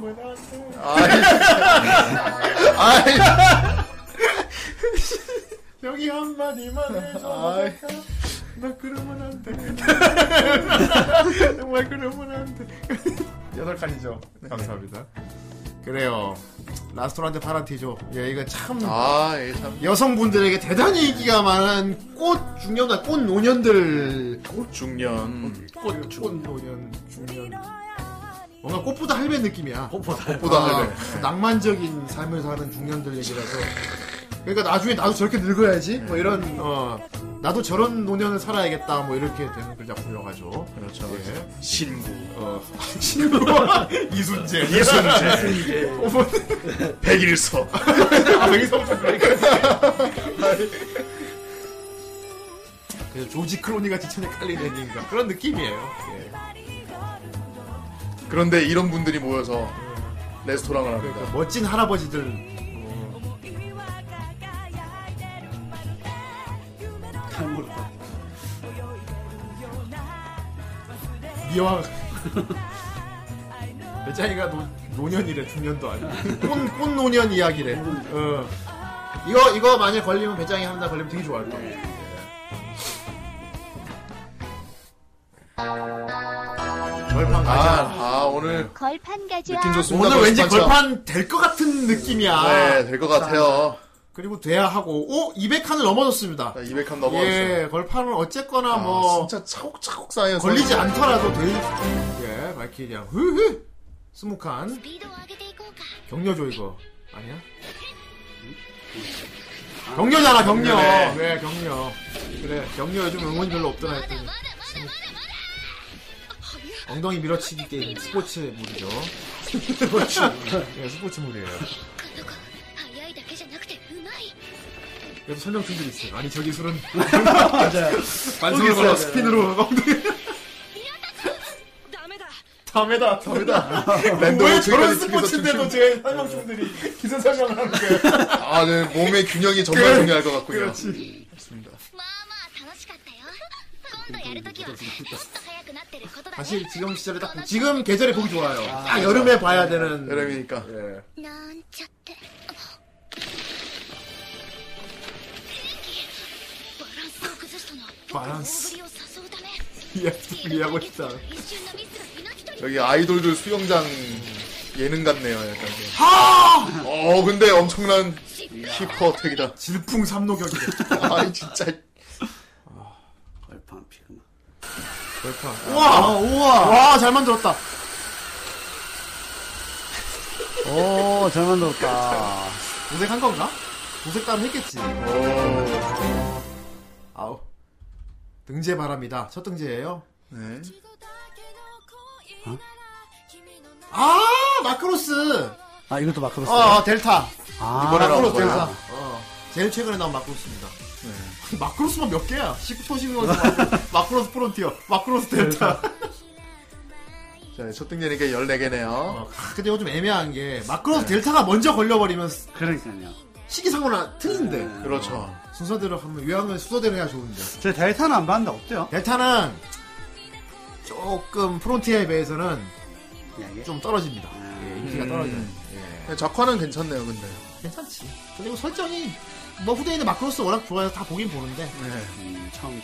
Speaker 1: 아, 예. 여기 한마디만 해줘.
Speaker 2: 아이.
Speaker 1: 나 그러면 안 <laughs> 돼. 정말 그러면 안 돼. 여덟 칸이죠. 감사합니다. 네. 그래요. 라스토란테 파란티죠. 예, 이거 참.
Speaker 2: 아, 예, 참.
Speaker 1: 여성분들에게 대단히 인기가 많은 꽃 중년과 꽃 노년들.
Speaker 2: 꽃 중년.
Speaker 1: 꽃, 꽃 노년, 중년. 뭔가 꽃보다 할배 느낌이야. 꽃보다,
Speaker 2: 꽃보다 할배. 아,
Speaker 1: 낭만적인 삶을 사는 중년들 얘기라서. 그러니까 나중에 나도 저렇게 늙어야지. 뭐 이런
Speaker 2: 네.
Speaker 1: 어, 나도 저런 노년을 살아야겠다. 뭐 이렇게 되는 걸 자꾸 이어가죠.
Speaker 2: 그렇죠.
Speaker 1: 예.
Speaker 2: 신부.
Speaker 1: 어, <laughs> 신부 이순재.
Speaker 2: 이순재.
Speaker 1: <laughs> 어머.
Speaker 2: 백일섭.
Speaker 1: 아, 백일섭. 그래서 조지 크로니 같이 천에 깔린 애니인가 그런 느낌이에요. 예.
Speaker 2: 그런데 이런 분들이 모여서 레스토랑을 합니다.
Speaker 1: 그러니까 멋진 할아버지들 <laughs> 미화 배짱이가 노, 노년이래 중년도 아니고 꽃, 꽃 노년 이야기래 어. 이거 이거 만약 걸리면 배짱이 한다 걸리면 되게 좋아할 거야 예. 걸판
Speaker 2: 아,
Speaker 1: 가지 않아
Speaker 2: 아, 오늘
Speaker 6: 걸판 가자.
Speaker 2: 느낌 좋습니다.
Speaker 1: 오늘 왠지
Speaker 2: 벌써
Speaker 1: 걸판 될 것 같은 느낌이야
Speaker 2: 네, 될 것 같아요.
Speaker 1: 그리고 돼야 하고 오 200칸을 넘어졌습니다
Speaker 2: 200칸
Speaker 1: 예
Speaker 2: 아, 넘어가셨어요.
Speaker 1: 걸판은 어쨌거나
Speaker 2: 아,
Speaker 1: 뭐
Speaker 2: 진짜 차곡차곡 쌓여
Speaker 1: 걸리지 않더라도 될 예, 발키리야. 흐흐! 스무칸. 격려줘, 이거. 아니야? 격려잖아, 격려.
Speaker 2: 네.
Speaker 1: 네, 격려. 그래, 격려 요즘 응원이 별로 없더라 했더니. 엉덩이 밀어치기 게임, 스포츠물이죠. 스포츠. 예, 스포츠물이에요. 그래서 설명 충분히 있어요. 아니, 저 기술은. 맞아요. 반성을 걸어, 스핀으로. 엉덩이. 다메다, 다메다.
Speaker 2: 랜덤
Speaker 1: 왜 저런
Speaker 2: 어떻게까지 찍어서
Speaker 1: 스포츠인데도
Speaker 2: 춤추는지.
Speaker 1: 제 설명충들이 기사 설명을 하는 거야.
Speaker 2: 아, 네, 몸의 균형이 정말
Speaker 1: 그래.
Speaker 2: 중요할 것 같군요.
Speaker 1: 그렇지.
Speaker 2: 좋습니다.
Speaker 6: ことやるときはもっと早くなってることだね
Speaker 1: 사실 지금 시절에 딱 지금 계절에 보기 좋아요.
Speaker 2: 아,
Speaker 1: 딱 여름에
Speaker 2: 맞아.
Speaker 1: 봐야 되는
Speaker 2: 여름이니까.
Speaker 1: 예.
Speaker 6: なんちゃってバランスを崩したのは
Speaker 2: バラン
Speaker 6: 大
Speaker 2: ス
Speaker 6: 振りを誘うため
Speaker 2: 이해하고 싶다.
Speaker 6: 一瞬のミスが命取り
Speaker 2: 여기 아이돌들 수영장 예능 같네요. 약간. 하! 어, 근데 엄청난 힙퍼 어택이다.
Speaker 1: 질풍 삼노격이다.
Speaker 2: 아이 진짜.
Speaker 3: 얼판 피그마.
Speaker 1: 얼판. 아, 우와! 우와! 와, 잘 만들었다.
Speaker 3: 오, 잘 만들었다.
Speaker 1: 도색한 건가? 도색 따로 했겠지. 아우. 등재 바랍니다. 첫 등재예요.
Speaker 2: 네.
Speaker 1: 아, 마크로스.
Speaker 3: 아, 이것도 마크로스.
Speaker 1: 어, 어, 델타.
Speaker 3: 아,
Speaker 1: 이번에 마크로스 델타.
Speaker 3: 그렇구나.
Speaker 1: 네. 어. 제일 최근에 나온 마크로스입니다. 마크로스만 몇 개야? 19, <laughs> 19에서 마크로스 프론티어, 마크로스 델타.
Speaker 2: 자, 첫 등재니까 14개네요.
Speaker 1: 어, 근데 이거 좀 애매한 게 마크로스 델타가 먼저 걸려버리면
Speaker 3: 그러니까요.
Speaker 1: 시기상으로 틀린데.
Speaker 2: 그렇죠.
Speaker 1: 순서대로 하면 유형은 순서대로 해야 좋은데.
Speaker 3: 제 델타는 안 봤는데 어때요?
Speaker 1: 델타는 조금 프론티어에 비해서는
Speaker 3: 예.
Speaker 1: 좀 떨어집니다.
Speaker 3: 아,
Speaker 1: 예,
Speaker 3: 음,
Speaker 1: 인기가 떨어져요.
Speaker 2: 네, 음. 작화는 괜찮네요, 근데.
Speaker 1: 괜찮지. 그리고 설정이 뭐 후대인의 마크로스 워낙 좋아해서 다 보긴 보는데.
Speaker 3: 음, 처음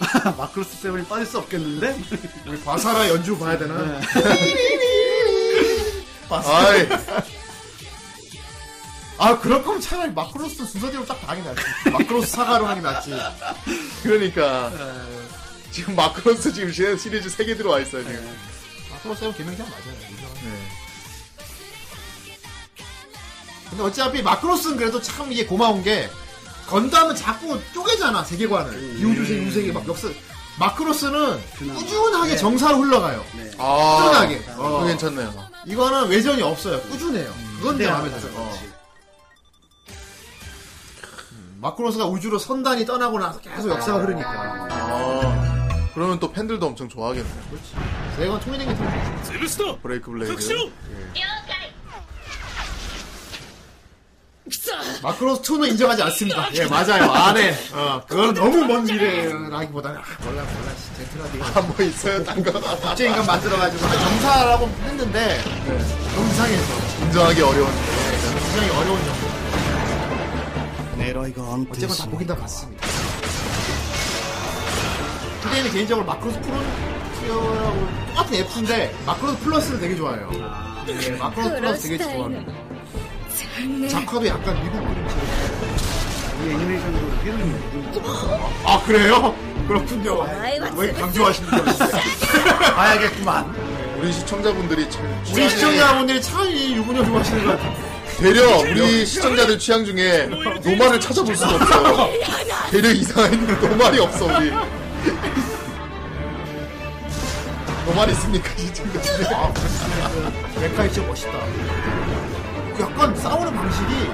Speaker 1: 아. <laughs>
Speaker 3: 작은 마크로스 세븐이 빠질 수 없겠는데?
Speaker 1: 우리 바사라 연주 봐야 되나? <laughs>
Speaker 2: 아이.
Speaker 1: 아 그럴 거면 차라리 마크로스 순서대로 딱 당이 낫지. 마크로스 사과로 하는 게 낫지.
Speaker 2: 그러니까. 지금 마크로스 지금 시- 시리즈 3개 들어와 있어요, 지금.
Speaker 1: 마크로스 세븐 개명장 맞아요. 이거. 근데 어차피 마크로스는 그래도 참 이게 고마운 게 건담은 자꾸 쪼개잖아 세계관을 이우주세 우세계 막 역사 마크로스는 네. 꾸준하게 정사로 흘러가요
Speaker 2: 아.
Speaker 1: 꾸준하게
Speaker 2: 그거 괜찮네요.
Speaker 1: 이거는 외전이 없어요 꾸준해요 그건 내 마음에
Speaker 3: 아,
Speaker 1: 들어요
Speaker 3: 네.
Speaker 1: 어. 음, 마크로스가 우주로 선단이 떠나고 나서 계속 역사가 흐르니까
Speaker 2: 아, 그러면 또 팬들도 엄청 좋아하겠네요. 그렇지.
Speaker 1: 세계관 통일된 게
Speaker 2: 세브스터! 브레이크 블레이드.
Speaker 1: 마크로스 2는 인정하지 않습니다 예 맞아요 안해 어, 그건 너무 먼 미래라기보다는 아, 몰라 몰라 씨, 제트라디가
Speaker 2: 아, 뭐 있어요, 딴 거?
Speaker 1: 국제인간 만들어가지고 아, 정사라고 했는데 너무 이상해서
Speaker 2: 인정하기 어려운.
Speaker 1: 굉장히 어려운 정보
Speaker 3: 내가 이건
Speaker 1: 어쨌건 다 보긴 다 봤습니다 후대인은 개인적으로 마크로스 프론티어라고 똑같은 F인데 마크로스 플러스를 되게 좋아해요 예, 마크로스 플러스 되게 좋아합니다 작화도 약간 미국 그림체로
Speaker 3: 이 애니메이션도
Speaker 1: 아 그래요? 그렇군요 왜 강조하십니까 진짜. 봐야겠구만
Speaker 2: 우리 시청자분들이 참.
Speaker 1: 우리 시청자분들이 참 이 유부녀 좋아하시는 것 같아요
Speaker 2: 되려 우리 시청자들 취향 중에 노말을 찾아볼 수가 없어. 되려 이상한 <laughs> 노말이 없어 우리. 노말 있습니까 시청자?
Speaker 1: 아, 그렇지. 렉카이 진짜 멋있다. 그 약간 싸우는 방식이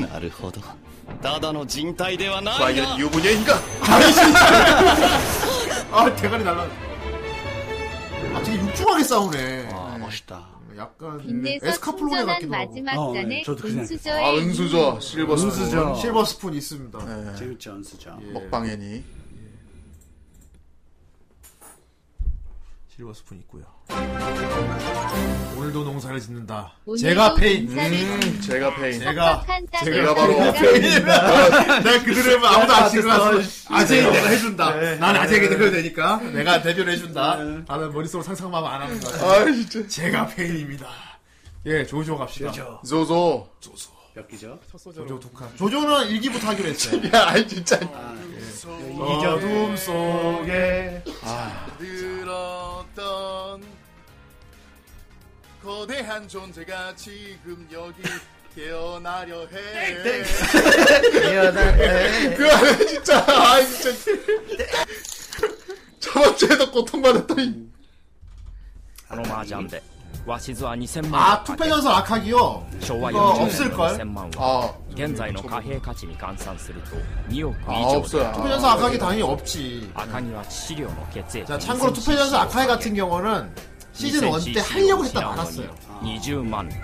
Speaker 17: なるほどただの人体ではないな
Speaker 2: 과연 유부녀인가?
Speaker 1: 아 대가리 날라. 아 되게 육중하게 싸우네.
Speaker 3: 아, 멋있다.
Speaker 1: 약간
Speaker 7: 빛내서
Speaker 1: 음, 어, 에스카플로네
Speaker 7: 충전한
Speaker 1: 같기도 하고. 아,
Speaker 7: 마지막 잔에 은수저의
Speaker 2: 아, 은수저 실버 스푼.
Speaker 1: 은수저. 실버 스푼 있습니다.
Speaker 3: 재밌죠, 은수저.
Speaker 2: 먹방 애니.
Speaker 1: 실버 스푼 있고요. 오늘도 농사를 짓는다.
Speaker 7: 오늘도
Speaker 1: 제가 페인.
Speaker 7: 농사를 짓는다.
Speaker 2: 제가 페인.
Speaker 1: 제가
Speaker 7: 한 땅에
Speaker 1: 제가 바로 <laughs>
Speaker 7: 농사가
Speaker 1: 페인입니다. 내가 그들을 아무도 안 신고했어. 아재이 내가 해준다.
Speaker 3: 네.
Speaker 1: 난 아재에게 대표를 되니까 내가 대표를 해준다. 나는 머릿속으로 상상만 안 하는 거야.
Speaker 2: 아 진짜.
Speaker 1: 제가 페인입니다. 예, 조조 갑시다. 조조.
Speaker 2: 조조.
Speaker 3: 몇 기죠?
Speaker 1: 조조 두 칸. 조조는 일기부터 하기로 <laughs> 했어요.
Speaker 2: <laughs> 야, 아이 진짜.
Speaker 1: 예. 어둠 속에.
Speaker 2: 들었던 거대한 존재가
Speaker 1: <laughs>
Speaker 2: 지금 여기 깨어나려 해. 그 안에 진짜 아 진짜 저번 주에도 고통받았더니
Speaker 18: あの麻雀で鷲津は2000万
Speaker 1: 아, 투패전설 아카기요.
Speaker 18: 昭和
Speaker 1: 이거
Speaker 18: 40年の
Speaker 1: 없을걸?
Speaker 18: 2000万
Speaker 2: 아,
Speaker 18: は現在の貨幣価値に換算すると2億以上
Speaker 1: 없어요. 투패전설 그 아카기 당연히 없지.
Speaker 18: 赤には致死量の血液
Speaker 1: 자, 참고로 투패전설 아카이 같은 경우는 시즌 1 때 하려고 했다 말았어요.
Speaker 18: 20万点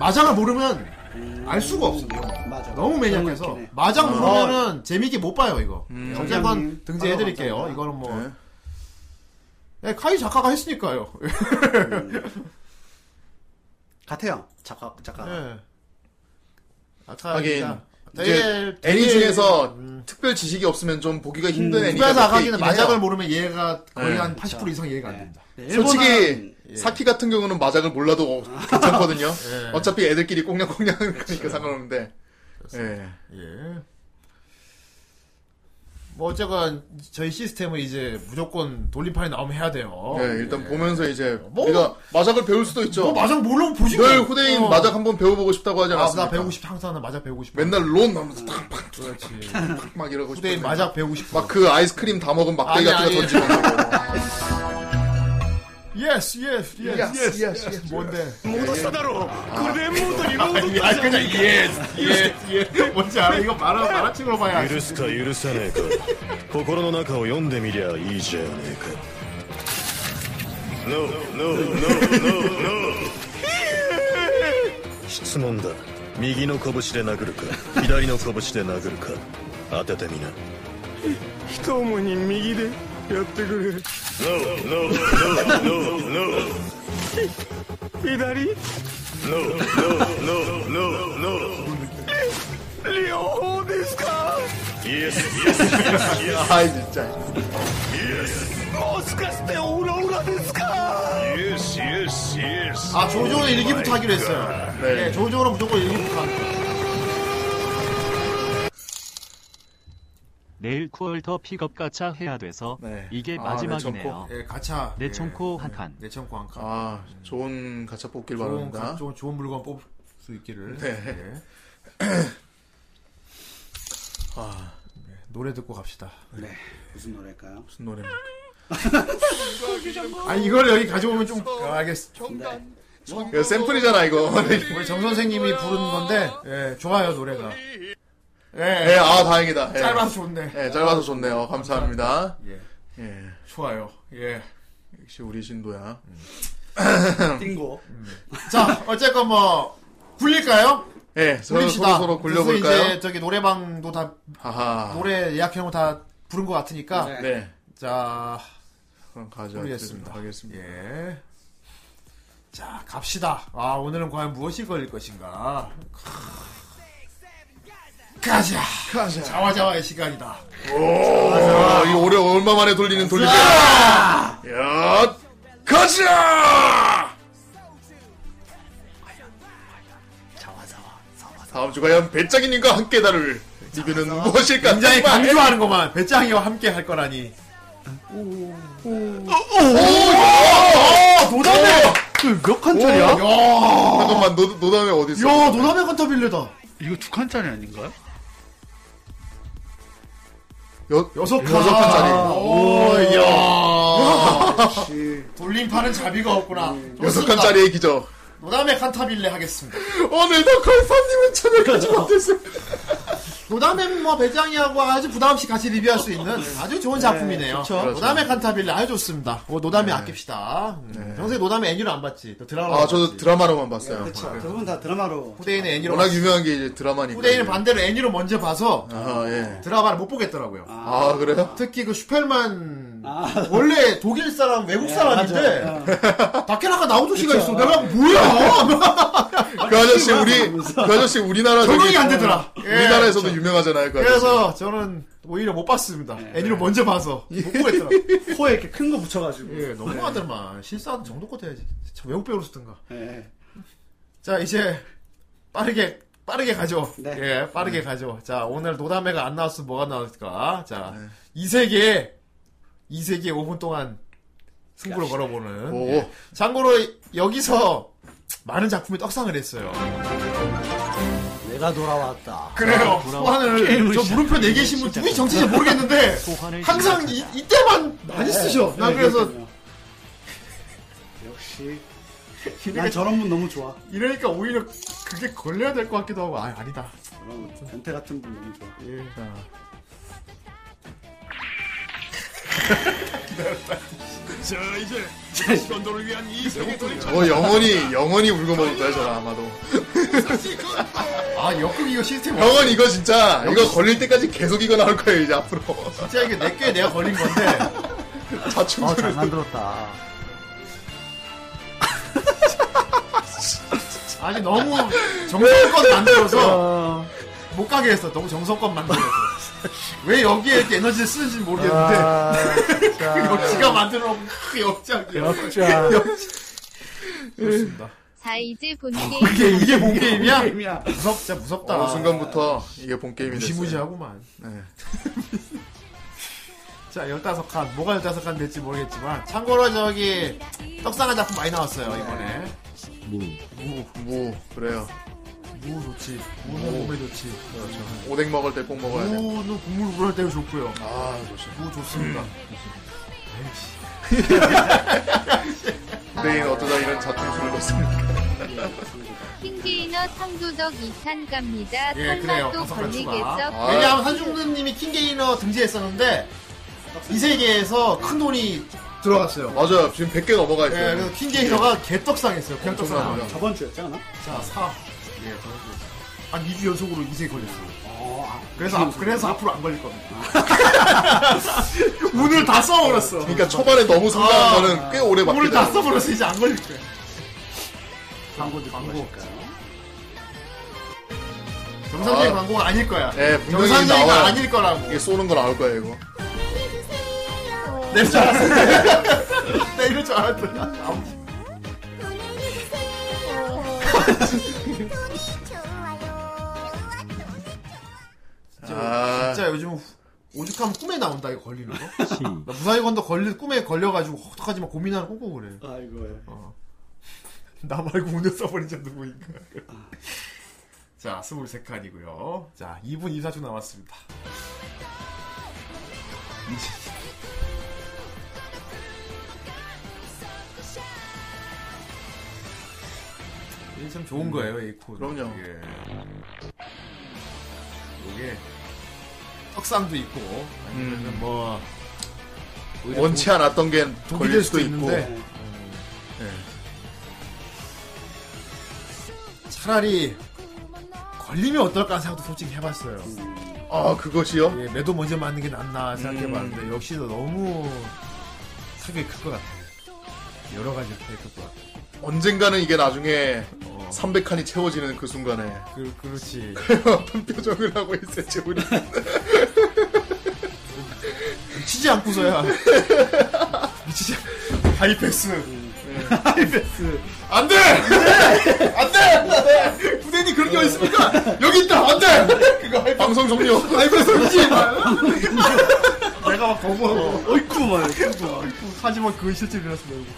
Speaker 1: 마장을 모르면 알 수가 없어.
Speaker 3: 음. 맞아.
Speaker 1: 너무 매니악해서 마장
Speaker 3: 어.
Speaker 1: 모르면은 재미있게 못 봐요 이거.
Speaker 2: 아.
Speaker 1: 네,
Speaker 2: 음. 아, 네.
Speaker 1: 어쨌건
Speaker 2: 감사합니다.
Speaker 1: 등재해드릴게요.
Speaker 2: 감사합니다.
Speaker 1: 이거는 뭐 예, 카이 작가가 했으니까요.
Speaker 3: 네. 같아요. 작가 작가.
Speaker 1: 예. 아까
Speaker 2: 하긴
Speaker 1: 진짜
Speaker 2: 이제
Speaker 1: 되게-
Speaker 2: 애니
Speaker 1: 되게-
Speaker 2: 중에서 특별 지식이 없으면 좀 보기가 힘든 애니가
Speaker 1: 네. 음. 그래서
Speaker 2: 몇
Speaker 1: 아까
Speaker 2: 개
Speaker 1: 전에
Speaker 2: 있긴
Speaker 1: 마작을
Speaker 2: 해요.
Speaker 1: 모르면 이해가 거의
Speaker 2: 네.
Speaker 1: 한 80% 이상 이해가 안 됩니다.
Speaker 3: 네,
Speaker 2: 솔직히 예. 사키 같은 경우는 마작을 몰라도 <laughs> 괜찮거든요. 어차피 애들끼리 꽁냥꽁냥 예. 그러니까 상관없는데. 예.
Speaker 1: 예. 뭐 어쨌건 저희 시스템을 이제 무조건 돌림판이 나오면 해야 돼요.
Speaker 2: 예,
Speaker 1: 예.
Speaker 2: 일단 보면서 이제
Speaker 1: 뭐-
Speaker 2: 우리가 마작을 배울 수도
Speaker 1: 뭐
Speaker 2: 있죠.
Speaker 1: 마작 모르면 보지
Speaker 2: 늘
Speaker 1: 뭐.
Speaker 2: 후대인
Speaker 1: 어.
Speaker 2: 마작 한번 배워보고 싶다고 하지
Speaker 1: 아,
Speaker 2: 않았습니까?
Speaker 1: 나 배우고 싶어 항상 나 마작 배우고 싶어.
Speaker 2: 맨날 론 하면서
Speaker 1: 그렇지. <laughs>
Speaker 2: 막 이러고
Speaker 1: 후대인
Speaker 2: 싶은데.
Speaker 1: 마작 배우고 싶어.
Speaker 2: 막 그 아이스크림 다 먹은 막대기
Speaker 1: 아니,
Speaker 2: 같은 거
Speaker 1: 아니.
Speaker 2: 던지고.
Speaker 1: <laughs> Yes, yes, yes, yes, yes, yes. 뭔데?
Speaker 9: 戻しただろうこれで元に
Speaker 1: 아,
Speaker 9: 戻った
Speaker 1: 아니,
Speaker 9: じゃな
Speaker 1: 그냥
Speaker 9: いか
Speaker 1: yes, yes, yes. 예, 뭔지 알아? 이거 말아 말아치고 봐야.
Speaker 19: 許すか許さねえか心の中を読んでみりゃいいじゃねえか No, no, no, no, no 質問だ右の拳で殴るか左の拳で殴るか当ててみな
Speaker 9: 一重に右でやってくれ
Speaker 19: No, no, no, no, no
Speaker 9: 左
Speaker 19: No, no, no, no, no
Speaker 9: 両方ですか
Speaker 19: Yes,
Speaker 2: yes, 아이 진짜.
Speaker 9: もしかしてオラオラですか
Speaker 19: yes, yes, yes.
Speaker 1: 아, 조조는 일기부터 하기로 했어요. 네, 조조는 무조건 일기부터 하는 거예요.
Speaker 12: 내일 쿠얼터 픽업 가차 해야 돼서 이게
Speaker 2: 아,
Speaker 12: 마지막이네요.
Speaker 1: 네, 가차.
Speaker 12: 내 총코 한 칸.
Speaker 1: 내 청구 한 칸.
Speaker 2: 아, 좋은 가차 뽑길
Speaker 1: 좋은,
Speaker 2: 바랍니다.
Speaker 1: 가, 좋은, 좋은 물건 뽑을 수 있기를.
Speaker 2: 네. <clears throat>
Speaker 1: 예. 아, 네, 노래 듣고 갑시다.
Speaker 3: 네. 무슨 노래일까요?
Speaker 2: 무슨 노래입니까?
Speaker 1: 아, 이걸 여기 가져오면 좀, 아, 알겠어. 네.
Speaker 2: 이거 샘플이잖아, 이거. <laughs>
Speaker 1: 우리 정 선생님이 부른 건데, 예, 좋아요, 노래가. 예,
Speaker 2: 예, 아, 다행이다. 예.
Speaker 1: 짧아서 좋네.
Speaker 2: 예, 짧아서 좋네요. 감사합니다.
Speaker 1: 예.
Speaker 2: 예.
Speaker 1: 좋아요, 예.
Speaker 2: 역시 우리 신도야.
Speaker 3: 띵고.
Speaker 1: 자, 어쨌건 뭐, 굴릴까요?
Speaker 2: 예, 서로
Speaker 1: 굴립시다.
Speaker 2: 서로, 서로 굴려볼까요?
Speaker 1: 그래서 이제 저기 노래방도 다,
Speaker 2: 하하.
Speaker 1: 노래 예약해놓은 거 다 부른 것 같으니까.
Speaker 2: 네.
Speaker 1: 자,
Speaker 2: 그럼 가자.
Speaker 1: 모르겠습니다.
Speaker 2: 가겠습니다.
Speaker 1: 예. 자, 갑시다. 아, 오늘은 과연 무엇이 걸릴 것인가? 크. 가자! 가자! 자와자와의 시간이다.
Speaker 2: 오, 이 올해 얼마 만에 돌리는 돌리기. 아! 야, 가자! 다음 주 과연 배짱이님과 함께 다룰 리뷰는 무엇일까?
Speaker 1: 굉장히
Speaker 2: 정말.
Speaker 1: 강조하는 것만 배짱이와 함께 할 거라니.
Speaker 2: 야!
Speaker 1: 노담에!
Speaker 3: 몇
Speaker 2: 야!
Speaker 3: 칸짜리야?
Speaker 2: 잠깐만, 노, 노담에 어디 있어?
Speaker 3: 야, 노담의 컨터빌레다. 이거 두 칸짜리 아닌가요?
Speaker 2: 여,
Speaker 1: 여섯 칸.
Speaker 2: 여섯 칸짜리.
Speaker 1: 아, 오, 이야.
Speaker 3: 역시.
Speaker 1: 돌림판은 자비가 없구나.
Speaker 2: 여섯
Speaker 1: 좋습니다.
Speaker 2: 칸짜리의 기적.
Speaker 1: 노담의 칸타빌레 하겠습니다.
Speaker 2: 오늘도 걸파님은 찾아가지 못했어요.
Speaker 1: 노담은 뭐 배짱이하고 아주 부담없이 같이 리뷰할 수 있는 아주 좋은 작품이네요.
Speaker 2: 그쵸. 네. 그렇죠. 네.
Speaker 1: 노담의 칸타빌레 아주 좋습니다. 어, 노담이 아낍시다. 음. 평소에 노담의 애니를 안 봤지. 또 드라마로
Speaker 2: 아, 저도
Speaker 1: 봤지.
Speaker 2: 드라마로만 봤어요. 네.
Speaker 3: 그쵸. 대부분 다 드라마로.
Speaker 1: 후대인은 애니로
Speaker 2: 워낙
Speaker 1: 봤지.
Speaker 2: 유명한 게 이제 드라마니까.
Speaker 1: 후대인은 반대로 애니로 먼저 봐서
Speaker 2: 아, 예.
Speaker 1: 드라마를 못 보겠더라고요.
Speaker 2: 아, 그래요?
Speaker 1: 특히 그 슈펠만 원래 독일 사람
Speaker 2: 네,
Speaker 1: 외국 사람인데 <laughs> 다케라가 나오던 시가 있어. 내가 뭐야?
Speaker 2: 그 아저씨, 우리, 그 아저씨 우리나라.
Speaker 1: 적응이
Speaker 2: 저기-
Speaker 1: 안 되더라. 예.
Speaker 2: 우리나라에서도 유명하잖아요, 그 아저씨.
Speaker 1: <laughs> 그래서 저는 오히려 못 봤습니다.
Speaker 2: 네.
Speaker 1: 애니를 먼저 봐서 못 보겠더라.
Speaker 2: <laughs>
Speaker 3: 코에 이렇게 큰 거 붙여가지고. 네.
Speaker 1: 예,
Speaker 2: 네.
Speaker 1: 너무하더만. 실사하는 정도껏 해야지. 참 외국 배우로 쓰든가.
Speaker 3: 예.
Speaker 1: 자, 이제 빠르게 빠르게 가죠.
Speaker 3: 네.
Speaker 1: 예, 빠르게 가죠. 자, 오늘 노담회가 안 나왔으면 뭐가 나올까? 자, 이 세계 이 세계 5분 동안 승부를 걸어보는.
Speaker 2: 오.
Speaker 1: 예. 참고로 여기서 많은 작품이 떡상을 했어요.
Speaker 3: 내가 돌아왔다.
Speaker 1: 그래요.
Speaker 3: 아,
Speaker 1: 소환을
Speaker 3: 게임을
Speaker 1: 저
Speaker 3: 시작-
Speaker 1: 물음표 4개 신분 누이 정체인지 모르겠는데
Speaker 12: 소환을
Speaker 1: 항상 이, 이때만
Speaker 3: 네.
Speaker 1: 많이 쓰셔. 나 그래서
Speaker 3: 그렇군요.
Speaker 1: <laughs>
Speaker 3: 역시. 난 저런 분 너무 좋아.
Speaker 1: 이러니까 오히려 그게 걸려야 될 것 같기도 하고 아 아니다.
Speaker 3: 저런 변태 같은 분 너무 좋아.
Speaker 1: 예. 자.
Speaker 16: 자 이제 시건도를 위한 이 세계 돌림
Speaker 2: 저 영원히 영원히 울고 먹을 거야 저 아마도.
Speaker 1: 아 역금 이거 시스템
Speaker 2: 형은 이거 진짜 이거 걸릴 때까지 계속 이거 나올 거예요
Speaker 1: <laughs>
Speaker 2: 이제 앞으로.
Speaker 1: 진짜 이게 내게 내가 걸린 건데
Speaker 3: 아, 잘 만들었다.
Speaker 1: 아니 너무 정성껏 만들어서 못 가게 했어. 너무 정성껏 만들어서. 왜 여기에 이렇게 에너지를 쓰는지 모르겠는데
Speaker 3: 아,
Speaker 1: 그 역지가 만들어 놓은 그 역작이야.
Speaker 3: 역작.
Speaker 1: 그렇습니다.
Speaker 7: 자 이제 본
Speaker 1: <laughs> 이게
Speaker 7: 게임
Speaker 1: 이게 본그 게임이야?
Speaker 3: 게임이야.
Speaker 1: 무섭 진짜 무섭다.
Speaker 2: 어느 순간부터 이게 본 게임이 됐어요.
Speaker 1: 아. 무시무시하구만.
Speaker 2: 네.
Speaker 1: <laughs> 자, 15칸. 뭐가 15칸 될지 모르겠지만. 참고로 저기, 떡상한 작품 많이 나왔어요, 이번에.
Speaker 2: 무 그래요.
Speaker 1: 무 좋지. 무는 몸에 좋지. 그렇죠.
Speaker 2: 오뎅 먹을 때 꼭 먹어야 돼.
Speaker 1: 무는 국물 우러날 때도 좋고요.
Speaker 2: 아 좋습니다.
Speaker 1: 무 좋습니다.
Speaker 2: 근데 얘는 어쩌다 이런 자충수를 넣습니까? <laughs>
Speaker 7: 킹게이너 상도덕 2탄 갑니다.
Speaker 1: 예,
Speaker 7: 설마
Speaker 1: 그래요.
Speaker 7: 또
Speaker 1: 다섯 칸
Speaker 7: 걸리겠죠?
Speaker 1: 추가.
Speaker 2: 아.
Speaker 1: 왜냐하면 한중근님이 킹게이너 등재했었는데, 이 세계에서 큰 돈이 들어갔어요.
Speaker 2: 맞아요. 지금 100개 넘어가
Speaker 1: 예,
Speaker 2: 있어요.
Speaker 1: 그래서 킹게이너가 개떡상했어요. 그냥
Speaker 2: 엄청나요.
Speaker 1: 떡상.
Speaker 3: 저번 주였잖아.
Speaker 1: 자, 4. 예, 한 2주 연속으로 2세 걸렸어요. 그래서, 앞,
Speaker 2: 아.
Speaker 1: 그래서 앞으로 안 걸릴 겁니다. <laughs> 운을 다 써버렸어.
Speaker 2: 그러니까 초반에 너무
Speaker 1: 아,
Speaker 2: 성장한 거는 꽤 오래 맞게
Speaker 1: 운을 다
Speaker 2: 돼요.
Speaker 1: 써버렸어. 이제 안 걸릴 거야.
Speaker 3: 광고 듣고
Speaker 1: 광고.
Speaker 3: 가실까요?
Speaker 1: 정상적인
Speaker 2: 아.
Speaker 1: 광고가 아닐 거야.
Speaker 2: 예, 분명히
Speaker 1: 정상적인 건
Speaker 2: 나와요. 예.
Speaker 1: 아닐 거라고.
Speaker 2: 이게 쏘는 거 나올 거야 이거.
Speaker 1: 내 줄 알았어. <laughs> 내 이럴 줄 알았더니. 아무-
Speaker 2: 아,
Speaker 1: 진짜 요즘 후- 오죽하면 꿈에 나온다, 이거 걸리는 거. 나 무사히 건도 걸릴, 꿈에 걸려가지고 어떡하지 막 고민하는 꼬고 그래.
Speaker 3: 아이고.
Speaker 1: 나 말고 운을 써버린 자 누구인가. <laughs> 자, 23칸이고요. 자, 2분 24초 남았습니다. 이게 참 좋은 거예요, 이 코드.
Speaker 2: 그럼요.
Speaker 1: 이게. 이게 떡상도 있고, 아니면
Speaker 2: 음.
Speaker 1: 뭐, 오히려
Speaker 2: 원치
Speaker 1: 도-
Speaker 2: 않았던 게
Speaker 1: 독이
Speaker 2: 걸릴
Speaker 1: 될
Speaker 2: 수도
Speaker 1: 수도
Speaker 2: 있고.
Speaker 1: 있는데, 예. 차라리 걸리면 어떨까 하는 생각도 솔직히 해봤어요.
Speaker 2: 아 그것이요?
Speaker 1: 예, 매도 먼저 맞는 게 낫나 생각해봤는데 역시 너무 타격이 클 것 같아. 요 여러 가지 타격이 클 것 같아. 요
Speaker 2: 언젠가는 이게 나중에
Speaker 1: 어.
Speaker 2: 300칸이 채워지는 그 순간에 <laughs>
Speaker 1: 그, 그렇지.
Speaker 2: 어떤 표정을 하고 있을지
Speaker 1: <laughs>
Speaker 2: 우리
Speaker 1: 미치지 않고서야. <laughs> 미치지 않... 하이패스. 하이패스.
Speaker 2: 안 돼!
Speaker 1: 안 돼! 안 돼! 부대님 그런 게 어딨습니까? 여기 있다! 안 돼! 그거 하이패스.
Speaker 2: 방송
Speaker 1: <laughs>
Speaker 2: 종료!
Speaker 1: 하이패스 없지! 막. <laughs> 내가 막 거부하고.
Speaker 3: 어이쿠 말. 어이쿠.
Speaker 1: 하지만 그 실제 일어났습니다.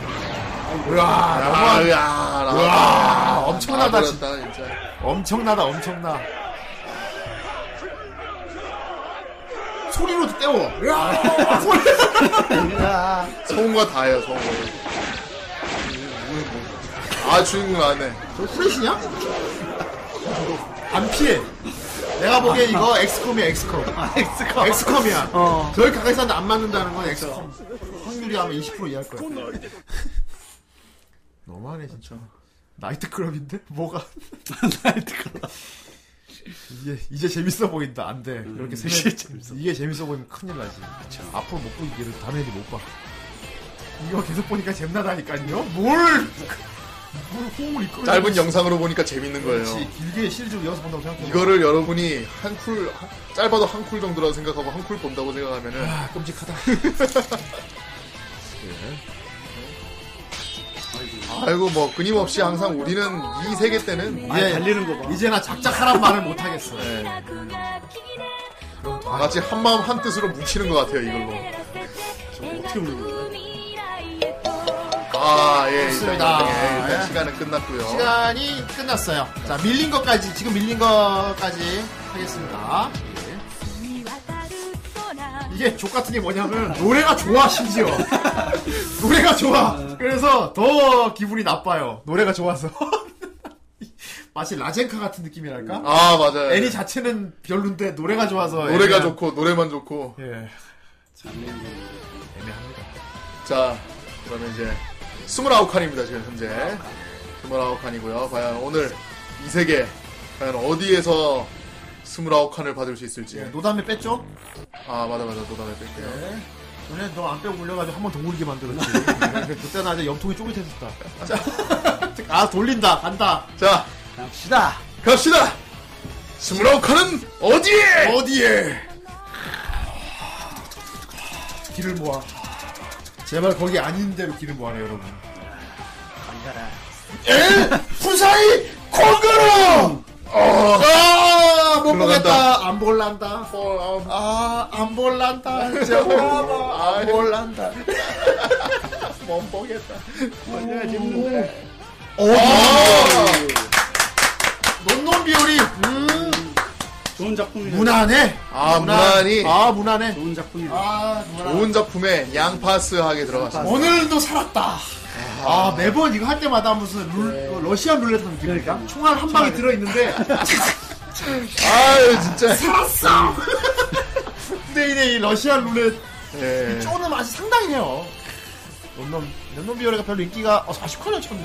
Speaker 1: 여러분.
Speaker 2: 아,
Speaker 1: 으아,
Speaker 2: 아,
Speaker 1: 너무한-
Speaker 2: 아,
Speaker 1: 으아,
Speaker 2: 아,
Speaker 1: 엄청나다,
Speaker 2: 아,
Speaker 1: 진짜.
Speaker 2: 그렇다, 진짜.
Speaker 1: 엄청나다 엄청나 소리로도 때워 으아! 소리
Speaker 3: 야,
Speaker 2: 소음과 다예요 소음과
Speaker 1: 음,
Speaker 2: 아 주인공 안해
Speaker 1: 저 후레시냐? 안 피해 내가 보기엔 이거 엑스컴이야 엑스컴 엑스컴 엑스컴이야
Speaker 3: 아, 어.
Speaker 1: 저렇게 가까이 사는데 안 맞는다는 건 엑스컴 확률이 아마 20% 이하일 거야 너무하네 진짜 나이트클럽인데? 뭐가
Speaker 3: <laughs> 나이트클럽.
Speaker 1: 이제, 이제 재밌어 보인다. 안 돼. 이렇게 세면,
Speaker 3: 음, 이제 재밌어.
Speaker 1: 이게 재밌어 보이면 큰일 나지. 앞으로 못 보이기를 다른 애들이 못 봐. 이거 계속 보니까 잼나다니까요. 뭘! 뭘 호응을 이끌어.
Speaker 2: 짧은 영상으로 보니까 재밌는 거예요
Speaker 1: 그렇지. 길게 시리즈로 그렇죠. 이어서 본다고 생각해.
Speaker 2: 이거를 여러분이 한쿨 짧아도 한 쿨 정도라고 생각하고 한 쿨 본다고 생각하면은
Speaker 1: 아, <laughs> 끔찍하다.
Speaker 2: 아이고 뭐 끊임없이 항상 우리는 이 세계 때는
Speaker 3: 많이 아, 달리는 거 봐.
Speaker 1: 예. 이제 나 작작하란 말을 못하겠어.
Speaker 2: 네. 다 같이 한 마음 한 뜻으로 뭉치는 것 같아요 이걸로
Speaker 3: 어떻게 부르는 거야?
Speaker 2: 아예
Speaker 1: 좋습니다.
Speaker 2: 일단, 일단
Speaker 1: 예.
Speaker 2: 시간은 끝났고요
Speaker 1: 시간이 끝났어요. 자, 밀린 것까지, 지금 밀린 것까지 하겠습니다. 예. 이게 족 같은 게 뭐냐면 노래가 좋아
Speaker 3: <laughs>
Speaker 1: 심지어 노래가 좋아 그래서 더 기분이 나빠요 노래가 좋아서 <laughs> 마치 라젠카 같은 느낌이랄까 네.
Speaker 2: 아 맞아요
Speaker 1: 애니 자체는 별론데 음. 노래가 좋아서
Speaker 2: 노래가
Speaker 1: 애니가-
Speaker 2: 좋고 노래만 좋고
Speaker 1: 예 참 애매합니다.
Speaker 2: 자, 그러면 이제 29칸입니다, 지금 현재. 29칸이고요. 과연 오늘 이 세계, 과연 어디에서 29칸을 받을 수 있을지.
Speaker 3: 예.
Speaker 1: 노담에 뺐죠?
Speaker 2: 아, 맞아, 맞아. 노담에 뺄게요.
Speaker 1: 네. 너네 너안 빼고 올려가지고 한 번 더 모르게 만들었지. 그때는 아직 염통이 쪼깃해졌다. 자, 아 돌린다, 간다.
Speaker 2: 자,
Speaker 3: 갑시다.
Speaker 2: 갑시다! 29칸은 어디에!
Speaker 1: 어디에? 길을 모아. 제발 거기 아닌 대로 길을 모아라 여러분.
Speaker 3: 간다라.
Speaker 1: 에? 푸사이 콩그로.
Speaker 2: 어.
Speaker 1: 아, 못 보겠다. 안 볼란다. 아, 안 볼란다.
Speaker 2: 아,
Speaker 1: 진짜
Speaker 2: 뭐,
Speaker 1: 몰라. 안 볼란다.
Speaker 2: 못 보겠다.
Speaker 3: 걸려야 집는데.
Speaker 1: 오. 논논 비오리. 음.
Speaker 3: 좋은 작품이네.
Speaker 1: 무난해.
Speaker 2: 아, 무난히.
Speaker 1: 아, 무난해.
Speaker 3: 좋은 작품이네.
Speaker 1: 아, 무난해.
Speaker 2: 좋은 작품에 양파스하게 들어갔습니다.
Speaker 1: 오늘도 살았다. 아, 매번 이거 할 때마다 무슨 룰, 어, 러시안 룰렛 하는 느낌입니까? 그러니까. 총알 한 방이 들어있는데.
Speaker 2: 아유, 진짜.
Speaker 1: 살았어! 근데 이제 이 러시안 룰렛,
Speaker 2: 예.
Speaker 1: 이 쪼는 맛이 상당해요. 넌놈, 넌놈 비오레가 별로 인기가, 어, 40칸을 쳤네.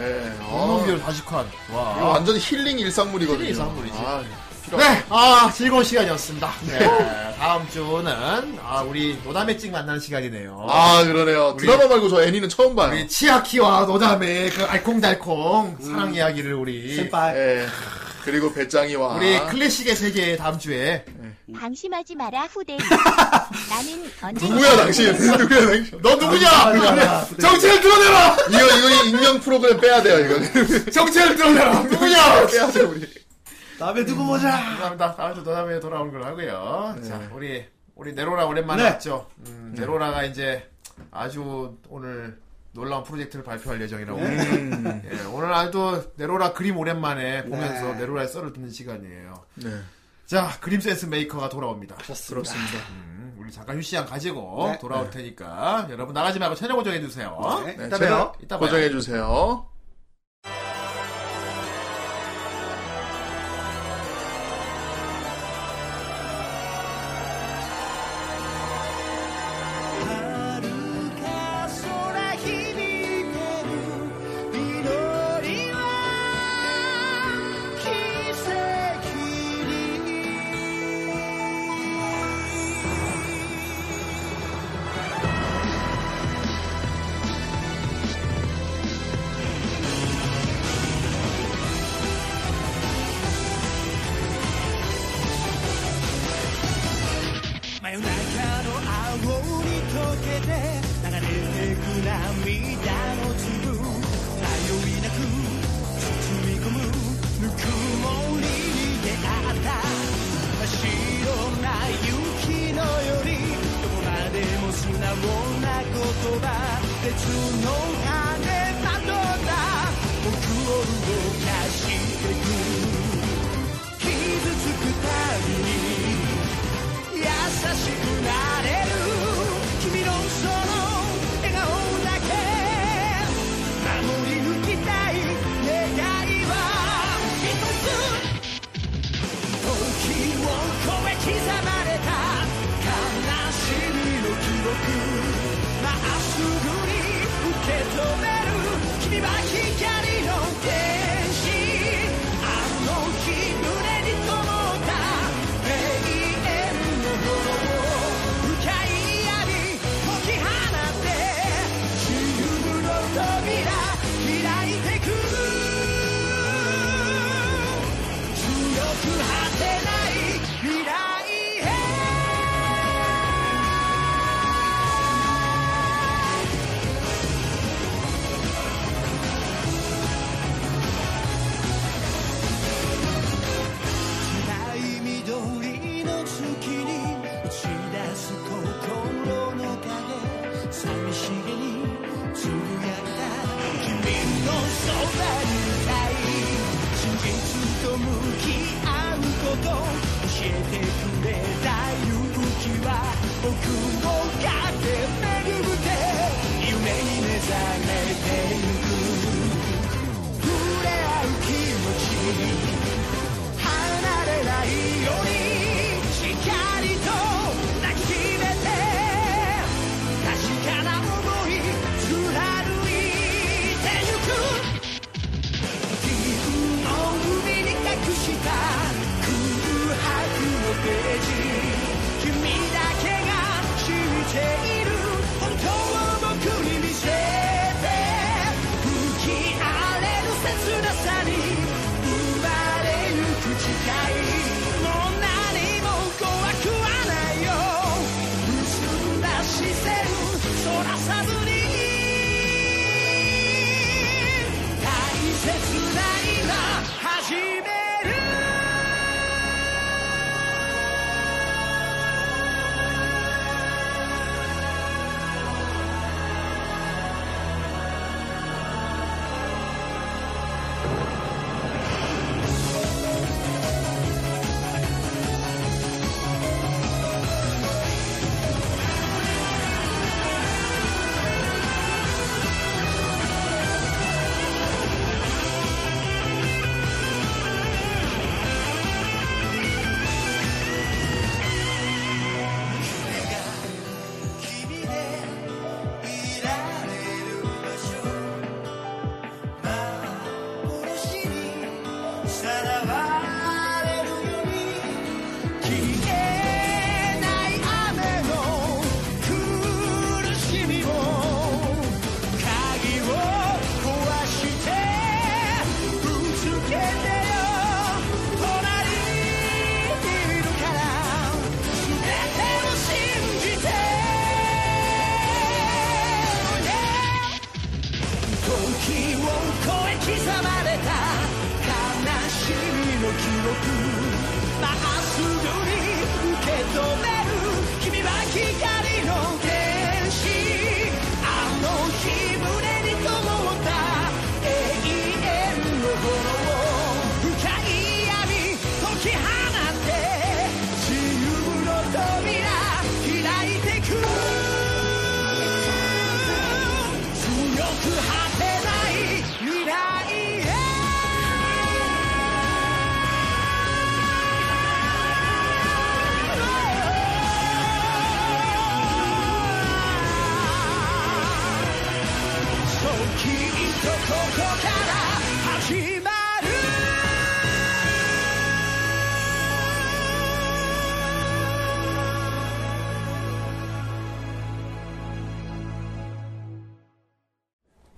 Speaker 2: 예.
Speaker 1: 넌놈
Speaker 2: 아,
Speaker 1: 비오레 40칸. 와.
Speaker 2: 이거 완전 힐링 일상물이거든요.
Speaker 1: 힐링 일상물이지.
Speaker 2: 아, 필요
Speaker 1: 네, 아, 즐거운 시간이었습니다. 네, 다음 주는, 아, 우리 노다매찍 만나는 시간이네요.
Speaker 2: 아, 그러네요. 드라마 말고 저 애니는 처음 봐요.
Speaker 1: 우리 치아키와 노담의 그 알콩달콩 사랑 이야기를 우리
Speaker 3: 센파이.
Speaker 2: 예. 그리고 배짱이와
Speaker 1: 우리 클래식의 세계 다음 주에
Speaker 20: 방심하지 마라 후대. 나는 언제
Speaker 2: 누구야
Speaker 1: <laughs>
Speaker 2: 당신? 누구야 당신?
Speaker 1: 너 누구냐? 정체를 드러내라!
Speaker 2: 이거 이거 이 익명 프로그램 빼야 돼요 이거.
Speaker 1: 정체를 드러내라! 아, 누구냐?
Speaker 2: 빼야 돼 우리.
Speaker 3: 다음에 두고 보자.
Speaker 1: 감사합니다. 다음 주 노담에 돌아온 걸로 하고요. 자, 우리 우리 네. 네로라 오랜만에
Speaker 3: 네.
Speaker 1: 왔죠. 음, 네로라가 이제 아주 오늘 놀라운 프로젝트를 발표할 예정이라고. 예, 오늘 아주 네로라 그림 오랜만에 보면서
Speaker 3: 네.
Speaker 1: 네. 로라의 썰을 듣는 시간이에요.
Speaker 2: 네.
Speaker 1: 자, 그림 센스 메이커가 돌아옵니다.
Speaker 3: 그렇습니다.
Speaker 1: 음, 우리 잠깐 휴식 시간 가지고
Speaker 3: 네.
Speaker 1: 돌아올 테니까 여러분 나가지 말고 채널 고정해 주세요.
Speaker 3: 네.
Speaker 2: 네,
Speaker 1: 이따
Speaker 2: 채널
Speaker 1: 봬요. 이따 봐요.
Speaker 2: 고정해 주세요.
Speaker 6: 真夜中の青に溶けて流れてく涙の粒迷いなく包み込むぬくもりに出会った真っ白な雪のよりどこまでも素直な言葉別の羽ばとんだ僕を動かしてく傷つくたびに優しくなれる君のその笑顔だけ守り抜きたい願いは一つ時を超え刻まれた悲しみの記憶まっすぐに受け止める君は光の天使あの日胸に灯った永遠の炎を深い闇解き放つって自由の扉開いてく強く果てない未来へ暗い緑の月に打ち出す心の影寂しげにつぶやいた君のそばにいたい真実と向き合うこと教えてくれた勇気は僕を駆け巡って夢に目覚めてゆく触れ合う気持ち離れないようにしっかりと抱きしめて
Speaker 9: から始まる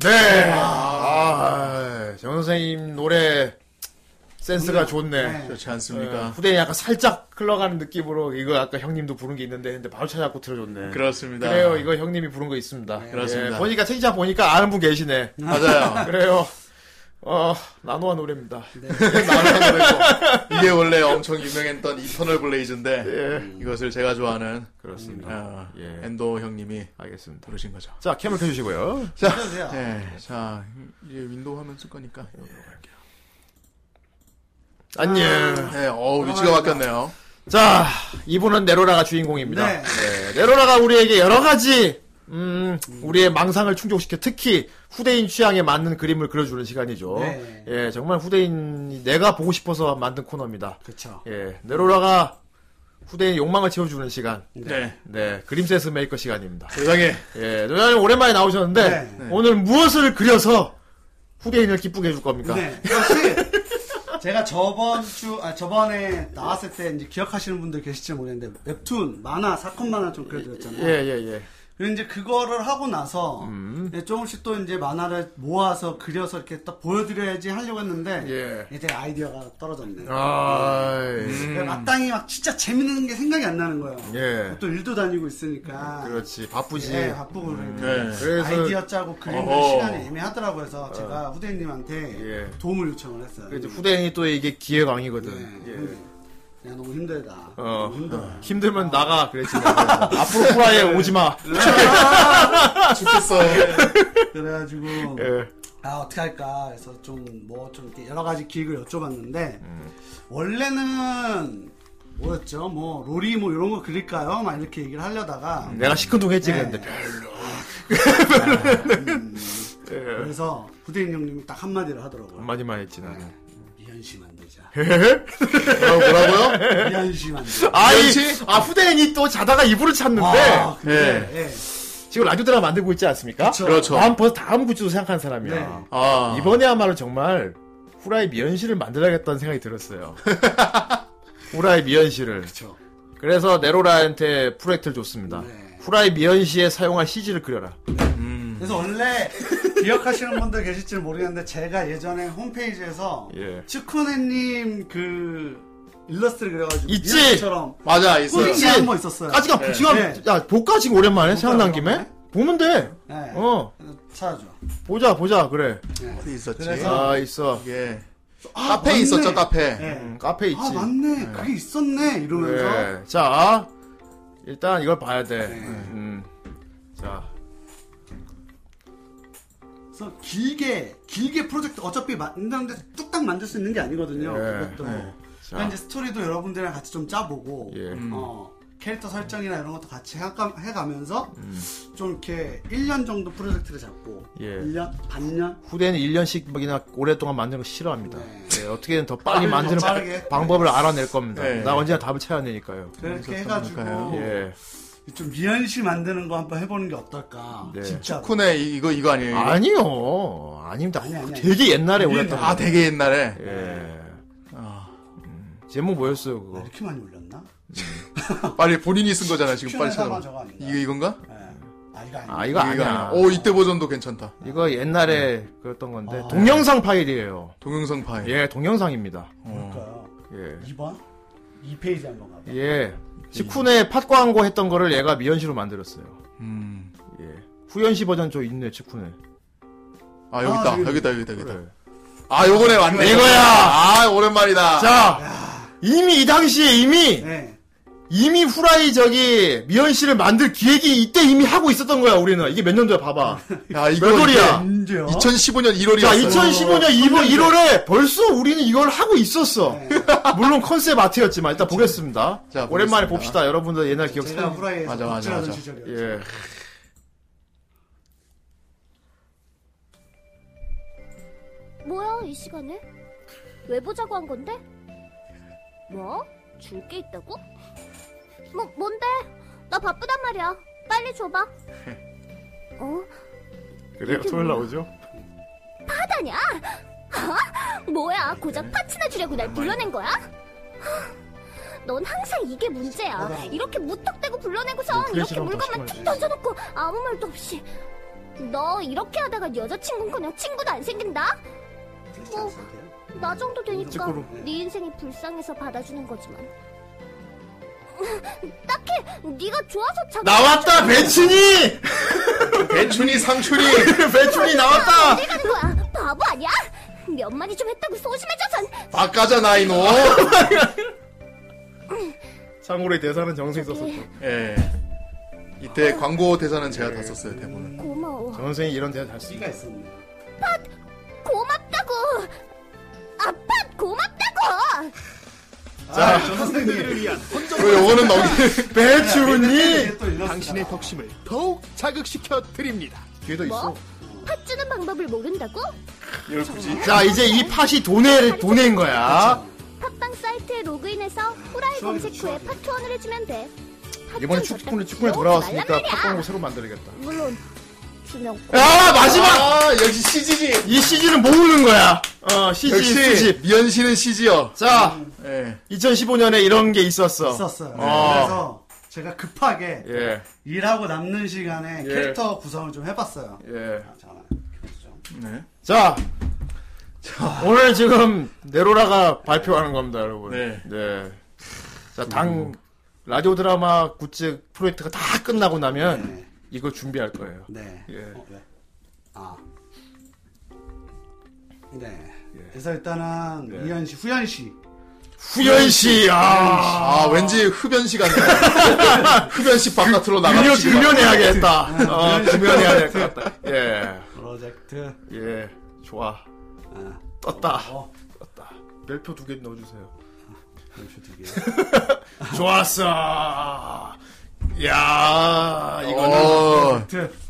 Speaker 1: 네. 아, 정 선생님 노래 센스가 음. 좋네.
Speaker 2: 그렇지 않습니까?
Speaker 1: 예, 후대에 약간 살짝 흘러가는 느낌으로 이거 아까 형님도 부른 게 있는데 근데 바로 찾아갖고 틀어줬네.
Speaker 2: 그렇습니다. 네,
Speaker 1: 그래요. 이거 형님이 부른 거 있습니다.
Speaker 2: 그렇습니다.
Speaker 1: 예, 보니까 책이장 보니까 아는 분 계시네.
Speaker 2: 맞아요.
Speaker 1: <laughs> 그래요. 어, 나노아 노래입니다.
Speaker 2: 나라고 이게 원래 엄청 유명했던 이터널 블레이즈인데
Speaker 1: 예.
Speaker 2: 이것을 제가 좋아하는
Speaker 1: 그렇습니다.
Speaker 2: 아,
Speaker 1: 예.
Speaker 2: 엔도 형님이
Speaker 1: 알겠습니다.
Speaker 2: 부르신 거죠.
Speaker 1: 자, 캠을 켜주시고요.
Speaker 2: 자,
Speaker 3: 안녕하세요.
Speaker 2: 예, 자 이제 윈도우 화면 쓸 거니까 이걸로 갈게요.
Speaker 1: 안녕.
Speaker 2: 예, 어우
Speaker 1: 아,
Speaker 2: 위치가 바뀌었네요.
Speaker 1: 자, 이분은 네로라가 주인공입니다.
Speaker 2: 네.
Speaker 1: 네, 네로라가 우리에게 여러 가지 음, 우리의 망상을 충족시켜 특히 후대인 취향에 맞는 그림을 그려주는 시간이죠.
Speaker 3: 네.
Speaker 1: 예, 정말 후대인이 내가 보고 싶어서 만든 코너입니다.
Speaker 3: 그렇죠.
Speaker 1: 예, 네로라가 후대인 욕망을 채워주는 시간.
Speaker 2: 네.
Speaker 1: 네, 그림 센스 메이커 시간입니다.
Speaker 2: 세상에
Speaker 1: 예, 노장님 오랜만에 나오셨는데
Speaker 3: 네.
Speaker 1: 오늘 무엇을 그려서 후대인을 기쁘게 해줄 겁니까?
Speaker 3: 네. 이것이 제가 저번 주, 아, 저번에 나왔을 때 이제 기억하시는 분들 계실지 모르겠는데 웹툰, 만화, 사건 만화 좀
Speaker 1: 예,
Speaker 3: 그려드렸잖아요.
Speaker 1: 예, 예.
Speaker 3: 그리고 이제 그거를 하고 나서
Speaker 1: 음.
Speaker 3: 예, 조금씩 또 이제 만화를 모아서 그려서 이렇게 딱 보여드려야지 하려고 했는데 이제 아이디어가 떨어졌네요.
Speaker 1: 예. 아,
Speaker 3: 예, 마땅히 막 진짜 재밌는 게 생각이 안 나는 거예요.
Speaker 1: 예.
Speaker 3: 또 일도 다니고 있으니까.
Speaker 1: 그렇지, 바쁘지.
Speaker 3: 예, 바쁘고 그러니까
Speaker 1: 네. 그래서-
Speaker 3: 아이디어 짜고 그리는
Speaker 1: 어허. 어. 예.
Speaker 3: 시간이 애매하더라고요. 그래서 제가 후대님한테 도움을 요청을 했어요.
Speaker 1: 그래서 후대인이 또 이게 기회왕이거든.
Speaker 3: 예. 야 너무 힘들다.
Speaker 1: 네. 어,
Speaker 3: 힘들어.
Speaker 1: 힘들면 나가, 그랬지. <laughs> 앞으로 후라이에 오지 마.
Speaker 2: 네. 죽겠어.
Speaker 3: 그래가지고
Speaker 1: 예.
Speaker 3: 아 어떻게 할까 해서 좀 뭐 좀 이렇게 여러 가지 기획을 여쭤봤는데
Speaker 1: 음.
Speaker 3: 원래는 뭐였죠? 뭐 로리 뭐 이런 거 그릴까요? 막 이렇게 얘기를 하려다가
Speaker 1: 내가 시큰둥했지,
Speaker 3: 네.
Speaker 1: 그랬는데. 별로. 예.
Speaker 3: 그래서 후대인 형님이 딱 한마디를 하더라고요.
Speaker 1: 한마디만 했지, 나는.
Speaker 3: 미연씨 만들자.
Speaker 1: 뭐라고요?
Speaker 3: 미연씨 만들자.
Speaker 1: 예? 아이,
Speaker 3: 미연씨?
Speaker 1: 아, 후대인이 또 자다가 이불을 찾는데.
Speaker 3: 아, 근데, 예.
Speaker 1: 지금 라디오 드라마 만들고 있지 않습니까?
Speaker 2: 그렇죠.
Speaker 1: 다음, 벌써 다음 굿즈도 생각한 사람이야.
Speaker 3: 네.
Speaker 2: 아,
Speaker 1: 이번에야말로 정말 후라이 미연실을 만들어야겠다는 생각이 들었어요. 후라이 미연실을.
Speaker 3: 그쵸.
Speaker 1: 래서 네로라한테 프로젝트를 줬습니다. 후라이 미연시에 사용할 CG를 그려라.
Speaker 3: 그래서
Speaker 1: <laughs>
Speaker 3: 원래 기억하시는 분들 계실지 모르겠는데 제가 예전에 홈페이지에서
Speaker 1: 예.
Speaker 3: 츠코네님 그 일러스트를 그려가지고
Speaker 1: 있지?
Speaker 3: 미연씨처럼
Speaker 2: 맞아 그 있어요.
Speaker 3: 꾸민 게 한 번 있었어요.
Speaker 1: 아, 까지가
Speaker 3: 예.
Speaker 1: 지금
Speaker 3: 예.
Speaker 1: 야 볼까 지금 오랜만에 생각난 김에 보면 돼.
Speaker 3: 네.
Speaker 1: 어
Speaker 3: 찾아줘.
Speaker 1: 보자 보자 그래.
Speaker 2: 어디 있었지?
Speaker 3: 그래서-
Speaker 1: 아 있어.
Speaker 2: 이게
Speaker 3: 아,
Speaker 2: 카페
Speaker 3: 맞네.
Speaker 2: 있었죠 카페.
Speaker 3: 예.
Speaker 1: 음, 카페 있지.
Speaker 3: 아 맞네. 그게 있었네. 이러면서 네.
Speaker 1: 네. 자 일단 이걸 봐야 돼. 음. 자
Speaker 3: 그래서 길게 길게 프로젝트 어차피 만드는데 뚝딱 만들 수 있는 게 아니거든요.
Speaker 1: 예.
Speaker 3: 그것도.
Speaker 1: 네.
Speaker 3: 그러니까 이제 스토리도 여러분들이랑 같이 좀 짜보고
Speaker 1: 예.
Speaker 3: 어, 캐릭터 설정이나 이런 것도 같이 해가- 해가면서 좀 이렇게 1년 정도 프로젝트를 잡고
Speaker 1: 음. 예.
Speaker 3: 1년 반년
Speaker 1: 후대는 1년씩이나 오랫동안 만드는 걸 싫어합니다. 예, 어떻게든 더 빨리
Speaker 3: 네. 더
Speaker 1: 만드는
Speaker 3: 빠르게.
Speaker 1: 방법을 알아낼 겁니다.
Speaker 2: 네.
Speaker 1: 나 언제나 답을 찾아내니까요
Speaker 3: 그렇게 해가지고
Speaker 1: 예.
Speaker 3: 좀 미연시 만드는 거 한번 해보는 게 어떨까
Speaker 1: 네.
Speaker 3: 진짜
Speaker 2: 쿠네 이- 이거 이거 아니에요? 이거?
Speaker 1: 아니요. 아닙니다.
Speaker 3: 아니, 아니, 네. 아니.
Speaker 1: 되게 옛날에
Speaker 3: 되게
Speaker 1: 올렸던
Speaker 2: 아 되게 옛날에.
Speaker 1: 예. 음,
Speaker 2: 아,
Speaker 1: 제목 뭐였어요, 그거?
Speaker 3: 아, 이렇게 많이 올렸나?
Speaker 2: 빨리 본인이 쓴 거잖아 지금 빨리 찾아봐.
Speaker 3: 큐네사만 저거 아닌가?
Speaker 2: 이거 이건가?
Speaker 3: 아 이거 아니야.
Speaker 1: 아, 이거 아니야.
Speaker 2: 오 이때 버전도 괜찮다.
Speaker 1: 이거 옛날에 그랬던
Speaker 3: 아,
Speaker 1: 건데,
Speaker 3: 네.
Speaker 1: 동영상 파일이에요.
Speaker 2: 동영상 파일.
Speaker 1: 예, 동영상입니다.
Speaker 3: 그럴까요?
Speaker 1: 예.
Speaker 3: 2번? 2페이지 한번 가봐.
Speaker 1: 예. 치쿤의 팟 광고 했던 거를 얘가 미연시로 만들었어요.
Speaker 2: 음.
Speaker 1: 예. 후연시 버전 저 있네, 치쿤의.
Speaker 2: 아 여기 있다
Speaker 3: 아, 저기.
Speaker 2: 여기 있다 여기 있다 여기 있다.
Speaker 1: 그래.
Speaker 2: 아 요번에 왔네
Speaker 1: 이거야!
Speaker 2: 아 오랜만이다.
Speaker 1: 자! 이미 이 당시에 이미,
Speaker 3: 네.
Speaker 1: 이미 후라이 저기, 미연씨를 만들 기획이 이때 이미 하고 있었던 거야, 우리는. 이게 몇 년도야,
Speaker 3: <laughs>
Speaker 1: 봐봐.
Speaker 2: 야 이거
Speaker 1: 몇 월이야?
Speaker 3: 언제요?
Speaker 2: 2015년
Speaker 1: 자,
Speaker 3: 그렇죠.
Speaker 2: 1월이었어.
Speaker 1: 2015년 2월 1월에 벌써 우리는 이걸 하고 있었어.
Speaker 3: 네.
Speaker 1: <laughs> 물론 컨셉 아트였지만 일단 보겠습니다.
Speaker 2: 자, 보겠습니다.
Speaker 1: 오랜만에 봅시다. 여러분들 옛날 기억
Speaker 3: 그렇죠. 제가
Speaker 1: 상
Speaker 3: 후라이에서
Speaker 2: 맞아, 맞아,
Speaker 3: 복제하던
Speaker 2: 맞아.
Speaker 3: 시절이었죠.
Speaker 1: 예.
Speaker 14: 뭐야 이 시간에? 왜 보자고 한 건데? 뭐? 줄 게 있다고? 뭐 뭔데? 나 바쁘단 말이야. 빨리 줘봐. 어?
Speaker 1: 그래요. 토요일 나오죠?
Speaker 14: 받아! 파티다냐? 어? 뭐야, 고작 파티나 주려고 날 불러낸 거야? 넌 항상 이게 문제야. 이렇게 무턱대고 불러내고선 이렇게
Speaker 13: 클래식하고
Speaker 14: 물건만
Speaker 13: 다시
Speaker 14: 툭 던져놓고 아무 말도 없이. 너 이렇게 하다가 여자친구는 그냥 친구도 안 생긴다? 뭐, 나
Speaker 13: 뭐
Speaker 14: 정도 되니까
Speaker 13: 직구로.
Speaker 14: 네 인생이 불쌍해서 받아주는 거지만. 딱히 네가 좋아서 자기
Speaker 1: <laughs>
Speaker 2: 나왔다 배춘이 배춘이 상춘이 배춘이 나왔다
Speaker 14: 어디 가는 거야? 바보 아니야? 몇 마디 좀 했다고 소심해져선
Speaker 1: <laughs>
Speaker 2: 아까자 나이노
Speaker 1: 참고로 이 대사는 정승이 썼었죠.
Speaker 14: 네.
Speaker 2: 예 이때 광고 대사는 제가 다 썼어요 대본은
Speaker 14: 고마워.
Speaker 1: 정승이 이런 대사 잘 쓰기가 있었네.
Speaker 14: 팟 고맙다고. 아팟 고맙다고.
Speaker 3: 아,
Speaker 2: 자
Speaker 9: 선생님을 위한
Speaker 2: 그리고
Speaker 1: <laughs>
Speaker 2: 요거는 넘기
Speaker 3: 네,
Speaker 2: 배춘이
Speaker 9: 당신의 덕심을 더욱 자극시켜 드립니다.
Speaker 2: 뒤에도
Speaker 1: 어.
Speaker 14: 뭐? 팟 주는 방법을 모른다고? 아.
Speaker 2: 열구지
Speaker 1: 자 이제 이 팥이 돈에 돈인 거야.
Speaker 14: 팟빵 사이트에 로그인해서 후라이 검색 후에 팟 투원을 해주면 돼. 팟
Speaker 1: 이번에
Speaker 14: 좀
Speaker 1: 축구를 축구에
Speaker 14: 넣지
Speaker 1: 돌아왔으니까
Speaker 14: 말란 그렇죠. 말이야.
Speaker 1: 팥광고 새로 만들겠다.
Speaker 14: 물론 주명.
Speaker 1: 아 마지막
Speaker 2: 아 역시 CG지
Speaker 1: 이 CG는 모으는 거야. 어 CG
Speaker 2: 역시
Speaker 1: CG.
Speaker 2: 미연 씨는 CG요
Speaker 1: 자
Speaker 2: 예
Speaker 1: 2015년에 이런 게 있었어.
Speaker 3: 있었어요.
Speaker 1: 어.
Speaker 3: 그래서 제가 급하게
Speaker 1: 예.
Speaker 3: 일하고 남는 시간에
Speaker 1: 예.
Speaker 3: 캐릭터 구성을 좀 해봤어요.
Speaker 1: 예.
Speaker 2: 네.
Speaker 1: 자, 오늘 지금 네로라가 발표하는 겁니다, 여러분. 네. 자, 당 라디오 드라마 굿즈 프로젝트가 다 끝나고 나면 이걸 준비할 거예요.
Speaker 3: 네.
Speaker 1: 예.
Speaker 3: 아. 네.
Speaker 1: 예.
Speaker 3: 그래서 일단은 이현 씨, 후현 씨.
Speaker 1: 후연 씨, 아,
Speaker 2: 아 왠지 흡연 씨 같네
Speaker 1: <laughs>
Speaker 2: 흡연 씨 바깥으로 나가
Speaker 1: 금연 금연해야겠다. 아, 금연해야 될 것 같다. 예,
Speaker 3: 프로젝트.
Speaker 1: 예, 좋아.
Speaker 3: 아,
Speaker 1: 떴다.
Speaker 3: 어,
Speaker 1: 떴다. 별표 두 개 넣어주세요.
Speaker 3: 이렇게 두 개.
Speaker 1: 좋았어. 야,
Speaker 2: 어.
Speaker 1: 이거는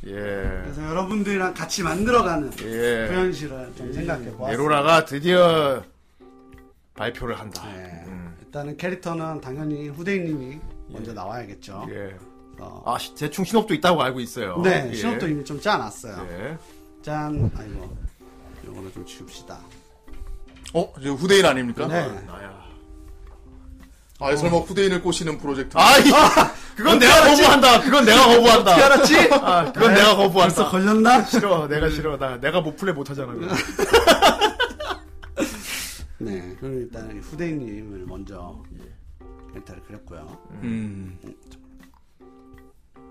Speaker 1: 예,
Speaker 3: 그래서 여러분들이랑 같이 만들어가는
Speaker 1: 예.
Speaker 3: 후현 씨를 좀 생각해 보았습니다.
Speaker 1: 네로라가 드디어 발표를 한다.
Speaker 3: 네.
Speaker 1: 음.
Speaker 3: 예. 일단은 캐릭터는 당연히 후대인님이 먼저 나와야겠죠.
Speaker 1: 예.
Speaker 3: 어,
Speaker 1: 아, 시- 대충 신업도 있다고 알고 있어요.
Speaker 3: 네,
Speaker 1: 예.
Speaker 3: 시험도 이미 좀 짜놨어요.
Speaker 1: 예.
Speaker 3: 짠, 아이고, 뭐, 요거는 좀 지웁시다.
Speaker 2: 어? 저 후대인 아닙니까?
Speaker 3: 네.
Speaker 1: 나야.
Speaker 2: 아 설마 후대인을 꼬시는 프로젝트
Speaker 1: 아, 이, 그건 내가
Speaker 2: 알았지?
Speaker 1: 거부한다. 그건 내가 거부한다.
Speaker 3: 어떻게 알았지?
Speaker 1: <laughs> 아, 그건
Speaker 3: 네,
Speaker 1: 내가 거부한다.
Speaker 3: 벌써
Speaker 1: <laughs>
Speaker 3: 걸렸나?
Speaker 1: 싫어, 내가 싫어. 나 내가 못 플레이 못 하잖아. 그거.
Speaker 3: 네, 그럼 일단 후대인님을 먼저
Speaker 1: 예.
Speaker 3: 캐릭터를 그렸고요.
Speaker 2: 음.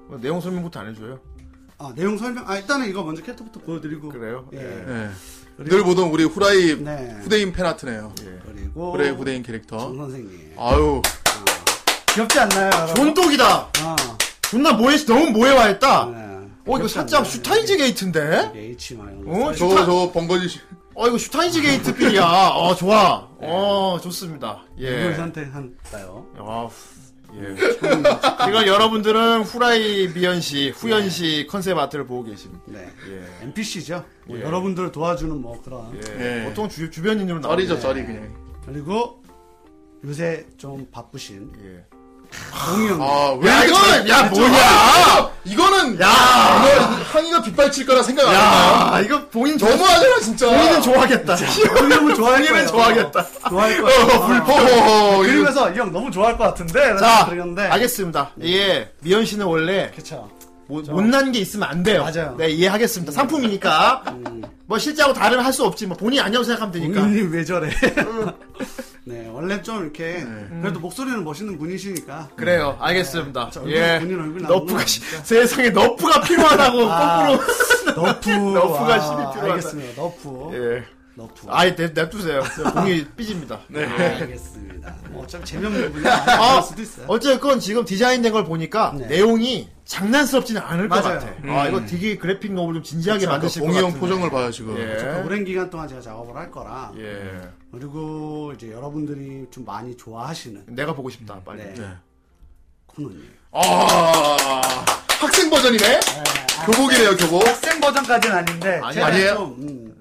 Speaker 1: 뭐, 내용 설명부터 안 해줘요.
Speaker 3: 아, 내용 설명, 아, 일단은 이거 먼저 캐릭터부터 보여드리고.
Speaker 1: 그래요?
Speaker 3: 예.
Speaker 1: 예.
Speaker 2: 예. 늘 보던 우리 후라이
Speaker 3: 네.
Speaker 2: 후대인 팬 아트네요
Speaker 1: 예.
Speaker 3: 그리고.
Speaker 2: 후라이 후대인 캐릭터
Speaker 3: 정 선생님.
Speaker 2: 아유
Speaker 3: 귀엽지 않나요? 여러분?
Speaker 1: 존독이다.
Speaker 3: 아,
Speaker 1: 존나 모해 너무 모해화했다.
Speaker 3: 네.
Speaker 1: 어 이거 살짝 슈타인즈 게이트인데?
Speaker 3: 이게 예, H 마요.
Speaker 1: 어,
Speaker 2: 저거 저거 번거지
Speaker 1: 어 이거 슈타인즈 게이트 필이야. 어 좋아. 어 좋습니다.
Speaker 3: 이걸
Speaker 1: 예.
Speaker 3: 선택한다요.
Speaker 1: 아, 예. 이걸 여러분들은 후라이 미연 씨, 후연 씨 컨셉 아트를 보고 계십니다.
Speaker 3: 네.
Speaker 1: 예.
Speaker 3: NPC죠. 뭐
Speaker 1: 예.
Speaker 3: 여러분들을 도와주는 뭐 그런.
Speaker 1: 예.
Speaker 2: 예.
Speaker 1: 보통 주, 주변 인으로 나오죠.
Speaker 2: 쩔이죠 쩔이 그냥
Speaker 3: 그리고 요새 좀 바쁘신
Speaker 1: 예.
Speaker 3: 동이 형님.
Speaker 2: 아왜
Speaker 1: 야, 이건, 야, 뭐냐!
Speaker 2: 이거는 야 항의가 빗발칠 거라 생각 안 해요
Speaker 1: 야, 이거 본인 좋아,
Speaker 2: 너무하잖아 진짜
Speaker 1: 본인은 좋아하겠다.
Speaker 3: 동이 형은 좋아할 거예요.
Speaker 1: 본인은 좋아하겠다. 어,
Speaker 3: 좋아할 거예요.
Speaker 2: 허허허 이거
Speaker 3: 그리면서 이 형 너무 좋아할 것 같은데.
Speaker 1: 자,
Speaker 3: 그랬는데.
Speaker 1: 알겠습니다.
Speaker 3: 네.
Speaker 1: 예, 미연 씨는 원래
Speaker 3: 그쵸.
Speaker 1: 뭐, 못난 게 있으면 안 돼요.
Speaker 3: 맞아요. 음.
Speaker 1: 네, 이해하겠습니다.
Speaker 3: <laughs>
Speaker 1: 상품이니까. 뭐, 실제하고 다르면 할 수 없지. 뭐, 본인이 아니라고 생각하면 되니까.
Speaker 3: 본인이 왜
Speaker 1: <laughs>
Speaker 3: 저래? 네, 원래 좀 이렇게
Speaker 1: 네.
Speaker 3: 그래도 목소리는 멋있는 분이시니까.
Speaker 1: 그래요. 알겠습니다.
Speaker 3: 저 얼굴,
Speaker 1: 예.
Speaker 3: 본인 얼굴 나오는
Speaker 1: 너프가,
Speaker 3: 거
Speaker 1: 시- <laughs>
Speaker 3: 아닙니까?
Speaker 1: 세상에 너프가 필요하다고
Speaker 3: 아.
Speaker 1: 거꾸로.
Speaker 3: 너프.
Speaker 1: 너프가
Speaker 3: 아,
Speaker 1: 신이 필요하다.
Speaker 3: 알겠습니다. 너프.
Speaker 1: 예.
Speaker 3: 너프.
Speaker 1: 아예 내- 냅두세요. 저 공이 삐집니다.
Speaker 3: 알겠습니다. 뭐 어차피 <laughs> 재미없는 분이
Speaker 1: 아,
Speaker 3: 아, 수도 있어요.
Speaker 1: 어쨌건 지금 디자인된 걸 보니까
Speaker 3: 네.
Speaker 1: 내용이 장난스럽지는 않을 것
Speaker 3: 맞아요.
Speaker 1: 같아. 아, 이거 되게 그래픽 너무 좀 진지하게 만드실 것
Speaker 2: 봉이 형
Speaker 1: 같은데.
Speaker 2: 표정을 봐요 지금
Speaker 1: 예.
Speaker 3: 오랜 기간 동안 제가 작업을 할 거라
Speaker 1: 예.
Speaker 3: 그리고 이제 여러분들이 좀 많이 좋아하시는
Speaker 1: 내가 보고 싶다. 빨리.
Speaker 3: 네.
Speaker 2: 네.
Speaker 3: 코너님
Speaker 2: 아 학생
Speaker 1: 네.
Speaker 2: 버전이네 교복이래요 교복
Speaker 3: 학생 아, 버전까지는 아닌데
Speaker 1: 아니,
Speaker 3: 제가
Speaker 2: 아니에요?
Speaker 3: 좀 음,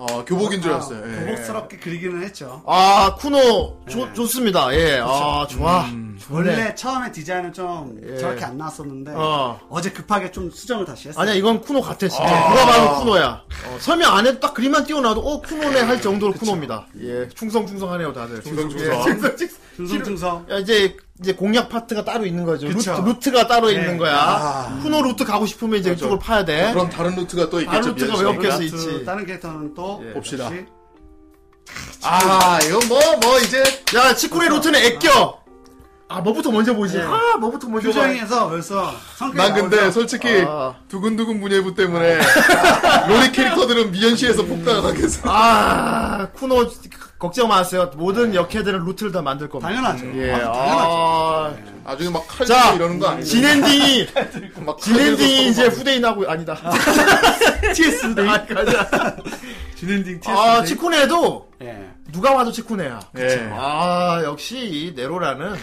Speaker 2: 아, 교복인 줄
Speaker 3: 아,
Speaker 2: 알았어요. 예.
Speaker 3: 교복스럽게 그리기는 했죠.
Speaker 1: 아, 쿠노,
Speaker 3: 네.
Speaker 1: 좋, 좋습니다. 예, 아, 좋아.
Speaker 3: 원래
Speaker 1: 원래.
Speaker 3: 처음에 디자인은 좀
Speaker 1: 예.
Speaker 3: 저렇게 안 나왔었는데
Speaker 1: 어.
Speaker 3: 어. 제 급하게 좀 수정을 다시 했어요.
Speaker 1: 아니야, 이건 쿠노 같아, 진짜.
Speaker 3: 아.
Speaker 1: 누가 봐도 쿠노야. 어, 설명 안 해도 딱 그림만 띄워놔도, 어, 쿠노네 할 정도로 쿠노입니다. 예, 충성충성하네요, 다들.
Speaker 2: 충성충성.
Speaker 1: 충성충성. 야, 이제, 이제 공략 파트가 따로 있는 거죠. 루트,
Speaker 2: 그쵸.
Speaker 1: 루트가 따로
Speaker 2: 예.
Speaker 1: 있는 거야.
Speaker 2: 아.
Speaker 1: 쿠노 루트 가고 싶으면 이제
Speaker 2: 그렇죠.
Speaker 1: 이쪽을 파야 돼.
Speaker 2: 그럼 다른 루트가 또
Speaker 1: 다른
Speaker 2: 있겠죠.
Speaker 1: 루트가
Speaker 2: 미연씨.
Speaker 1: 왜 없겠어,
Speaker 2: 루트.
Speaker 1: 있지.
Speaker 3: 다른 캐릭터는 또
Speaker 2: 예, 봅시다.
Speaker 3: 역시
Speaker 2: 아, 이건 뭐, 뭐, 이제.
Speaker 1: 야, 치쿠레 루트는 애껴! 아, 뭐부터 먼저 보지? 아, 뭐부터 먼저
Speaker 3: 표정에서 벌써
Speaker 2: 난
Speaker 3: 성격이
Speaker 2: 근데
Speaker 3: 나오죠.
Speaker 2: 솔직히
Speaker 1: 아.
Speaker 2: 두근두근 문예부 때문에 로리 캐릭터들은 미연씨에서 폭탄을 하겠어.
Speaker 1: 아, 쿠노 걱정 마세요. 모든 역캐들은 루트를 다 만들 겁니다.
Speaker 3: 당연하죠.
Speaker 1: 예.
Speaker 2: 아,
Speaker 1: 아,
Speaker 2: 나중에 막 칼,
Speaker 1: 자,
Speaker 2: 들고 이러는 거 아니에요?
Speaker 1: 진엔딩이
Speaker 2: 막
Speaker 1: 진엔딩이
Speaker 2: 뭐.
Speaker 1: 이제 후대인하고 아니다. TS 대
Speaker 3: 진엔딩 TS.
Speaker 1: 아, 치쿠네도
Speaker 3: 예.
Speaker 1: 누가 와도 치쿠네야.
Speaker 2: 그치.
Speaker 1: 아, 역시 이 네로라는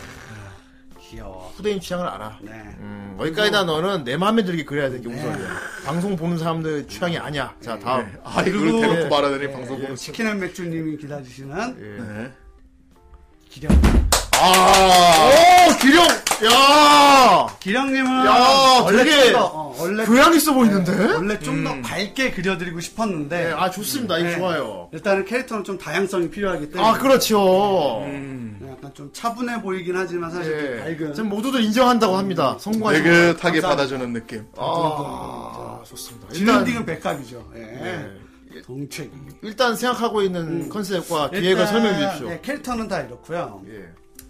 Speaker 3: 귀여워.
Speaker 1: 후대인 취향을 알아.
Speaker 3: 네.
Speaker 1: 음, 여기까지다 너는 내 마음에 들게 그래야 되는 게 우선이야. 방송 보는 사람들 취향이 네. 아니야. 자, 다음.
Speaker 2: 아, 이걸 대놓고
Speaker 1: 예.
Speaker 2: 말하더니 방송 보는
Speaker 3: 치킨 앤 맥주님이 기다리시는
Speaker 2: 네.
Speaker 3: 기령.
Speaker 1: 아, 오, 기령, 야,
Speaker 3: 기령님은
Speaker 1: 야,
Speaker 3: 원래
Speaker 1: 되게
Speaker 3: 좀 더, 어, 원래
Speaker 1: 교양 있어 보이는데?
Speaker 3: 원래 좀 더 밝게 그려드리고 싶었는데
Speaker 1: 네.
Speaker 3: 네.
Speaker 1: 아 좋습니다. 이거 좋아요.
Speaker 3: 일단은 캐릭터는 좀 다양성이 필요하기 때문에 네,
Speaker 1: 아, 그렇죠.
Speaker 3: 약간 좀 차분해 보이긴 하지만 사실
Speaker 1: 예.
Speaker 3: 밝은
Speaker 1: 지금 모두들 인정한다고 합니다. 성공하신
Speaker 2: 느긋하게
Speaker 1: 예. 감사합니다.
Speaker 2: 받아주는 느낌.
Speaker 1: 아, 좋습니다. 일단,
Speaker 3: 진엔딩은 백합이죠. 예. 동책.
Speaker 1: 일단 생각하고 있는 컨셉과
Speaker 3: 일단,
Speaker 1: 기획을 설명해 주십시오. 예.
Speaker 3: 예, 캐릭터는 다 이렇고요.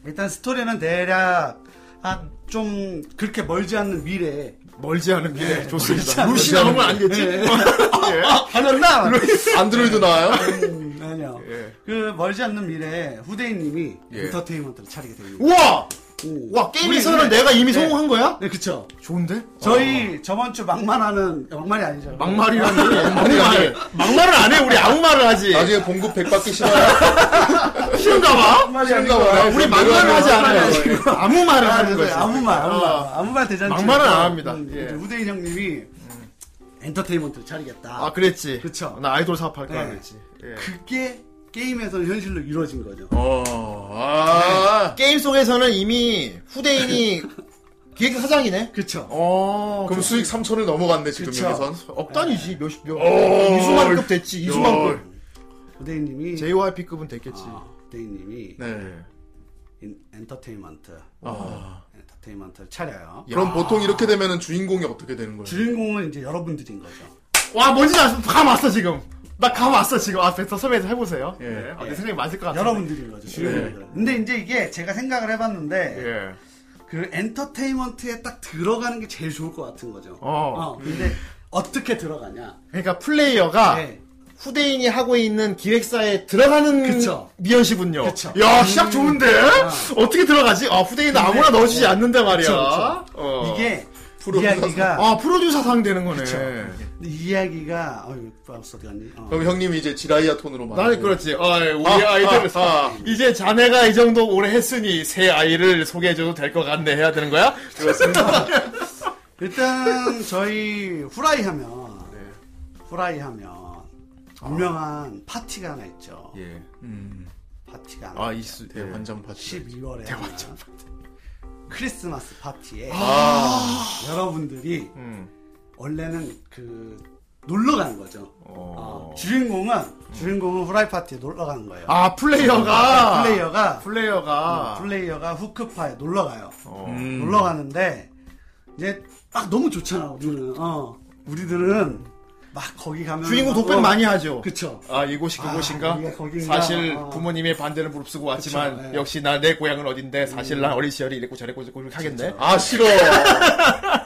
Speaker 3: 일단 스토리는 대략 한 좀 그렇게 멀지 않는 미래에
Speaker 1: 멀지 않은 게
Speaker 3: 예, 멀지
Speaker 1: 네, 좋습니다.
Speaker 3: 않은
Speaker 1: 루시
Speaker 3: 게.
Speaker 1: 나오면 아니겠지?
Speaker 3: 예.
Speaker 1: <laughs> 예.
Speaker 3: 하면나
Speaker 2: 안드로이드 나와요?
Speaker 3: 음, 아니요.
Speaker 1: 예.
Speaker 3: 그 멀지 않는 미래에 후대인님이 엔터테인먼트를 차리게 됩니다.
Speaker 1: 우와!
Speaker 3: 오.
Speaker 1: 와, 게임에서는
Speaker 3: 우리,
Speaker 1: 내가 이미
Speaker 3: 네.
Speaker 1: 성공한 거야?
Speaker 3: 네, 그쵸.
Speaker 1: 좋은데?
Speaker 3: 저희 저번 주 막말하는 막말이 아니죠.
Speaker 1: 어. 막말이라니. <laughs> 막말이
Speaker 2: 막말이라니.
Speaker 1: 막말은 안 해. 우리 아무 말을 하지.
Speaker 2: 나중에 봉급 100받기 싫어요.
Speaker 1: 싫은가 봐?
Speaker 3: 막말이
Speaker 2: 싫은가
Speaker 3: 아니고.
Speaker 2: 봐요.
Speaker 1: 우리 막말을 하지 않아요. 아무 말을
Speaker 3: 아,
Speaker 1: 하는
Speaker 3: 그래서
Speaker 1: 거지.
Speaker 3: 아무 말, 아무 말,
Speaker 1: 어.
Speaker 3: 아무 말 대잔치.
Speaker 1: 막말은 안 합니다. 예.
Speaker 3: 우대인 형님이 엔터테인먼트를 차리겠다.
Speaker 1: 아, 그랬지.
Speaker 3: 그쵸.
Speaker 1: 나 아이돌 사업할 거야,
Speaker 3: 네.
Speaker 1: 그랬지. 예.
Speaker 3: 그게 게임에서는 현실로 이루어진 거죠.
Speaker 2: 어, 아.
Speaker 1: 게임 속에서는 이미 후대인이 기획 사장이네?
Speaker 3: 그쵸.
Speaker 1: 어.
Speaker 2: 그럼 수익 3천을 넘어갔네, 지금
Speaker 1: 그쵸.
Speaker 2: 여기선.
Speaker 1: 억단이지, 몇십, 몇,
Speaker 2: 어.
Speaker 1: 이수만급 됐지,
Speaker 2: 야.
Speaker 1: 이수만급.
Speaker 3: 우대인님이 어,
Speaker 1: JYP급은 됐겠지.
Speaker 3: 아. 우대인님이
Speaker 2: 네.
Speaker 3: 인- 엔터테인먼트,
Speaker 1: 어.
Speaker 2: 아.
Speaker 3: 엔터테인먼트를
Speaker 1: 예.
Speaker 3: 차려요.
Speaker 2: 그럼 보통 이렇게 되면은 주인공이 어떻게 되는 거예요?
Speaker 3: 주인공은 이제 여러분들인 거죠.
Speaker 1: 와, 뭔지 알았어. 감 왔어, 지금. 나 감 왔어, 지금. 아, 뱉어, 섭외해서 해보세요.
Speaker 2: 예.
Speaker 1: 예. 아, 내 생각이 맞을 것 같아.
Speaker 3: 여러분들인 거죠. 주인공들. 근데 이제 이게 제가 생각을 해봤는데
Speaker 1: 네. 예.
Speaker 3: 그 엔터테인먼트에 딱 들어가는 게 제일 좋을 것 같은 거죠.
Speaker 1: 어.
Speaker 3: 근데 어떻게 들어가냐?
Speaker 1: 그러니까 플레이어가
Speaker 3: 네.
Speaker 1: 후대인이 하고 있는 기획사에 들어가는
Speaker 3: 그쵸.
Speaker 1: 미연 씨군요.
Speaker 3: 그쵸. 음. 아.
Speaker 1: 야 시작 좋은데 어떻게 들어가지? 아 후대인은 아무나 넣어주지 않는데 말이야.
Speaker 3: 그쵸, 그쵸.
Speaker 1: 어.
Speaker 3: 이게
Speaker 2: 프로듀서.
Speaker 3: 이야기가
Speaker 1: 아 프로듀서상 되는 거네.
Speaker 3: 그쵸. 이야기가 어이 박스 어디 갔니? 어.
Speaker 2: 그럼 형님이 이제 지라이아 톤으로 만.
Speaker 1: 나는 그렇지. 아, 우리
Speaker 2: 아,
Speaker 1: 아이들
Speaker 2: 아, 아.
Speaker 1: 이제 자네가 이 정도 오래 했으니 새 아이를 소개해줘도 될 것 같네 해야 되는 거야?
Speaker 2: 그렇습니다.
Speaker 3: 일단 저희 후라이 하면
Speaker 1: 네.
Speaker 3: 후라이 하면 유명한 파티가 하나 있죠.
Speaker 1: 어. 예.
Speaker 2: 음.
Speaker 3: 파티가 하나.
Speaker 1: 아 이수
Speaker 2: 대환장 파티.
Speaker 3: 12월에 하는 크리스마스 파티에
Speaker 2: 아.
Speaker 3: 여러분들이
Speaker 1: 음.
Speaker 3: 원래는 그 놀러 가는 거죠. 어, 주인공은 주인공은 후라이 파티에 놀러 가는 거예요. 네,
Speaker 1: 아 네, 플레이어가 네,
Speaker 3: 플레이어가
Speaker 1: 플레이어가
Speaker 3: 음, 플레이어가 후크파에 놀러 가요.
Speaker 1: 어.
Speaker 2: 음.
Speaker 3: 놀러 가는데 이제 막 너무 좋잖아 우리는. 어, 우리들은 막뭐 거기 가면
Speaker 1: 주인공 독백 많이 하죠.
Speaker 3: 그쵸.
Speaker 1: 어, 아 이곳이
Speaker 3: 아,
Speaker 1: 그곳인가? 아. 네.
Speaker 3: 여기가 거긴가?
Speaker 1: 사실
Speaker 3: 어.
Speaker 1: 부모님의 반대를 무릅쓰고 왔지만
Speaker 3: 그쵸, 예.
Speaker 1: 역시 나 내 고향은 어딘데 사실 난 어린 시절이 이랬고 저랬고 저랬고 이렇게 하겠네.
Speaker 2: 아 싫어.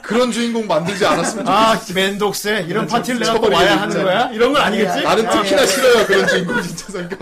Speaker 2: 그런 주인공 만들지 않았으면 좋겠어.
Speaker 1: 아 맨독세 이런 파티를 내가 또
Speaker 2: 미쳐버리게
Speaker 1: 와야 하는
Speaker 2: 진짜.
Speaker 1: 거야? 이런 건 아니겠지? 예.
Speaker 2: 나는 특히나 싫어요 그런 주인공 진짜 생겨.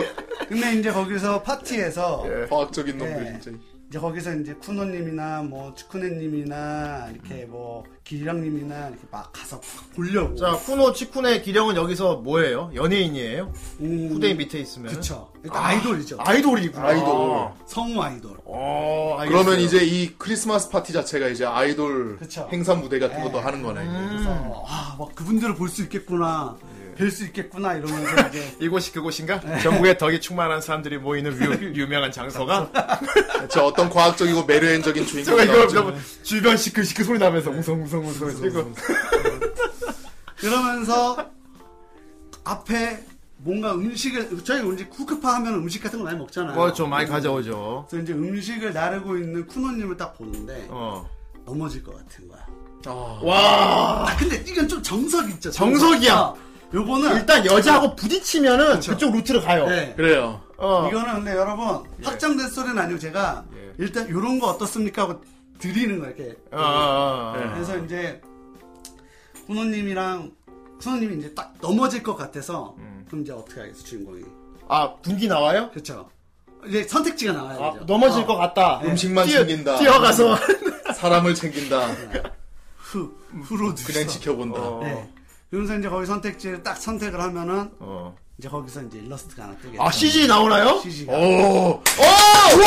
Speaker 3: 근데 이제 거기서 파티에서
Speaker 2: 과학적인 놈들
Speaker 3: 예.
Speaker 2: 진짜.
Speaker 3: 이제 거기서 이제 쿠노님이나 뭐 츠쿠네님이나 이렇게 뭐 기령님이나 이렇게 막 가서 막 보려고.
Speaker 1: 음. 자 쿠노 치쿠네 기령은 여기서 뭐예요? 연예인이에요?
Speaker 3: 음,
Speaker 1: 후대인 밑에 있으면
Speaker 3: 그쵸. 일단 아이돌이죠.
Speaker 1: 아이돌이구나.
Speaker 2: 아이돌.
Speaker 3: 성우 아이돌.
Speaker 1: 어, 알겠어요.
Speaker 2: 그러면 이제 이 크리스마스 파티 자체가 이제 아이돌
Speaker 3: 그쵸.
Speaker 2: 행사 무대 같은
Speaker 1: 음.
Speaker 3: 예.
Speaker 2: 것도 하는 거네. 이제.
Speaker 3: 아,
Speaker 1: 예.
Speaker 3: 그래서 와, 막 그분들을 볼 수 있겠구나. 될 수 있겠구나 이러면서 이제
Speaker 1: <laughs> 이곳이 그곳인가? 전국에 덕이 충만한 사람들이 모이는 <laughs> 유, 유명한 장소가
Speaker 2: 저 어떤
Speaker 1: <laughs>
Speaker 2: 과학적이고 매료엔적인 주인공이
Speaker 1: 제가 이걸
Speaker 2: 나왔죠.
Speaker 1: 너무 주변 시크시크 소리 나면서 웅성웅성웅성 해서
Speaker 3: 그러면서 앞에 뭔가 음식을 저희 이제 쿠크파 하면 음식 같은 거 많이 먹잖아요.
Speaker 1: 그렇죠 많이 가져오죠
Speaker 3: 그래서 이제 음식을 나르고 있는 쿠노님을 딱 보는데
Speaker 1: 어.
Speaker 3: 넘어질 것 같은 거야.
Speaker 1: 와.
Speaker 3: 아, 근데 이건 좀 정석이 있죠.
Speaker 1: 정석이야.
Speaker 3: 아, 요거는
Speaker 1: 일단 여자하고 부딪히면은 그쪽 루트로 가요
Speaker 2: 그래요.
Speaker 1: 어.
Speaker 3: 이거는 근데 여러분
Speaker 1: 예.
Speaker 3: 확장된 소리는 아니고 제가 일단 요런 거 어떻습니까 하고 드리는 거야 이렇게.
Speaker 1: 아, 아, 아.
Speaker 2: 네.
Speaker 3: 그래서 이제 훈호님이랑 훈호님이 이제 딱 넘어질 것 같아서
Speaker 1: 음.
Speaker 3: 그럼 이제 어떻게 하겠어 주인공이?
Speaker 1: 아 분기 나와요?
Speaker 3: 그렇죠. 이제 선택지가 나와요.
Speaker 1: 아, 넘어질 것 같다
Speaker 2: 음식만
Speaker 1: 뛰어-
Speaker 2: 챙긴다.
Speaker 1: 뛰어가서 <laughs>
Speaker 2: 사람을 챙긴다.
Speaker 3: 후
Speaker 1: 음,
Speaker 3: 후로드.
Speaker 1: <laughs>
Speaker 2: 그냥 지켜본다.
Speaker 3: 네. 그러면서 이제 거기 선택지를 딱 선택을 하면은
Speaker 1: 어.
Speaker 3: 이제 거기서 이제 일러스트가 하나 뜨게.
Speaker 1: 아 CG 나오나요?
Speaker 3: CG. 가.
Speaker 1: 오. 오! 오!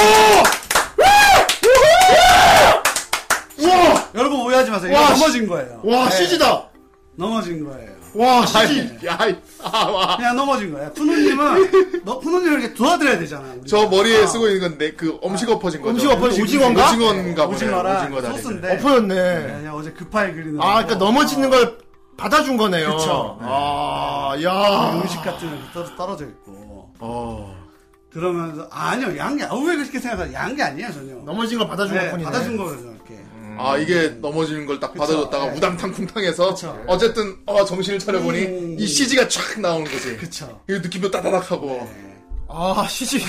Speaker 1: 우와!
Speaker 3: 여러분 오해하지 마세요.
Speaker 1: 와,
Speaker 3: 이거 넘어진 거예요.
Speaker 1: 와
Speaker 3: 네.
Speaker 1: CG다.
Speaker 3: 넘어진 거예요.
Speaker 1: 와 CG.
Speaker 2: 야, <laughs> 이- 아, 와.
Speaker 3: 그냥 넘어진 거예요. 푸노님은 너 푸노님을 이렇게 도와드려야 되잖아. 우리.
Speaker 2: 저 머리에 쓰고 있는 건데 그 엄식 엎어진 거죠.
Speaker 1: 음식 엎어진 오징어인가?
Speaker 2: 오징어인가 보네.
Speaker 3: 오징어랑
Speaker 2: 오징어다리.
Speaker 3: 소스인데.
Speaker 1: 엎어졌네.
Speaker 3: 그냥 어제 급하게 그리는.
Speaker 1: 아, 그러니까 넘어지는 걸 받아준 거네요.
Speaker 3: 그쵸.
Speaker 1: 아,
Speaker 3: 아,
Speaker 1: 야.
Speaker 3: 음식 같은 게 떨- 떨어져 있고.
Speaker 1: 어.
Speaker 3: 그러면서 아, 아니요 양게 아, 왜 그렇게 생각하세요? 양게 아니에요 전혀.
Speaker 1: 넘어진 걸 받아준 음.
Speaker 3: 네,
Speaker 1: 것뿐이네.
Speaker 3: 받아준 거거든요 이렇게.
Speaker 2: 아 이게 넘어지는 걸 딱 받아줬다가
Speaker 1: 예.
Speaker 3: 네.
Speaker 2: 우당탕쿵탕해서
Speaker 3: 그쵸.
Speaker 2: 어쨌든 어 정신을 차려보니
Speaker 3: 음.
Speaker 2: 이 CG가 촥 나오는 거지.
Speaker 3: 그쵸. 네.
Speaker 2: 이 느낌도 따다닥하고
Speaker 1: 아, CG.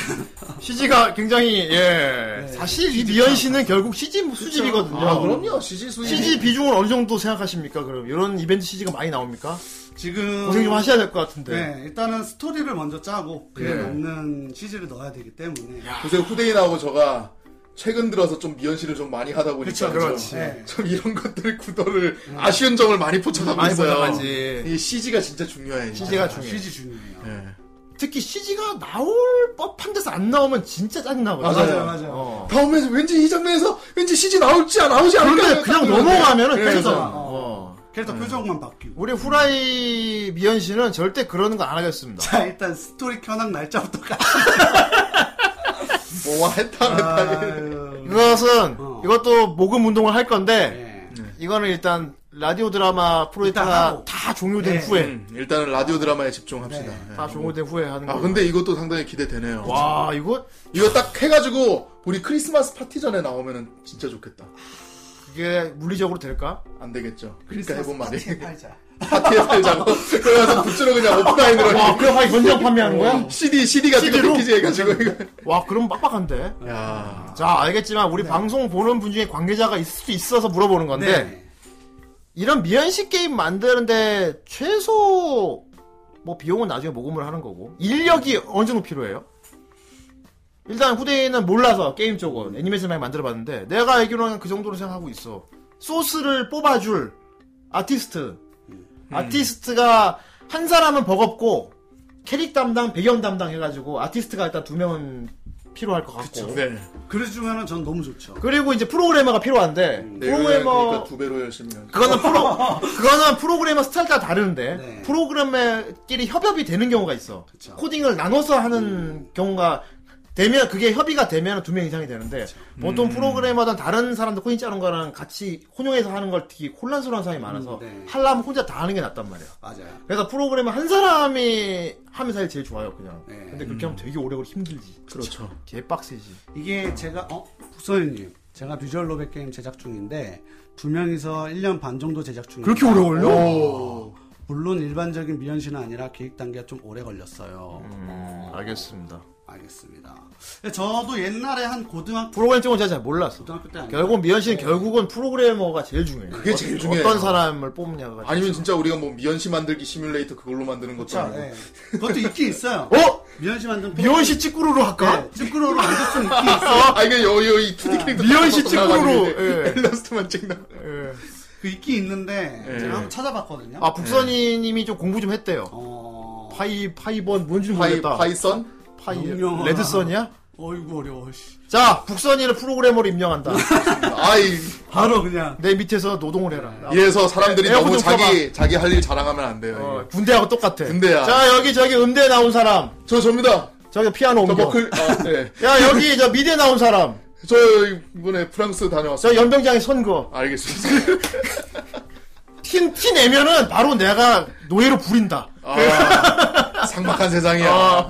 Speaker 1: CG가 굉장히,
Speaker 3: 네,
Speaker 1: 예. 사실 이 미연 씨는 결국 CG 수집이거든요.
Speaker 2: 아 그럼요 CG
Speaker 3: 네.
Speaker 2: 수입.
Speaker 1: CG 비중을 어느 정도 생각하십니까, 그럼? 이런 이벤트 CG가 많이 나옵니까?
Speaker 3: 지금
Speaker 1: 고생 좀 하셔야 될 것 같은데.
Speaker 3: 음. 네, 일단은 스토리를 먼저 짜고 그에
Speaker 2: 네.
Speaker 3: 없는 CG를 넣어야 되기 때문에.
Speaker 2: 요새 후대인하고 저가 최근 들어서 좀 미연실을 좀 많이 하다 보니까
Speaker 1: 그쵸, 그렇지. 예. 음.
Speaker 2: 좀,
Speaker 3: 네.
Speaker 2: 좀 이런 것들의 구도를 아쉬운 점을 많이 포착하고
Speaker 1: 많이
Speaker 2: 있어요.
Speaker 1: 포착하지.
Speaker 2: 이 CG가 진짜 중요해.
Speaker 1: CG가
Speaker 2: 진짜.
Speaker 1: 중요해.
Speaker 3: 아,
Speaker 1: 네.
Speaker 3: CG 중요해요.
Speaker 2: 예.
Speaker 1: 특히 CG가 나올 법한 데서 안 나오면 진짜 짜증나거든요.
Speaker 3: 맞아요, 맞아요.
Speaker 1: 어.
Speaker 2: 다음에 왠지 이 장면에서 왠지 CG 나올지 안 나오지 않을까?
Speaker 1: 그런데 그냥
Speaker 3: 그러니까
Speaker 1: 넘어가면은
Speaker 2: 그래서.
Speaker 1: 캐릭터
Speaker 3: 어.
Speaker 1: 어.
Speaker 3: 캐릭터 표정만 바뀌고.
Speaker 1: 우리 후라이 미연 씨는 절대 그러는 거 안 하겠습니다.
Speaker 3: 자, 일단 스토리 켜는
Speaker 1: <laughs>
Speaker 3: 날짜부터 가.
Speaker 2: 뭐와 했다
Speaker 1: 아.
Speaker 2: 했다.
Speaker 3: 아유.
Speaker 1: 이것은
Speaker 3: 어.
Speaker 1: 이것도 모금 운동을 할 건데
Speaker 3: 네.
Speaker 1: 이거는 일단 라디오 드라마
Speaker 3: 일단
Speaker 1: 프로젝트가
Speaker 3: 하고.
Speaker 1: 다 종료된
Speaker 3: 네.
Speaker 1: 후에
Speaker 2: 음, 일단은 라디오 드라마에 집중합시다. 예.
Speaker 1: 네. 다 종료된 후에 하는 거.
Speaker 2: 아 근데 이것도 상당히 기대되네요.
Speaker 1: 와 이거
Speaker 2: 이거 딱 해가지고 우리 크리스마스 파티 전에 나오면은 진짜 좋겠다.
Speaker 1: 그게 물리적으로 될까?
Speaker 2: 안 되겠죠. 그러니까
Speaker 3: 크리스마스
Speaker 2: 해본 말이
Speaker 3: 파티에 팔자.
Speaker 2: <laughs> 파티에 살자고. 그래서 굿즈로 그냥 오프라인으로
Speaker 1: 와 그럼 아예 권장
Speaker 2: 어.
Speaker 1: 판매하는 거야?
Speaker 2: CD CD 같은 거
Speaker 1: CD로?
Speaker 2: 패키지 해가지고 이거.
Speaker 1: 와 그럼 빡빡한데.
Speaker 3: 네.
Speaker 2: 야.
Speaker 1: 자 알겠지만 우리 방송 보는 분 중에 관계자가 있을 수 있어서 물어보는
Speaker 3: 네.
Speaker 1: 건데 이런 미연식 게임 만드는데 최소 뭐 비용은 나중에 모금을 하는 거고 인력이 어느 정도 필요해요? 일단 후대인은 몰라서 게임 쪽은 애니메이션 많이 만들어봤는데 내가 알기로는 그 정도로 생각하고 있어 소스를 뽑아줄 아티스트
Speaker 2: 음.
Speaker 1: 아티스트가 한 사람은 버겁고 캐릭 담당 배경 담당 해가지고 아티스트가 일단 두 명은 필요할 것 같고
Speaker 2: 네.
Speaker 3: 그래 주면은 전 너무 좋죠.
Speaker 1: 그리고 이제 프로그래머가 필요한데
Speaker 2: 네,
Speaker 1: 프로그래머
Speaker 2: 그러니까 두 배로 열심히. 하죠.
Speaker 1: 그거는 프로 그거는 프로그래머 스타일 따라 다르는데
Speaker 3: 네.
Speaker 1: 프로그래머끼리 협업이 되는 경우가 있어.
Speaker 3: 그쵸. 음.
Speaker 1: 코딩을 나눠서 하는 경우가 되면 그게 협의가 되면 두 명 이상이 되는데 보통 프로그래머든 다른 사람들 코딩 짜는 거랑 같이 혼용해서 하는 걸 되게 혼란스러운 사람이 많아서
Speaker 3: 음, 네.
Speaker 1: 하려면 혼자 다 하는 게 낫단 말이야.
Speaker 3: 맞아요.
Speaker 1: 그래서 프로그래머 한 사람이 하면 사실 제일 좋아요 그냥.
Speaker 3: 네.
Speaker 1: 근데 그렇게 하면 되게 오래 걸리 힘들지.
Speaker 2: 그렇죠.
Speaker 1: 개빡세지.
Speaker 3: 이게 제가 어 북서윤님 제가 뮤지컬 로백 게임 제작 중인데 두 명이서 1년 반 정도 제작 중입니다.
Speaker 1: 그렇게 오래 걸려?
Speaker 3: 오. 물론 일반적인 미연시는 아니라 기획 단계가 좀 오래 걸렸어요.
Speaker 1: 음. 알겠습니다.
Speaker 3: 알겠습니다. 근데 저도 옛날에 한 고등학교
Speaker 1: 프로그램 쪽은 제가 잘 몰랐어.
Speaker 3: 고등학교 때 아니에요.
Speaker 1: 결국 미연 씨는 결국은 프로그래머가 제일 중요해요.
Speaker 2: 그게 제일 중요해요.
Speaker 1: 어떤 사람을 뽑느냐가.
Speaker 2: 아니면 진짜 우리가 뭐 미연시 만들기 시뮬레이터 그걸로 만드는 것도
Speaker 3: 자,
Speaker 2: 아니고.
Speaker 3: 예. 그것도 있긴 있어요.
Speaker 1: 어?
Speaker 3: 미연시 만든 네,
Speaker 1: 미연 씨 찌꾸루로 할까?
Speaker 3: 쭈꾸로로 만들 수 있긴 있어.
Speaker 2: 아 이게 여여이 2D 캐릭터
Speaker 1: 미연 씨
Speaker 2: 나가지고
Speaker 1: 찍으로, 예.
Speaker 2: 엘라스트만 찍나.
Speaker 1: 예.
Speaker 3: 그 있긴 있는데
Speaker 2: 예.
Speaker 3: 제가 한번 찾아봤거든요.
Speaker 1: 네. 아 북선이님이 좀 공부 좀 했대요.
Speaker 3: 어...
Speaker 1: 파이 파이번 뭔지
Speaker 2: 파이
Speaker 1: 모르겠다.
Speaker 2: 파이썬
Speaker 1: 파이
Speaker 3: 유명하다.
Speaker 1: 레드선이야?
Speaker 3: 어이구 어려워. 씨.
Speaker 1: 자, 북선이를 프로그래머로
Speaker 2: <laughs>
Speaker 1: 임명한다.
Speaker 2: 아이.
Speaker 3: 바로 그냥.
Speaker 1: 내 밑에서 노동을 해라.
Speaker 2: 이래서 사람들이
Speaker 1: 에어컨
Speaker 2: 너무
Speaker 1: 좀
Speaker 2: 자기
Speaker 1: 꺼봐. 어.
Speaker 2: 자기 할 일 자랑하면 안 돼요. 이거.
Speaker 1: 군대하고 똑같아.
Speaker 2: 군대야.
Speaker 1: 자, 여기 저기 음대 나온 사람.
Speaker 2: 저 접니다.
Speaker 1: 저기 피아노
Speaker 2: 저
Speaker 1: 옮겨.
Speaker 2: 머클 아, 네.
Speaker 1: 야, 여기 저 미대 나온 사람.
Speaker 2: 저 이번에 프랑스
Speaker 1: 저
Speaker 2: 다녀왔어요.
Speaker 1: 연병장에 선 거.
Speaker 2: 알겠습니다.
Speaker 1: 티, 티 내면은 바로 내가 노예로 부린다.
Speaker 2: 아, 삭막한 <laughs> 세상이야.
Speaker 1: 아.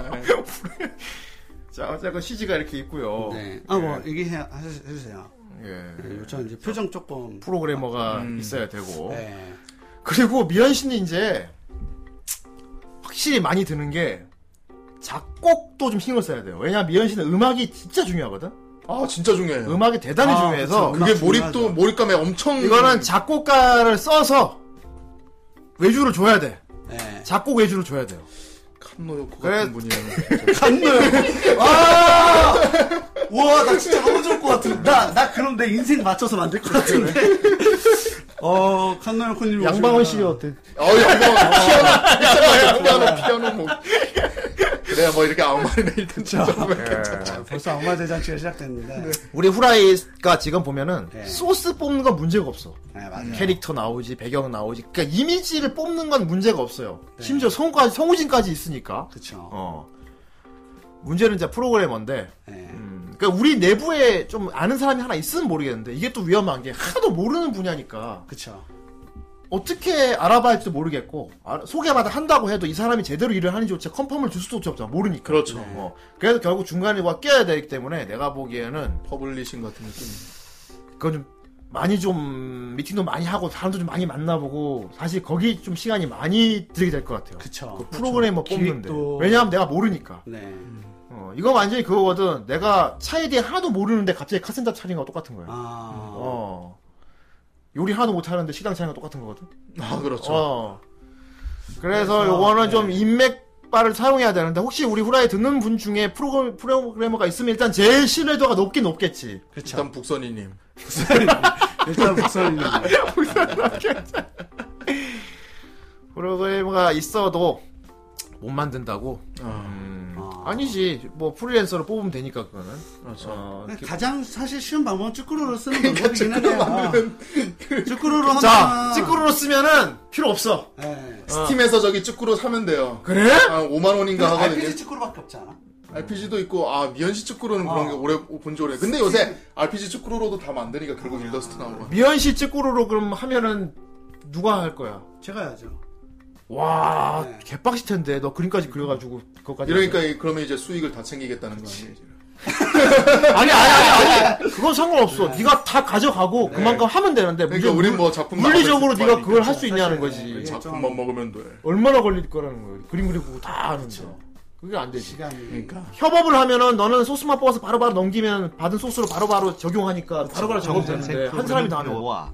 Speaker 1: 자, 어쨌건 CG가 이렇게 있고요.
Speaker 3: 아, 뭐, 얘기해, 하시- 해주세요.
Speaker 1: 어. 예.
Speaker 3: 네, 요즘 이제 표정 조금.
Speaker 1: 프로그래머가
Speaker 3: 음.
Speaker 1: 있어야 되고.
Speaker 3: 네.
Speaker 1: 그리고 미연 씨는 이제 확실히 많이 드는 게 작곡도 좀 힘을 써야 돼요. 왜냐 미연 씨는 음악이 진짜 중요하거든.
Speaker 2: 아 진짜 중요해요.
Speaker 1: 음악이 대단히
Speaker 2: 아,
Speaker 1: 중요해서
Speaker 2: 그쵸. 그게
Speaker 1: 음악
Speaker 2: 몰입도
Speaker 1: 중요하죠.
Speaker 2: 몰입감에 엄청
Speaker 1: 이거는 작곡가를 써서 외주를 줘야 돼.
Speaker 3: 예.
Speaker 1: 작곡 외주를 줘야 돼요.
Speaker 2: 칸노요코
Speaker 1: 그래.
Speaker 2: 같은 분이에요.
Speaker 3: 갔네요. 아! 와, 나 진짜 너무 좋을 것 같은데. 나, 나 그럼 내 인생 맞춰서 만들 것 같은데. 어, 칸노형 코님.
Speaker 1: 양방원 씨 어때?
Speaker 2: 어 양방 피아노 피아노 피아노 뭐. 그래 뭐 이렇게 아무 말이나 일단
Speaker 1: 예.
Speaker 3: 벌써 악마 대잔치가 시작됐는데.
Speaker 1: 우리 후라이가 지금 보면은 소스 뽑는 건 문제가 없어.
Speaker 3: 네, 맞아요.
Speaker 1: 캐릭터 나오지, 배경 나오지. 그러니까 이미지를 뽑는 건 문제가 없어요.
Speaker 2: 네.
Speaker 1: 심지어 성우까지, 성우진까지 있으니까.
Speaker 3: 그쵸.
Speaker 1: 어. 문제는 이제 프로그래머인데.
Speaker 3: 네.
Speaker 1: 음, 그러니까 우리 내부에 좀 아는 사람이 하나 있으면 모르겠는데 이게 또 위험한 게 하도 모르는 분야니까
Speaker 3: 그쵸.
Speaker 1: 어떻게 알아봐야 할지도 모르겠고 아, 소개마다 한다고 해도 이 사람이 제대로 일을 하는지조차 컨펌을 줄 수도 없잖아 모르니까
Speaker 2: 그렇죠.
Speaker 1: 어. 그래서 결국 중간에 와 껴야 되기 때문에 내가 보기에는
Speaker 2: 퍼블리싱 같은 느낌.
Speaker 1: 그건 좀 많이 좀 미팅도 많이 하고 사람도 좀 많이 만나보고 사실 거기 좀 시간이 많이 들게 될 것 같아요.
Speaker 3: 그쵸.
Speaker 1: 그 프로그래머
Speaker 3: 그쵸.
Speaker 1: 뽑는데
Speaker 3: 기획도-
Speaker 1: 왜냐하면 내가 모르니까.
Speaker 3: 네.
Speaker 1: 어, 이거 완전히 그거거든. 내가 차에 대해 하나도 모르는데 갑자기 카센터 차린 거 똑같은 거야.
Speaker 3: 아.
Speaker 1: 어. 요리 하나도 못 하는데 식당 차린 거 똑같은 거거든.
Speaker 2: 아 그렇죠.
Speaker 1: 어. 그래서
Speaker 3: 그래서,
Speaker 1: 요거는
Speaker 3: 네.
Speaker 1: 좀 인맥바를 사용해야 되는데 혹시 우리 후라이 듣는 분 중에 프로그- 프로그래머가 있으면 일단 제일 신뢰도가 높긴 높겠지.
Speaker 3: 그쵸.
Speaker 2: 일단 북선이님.
Speaker 3: 일단 북선이님.
Speaker 1: 프로그래머가 있어도 못 만든다고. 음.
Speaker 3: 아.
Speaker 1: 아니지 뭐 프리랜서로 뽑으면 되니까 그거는.
Speaker 2: 그렇죠.
Speaker 1: 어, 이렇게-
Speaker 3: 가장 사실 쉬운 방법은 쭈꾸루를 쓰는 방법이긴 하네요. 어. 쭈꾸루로 하면.
Speaker 1: 그 자 찌꾸루로 쓰면은 필요 없어.
Speaker 3: 네.
Speaker 2: 스팀에서 저기 쭈꾸로 사면 돼요.
Speaker 1: 그래? 그
Speaker 2: 한 5만 원인가 그러니까 하거든요.
Speaker 3: RPG 쭈꾸루밖에 없지 않아?
Speaker 2: RPG도 있고 아 미연시 축구로는 그런 게 오래 본지 오래. 근데 요새 RPG 축구로도 다 만드니까 결국 일러스트 나오고.
Speaker 1: 미연 씨 찌꾸루로 그럼 하면은 누가 할 거야?
Speaker 3: 제가 해야죠.
Speaker 1: 와 개빡실 텐데 너 그림까지 그려가지고 그것까지.
Speaker 2: 네. 이러니까 이- 그러면 이제 수익을 다 챙기겠다는 거 아니에요? 이제.
Speaker 1: 아니 아니 아니
Speaker 2: <laughs>
Speaker 1: 아니 그건 상관없어. 네. 가다 가져가고 그만큼 하면 되는데
Speaker 2: 네. 그러니까
Speaker 1: 문제-
Speaker 2: 우린 뭐 작품
Speaker 1: 물리적으로
Speaker 2: 나가고
Speaker 1: 네가
Speaker 2: 있을
Speaker 1: 그걸
Speaker 2: 거니까. 그렇죠.
Speaker 1: 할 수 있냐는 거지. 아,
Speaker 2: 작품만 먹으면 돼.
Speaker 1: 얼마나 걸릴 거라는 거야. 그림 그리고 다 하는데.
Speaker 2: 그렇죠.
Speaker 1: 그게 안 되지.
Speaker 3: 시간이.
Speaker 2: 그러니까
Speaker 1: 협업을 하면은 너는 소스만 뽑아서 바로바로 넘기면 받은 소스로 바로바로 적용하니까 바로바로 적용되는데 한 사람이 다 하면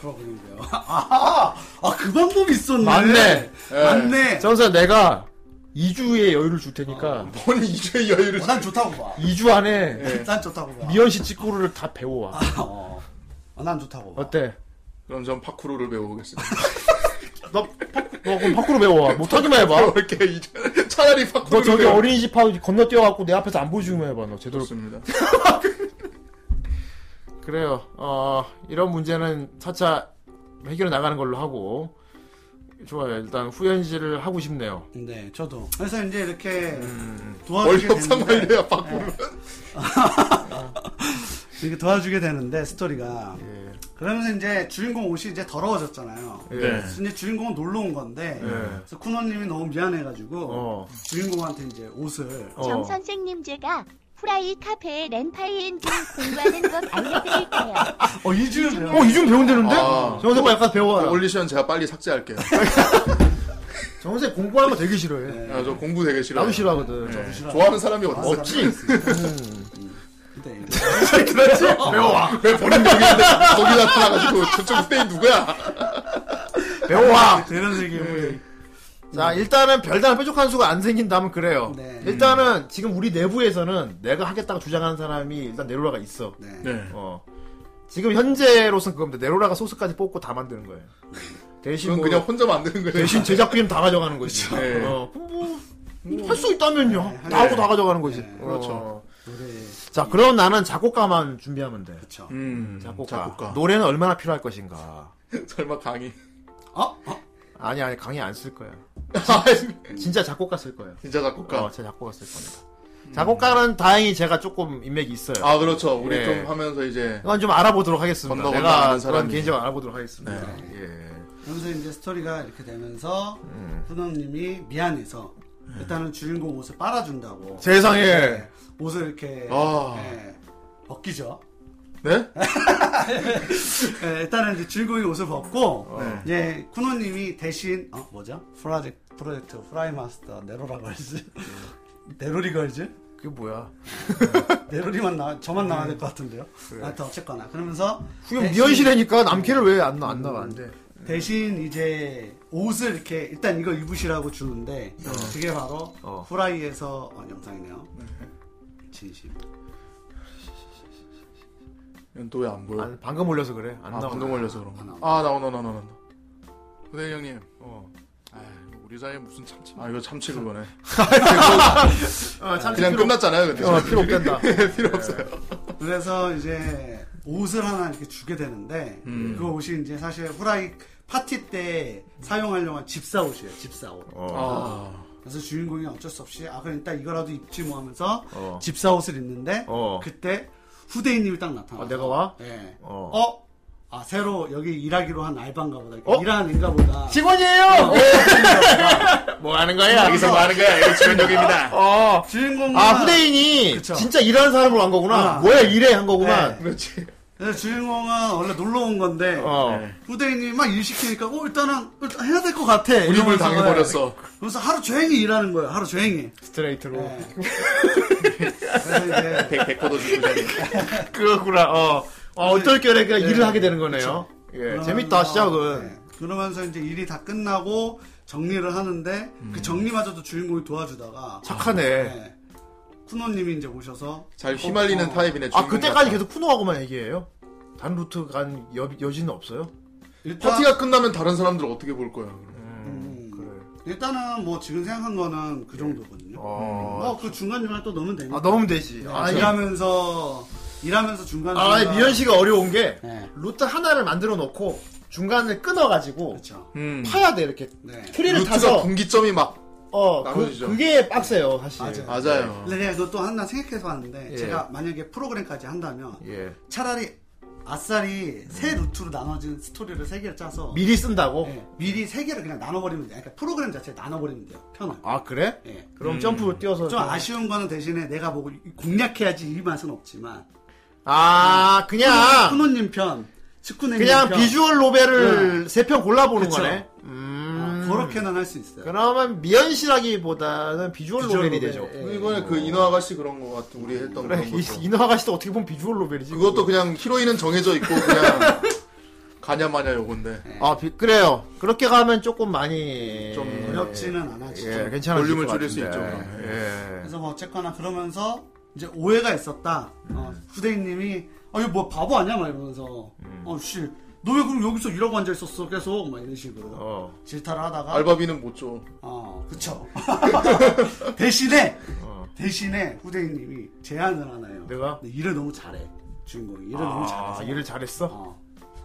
Speaker 3: 프로그램이요. <laughs> 아, 아, 그 방법이 있었네. 예.
Speaker 1: 맞네.
Speaker 2: 예.
Speaker 1: 예.
Speaker 3: 맞네.
Speaker 1: 전사 내가 2주의 여유를 줄 테니까
Speaker 2: 뭔 이제 여유를.
Speaker 3: 어, 난 좋다고 봐.
Speaker 1: 2주 안에
Speaker 2: 예.
Speaker 3: 난 좋다고 봐.
Speaker 1: 미연 씨 찌꾸루를 다 배워와.
Speaker 3: 어. 어, 난 좋다고 봐.
Speaker 1: 어때?
Speaker 2: 그럼 전 파쿠르를 배워보겠습니다.
Speaker 1: 너, 팍- 너 그럼 밖으로 배워와. 못하기만 해봐.
Speaker 2: <laughs> 이렇게 이제 차라리
Speaker 1: 너
Speaker 2: 파쿠르를.
Speaker 1: 뭐? 저기
Speaker 2: 배워.
Speaker 1: 어린이집하고 건너뛰어갖고 내 앞에서 안 보여주기만 해봐. 너 제대로.
Speaker 2: 좋습니다.
Speaker 1: 그래요. 어, 이런 문제는 차차 해결해 나가는 걸로 하고. 좋아요. 일단 후연지를 하고 싶네요.
Speaker 3: 네, 저도. 그래서 이제 이렇게
Speaker 1: 아,
Speaker 3: 도와주게
Speaker 2: 월협상
Speaker 3: 되는데,
Speaker 2: 관리야 파쿠르.
Speaker 3: 이렇게 도와주게 되는데 스토리가
Speaker 1: 예.
Speaker 3: 그러면서 이제 주인공 옷이 이제 더러워졌잖아요.
Speaker 1: 예.
Speaker 3: 그래서 이제 주인공은 놀러 온 건데 그래서 쿠노님이 너무 미안해가지고
Speaker 1: 어.
Speaker 3: 주인공한테 이제 옷을
Speaker 1: 어.
Speaker 13: 정 선생님 제가 후라이 카페에 렌파이 엔진 공부하는
Speaker 11: <laughs>
Speaker 13: 곳 알려드릴게요.
Speaker 3: 어 이주연 배우.
Speaker 1: 어, 이준 배운다는데?
Speaker 2: 아.
Speaker 1: 정선생 약간 배워와라.
Speaker 2: 올리션 제가 빨리 삭제할게요.
Speaker 1: 정선생 공부하는 거 되게 싫어해.
Speaker 3: 네.
Speaker 2: 아, 저 공부 되게 싫어요.
Speaker 1: 네. 나도 싫어하거든.
Speaker 2: 네.
Speaker 1: <laughs>
Speaker 2: 좋아하는 사람이 어디 있어?
Speaker 1: 없지?
Speaker 3: 음. 근데
Speaker 2: 그렇지? 배워와. 왜 버린 벽인데 거기 나타나가지고 저쪽 스테이 누구야?
Speaker 1: 배워와!
Speaker 3: 되는 세계에
Speaker 1: 자, 일단은 별다른 뾰족한 수가 안 생긴다면 그래요.
Speaker 3: 네.
Speaker 1: 일단은 지금 우리 내부에서는 내가 하겠다고 주장하는 사람이 일단 네로라가 있어.
Speaker 3: 네.
Speaker 2: 네.
Speaker 1: 어. 지금 현재로선 그겁니다. 네로라가 소스까지 뽑고 다 만드는 거예요. 대신
Speaker 2: 지금
Speaker 1: 뭐,
Speaker 2: 그냥 혼자 만드는 거예요.
Speaker 1: 대신 제작 비용 다 가져가는 거지.
Speaker 2: 네.
Speaker 1: 어, 뭐, 네, 할 수 있다면요. 다 하고 다 가져가는 거지.
Speaker 2: 그렇죠.
Speaker 1: 어. 자, 그럼 나는 작곡가만 준비하면 돼.
Speaker 3: 그렇죠.
Speaker 2: 음,
Speaker 1: 작곡가. 노래는 얼마나 필요할 것인가.
Speaker 2: 설마 <laughs> 강의.
Speaker 1: 어? 아니, 아니, 강의 안 쓸 거야.
Speaker 2: 아,
Speaker 1: 진짜 작곡가 쓸 거예요.
Speaker 2: 진짜 작곡가? 음.
Speaker 1: 어, 진짜 작곡가 쓸 겁니다. 작곡가는 다행히 제가 조금 인맥이 있어요.
Speaker 2: 아, 그렇죠. 우리
Speaker 1: 예.
Speaker 2: 좀 하면서 이제.
Speaker 1: 이건 좀 알아보도록 하겠습니다.
Speaker 2: 건너 건너
Speaker 1: 내가
Speaker 2: 아는 네.
Speaker 1: 그런
Speaker 2: 사람이.
Speaker 1: 개인적으로 알아보도록 하겠습니다. 예.
Speaker 3: 여기서 이제 스토리가 이렇게 되면서 훈왕님이 미안해서 일단은 주인공 옷을 빨아준다고
Speaker 1: 세상에.
Speaker 3: 네, 옷을 이렇게
Speaker 1: 아.
Speaker 3: 네, 벗기죠
Speaker 2: 네?
Speaker 3: 네, 일단은 이제 주인공이 옷을
Speaker 1: 어.
Speaker 3: 벗고 네. 이제 쿠노님이 대신 어 뭐죠? 프로젝트 프로젝트 프라이 마스터 네로라 걸즈 <laughs> 네로리 걸즈?
Speaker 1: 그게 뭐야?
Speaker 3: 네로리만 나 저만 나와야 될 것 같은데요. 하여튼 어쨌거나 그러면서
Speaker 1: 그게
Speaker 3: 대신-
Speaker 1: 미연시대니까 남캐를 왜 안 안
Speaker 2: 음.
Speaker 1: 나가는데? 네.
Speaker 3: 대신 이제 옷을 이렇게 일단 이거 입으시라고 주는데 그게 바로
Speaker 1: 어.
Speaker 3: 후라이에서 어, 영상이네요. 진심.
Speaker 2: 또 왜 안 보여?
Speaker 1: 안- 방금 올려서 그래. 안
Speaker 2: 아,
Speaker 1: 나오네.
Speaker 2: 방금 올려서 그런
Speaker 1: 안
Speaker 2: 거.
Speaker 1: 나오네.
Speaker 2: 아, 나오나, 나오나, 나오나. 후대인 형님.
Speaker 1: 어.
Speaker 2: 아, 우리 사이에 무슨 참치. 아, 이거 참치 그거네.
Speaker 1: 어, 참치
Speaker 2: 그냥
Speaker 1: 필요-
Speaker 2: 끝났잖아요, 근데.
Speaker 1: 어, 필요 없단다.
Speaker 2: 필요 없어요.
Speaker 3: 그래서 이제 옷을 하나 이렇게 주게 되는데
Speaker 2: 음.
Speaker 3: 그 옷이 이제 사실 후라이 파티 때 사용하려고 한 집사 옷이에요. 집사 옷.
Speaker 1: 어.
Speaker 2: 아.
Speaker 3: 그래서 주인공이 어쩔 수 없이 아 그럼 일단 이거라도 입지 뭐 하면서
Speaker 1: 어.
Speaker 3: 집사 옷을 입는데
Speaker 1: 어.
Speaker 3: 그때 후대인님이 딱 나타나.
Speaker 1: 아, 내가 와?
Speaker 3: 예.
Speaker 1: 어.
Speaker 3: 어? 아, 새로 여기 일하기로 한 알바인가 보다.
Speaker 1: 어?
Speaker 3: 일하는 인가 보다.
Speaker 1: 직원이에요! 뭐 하는 거야?
Speaker 3: 여기서 뭐 하는 거야? 여기 주변역입니다.
Speaker 1: 어.
Speaker 3: 주인공
Speaker 1: 아, 후대인이 진짜 일하는 사람으로 한 거구나.
Speaker 3: 아.
Speaker 1: 뭐야, 일해 한 거구나.
Speaker 3: 네. 그래서 주인공은 원래 놀러 온 건데
Speaker 1: 어.
Speaker 3: 후대인이 막 일 시키니까 어 일단은 일단 해야 될 것 같아.
Speaker 2: 불입을
Speaker 3: 이러면서
Speaker 2: 당해버렸어.
Speaker 3: 그래서 하루 종일 일하는 거예요. 하루 종일. 네.
Speaker 1: 스트레이트로. <laughs>
Speaker 3: 그래서 이제
Speaker 1: 네,
Speaker 2: 백, 백포도 주고
Speaker 1: 그렇구나, 어. 아, 어떨 결에 그냥
Speaker 3: 네.
Speaker 1: 일을 하게 되는 거네요.
Speaker 3: 그쵸.
Speaker 1: 예,
Speaker 3: 그러면서,
Speaker 1: 재밌다, 시작은.
Speaker 3: 네, 그러면서 이제 일이 다 끝나고 정리를 하는데
Speaker 1: 음.
Speaker 3: 그 정리마저도 주인공이 도와주다가
Speaker 1: 착하네.
Speaker 3: 네, 쿠노님이 이제 오셔서
Speaker 2: 잘 휘말리는 타입이네,
Speaker 1: 아,
Speaker 2: 주인공
Speaker 1: 그때까지
Speaker 2: 같아.
Speaker 1: 계속 쿠노하고만 얘기해요? 다른 루트 간 여, 여지는 없어요?
Speaker 2: 파티가 끝나면 다른 사람들 어떻게 볼 거야? 그럼.
Speaker 1: 음,
Speaker 3: 일단은 뭐 지금 생각한 거는 그 정도거든요.
Speaker 1: 어.
Speaker 3: 어, 그 중간 중간 또 넣으면 되니까.
Speaker 1: 아, 넣으면 되지.
Speaker 3: 네,
Speaker 1: 아,
Speaker 3: 일하면서 일하면서 중간
Speaker 1: 아,
Speaker 3: 중간.
Speaker 1: 미연 씨가 어려운 게
Speaker 3: 네.
Speaker 1: 루트 하나를 만들어 놓고 중간을 끊어가지고
Speaker 2: 음.
Speaker 1: 파야 돼 이렇게
Speaker 3: 그렇죠. 네.
Speaker 1: 트리를
Speaker 2: 루트가
Speaker 1: 타서
Speaker 2: 분기점이 막.
Speaker 1: 어 그,
Speaker 2: 나눠지죠.
Speaker 1: 그게 빡세요 사실.
Speaker 2: 맞아요.
Speaker 3: 근데 내가 이것도 하나 생각해서 하는데
Speaker 1: 어. 예.
Speaker 3: 제가 만약에 프로그램까지 한다면
Speaker 1: 예.
Speaker 3: 차라리 아싸리 세 루트로 나눠진 스토리를 세 개를 짜서
Speaker 1: 음. 미리 어. 쓴다고.
Speaker 3: 네, 미리 세 개를 그냥 나눠버리면 돼. 그러니까 프로그램 자체에 나눠버리면 돼요. 편하게.
Speaker 1: 아 그래?
Speaker 3: 예.
Speaker 1: 그럼
Speaker 3: 음.
Speaker 1: 점프 뛰어서
Speaker 3: 좀 아쉬운 거는 대신에 내가 보고 공략해야지 이 맛은 없지만.
Speaker 1: 아 그냥
Speaker 3: 쿠노- 쿠노님 편, 스쿠네님
Speaker 1: 그냥
Speaker 3: 편. 어,
Speaker 1: 비주얼 노벨을 세 편 골라보는
Speaker 3: 그러니까. 그쵸.
Speaker 1: 거네. 음.
Speaker 3: 아, 그렇게는 할 수 있어요.
Speaker 1: 그러면 미연 씨라기보다는 비주얼,
Speaker 3: 비주얼
Speaker 1: 노벨이
Speaker 3: 노벨,
Speaker 1: 되죠.
Speaker 2: 그 이번에 그 인어 아가씨 그런 거 같은 우리 했던
Speaker 1: 네. 그래,
Speaker 2: 그런
Speaker 1: 이,
Speaker 2: 것도.
Speaker 1: 인어 아가씨도 어떻게 보면 비주얼 노벨이지.
Speaker 2: 그것도 그냥 히로인은 정해져 있고
Speaker 1: <laughs>
Speaker 2: 그냥 가냐 마냐 요건데.
Speaker 1: 아 비- 그래요. 그렇게 가면 조금 많이
Speaker 2: 좀
Speaker 3: 예, 어렵지는 않아, 진짜.
Speaker 1: 예, 괜찮아.
Speaker 2: 볼륨을 줄일 수 있죠, 그러면.
Speaker 1: 예.
Speaker 3: 그래서 뭐 어쨌거나 그러면서 이제 오해가 있었다. 어, 후대인님이 아 이거 뭐 바보 아니야 막 이러면서
Speaker 1: 음.
Speaker 3: 어씨 너 왜 그럼 여기서 이러고 앉아 있었어 계속 막 이런 식으로
Speaker 1: 어.
Speaker 3: 질타를 하다가
Speaker 2: 알바비는 못 줘.
Speaker 3: 어
Speaker 1: <laughs>
Speaker 3: 그쵸 대신에
Speaker 1: 어.
Speaker 3: 대신에 후대인님이 제안을 하나요. 내가 일을 너무 잘해 주인공이 일을 너무 잘해서
Speaker 1: 아, 일을 잘했어?
Speaker 3: 어,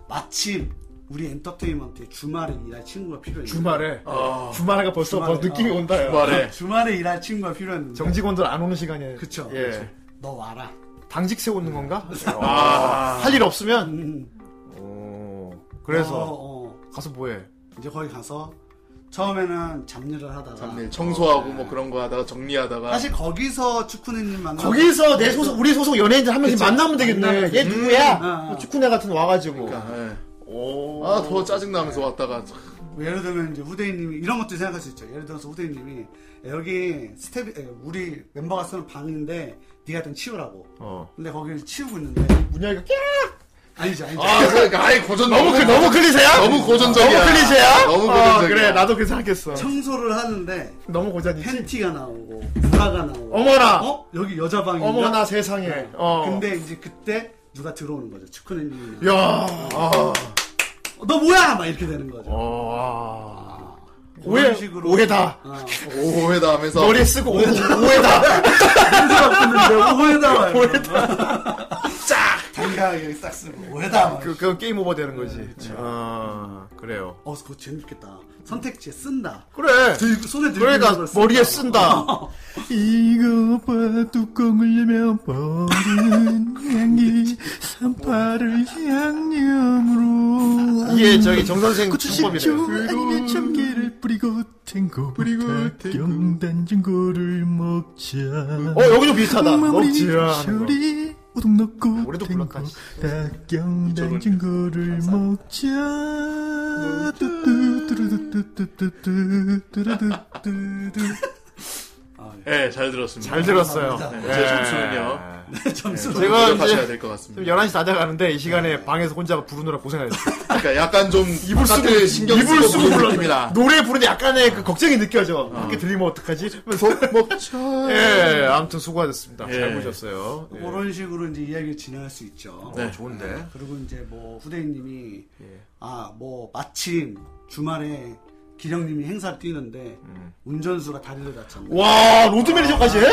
Speaker 3: 마침 우리 엔터테인먼트에 주말에 일할 친구가 필요해.
Speaker 1: 주말에?
Speaker 2: 어.
Speaker 1: 아. 주말에가 벌써 벌써 느낌이 온다, 야. 주말에.
Speaker 3: 주말에 일할 친구가 필요했는데.
Speaker 1: 정직원들 안 오는 시간에.
Speaker 3: 그쵸.
Speaker 1: 예.
Speaker 3: 그쵸. 너 와라.
Speaker 1: 당직 세우는 건가?
Speaker 3: 아.
Speaker 1: 할 일 없으면? 음,
Speaker 3: 오.
Speaker 1: 그래서?
Speaker 3: 가서 뭐해? 어, 이제 거기 가서 처음에는 잡일을 하다가
Speaker 2: 잡일, 청소하고 뭐 그런 거 하다가 정리하다가.
Speaker 3: 사실 거기서 축구네님 만나
Speaker 1: 거기서 내 소속, 우리 소속 연예인들 한 명씩 만나면 되겠네. 음. 어. 그러니까. 얘 누구야? 축구네 같은 거 와가지고.
Speaker 2: 오. 그러니까, 예. 아, 더 짜증나면서 왔다가.
Speaker 3: 뭐 예를 들면 이제 후대인님이 이런 것도 생각할 수 있죠. 예를 들어서 후대인님이 여기 스텝 에, 우리 멤버가 쓰는 방인데 네가 좀 치우라고.
Speaker 1: 어.
Speaker 3: 근데 거기를 치우고 있는데 문 열고 꺄 아니지 아니지.
Speaker 1: 네.
Speaker 2: 아, 그러니까 아예 고전
Speaker 1: 너무, 그- 어, 너무 클리셰야?
Speaker 2: 너무 고전적이야.
Speaker 1: 너무 클리셰야?
Speaker 2: 너무
Speaker 1: 어,
Speaker 2: 고전적이야.
Speaker 1: 그래, 나도 그렇게 생각했어.
Speaker 3: 청소를 하는데
Speaker 1: 너무 고전이
Speaker 3: 팬티가 나오고 브라가 나오고
Speaker 1: 어머나!
Speaker 3: 어? 여기 여자 방인가? 네.
Speaker 1: 어머나 세상에. 어.
Speaker 3: 근데 이제 그때 누가 들어오는 거죠. 축구네님이.
Speaker 1: 야.
Speaker 3: 어, 너 뭐야? 막 이렇게 되는 거죠.
Speaker 1: 어, 와. 오해,
Speaker 3: 그런 식으로.
Speaker 1: 오해다.
Speaker 3: 어.
Speaker 2: 오해다 하면서
Speaker 1: 머리에 쓰고 오, 오해다. <laughs>
Speaker 3: 오해다.
Speaker 1: 쫙
Speaker 3: 당당하게 싹 쓰고
Speaker 1: <laughs>
Speaker 3: 오해다.
Speaker 1: 그, 그건 게임 오버 되는 거지. 아, 그래요.
Speaker 3: 어, 그거 재밌겠다. 선택지에 쓴다.
Speaker 1: 그래.
Speaker 3: 들, 손에 들고
Speaker 1: 그러니까
Speaker 3: 있는 걸 어,
Speaker 1: 머리에
Speaker 3: <laughs>
Speaker 1: 쓴다.
Speaker 21: 이거 봐 뚜껑을 열면 뻗은 향기 삼팔을 향념으로
Speaker 1: 이게 저기 정 선생
Speaker 21: 구추신초
Speaker 1: 창법이래요.
Speaker 21: 아니면 참깨를 뿌리고 탱고 뿌리고 경단 증거를 먹자
Speaker 1: 어, 여기도
Speaker 21: 아,
Speaker 1: 비슷하다.
Speaker 21: 마무리
Speaker 1: 먹자.
Speaker 21: 처리 우동 넣고 탱고 닭경단 증거를 먹자 뚜뚜뚜루뚜뚜뚜뚜뚜뚜뚜뚜
Speaker 2: 예, 잘 들었습니다.
Speaker 1: 잘 들었어요.
Speaker 2: 네, 제 점수는요.
Speaker 1: 네,
Speaker 2: 점수는
Speaker 1: 제가
Speaker 2: 노력하셔야
Speaker 1: 이제
Speaker 2: 될 것 같습니다.
Speaker 1: 지금 11시 다 돼가는데 이 시간에 바깥에서 방에서 혼자 부르느라 고생하셨어요.
Speaker 2: 그러니까 약간 좀
Speaker 1: 이불 쓰고
Speaker 2: 바깥에 신경 쓰고
Speaker 1: 이불 쓰고
Speaker 2: 부르는
Speaker 1: 불러입니다.
Speaker 2: 느낌이다.
Speaker 1: 노래 부르는데 약간의 그 걱정이 느껴져. 밖에 들리면 어떡하지? 그래서 예, 아무튼 수고하셨습니다. 잘 보셨어요. 예.
Speaker 3: 뭐 그런 식으로 이제 이야기를 진행할 수 있죠. 어,
Speaker 1: 네, 예. 좋은데.
Speaker 3: 그리고 이제 뭐 후대인님이 아 뭐 마침 주말에 기령님이 행사를 뛰는데
Speaker 1: 음.
Speaker 3: 운전수가 다리를 다쳤네.
Speaker 1: 와, 로드 매니저까지 해?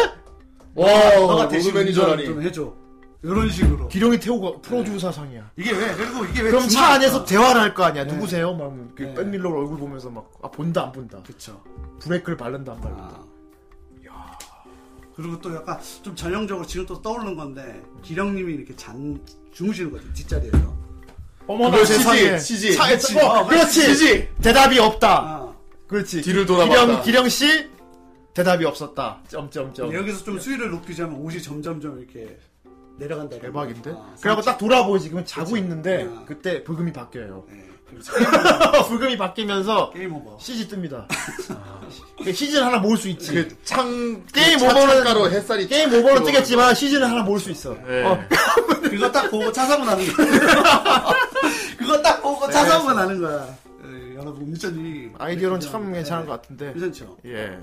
Speaker 1: 와,
Speaker 3: 너가
Speaker 1: 로드
Speaker 3: 대신
Speaker 1: 매니저라니. 네.
Speaker 3: 운전 좀 해줘. 이런 식으로.
Speaker 1: 기룡이 태우고 프로듀서상이야.
Speaker 3: 이게 왜 그리고 이게 왜
Speaker 1: 그럼 차
Speaker 3: 주말-
Speaker 1: 안에서 대화를 할 거 아니야.
Speaker 3: 네.
Speaker 1: 누구세요? 막 이렇게 백밀러로 얼굴 보면서 막 아, 본다 안 본다.
Speaker 3: 그쵸.
Speaker 1: 브레이크를 바른다 안 바른다.
Speaker 3: 그리고 또 약간 좀 전형적으로 지금 또 떠오르는 건데 기령님이 이렇게 잔 주무시는 거죠 뒷자리에서.
Speaker 1: 어머나
Speaker 3: 그거
Speaker 1: 세상에.
Speaker 3: CG.
Speaker 1: 차에
Speaker 3: CG.
Speaker 1: 차- 어,
Speaker 3: 어,
Speaker 1: 그렇지.
Speaker 3: CG.
Speaker 1: 대답이 없다.
Speaker 3: 아,
Speaker 1: 그렇지.
Speaker 2: 뒤를 돌아봤다.
Speaker 1: 기령 기령 씨 대답이 없었다. 점점점.
Speaker 3: 근데 여기서 좀 수위를 높이자면 옷이 점점점 이렇게 내려간다. 아,
Speaker 1: 대박인데? 그래갖고 딱 돌아보지. 그럼 자고 있는데 그때 불금이 바뀌어요. <laughs> 불금이 바뀌면서
Speaker 3: 네, 게임 오버.
Speaker 1: CG <laughs> 뜹니다. 그 시즌 하나 모을 수 있지.
Speaker 2: 그 창
Speaker 1: 게임
Speaker 2: 차-
Speaker 1: 오버는
Speaker 2: 창가로 햇살이
Speaker 1: 게임
Speaker 2: 쫙 네.
Speaker 1: 오버는
Speaker 2: 들어오는
Speaker 1: 뜨겠지만 시즌을 하나 모을 수 있어. 어.
Speaker 3: 그거 딱 보고 차사고 나는 거야. <laughs> 그거 딱 보고 차사고 나는 거야. 에, 여러분 미션이
Speaker 1: 네,
Speaker 3: 네,
Speaker 1: 아이디어는 참 괜찮은 것 같은데.
Speaker 3: 괜찮죠.
Speaker 1: 예.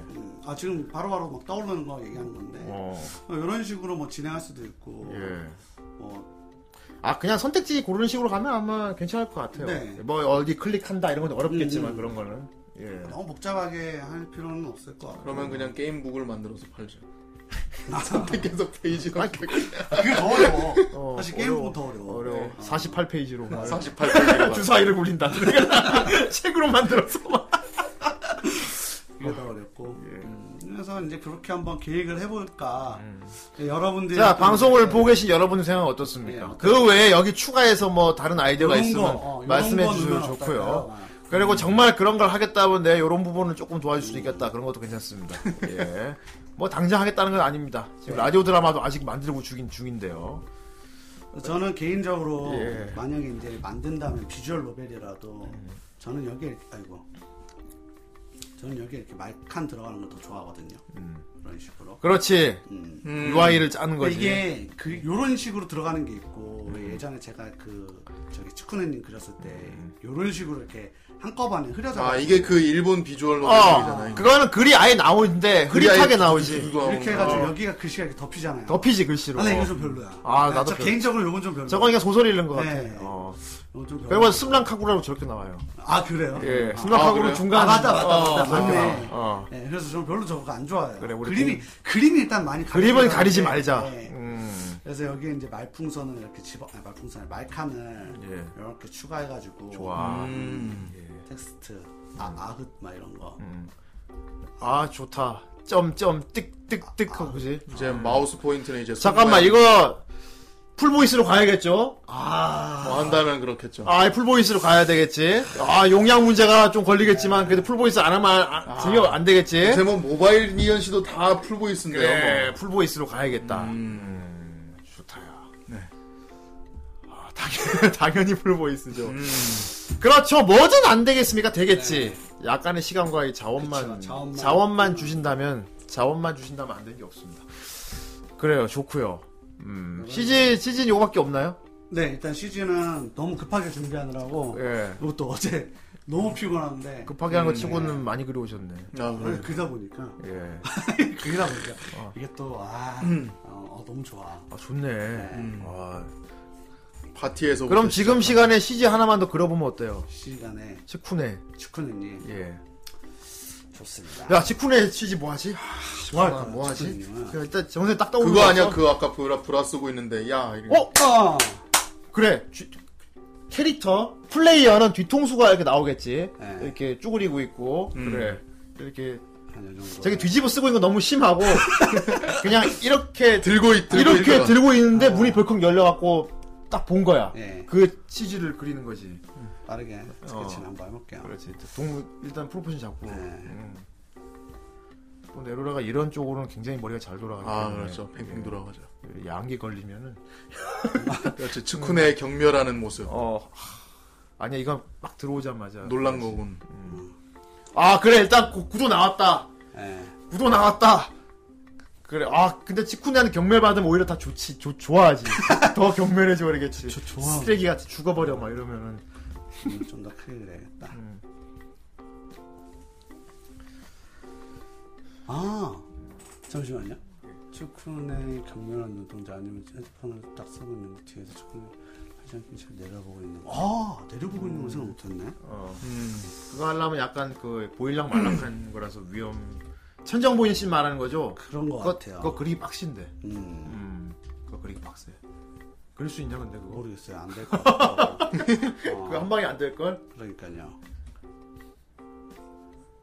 Speaker 3: 아 지금 바로바로 막 떠오르는 거 얘기하는 건데
Speaker 1: 어.
Speaker 3: 이런 식으로 뭐 진행할 수도 있고
Speaker 1: 예.
Speaker 3: 뭐
Speaker 1: 아 그냥 선택지 고르는 식으로 가면 아마 괜찮을 것 같아요.
Speaker 3: 네.
Speaker 1: 뭐 어디 클릭한다 이런 건 어렵겠지만
Speaker 3: 음.
Speaker 1: 그런 거는. 예.
Speaker 3: 너무 복잡하게 할 필요는 없을 것 같고
Speaker 2: 그러면
Speaker 3: <laughs>
Speaker 2: 그냥 게임북을 만들어서
Speaker 1: <laughs>
Speaker 2: 팔죠. 아, 그 선택해서 페이지 선택.
Speaker 3: 이게
Speaker 1: <laughs>
Speaker 3: 더 어려워.
Speaker 1: 어,
Speaker 3: 사실 게임은 더 어려워. 네.
Speaker 1: 어려워. 48페이지로.
Speaker 2: 48페이지로.
Speaker 1: <laughs> 주사위를 굴린다. 책으로 만들어서.
Speaker 3: 이게 더 어렵고.
Speaker 1: 예.
Speaker 3: 음, 그래서 이제 그렇게 한번 계획을 해볼까. 네, 여러분들이
Speaker 1: 음. 자,
Speaker 3: 또
Speaker 1: 방송을 보고 계신 여러분의 생각은 어떻습니까? 그 외에 여기 추가해서 뭐 다른 아이디어가
Speaker 3: 요런 거,
Speaker 1: 있으면
Speaker 3: 어, 요런
Speaker 1: 말씀해
Speaker 3: 거
Speaker 1: 주셔도
Speaker 3: 넣으면
Speaker 1: 좋고요.
Speaker 3: 어떨까요? 음.
Speaker 1: 그리고 정말 그런 걸 하겠다면 내 이런 부분을 조금 도와줄 수 있겠다. 그런 것도
Speaker 3: <laughs>
Speaker 1: 괜찮습니다. 예. 뭐 당장 하겠다는 건 아닙니다. 지금
Speaker 3: 네.
Speaker 1: 라디오 드라마도 아직 만들고 중인 중인데요.
Speaker 3: 어, 저는 개인적으로
Speaker 1: 예. 음.
Speaker 3: 만약에 이제 만든다면 비주얼 노벨이라도 저는 여기에 아이고 저는 여기에 이렇게 말칸 들어가는 걸 더 좋아하거든요.
Speaker 1: 음.
Speaker 3: 그런 식으로.
Speaker 1: 그렇지.
Speaker 3: 음.
Speaker 1: UI를 짜는 거지.
Speaker 3: 이게 그 요런 식으로 들어가는 게 있고 왜 예전에 제가 그 저기 츠쿠네님 그렸을 때 요런 식으로 이렇게 한꺼번에 흐려져.
Speaker 2: 아 이게 그 일본 비주얼
Speaker 1: 어,
Speaker 2: 노벨이잖아요.
Speaker 1: 그거는 글이 아예 나오는데
Speaker 2: 글이 아예
Speaker 3: 그
Speaker 1: 흐릿하게 나오지.
Speaker 3: 이렇게 해가지고 여기가 글씨가 이렇게 덮이잖아요.
Speaker 1: 어. 덮이지 글씨로.
Speaker 3: 아, 나 이거 좀 별로야.
Speaker 1: 아,
Speaker 3: 네,
Speaker 1: 나도
Speaker 3: 저
Speaker 1: 별로.
Speaker 3: 개인적으로 요건 좀 별로.
Speaker 1: 저건 그냥 소설 읽는 것 같아.
Speaker 3: 네.
Speaker 1: 어.
Speaker 3: 요건 좀 별로.
Speaker 1: 그리고 스물랑카구라로 저렇게 나와요.
Speaker 3: 아 그래요?
Speaker 1: 예,
Speaker 3: 아,
Speaker 1: 스물랑카구로
Speaker 3: 그래요?
Speaker 1: 중간.
Speaker 3: 아, 맞다, 맞다,
Speaker 1: 어,
Speaker 3: 맞다.
Speaker 1: 저렇게
Speaker 3: 맞네.
Speaker 1: 나와. 어.
Speaker 3: 네, 그래서 저는 별로 저거 안 좋아해요.
Speaker 1: 그래, 우리
Speaker 3: 그림이 그림이 일단 많이 가리지
Speaker 1: 그림은 가리지
Speaker 3: 않는데,
Speaker 1: 말자.
Speaker 3: 네.
Speaker 1: 음.
Speaker 3: 그래서 여기에 이제 말풍선을 이렇게 집어 아니, 말풍선을 말칸을
Speaker 1: 예.
Speaker 3: 이렇게 추가해가지고
Speaker 1: 좋아. 예. 음.
Speaker 3: 음, 텍스트 아 아흑 막 이런 거
Speaker 1: 아 좋다. 점점 띡띡띡 하고 그지.
Speaker 3: 네.
Speaker 2: 이제 마우스 포인트는 이제
Speaker 1: 잠깐만
Speaker 2: 손만
Speaker 1: 이거 풀 보이스로 가야겠죠?
Speaker 3: 아.
Speaker 2: 뭐 한다면 그렇겠죠.
Speaker 1: 아, 풀 보이스로 가야 되겠지. 아, 용량 문제가 좀 걸리겠지만 그래도 풀 보이스 안 하면 아, 아, 전혀 안 되겠지.
Speaker 2: 요새 뭐 모바일 니언 씨도 다 풀보이스인데요.
Speaker 1: 네,
Speaker 2: 뭐.
Speaker 1: 풀 보이스로 가야겠다. 음, 좋다요. 아,
Speaker 2: 뭐.
Speaker 1: <laughs> 당연, 당연히 풀 보이스죠.
Speaker 2: 음.
Speaker 1: 그렇죠. 뭐든 안 되겠습니까? 되겠지. 약간의 시간과 이 자원만,
Speaker 3: 그쵸,
Speaker 1: 자원만
Speaker 3: 자원만.
Speaker 1: 주신다면 자원만 주신다면 안 되는 게 없습니다. 그래요. 좋고요. 음. CG CG 요거밖에 없나요?
Speaker 3: 네 일단 CG는 너무 급하게 준비하느라고
Speaker 1: 예.
Speaker 3: 그것도 어제 너무 피곤한데
Speaker 1: 급하게 하는 거
Speaker 3: 음,
Speaker 1: 치고는 많이 그 뭐, 그리우셨네.
Speaker 2: 아,
Speaker 3: 네.
Speaker 2: 그래.
Speaker 3: 그러다 보니까
Speaker 1: 예.
Speaker 3: 그러다 보니까 이게 또아
Speaker 1: 음.
Speaker 3: 어, 어, 너무 좋아
Speaker 1: 아, 좋네. 음. 아.
Speaker 2: 파티에서
Speaker 1: 그럼 지금 시간에 CG 하나만 더 그려보면 어때요?
Speaker 3: 시간에
Speaker 1: 식훈네
Speaker 3: 축구님
Speaker 1: 예. 좋습니다. 야, 직후에 치지 뭐하지? 아,
Speaker 2: 정말
Speaker 1: 뭐하지? 뭐하지? 그 일단 정세 딱 떠오르는
Speaker 2: 그거 아니야? 그 아까 브라 브라 쓰고 있는데 야. 이거.
Speaker 1: 어? 아! 그래. 쥐- 캐릭터 플레이어는 뒤통수가 이렇게 나오겠지. 이렇게 쭈그리고 있고.
Speaker 2: 음.
Speaker 1: 그래. 이렇게 저기 뒤집어 쓰고 있는 거 너무
Speaker 2: <laughs>
Speaker 1: 심하고 그냥 이렇게
Speaker 2: 들고 있- 들고
Speaker 1: 이렇게
Speaker 2: 있다가.
Speaker 1: 들고 있는데 어. 문이 벌컥 열려갖고 딱 본 거야. 그 치즈를 그리는 거지.
Speaker 3: 예, 빠르게 스케치
Speaker 1: 어.
Speaker 3: 한번 해볼게요.
Speaker 1: 그렇지. 동 일단 프로포션 잡고. 음. 또 네로라가 이런 쪽으로는 굉장히 머리가 잘 돌아가요.
Speaker 2: 아, 그렇죠. 팽팽 돌아가죠.
Speaker 1: 양기 걸리면은.
Speaker 2: 그렇지. 측훈의 경멸하는 모습.
Speaker 1: 음. 어. 아니야 이건 막 들어오자마자
Speaker 2: 놀란 거군.
Speaker 1: 아 그래 일단 구, 구도 나왔다.
Speaker 3: 예.
Speaker 1: 구도 나왔다. 그래 아 근데 치쿠니한테 경멸 받으면 오히려 다 좋지 좋 좋아하지. 더 경멸해져 버리겠지. 쓰레기 같이 죽어버려 막 이러면은
Speaker 3: 음, 좀 더 크게 그려야겠다. 아 잠시만요. 축구네 경멸한 눈동자 아니면 핸드폰을 딱 쓰고 있는 거 뒤에서 축구네 화장실 잘 내려보고 있는 거. 아 내려보고 있는 거 생각 못했네.
Speaker 1: 어. 그거 하려면 약간 그 보일랑 말랑한 거라서 위험. 천정 보이는 씬 말하는 거죠? 그런
Speaker 3: 거
Speaker 1: 그거,
Speaker 3: 같아요.
Speaker 1: 그거 그리기 빡신데. 음. 그거 그리기 빡세. 그릴 수 있냐 근데 그거?
Speaker 3: 모르겠어요 안 될 것 같아요. 어,
Speaker 1: 그거 한 방에 안 될 걸?
Speaker 3: 그러니까요.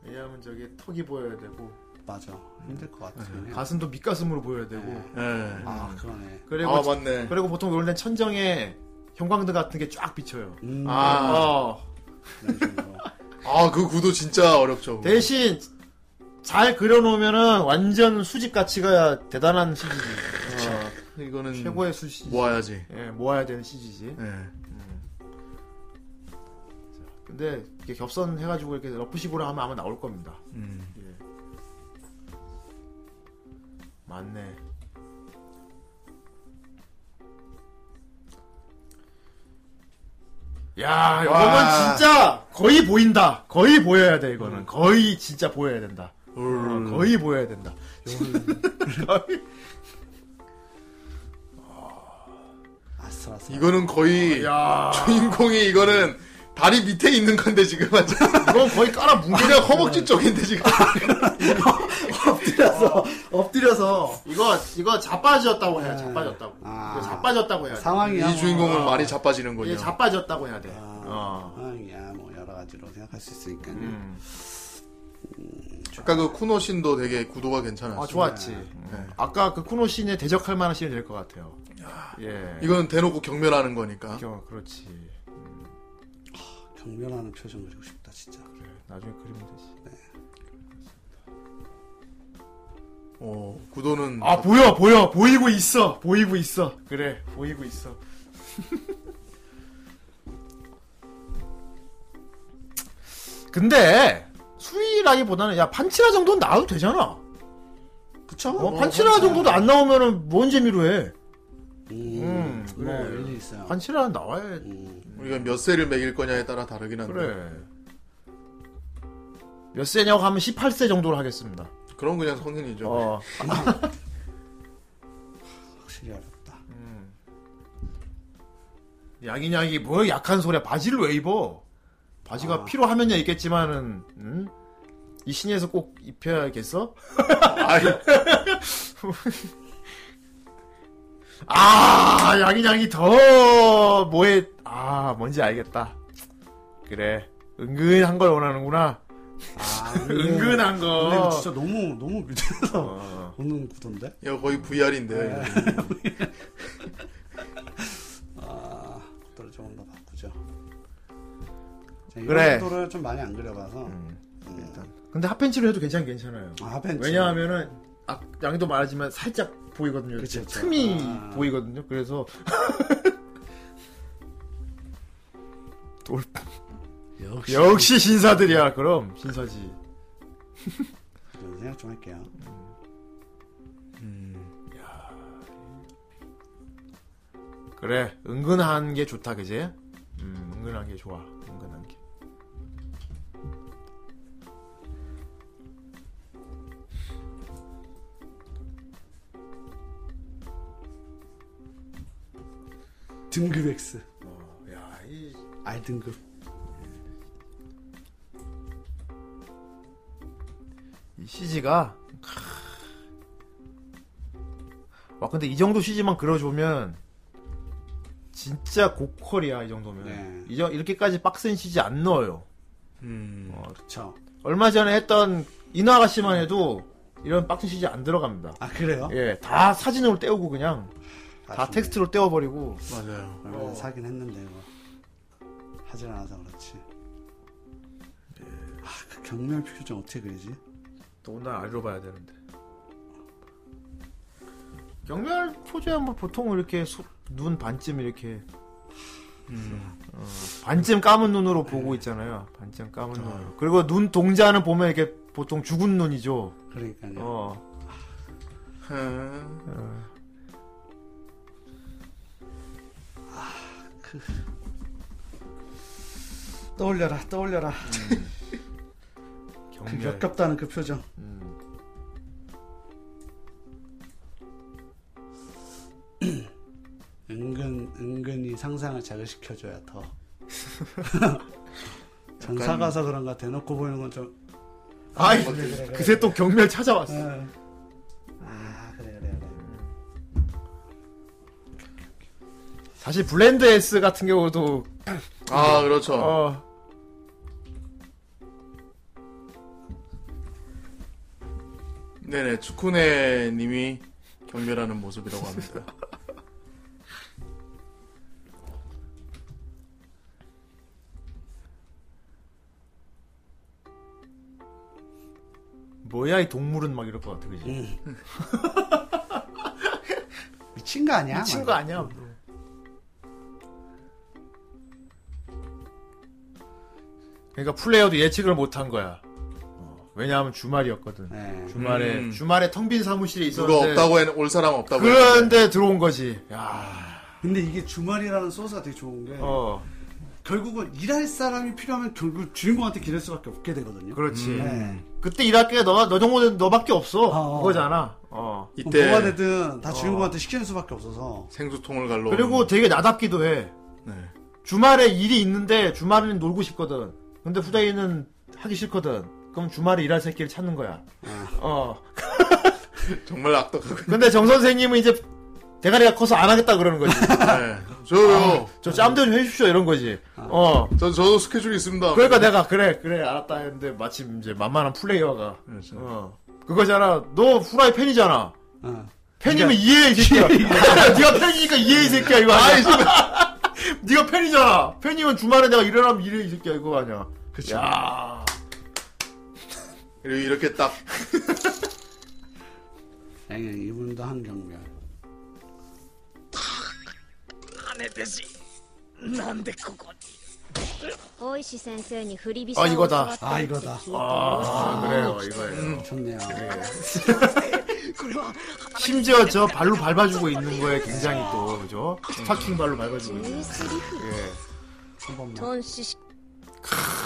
Speaker 1: 왜냐하면 저기 턱이 보여야 되고.
Speaker 3: 맞아 힘들 것 같아요.
Speaker 1: 음, 가슴도 밑가슴으로 보여야 되고.
Speaker 2: 예.
Speaker 3: 아 그러네.
Speaker 1: 그리고
Speaker 2: 아,
Speaker 1: 지-
Speaker 2: 맞네.
Speaker 1: 그리고 보통 이런 데 천정에 형광등 같은 게 쫙 비쳐요.
Speaker 3: 음,
Speaker 2: 아.
Speaker 1: 어.
Speaker 2: 아, 그 구도 진짜 어렵죠. 그거.
Speaker 1: 대신 잘 그려놓으면은 완전 수집 가치가 대단한 CG지.
Speaker 2: 이거는
Speaker 1: 최고의 수지.
Speaker 2: 아. 모아야지.
Speaker 1: 예, 모아야 되는 CG지.
Speaker 2: 예.
Speaker 1: 근데 이게 겹선 해가지고 이렇게 러프식으로 하면 아마 나올 겁니다. 예.
Speaker 2: 음.
Speaker 1: 맞네. 야,
Speaker 2: 와.
Speaker 1: 이거는 진짜 거의 보인다. 거의 보여야 돼 이거는.
Speaker 3: 음.
Speaker 1: 거의 진짜 보여야 된다. 어, 거의 보여야 된다. 거의.
Speaker 3: 아슬아슬.
Speaker 2: 이거는 거의 주인공이 이거는 다리 밑에 있는
Speaker 1: <laughs>
Speaker 2: 건데 지금 완전.
Speaker 1: 이건 거의 깔아 뭉개.
Speaker 2: 그냥 허벅지 쪽인데 지금.
Speaker 1: 엎드려서 엎드려서 이거 이거 자빠졌다고 해야 자빠졌다고.
Speaker 3: 아.
Speaker 1: 이거 자빠졌다고 해야 뭐. 돼.
Speaker 3: 상황이야. 뭐.
Speaker 2: 이 주인공은 많이 자빠지는
Speaker 1: 이게
Speaker 2: 거죠.
Speaker 1: 자빠졌다고 해야 돼. 어.
Speaker 3: 아, 상황이야 뭐 여러 가지로 생각할 수 있으니까요.
Speaker 1: 음.
Speaker 2: 아까 그 쿠노 신도 되게 구도가 괜찮았어. 예.
Speaker 1: 아 좋았지. 아까 그 쿠노 씬에 대적할 만한 씬이 될 것 같아요. 예.
Speaker 2: 이건 대놓고 경멸하는 거니까.
Speaker 1: 겨- 그렇지.
Speaker 3: 경멸하는 표정 그리고 싶다 진짜. 그래.
Speaker 1: 나중에 그리면 되지.
Speaker 2: 어, 구도는
Speaker 1: 아 보여 보여 보이고 있어 보이고 있어. 그래 보이고 있어. <laughs> 근데 수위라기보다는 야 판치라 정도는 나와도 되잖아.
Speaker 3: 뭐 그쵸?
Speaker 1: 어, 판치라 정도도 안 나오면은 뭔 재미로 해?
Speaker 3: 그렇죠. 음,
Speaker 1: 그래.
Speaker 3: 뭐 일리 있어요.
Speaker 1: 네.
Speaker 3: 음,
Speaker 1: 판치라는 나와야
Speaker 2: 우리가 몇 세를 매길 거냐에 따라 다르긴 한데.
Speaker 1: 그래. 몇 세냐고 하면 18세 정도로 하겠습니다.
Speaker 2: 그럼 그냥 성인이죠.
Speaker 1: 어.
Speaker 3: 확실히 어렵다.
Speaker 1: 아, 야기냐기 뭐 약한 소리야 바지를 왜 입어 바지가
Speaker 2: 아.
Speaker 1: 필요하면야 있겠지만은 음? 이 신에서 꼭 입혀야겠어
Speaker 2: 아이.
Speaker 1: <laughs> 아 야기냐기 더 뭐에 아 뭔지 알겠다 그래 은근한 걸 원하는구나
Speaker 3: 아,
Speaker 1: <laughs> 은근한 거. 어.
Speaker 3: 근데 이거 진짜 너무 너무 밑에서 오는 구던데.
Speaker 2: 이거 거의 VR인데요.
Speaker 1: 네.
Speaker 3: 아, 구도를 조금 더 바꾸죠. 자, 이런
Speaker 1: 그래.
Speaker 3: 구도를 좀 많이 안 그려봐서. 일단.
Speaker 1: 근데 핫팬츠로 해도 괜찮 괜찮아요
Speaker 3: 아, 벤츠.
Speaker 1: 왜냐하면은 아, 양도 말하지만 살짝 보이거든요 이렇게
Speaker 3: 그쵸, 그쵸.
Speaker 1: 틈이
Speaker 3: 아.
Speaker 1: 보이거든요 그래서 <laughs> 돌
Speaker 3: 역시.
Speaker 1: 역시 신사들이야 그럼 신사지
Speaker 3: 이런 생각 좀 할게요.
Speaker 1: 그래 은근한 게 좋다 그지 음 은근한 게 좋아 은근한 게
Speaker 3: 등급 X.
Speaker 1: 야이
Speaker 3: 알등급.
Speaker 1: 이 CG가 와 근데 이 정도 CG만 그려주면 진짜 고퀄이야 이 정도면 이 정- 이렇게까지 빡센 CG 안 넣어요.
Speaker 2: 음,
Speaker 1: 어,
Speaker 3: 그렇죠.
Speaker 1: 얼마 전에 했던 인화 아가씨만 해도 이런 빡센 CG 안 들어갑니다.
Speaker 3: 아 그래요?
Speaker 1: 예, 다 사진으로 떼우고 그냥 다 텍스트로 떼워버리고
Speaker 3: 맞아요. 얼마
Speaker 1: 어.
Speaker 3: 전에 사긴 했는데 뭐 하질 않아서 그렇지.
Speaker 1: 예.
Speaker 3: 아, 그 경멸 표정 어떻게 그리지?
Speaker 1: 또 오늘 아래로 봐야 되는데. 경멸 표제 뭐 보통 이렇게 소- 눈 반쯤 이렇게 어, 반쯤 까만 눈으로 보고 네. 있잖아요. 반쯤 까만 눈으로. 그리고 눈 동자는 보면 이렇게 보통 죽은 눈이죠.
Speaker 3: 그러니까요.
Speaker 1: 어. 어.
Speaker 3: 떠올려라, 떠올려라. <laughs> 그
Speaker 1: 음. 경멸. 음.
Speaker 3: 역겹다는 그 표정. <clears throat> 은근 은근히 상상을 자극시켜줘야
Speaker 1: <laughs>
Speaker 3: 더. <laughs> 전사가서 그런가 대놓고 보이는 건 좀.
Speaker 1: 아이,
Speaker 3: 그래, 그래, 그래.
Speaker 1: 그새 또 경멸 찾아왔어.
Speaker 3: 응. 아 그래 그래 그래.
Speaker 1: 사실 블렌드 S 같은 경우도
Speaker 2: 아, 그렇죠.
Speaker 1: 어.
Speaker 2: 네네, 축구네 님이 경멸하는
Speaker 1: <laughs>
Speaker 2: 모습이라고 합니다.
Speaker 1: 아, 뭐야 이 동물은 막 이럴 것 같아
Speaker 3: 예.
Speaker 1: 그지?
Speaker 3: 미친 거 아니야?
Speaker 1: 미친 거 아니야? 그러니까 플레이어도 예측을 못한 거야. 어, 왜냐하면 주말이었거든.
Speaker 3: 네.
Speaker 1: 주말에
Speaker 2: 음.
Speaker 1: 주말에 텅 빈 사무실이
Speaker 2: 누가
Speaker 1: 있었는데
Speaker 2: 없다고 해, 올 사람 없다고
Speaker 1: 네. 그런데 들어온 거지. 야,
Speaker 3: 근데 이게 주말이라는 소스가 되게 좋은 게
Speaker 1: 어,
Speaker 3: 결국은 일할 사람이 필요하면 결국 주인공한테 기댈 수밖에 없게 되거든요.
Speaker 1: 그렇지. 음.
Speaker 3: 네.
Speaker 1: 그때 일할 게 너가 너 정도 너밖에 없어.
Speaker 3: 어.
Speaker 1: 그거잖아. 어.
Speaker 3: 이때 뭐가 되든 다 주인공한테 시키는 수밖에 없어서
Speaker 2: 생수통을 갈러. 네.
Speaker 1: 그리고 되게 나답기도 해. 주말에 일이 있는데 주말에는 놀고 싶거든. 근데 후대인은 하기 싫거든. 그럼 주말에 일할 새끼를 찾는 거야. 어.
Speaker 2: 정말 악덕하고.
Speaker 1: 근데 정 선생님은 이제 대가리가 커서 안 하겠다 그러는 <laughs> 거지.
Speaker 2: 네. 저요.
Speaker 1: 저 짬도 좀 해주십시오 이런 거지. 어.
Speaker 2: 저 저도 스케줄이 있습니다. 네,
Speaker 1: 그러니까 내가 그래 그래 알았다 했는데 마침 이제 만만한 플레이어가
Speaker 2: 그렇죠.
Speaker 1: 어. 그거잖아. 너 후라이 팬이잖아.
Speaker 3: 어.
Speaker 1: 팬이면 이해해 그러니까 이 새끼야. <laughs> 네가 팬이니까 이해해 이 새끼야 이거 아니야. <laughs> 네가 팬이잖아. 팬이면 주말에 내가 일어나면 일해 이 새끼야 이거 아니야.
Speaker 2: 그쵸.
Speaker 1: 야.
Speaker 2: 그리고 이렇게 딱
Speaker 3: 아니, 이분도 한 경우야.
Speaker 5: 姉ですなんでここに
Speaker 22: 大石先生に振り飛車
Speaker 1: 아
Speaker 22: を教わ
Speaker 1: 이거다.
Speaker 22: ったって聞いてい
Speaker 1: 아 그래요 이거예요.
Speaker 3: 좋네요.
Speaker 1: 어. 심지어 저 발로 밟아주고 있는 거에 굉장히 또 그죠? 스타킹 발로 밟아주고 있는. 거. 예.
Speaker 22: ますトンシシ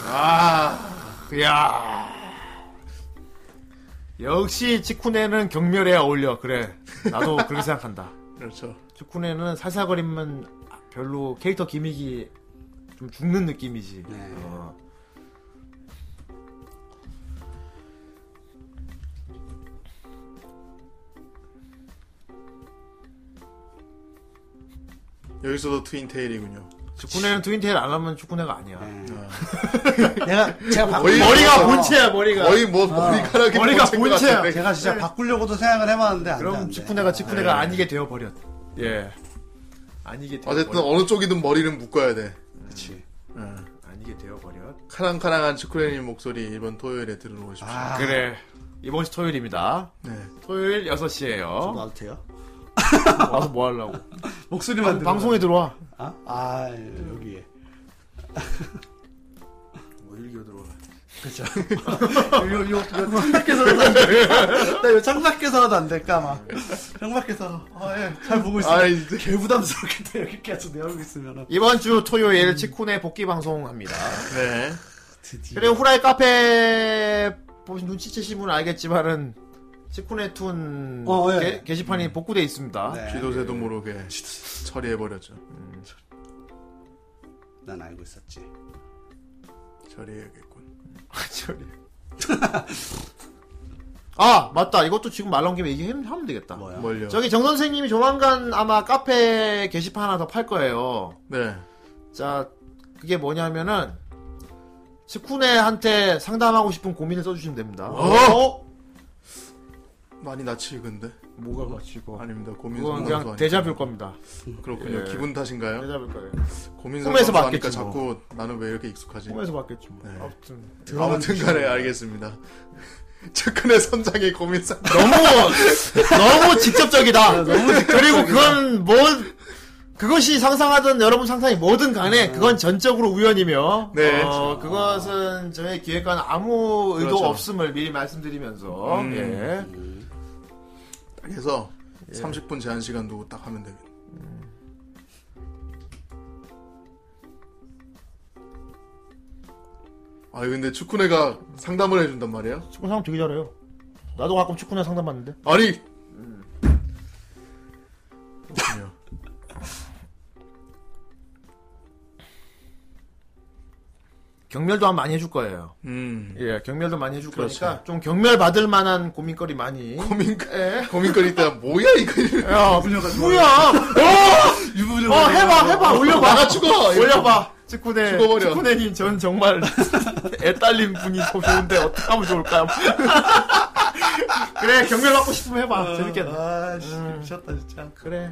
Speaker 1: 아, 야. 역시 치쿠네는 경멸에 어울려. 그래. 나도 그렇게 생각한다.
Speaker 2: 그렇죠.
Speaker 1: 치쿠네는 살살거리면 별로 캐릭터 기믹이 좀 죽는 느낌이지.
Speaker 3: 네.
Speaker 1: 어.
Speaker 2: 여기서도 트윈 테일이군요.
Speaker 1: 치쿠네는 트윈테일 안 하면 치쿠네가 아니야.
Speaker 3: 내가 제가 바꾸-
Speaker 1: 머리- 머리가 본체야, 머리가.
Speaker 2: 거의 뭐
Speaker 1: 어.
Speaker 2: 머리카락이
Speaker 1: 머리가
Speaker 2: 것
Speaker 1: 본체야.
Speaker 2: 같은데.
Speaker 3: 제가 진짜
Speaker 1: 네.
Speaker 3: 바꾸려고도 생각을 해봤는데 안 돼, 안
Speaker 1: 그럼
Speaker 3: 돼.
Speaker 1: 치쿠네가 치쿠네가
Speaker 2: 네.
Speaker 1: 아니게 되어버렸. 예. 아니게 되어버렸.
Speaker 2: 어쨌든 어느 쪽이든 머리는 묶어야 돼.
Speaker 3: 그렇지.
Speaker 1: 네. 아니게 되어버렸.
Speaker 2: 카랑카랑한 치쿠레님 목소리 이번 토요일에 들어오십시오.
Speaker 3: 아.
Speaker 1: 그래. 이번 주 토요일입니다.
Speaker 2: 네.
Speaker 1: 토요일 6시에요.
Speaker 3: 저도 와도 돼요?
Speaker 1: 와서 뭐
Speaker 3: <laughs>
Speaker 1: 하려고?
Speaker 3: 목소리만
Speaker 1: 방, 방송에 들어와.
Speaker 3: 아, 아 여기에.
Speaker 1: 뭐 일교 들어와.
Speaker 3: 그죠. <laughs> 요, 요, 요, 창밖에서라도 안 될까? <laughs> 나요 창밖에서라도 안 될까, 막. 창밖에서, 아, 예, 잘 보고 있어.
Speaker 1: 네.
Speaker 2: 아,
Speaker 3: 아,
Speaker 2: 이제-
Speaker 3: 개부담스럽겠다, 이렇게 계속 내 얼굴 있으면은.
Speaker 1: 이번 주 토요일 치쿠네 복귀 방송합니다.
Speaker 2: 네.
Speaker 1: 그리고 후라이 카페 보신 눈치채신 분은 알겠지만은 치쿠네 툰
Speaker 3: 어, 예. 네.
Speaker 1: 게, 게시판이 복구돼 있습니다.
Speaker 2: <laughs> 쥐도새도 모르게 처리해버렸죠.
Speaker 3: 난 알고 있었지.
Speaker 2: 처리해야겠군.
Speaker 1: 저리. 아 맞다 이것도 지금 말 나온 김에 얘기하면 되겠다
Speaker 2: 뭘요?
Speaker 1: 저기 정 선생님이 조만간 아마 카페 게시판 하나 더 팔 거예요
Speaker 2: 네.
Speaker 1: 자 그게 뭐냐면은 스쿠네한테 상담하고 싶은 고민을 써주시면 됩니다
Speaker 2: 어? 많이 낯익은데?
Speaker 1: 뭐가 낯익어?
Speaker 2: 아닙니다. 고민
Speaker 1: 그건
Speaker 2: 상담소
Speaker 1: 그냥
Speaker 2: 아니고.
Speaker 1: 데자뷰일 겁니다
Speaker 2: 그렇군요.
Speaker 1: 예.
Speaker 2: 기분 탓인가요?
Speaker 1: 데자뷰일 거예요
Speaker 2: 고민
Speaker 1: 꿈에서
Speaker 2: 상담소 하니까
Speaker 1: 봤겠지,
Speaker 2: 자꾸
Speaker 1: 뭐.
Speaker 2: 나는 왜 이렇게 익숙하지?
Speaker 1: 꿈에서 봤겠지 뭐. 아무튼
Speaker 2: 아무튼 간에 알겠습니다. <laughs> 측근의 선장의 고민 상담
Speaker 1: 너무 네, 너무 직접적이다. 그리고 그건 뭐 그것이 상상하던 여러분 상상이 뭐든 간에 그건 전적으로 우연이며
Speaker 2: 네.
Speaker 1: 어, 그것은 저의 기획과는 아무 의도
Speaker 2: 그렇죠.
Speaker 1: 없음을 미리 말씀드리면서
Speaker 2: 음.
Speaker 1: 예.
Speaker 2: 딱 해서 30분 제한 시간 두고 딱 하면 되겠다. 음. 아 근데 축구네가 상담을 해준단 말이에요?
Speaker 1: 축구 상담 그 되게 잘해요. 나도 가끔 축구나 상담 받는데.
Speaker 2: 아니
Speaker 1: 경멸도 한 많이 해줄 거예요.
Speaker 2: 음.
Speaker 1: 예, 경멸도 많이 해줄
Speaker 2: 그렇죠.
Speaker 1: 거니까 좀 경멸 받을 만한 고민거리 많이.
Speaker 2: 고민
Speaker 1: 예.
Speaker 2: 고민거리 있다 뭐야 이거 <laughs>
Speaker 1: 야, 뭐야? 어!
Speaker 2: 유부녀
Speaker 1: 어, 해봐, 해봐, 올려봐.
Speaker 2: 나가 죽어.
Speaker 1: 올려봐. 축구네,
Speaker 2: 죽어버려.
Speaker 1: 축구네님, 전 정말 <laughs> 애 딸린 분이 더 좋은데 어떻게 하면 좋을까요? 그래, 경멸 받고 싶으면 해봐. 재밌겠네.
Speaker 3: 아, 씨, 미쳤다, 진짜.
Speaker 1: 그래.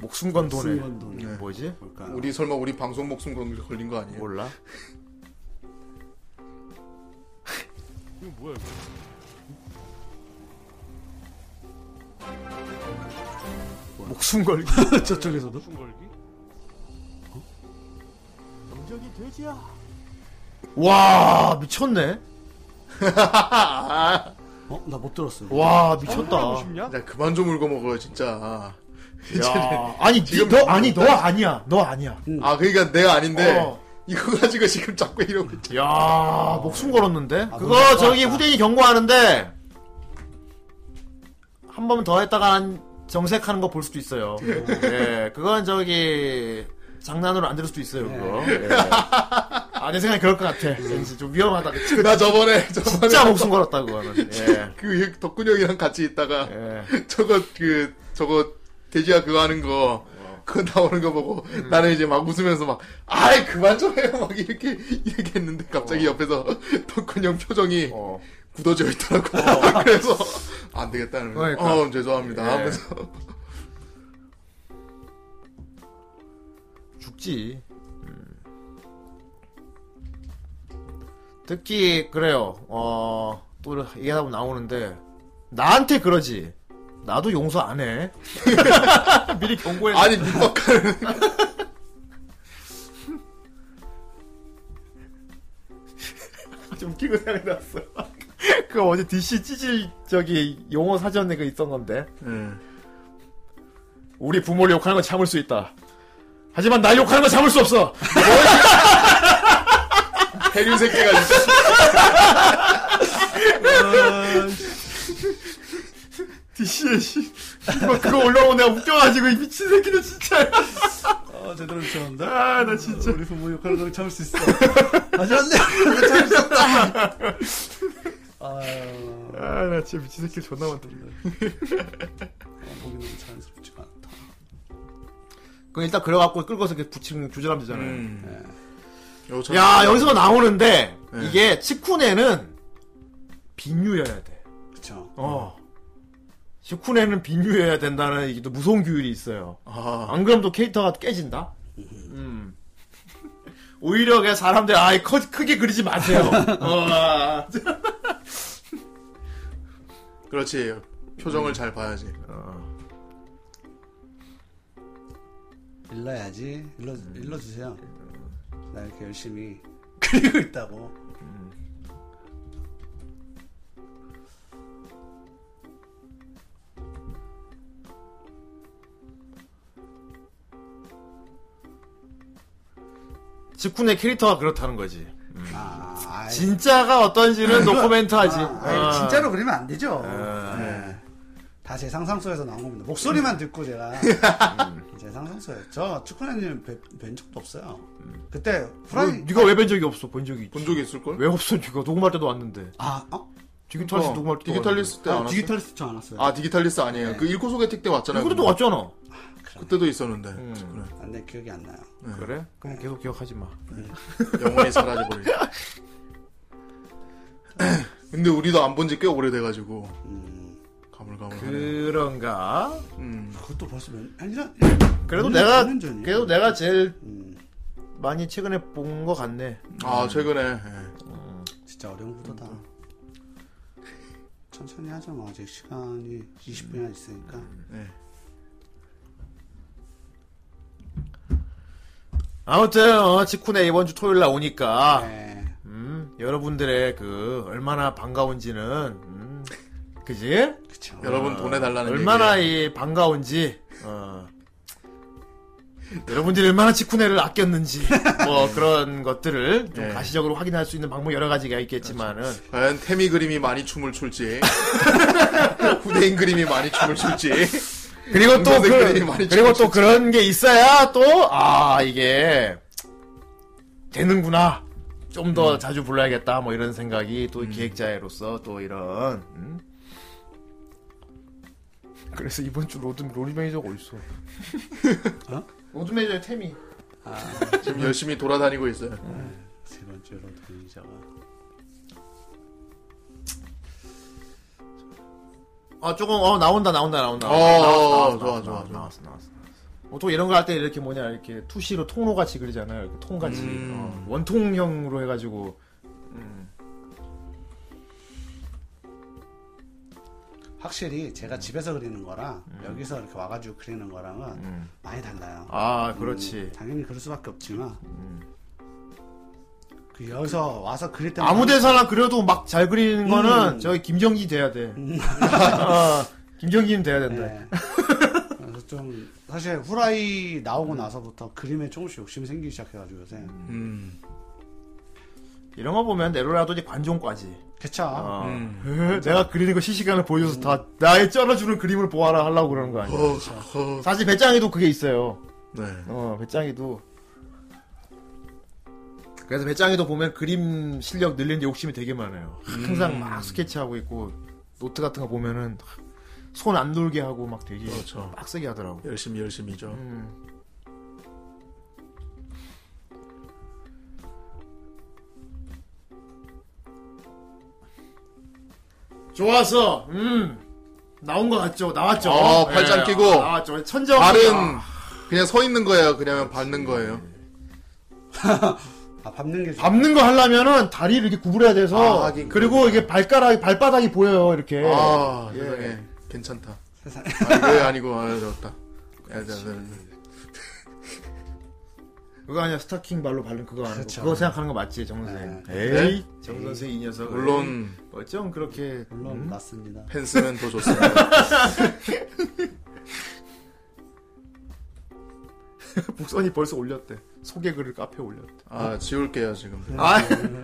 Speaker 1: 목숨 건 돈에.
Speaker 2: 목숨 건 돈에.
Speaker 1: 뭐지?
Speaker 2: 우리 설마 우리 방송 목숨 걸- 걸린 거 <laughs> 아니에요?
Speaker 1: 몰라.
Speaker 9: <laughs> 이거 뭐야 이거?
Speaker 1: 목숨 <laughs> 걸기.
Speaker 3: 저쪽에서도.
Speaker 1: 어?
Speaker 9: 영적이 돼지야.
Speaker 1: 와, 미쳤네.
Speaker 3: 어? 나 못 들었어요.
Speaker 1: 와, 미쳤다.
Speaker 2: 야 그만 좀 울고 먹어요 진짜.
Speaker 1: 야, <laughs> 아니, 니- 너, 아니, 너 아니야. 너 아니야.
Speaker 2: <laughs> 아 그러니까 내가 아닌데
Speaker 1: 어.
Speaker 2: 이거 가지고 지금 자꾸 이러고 있지.
Speaker 1: 야 목숨 걸었는데? 그거
Speaker 2: 아, 너무
Speaker 1: 저기
Speaker 2: 좋았다.
Speaker 1: 후대인이 경고하는데, 한 번 더 했다가 한 정색하는 거 볼 수도
Speaker 2: <laughs>
Speaker 1: 있어요. 예, 그건 저기, 장난으로 안 들을 수도 있어요,
Speaker 2: 네.
Speaker 1: 그거. 예. 아, 내 생각에 그럴 것 같아. 왠지 좀 위험하다. 그
Speaker 2: 나 저번에 네. 저번에
Speaker 1: 진짜 목숨 걸었다, 그거는. 예.
Speaker 2: 그 덕군 형이랑 같이 있다가
Speaker 1: 예.
Speaker 2: 저거 그 저거 돼지야 그거 하는 거 그거 나오는 거 보고
Speaker 1: 음.
Speaker 2: 나는 이제 막 웃으면서 막 아이 그만 좀 해요 막 이렇게 얘기했는데
Speaker 1: 어.
Speaker 2: 갑자기 옆에서 <laughs> 덕군 형 표정이 굳어져 있더라고 <laughs> 그래서 안 되겠다 는
Speaker 1: 그러니까.
Speaker 2: 어 죄송합니다
Speaker 1: 예.
Speaker 2: 하면서
Speaker 1: 죽지. 음. 특히 그래요. 어, 또 얘기하다 보면 나오는데 나한테 그러지. 나도 용서 안 해. <laughs> 미리 경고해.
Speaker 2: 아니 민박하는
Speaker 1: <laughs> 좀 웃기고 생각났어. <laughs> 그 어제 DC 찌질 저기 용어 사전에 그 있던 건데. 우리 부모를 욕하는 건 참을 수 있다. 하지만 날 욕하는 건 참을 수 없어.
Speaker 2: 해류 새끼가 있어
Speaker 3: 아,
Speaker 1: DC의 씨. 이거 그거 올라오면 내가 웃겨가지고 이 미친 새끼들 진짜. <laughs>
Speaker 3: 아, 제대로 미쳤는데?
Speaker 1: 아, 나 진짜.
Speaker 3: 우리 부모 욕하는 걸 참을 수 있어. 다시 왔네. 참을 수 없다. 아유,
Speaker 1: 아, 나 진짜 미친 새끼 존나 만들네.
Speaker 3: 보기 너무 자연스럽지가 않다.
Speaker 1: 그 일단 그래갖고 끌고서 이렇게 붙이면 조절하면 되잖아요.
Speaker 2: 여기 참-
Speaker 1: 야, 여기서 나오는데,
Speaker 2: 네.
Speaker 1: 이게 치쿠네는 빈유여야 돼.
Speaker 3: 그쵸.
Speaker 1: 어. 치쿠네는 빈유여야 된다는 이게 또 무서운 규율이 있어요.
Speaker 2: 아.
Speaker 1: 안 그럼 또 캐릭터가 깨진다? 음. <laughs> 오히려 그냥 사람들, 아이, 커, 크게 그리지 마세요. 어.
Speaker 2: 그렇지
Speaker 1: 음.
Speaker 2: 표정을 잘 봐야지
Speaker 3: 일러야지. 일러, 일러주세요. 나 이렇게 열심히 그리고 있다고.
Speaker 1: 치쿠네 캐릭터가 그렇다는 거지.
Speaker 3: 아, 아이.
Speaker 1: 진짜가 어떤지는 노코멘트 하지.
Speaker 3: 아, 아이, 진짜로 그리면 안 되죠.
Speaker 1: 아.
Speaker 3: 네. 다 제 상상소에서 나온 겁니다. 목소리만 듣고 제가 제 상상소였죠. 축구네님 뵌, 뵌 적도 없어요. 그때
Speaker 1: 니
Speaker 3: 후라이
Speaker 1: 뭐, 네가 왜 뵌 적이 없어? 본 적이 있지.
Speaker 2: 본 적이 있을걸?
Speaker 1: 왜 없어? 네가 녹음할 때도 왔는데.
Speaker 3: 아, 어?
Speaker 1: 디지털리스트 녹음할 때.
Speaker 2: 디지털리스트 때
Speaker 1: 아,
Speaker 2: 안 왔어요?
Speaker 1: 디지털리스트
Speaker 3: 안 왔어요.
Speaker 2: 아 디지털리스 아니에요.
Speaker 3: 네.
Speaker 2: 그 읽고 소개팅 때 왔잖아요.
Speaker 1: 그래도 음.
Speaker 2: 그거.
Speaker 1: 왔잖아.
Speaker 2: 그때도 있었는데. 그래.
Speaker 3: 안돼 기억이 안 나요.
Speaker 1: 그래? 그냥 계속 기억하지 마.
Speaker 2: 영원히 사라져버리게. <laughs> 근데 우리도 안 본 지 꽤 오래돼가지고
Speaker 3: 음.
Speaker 2: 가물가물하네.
Speaker 1: 그 그런가?
Speaker 2: 음.
Speaker 3: 그것도 벌써 몇 아니라
Speaker 1: 그래도
Speaker 3: 몇
Speaker 1: 내가
Speaker 3: 년 전이에요.
Speaker 1: 그래도 내가 제일
Speaker 3: 음,
Speaker 1: 많이 최근에 본 것 같네.
Speaker 2: 아
Speaker 1: 음.
Speaker 2: 최근에 예,
Speaker 3: 진짜 어려운 구도다. 천천히 하자 뭐 아직 시간이
Speaker 1: 음.
Speaker 3: 20분이나 있으니까.
Speaker 2: 네.
Speaker 1: 아무튼 어, 치쿠네 이번 주 토요일 날 오니까
Speaker 3: 네.
Speaker 1: 음, 여러분들의 그 얼마나 반가운지는 음, 그지?
Speaker 3: 그쵸.
Speaker 2: 여러분 보내달라는
Speaker 1: 아, 얼마나 이 반가운지 어, 여러분들이 얼마나 치쿠네를 아꼈는지
Speaker 2: <laughs>
Speaker 1: 뭐 그런 것들을 좀
Speaker 2: 네. 그렇죠.
Speaker 1: 가시적으로 확인할 수 있는 방법 여러 가지가 있겠지만은
Speaker 2: 과연 태미 그림이 많이 춤을 출지 <laughs> 후대인 그림이 많이 춤을 출지
Speaker 1: 그리고 또
Speaker 2: 동생
Speaker 1: 그,
Speaker 2: 그림이 많이
Speaker 1: 그리고
Speaker 2: 춤을
Speaker 1: 또 그런 게 있어야 또 아 이게 되는구나 좀 더
Speaker 2: 음.
Speaker 1: 자주 불러야겠다 뭐 이런 생각이 또 기획자로서 또 이런 음? 그래서 이번 주 로드 로드 매니저가 <laughs> 어딨어? 어? 로드 매니저의 템이
Speaker 2: 지금 열심히 돌아다니고 있어요.
Speaker 3: 세 번째로 분이자가
Speaker 1: 아 조금 어 나온다 나온다 나온다
Speaker 2: 어,
Speaker 1: 나왔어, 나왔어,
Speaker 2: 좋아, 좋아,
Speaker 1: 나왔어,
Speaker 2: 좋아.
Speaker 1: 나왔어 나왔어 보통 이런 거 할 때 이렇게 뭐냐 이렇게 투시로 통로같이 그리잖아요 이렇게 통같이
Speaker 2: 음.
Speaker 1: 어, 원통형으로 해가지고 음.
Speaker 3: 확실히 제가 집에서 그리는 거랑 여기서 이렇게 와가지고 그리는 거랑은
Speaker 1: 음.
Speaker 3: 많이 달라요.
Speaker 1: 아 음. 그렇지
Speaker 3: 음, 당연히 그럴 수밖에 없지만 그 여기서 와서 그릴 때
Speaker 1: 아무 데서나 그려도 막 잘 그리는 거는
Speaker 3: 음.
Speaker 1: 저기 김정기 돼야 돼 <laughs>
Speaker 2: 음.
Speaker 1: 어, 김정기는 돼야 된다 <laughs>
Speaker 3: 네. 그래서 좀 사실 후라이 나오고
Speaker 1: 음.
Speaker 3: 나서부터 그림에 조금씩 욕심이 생기기 시작해가지고 요새
Speaker 2: 음.
Speaker 1: 이런 거 보면 내로라도 이제 관종과지
Speaker 2: <laughs>
Speaker 3: 그쵸
Speaker 1: 어.
Speaker 2: 음.
Speaker 1: 에헤, 내가 그리는 거 실시간을 보여줘서 다 나의 쩔어주는 그림을 보아라 하려고 그러는 거 아니야
Speaker 2: 허, 허.
Speaker 1: 사실 배짱이도 그게 있어요
Speaker 2: 어, 네.
Speaker 1: 어, 배짱이도. 그래서 배짱이도 보면 그림 실력 늘리는데 욕심이 되게 많아요. 항상 막 스케치하고 있고, 노트 같은 거 보면은, 손 안 놀게 하고 막 되게
Speaker 2: 그렇죠.
Speaker 1: 빡세게 하더라고.
Speaker 2: 열심히 열심히죠.
Speaker 1: 음. 좋았어. 음. 나온 것 같죠? 나왔죠?
Speaker 2: 어, 팔짱 끼고.
Speaker 1: 아, 나왔죠. 천정. 아.
Speaker 2: 발은 그냥 서 있는 거예요. 그냥 받는 거예요.
Speaker 3: 아 밟는 게 좋아
Speaker 1: 밟는 거 하려면은 다리를 이렇게 구부려야 돼서
Speaker 2: 아, 하긴
Speaker 1: 그리고 이게 발가락 발바닥이 보여요 이렇게
Speaker 2: 아
Speaker 1: 예.
Speaker 2: 세상에 괜찮다.
Speaker 3: 세상에
Speaker 2: 아, 이거 아니고 아, 좋다. 야, 야, 야, 야.
Speaker 1: 그거 아니야 스타킹 발로 바른 그거 아니고
Speaker 3: 그렇죠.
Speaker 1: 그거 생각하는 거 맞지 정 선생 에이 네. 정 선생 이 녀석
Speaker 2: 물론
Speaker 1: 어쩜 그렇게
Speaker 3: 물론 맞습니다
Speaker 2: 펜스는 더 좋습니다.
Speaker 1: 복선이 그 벌써 올렸대 소개글을 카페에 올렸대
Speaker 2: 아 지울게요 지금.
Speaker 1: 아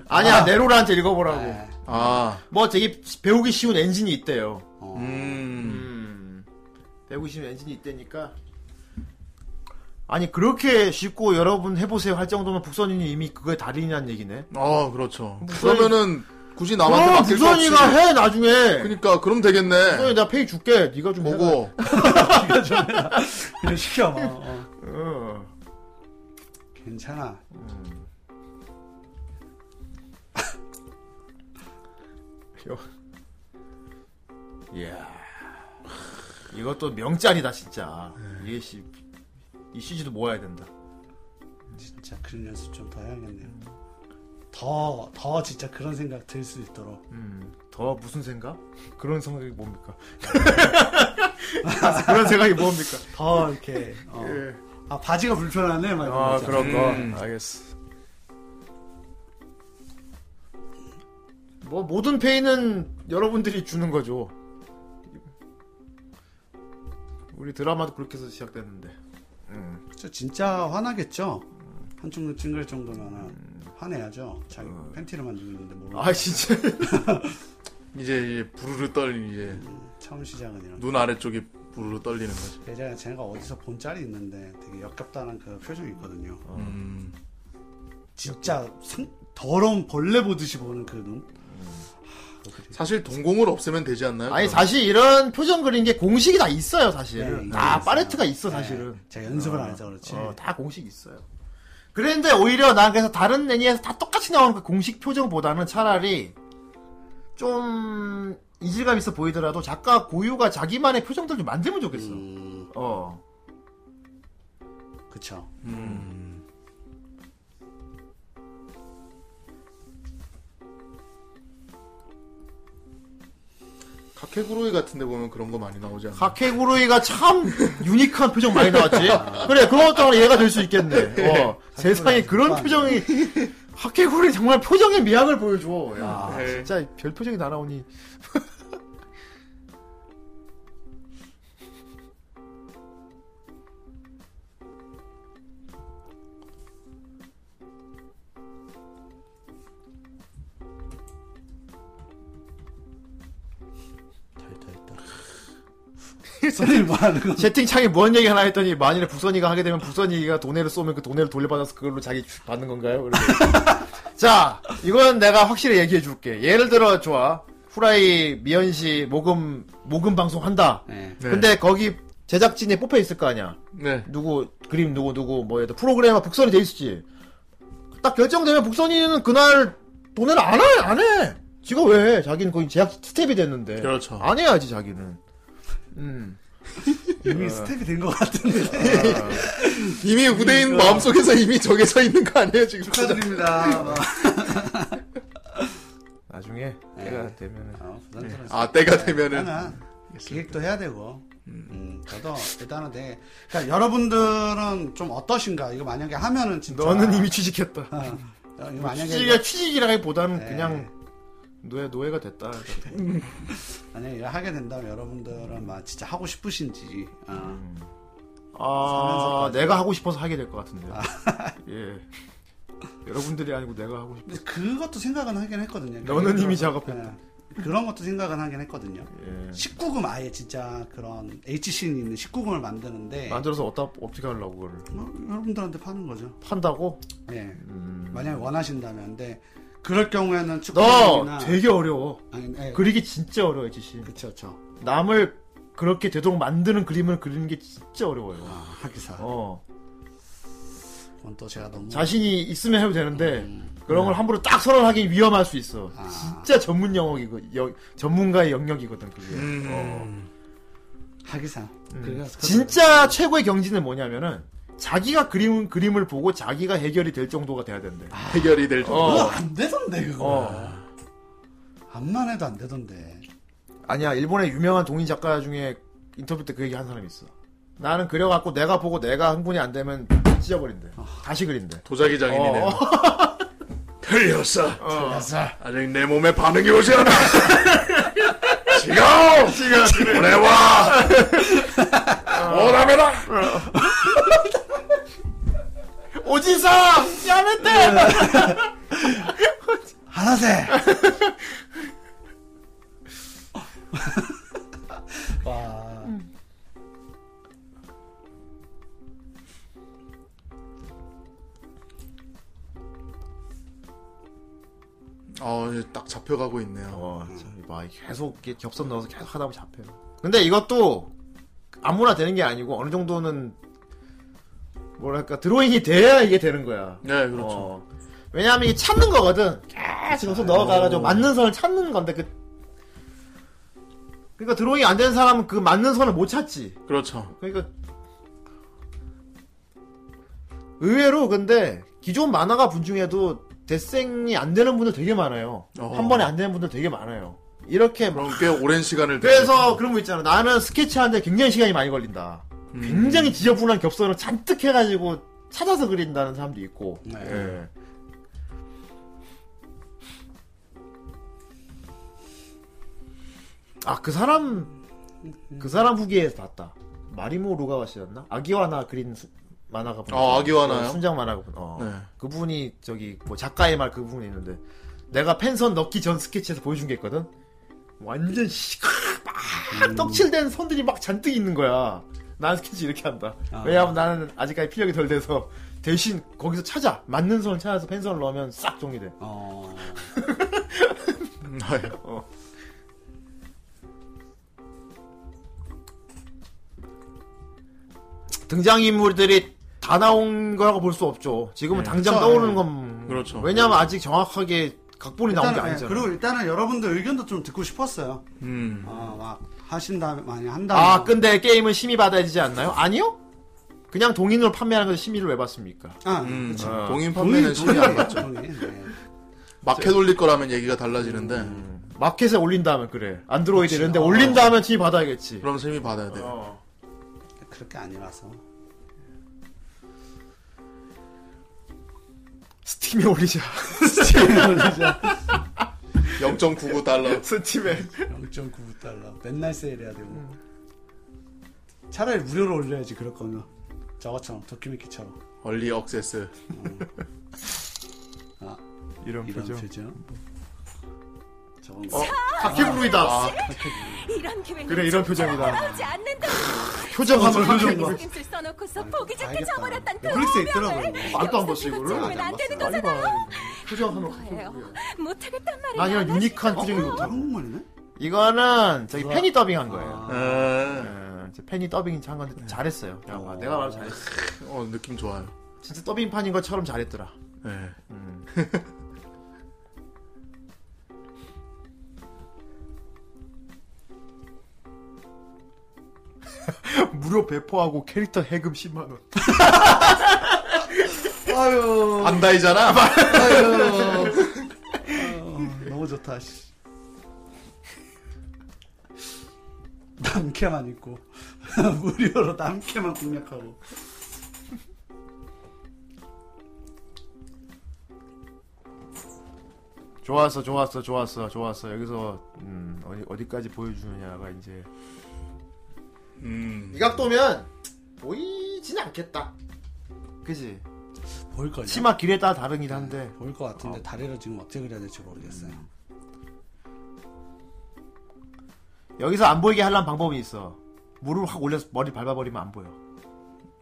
Speaker 1: 아니야 네로라한테 읽어보라고
Speaker 2: 아
Speaker 1: 뭐 되게 배우기 쉬운 엔진이 있대요
Speaker 3: 어. <laughs>
Speaker 1: 음
Speaker 2: 음.
Speaker 1: 배우기 쉬운 엔진이 있다니까 아니 그렇게 쉽고 여러분 해보세요 할 정도면 복선이는 이미 그거의 달인이란 얘기네
Speaker 2: 아 그렇죠.
Speaker 1: 무선이-
Speaker 2: 그러면은 굳이 남한테
Speaker 1: 그럼
Speaker 2: 맡길 거 없이.
Speaker 1: 부선이가 해 나중에
Speaker 2: 그러니까
Speaker 1: 부선이
Speaker 2: 그럼 되겠네.
Speaker 1: 내가 페이 줄게 네가 좀 해라.
Speaker 2: 보고
Speaker 3: 이런 시켜
Speaker 1: <laughs>
Speaker 3: 막 어.
Speaker 1: 어.
Speaker 3: 괜찮아
Speaker 1: 이야 이것도 명짠이다 진짜 이게 씨, 이 CG도 모아야 된다
Speaker 3: 진짜 그런 연습 좀 더 해야겠네요 더, 더 진짜 그런 생각 들 수 있도록
Speaker 1: 음. 더 무슨 생각? 그런 생각이 <laughs> 뭡니까? 그런 생각이 뭡니까?
Speaker 3: 더 이렇게 어.
Speaker 1: 예.
Speaker 3: 아 바지가 불편하네 막 이런 거
Speaker 1: 아
Speaker 3: 있잖아.
Speaker 1: 그런
Speaker 2: 음.
Speaker 1: 거 알겠어 뭐 모든 페이는 여러분들이 주는 거죠 우리 드라마도 그렇게 해서 시작됐는데 음.
Speaker 3: 저 진짜 화나겠죠 한쪽눈 찡글
Speaker 1: 음. 어.
Speaker 3: 뭐 정도면은 화내야죠 자기 팬티를 만들고 있는데 모르고
Speaker 1: 아 진짜
Speaker 2: 이제 이제 부르르 떨리는 이제
Speaker 3: 처음 시작은 이런
Speaker 2: 눈 아래쪽이 부르르 떨리는 거지.
Speaker 3: 예전에 제가 어디서 본 짤이 있는데 되게 역겹다는 그 표정이 있거든요.
Speaker 1: 어.
Speaker 2: 음.
Speaker 3: 진짜 상- 더러운 벌레 보듯이 보는 그 눈.
Speaker 1: 음.
Speaker 2: 사실 동공을 없애면 되지
Speaker 3: 네,
Speaker 2: 않나요?
Speaker 1: 아니 사실 이런 표정 그린 게 공식이 다 있어요 사실.
Speaker 2: 네,
Speaker 1: 다
Speaker 2: 있어요.
Speaker 1: 팔레트가 아, 있어 사실은.
Speaker 3: 아, 제가 네. 연습을 안 해서 그렇지.
Speaker 1: 어, 다 공식 있어요. 그랬는데 오히려 난 그래서 다른 애니에서 다 똑같이 나오는 그 공식 표정보다는 차라리 좀 이질감 있어 보이더라도 작가 고유가 자기만의 표정들 좀 만들면 좋겠어.
Speaker 3: 음.
Speaker 1: 어.
Speaker 3: 그쵸.
Speaker 2: 카케구로이 같은데 보면 그런 거 많이 나오지 않나?
Speaker 1: 카케구루이가 참 유니크한 표정 많이 나왔지. 그래 그것도 하나 얘가 될 수 있겠네. 어, 세상에 그런 표정이 카케구루이 정말 표정의 미학을 보여줘. 야,
Speaker 2: 네.
Speaker 1: 진짜 별 표정이 다 나오니.
Speaker 3: 선생님 뭐 하는 거?
Speaker 1: 채팅창에 뭔 얘기 하나 했더니 만일에 북선이가 하게 되면 북선이가 돈을 쏘면 그 돈을 돌려받아서 그걸로 자기 주- 받는 건가요? <laughs> 그래서. 자, 이건 내가 확실히 얘기해 줄게. 예를 들어 좋아. 후라이 미연 씨 모금 모금 방송 한다.
Speaker 3: 네,
Speaker 1: 근데 거기 제작진이 뽑혀 있을 거 아니야.
Speaker 2: 네.
Speaker 1: 누구 그림 누구 누구 뭐 해도 프로그래머 북선이 돼 있지. 딱 결정되면 북선이는 그날 돈을 안 해, 안 해. 지가 왜 해? 자기는 거의 제작 스텝이 됐는데.
Speaker 2: 그렇죠.
Speaker 1: 안 해야지 자기는. 음. 어.
Speaker 3: 이미 스텝이 된 것 같은데.
Speaker 2: 이미 후대인 마음속에서 이미 정해져 있는 거 아니에요 지금?
Speaker 1: 어.
Speaker 3: 축하드립니다.
Speaker 1: 나중에
Speaker 3: 네.
Speaker 1: 때가 되면은 네.
Speaker 2: 아, 때가 되면은.
Speaker 3: 하나 기획도 해야 되고. 음, 저도 일단은 되게 그러니까 여러분들은 좀 어떠신가? 이거 만약에 하면은 진짜
Speaker 1: 너는 이미 취직했다.
Speaker 3: 어, 이거 만약에
Speaker 1: 취직이라 취직이라기보다는
Speaker 3: 네. 아, 그렇죠.
Speaker 1: 그냥 노예 노예가 됐다.
Speaker 3: 만약에 이거 하게 된다면 여러분들은 막 진짜 하고 싶으신지 어,
Speaker 1: 아
Speaker 3: 살면서까지. 아.
Speaker 1: 내가 하고 싶어서 하게 될 것 같은데요. <laughs> 예. 여러분들이 아니고 내가 하고 싶어.
Speaker 3: 근데 그것도 생각은 하긴 했거든요.
Speaker 1: 너는 이미
Speaker 3: 네, 그래서,
Speaker 1: 작업했다.
Speaker 3: 예, 그런 것도 생각은 하긴 했거든요.
Speaker 1: 예.
Speaker 3: 19금 아예 진짜 그런 HC는 있는 19금을 만드는데
Speaker 1: 만들어서 어디다 어떻게 하려고 그걸
Speaker 3: 뭐, 여러분들한테 파는 거죠.
Speaker 1: 판다고?
Speaker 3: 예. 만약에 원하신다면. 근데 그럴 경우에는
Speaker 1: 음. 너
Speaker 3: 축구나
Speaker 1: 되게 어려워.
Speaker 3: 아니, 예.
Speaker 1: 그리기 진짜 어려워 지시.
Speaker 3: 그쵸, 그쵸.
Speaker 1: 남을 그렇게 되도록 만드는 그림을 그리는 게 진짜 어려워요.
Speaker 3: 아, 하기사.
Speaker 1: 어.
Speaker 3: 그건 또 제가 너무
Speaker 1: 자신이 있으면 해도 되는데 그런 걸 함부로 딱 선언하기 위험할 수 있어.
Speaker 3: 아.
Speaker 1: 진짜 전문 영역이고 여- 전문가의 영역이거든 그게.
Speaker 3: 하기사.
Speaker 1: 음.
Speaker 3: 음, 그래서
Speaker 1: 진짜 최고의 경지는 뭐냐면은 자기가 그림 그림을 보고 자기가 해결이 될 정도가 돼야 된대.
Speaker 3: 아.
Speaker 2: 해결이 될 정도.
Speaker 1: 어.
Speaker 3: 안 되던데 그거.
Speaker 1: 어.
Speaker 3: 암만 해도 안 되던데.
Speaker 1: 아니야 일본의 유명한 동인 작가 중에 인터뷰 때 그 얘기 한 사람이 있어. 나는 그려갖고 내가 보고 내가 흥분이 안 되면 찢어버린대.
Speaker 2: 아.
Speaker 1: 다시 그린대.
Speaker 2: 도자기 장인이네요.
Speaker 1: 어. <laughs>
Speaker 2: 틀렸어. 아직 내 몸에 반응이 오지 않아. 지금
Speaker 1: 지금
Speaker 2: 보내와. 오라메라.
Speaker 1: 오지사
Speaker 2: 네.
Speaker 1: 야메떼
Speaker 3: 하나세. 와.
Speaker 2: 어, 이제 딱 잡혀가고 있네요.
Speaker 1: <laughs> 어, 참, 막 계속 이렇게 겹선 넣어서 계속 하다 보면 잡혀요. 근데 이것도 아무나 되는 게 아니고 어느 정도는 뭐랄까 드로잉이 돼야 이게 되는 거야.
Speaker 2: 네, 그렇죠.
Speaker 1: 어. 왜냐하면 이게 찾는 거거든. 계속 계속 넣어가가지고 맞는 선을 찾는 건데 그 그러니까 드로잉이 안 되는 사람은 그 맞는 선을 못 찾지.
Speaker 2: 그렇죠.
Speaker 1: 그러니까 의외로 근데 기존 만화가 분중해도 대생이 안 되는 분들 되게 많아요.
Speaker 2: 어.
Speaker 1: 한 번에 안 되는 분들 되게 많아요. 이렇게 막-
Speaker 2: 그럼 꽤 오랜 시간을
Speaker 1: 그래서 그런 거 있잖아. 나는 스케치하는데 굉장히 시간이 많이 걸린다.
Speaker 2: 음,
Speaker 1: 음. 굉장히 지저분한 겹선을 잔뜩 해가지고 찾아서 그린다는 사람도 있고.
Speaker 2: 네.
Speaker 1: 예. 아, 그 사람, 그 사람 후기에서 봤다. 마리모 로가와 씨였나? 아기와나 그린 수- 만화가 보니까.
Speaker 2: 아, 아기와나요?
Speaker 1: 어, 순장 만화가 보 어.
Speaker 2: 네.
Speaker 1: 그분이 저기, 뭐 작가의 말 그 부분이 있는데. 내가 펜선 넣기 전 스케치에서 보여준 게 있거든? 완전 시크막 떡칠된 선들이 막 잔뜩 있는 거야. 나는 스케치 이렇게 한다. 왜냐하면 나는 아직까지 피력이 덜 돼서 대신 거기서 찾아 맞는 선을 찾아서 펜선을 넣으면 싹 정리돼.
Speaker 3: 어.
Speaker 1: <laughs> 어. 등장인물들이 다 나온 거라고 볼 수 없죠. 지금은
Speaker 2: 네.
Speaker 1: 당장
Speaker 2: 그렇죠.
Speaker 1: 떠오르는
Speaker 2: 네.
Speaker 1: 건
Speaker 2: 그렇죠.
Speaker 1: 왜냐하면 아직 정확하게 각본이 나온 게
Speaker 3: 일단은, 예,
Speaker 1: 아니잖아요.
Speaker 3: 그리고 일단은 여러분들 의견도 좀 듣고 싶었어요.
Speaker 2: 음.
Speaker 3: 어, 막 하신 다음에 많이 한 다음에.
Speaker 1: 아, 근데 게임은 심의 받아야 되지 않나요? 아니요? 그냥 동인으로 판매하는 건데 심의를 왜 받습니까?
Speaker 3: 아,
Speaker 2: 음,
Speaker 3: 그치.
Speaker 2: 동인 판매는 심의
Speaker 1: <laughs>
Speaker 2: 안 받죠.
Speaker 3: 동인, 네.
Speaker 2: 마켓 올릴 거라면 얘기가 달라지는데
Speaker 1: 마켓에 올린다면 그래. 안드로이드 이런데 올린다면 심의 받아야겠지.
Speaker 2: 그럼 심의 받아야 돼요.
Speaker 3: 그렇게 아니라서.
Speaker 1: 스팀에 올리자. <laughs> 스팀에 올리자.
Speaker 2: 0.99달러.
Speaker 1: 스팀에.
Speaker 3: 0.99달러. 맨날 세일해야 되고.
Speaker 11: 음.
Speaker 3: 차라리 무료로 올려야지, 그럴 거면. 저것처럼, 도큐멘터처럼.
Speaker 2: 얼리 억세스.
Speaker 3: 아,
Speaker 1: 이런,
Speaker 3: 표정. 저건 뭐.
Speaker 1: 어, 바퀴브루이다.
Speaker 3: 아,
Speaker 11: 이런 기회는
Speaker 1: 그래,
Speaker 11: 절대로
Speaker 1: 이런 표정이다.
Speaker 11: 돌아오지 않는다.
Speaker 1: 표정 한번
Speaker 11: 저런
Speaker 1: 표정 봐.
Speaker 11: 속임수를 써놓고서 보기 좋게
Speaker 1: 알겠다.
Speaker 11: 저버렸던 그
Speaker 1: 넷플릭스에 있더라고.
Speaker 11: 운명을
Speaker 1: 안도 안
Speaker 11: 여기서
Speaker 1: 봤어,
Speaker 11: 그거
Speaker 1: 이거를?
Speaker 11: 찍으면
Speaker 1: 아,
Speaker 11: 안 되는
Speaker 1: 많이
Speaker 11: 거잖아요.
Speaker 1: 표정 한번
Speaker 11: 뭐예요? 못하겠단
Speaker 1: 나
Speaker 11: 말이야.
Speaker 1: 그냥 유니크한 표정이
Speaker 3: 다
Speaker 1: 좋다.
Speaker 3: 아, 한국말이네?
Speaker 1: 이거는 아. 저기 팬이 더빙한 거예요.
Speaker 2: 네.
Speaker 1: 예, 이제 팬이 더빙 한 건데 잘했어요. 내가 봐- 내가 말로 아, 잘했어.
Speaker 2: 어 느낌 좋아요.
Speaker 1: 진짜 더빙판인 것처럼 잘했더라.
Speaker 2: 네.
Speaker 1: 음. 무료 배포하고 캐릭터 해금 10만 <laughs> 원.
Speaker 3: 아유.
Speaker 2: 안다이잖아.
Speaker 3: 아유. 아유, 너무 좋다, 씨. 남캐만 있고. <laughs> 무료로 남캐만 공략하고.
Speaker 1: <laughs> 좋았어, 좋았어, 좋았어, 좋았어. 여기서 음, 어디 어디까지 보여주느냐가 이제
Speaker 2: 음.
Speaker 1: 이 각도면 보이진 않겠다. 그지?
Speaker 3: 보일걸요?
Speaker 1: 치마 길에 따라 다르긴 한데
Speaker 3: 보일 것 같은데 다리를 지금 어떻게 음. 그려야 될지 모르겠어요.
Speaker 1: 여기서 안 보이게 하려면 방법이 있어. 무릎 확 올려서 머리 밟아버리면 안 보여.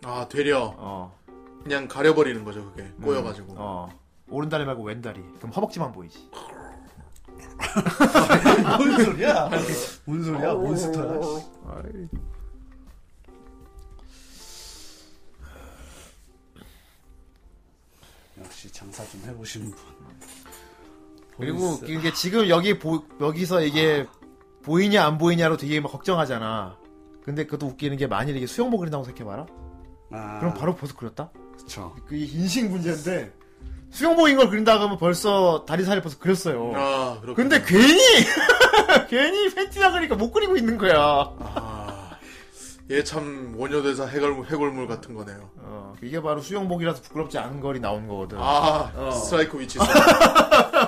Speaker 2: 아 되려
Speaker 1: 어,
Speaker 2: 그냥 가려버리는 거죠 그게 꼬여가지고.
Speaker 1: 어. 오른다리 말고 왼다리. 그럼 허벅지만 보이지.
Speaker 3: 뭔 소리야? 뭔 소리야? 몬스터야? 씨. 역시 장사 좀 해보시는 분.
Speaker 1: 그리고
Speaker 3: 보이스.
Speaker 1: 이게 지금 여기 보, 여기서 이게 보이냐 안 보이냐로 되게 막 걱정하잖아. 근데 그것도 웃기는 게 만일 이게 수영복 그린다고 생각해봐라.
Speaker 3: 아,
Speaker 1: 그럼 바로 벗어 그렸다.
Speaker 3: 그쵸.
Speaker 1: 그게 인식 문제인데 수영복인 걸 그린다 그러면 벌써 다리살이 벌써 그렸어요.
Speaker 2: 아 그렇군.
Speaker 1: 근데 괜히 <laughs> 괜히 팬티나 그니까 못 그리고 있는 거야.
Speaker 2: 아. 얘참 원효대사 해골 해골물 같은 거네요.
Speaker 1: 어, 이게 바로 수영복이라서 부끄럽지 않은 걸이 나온 거거든.
Speaker 2: 아
Speaker 1: 어. <laughs>
Speaker 2: 스트라이크 위치.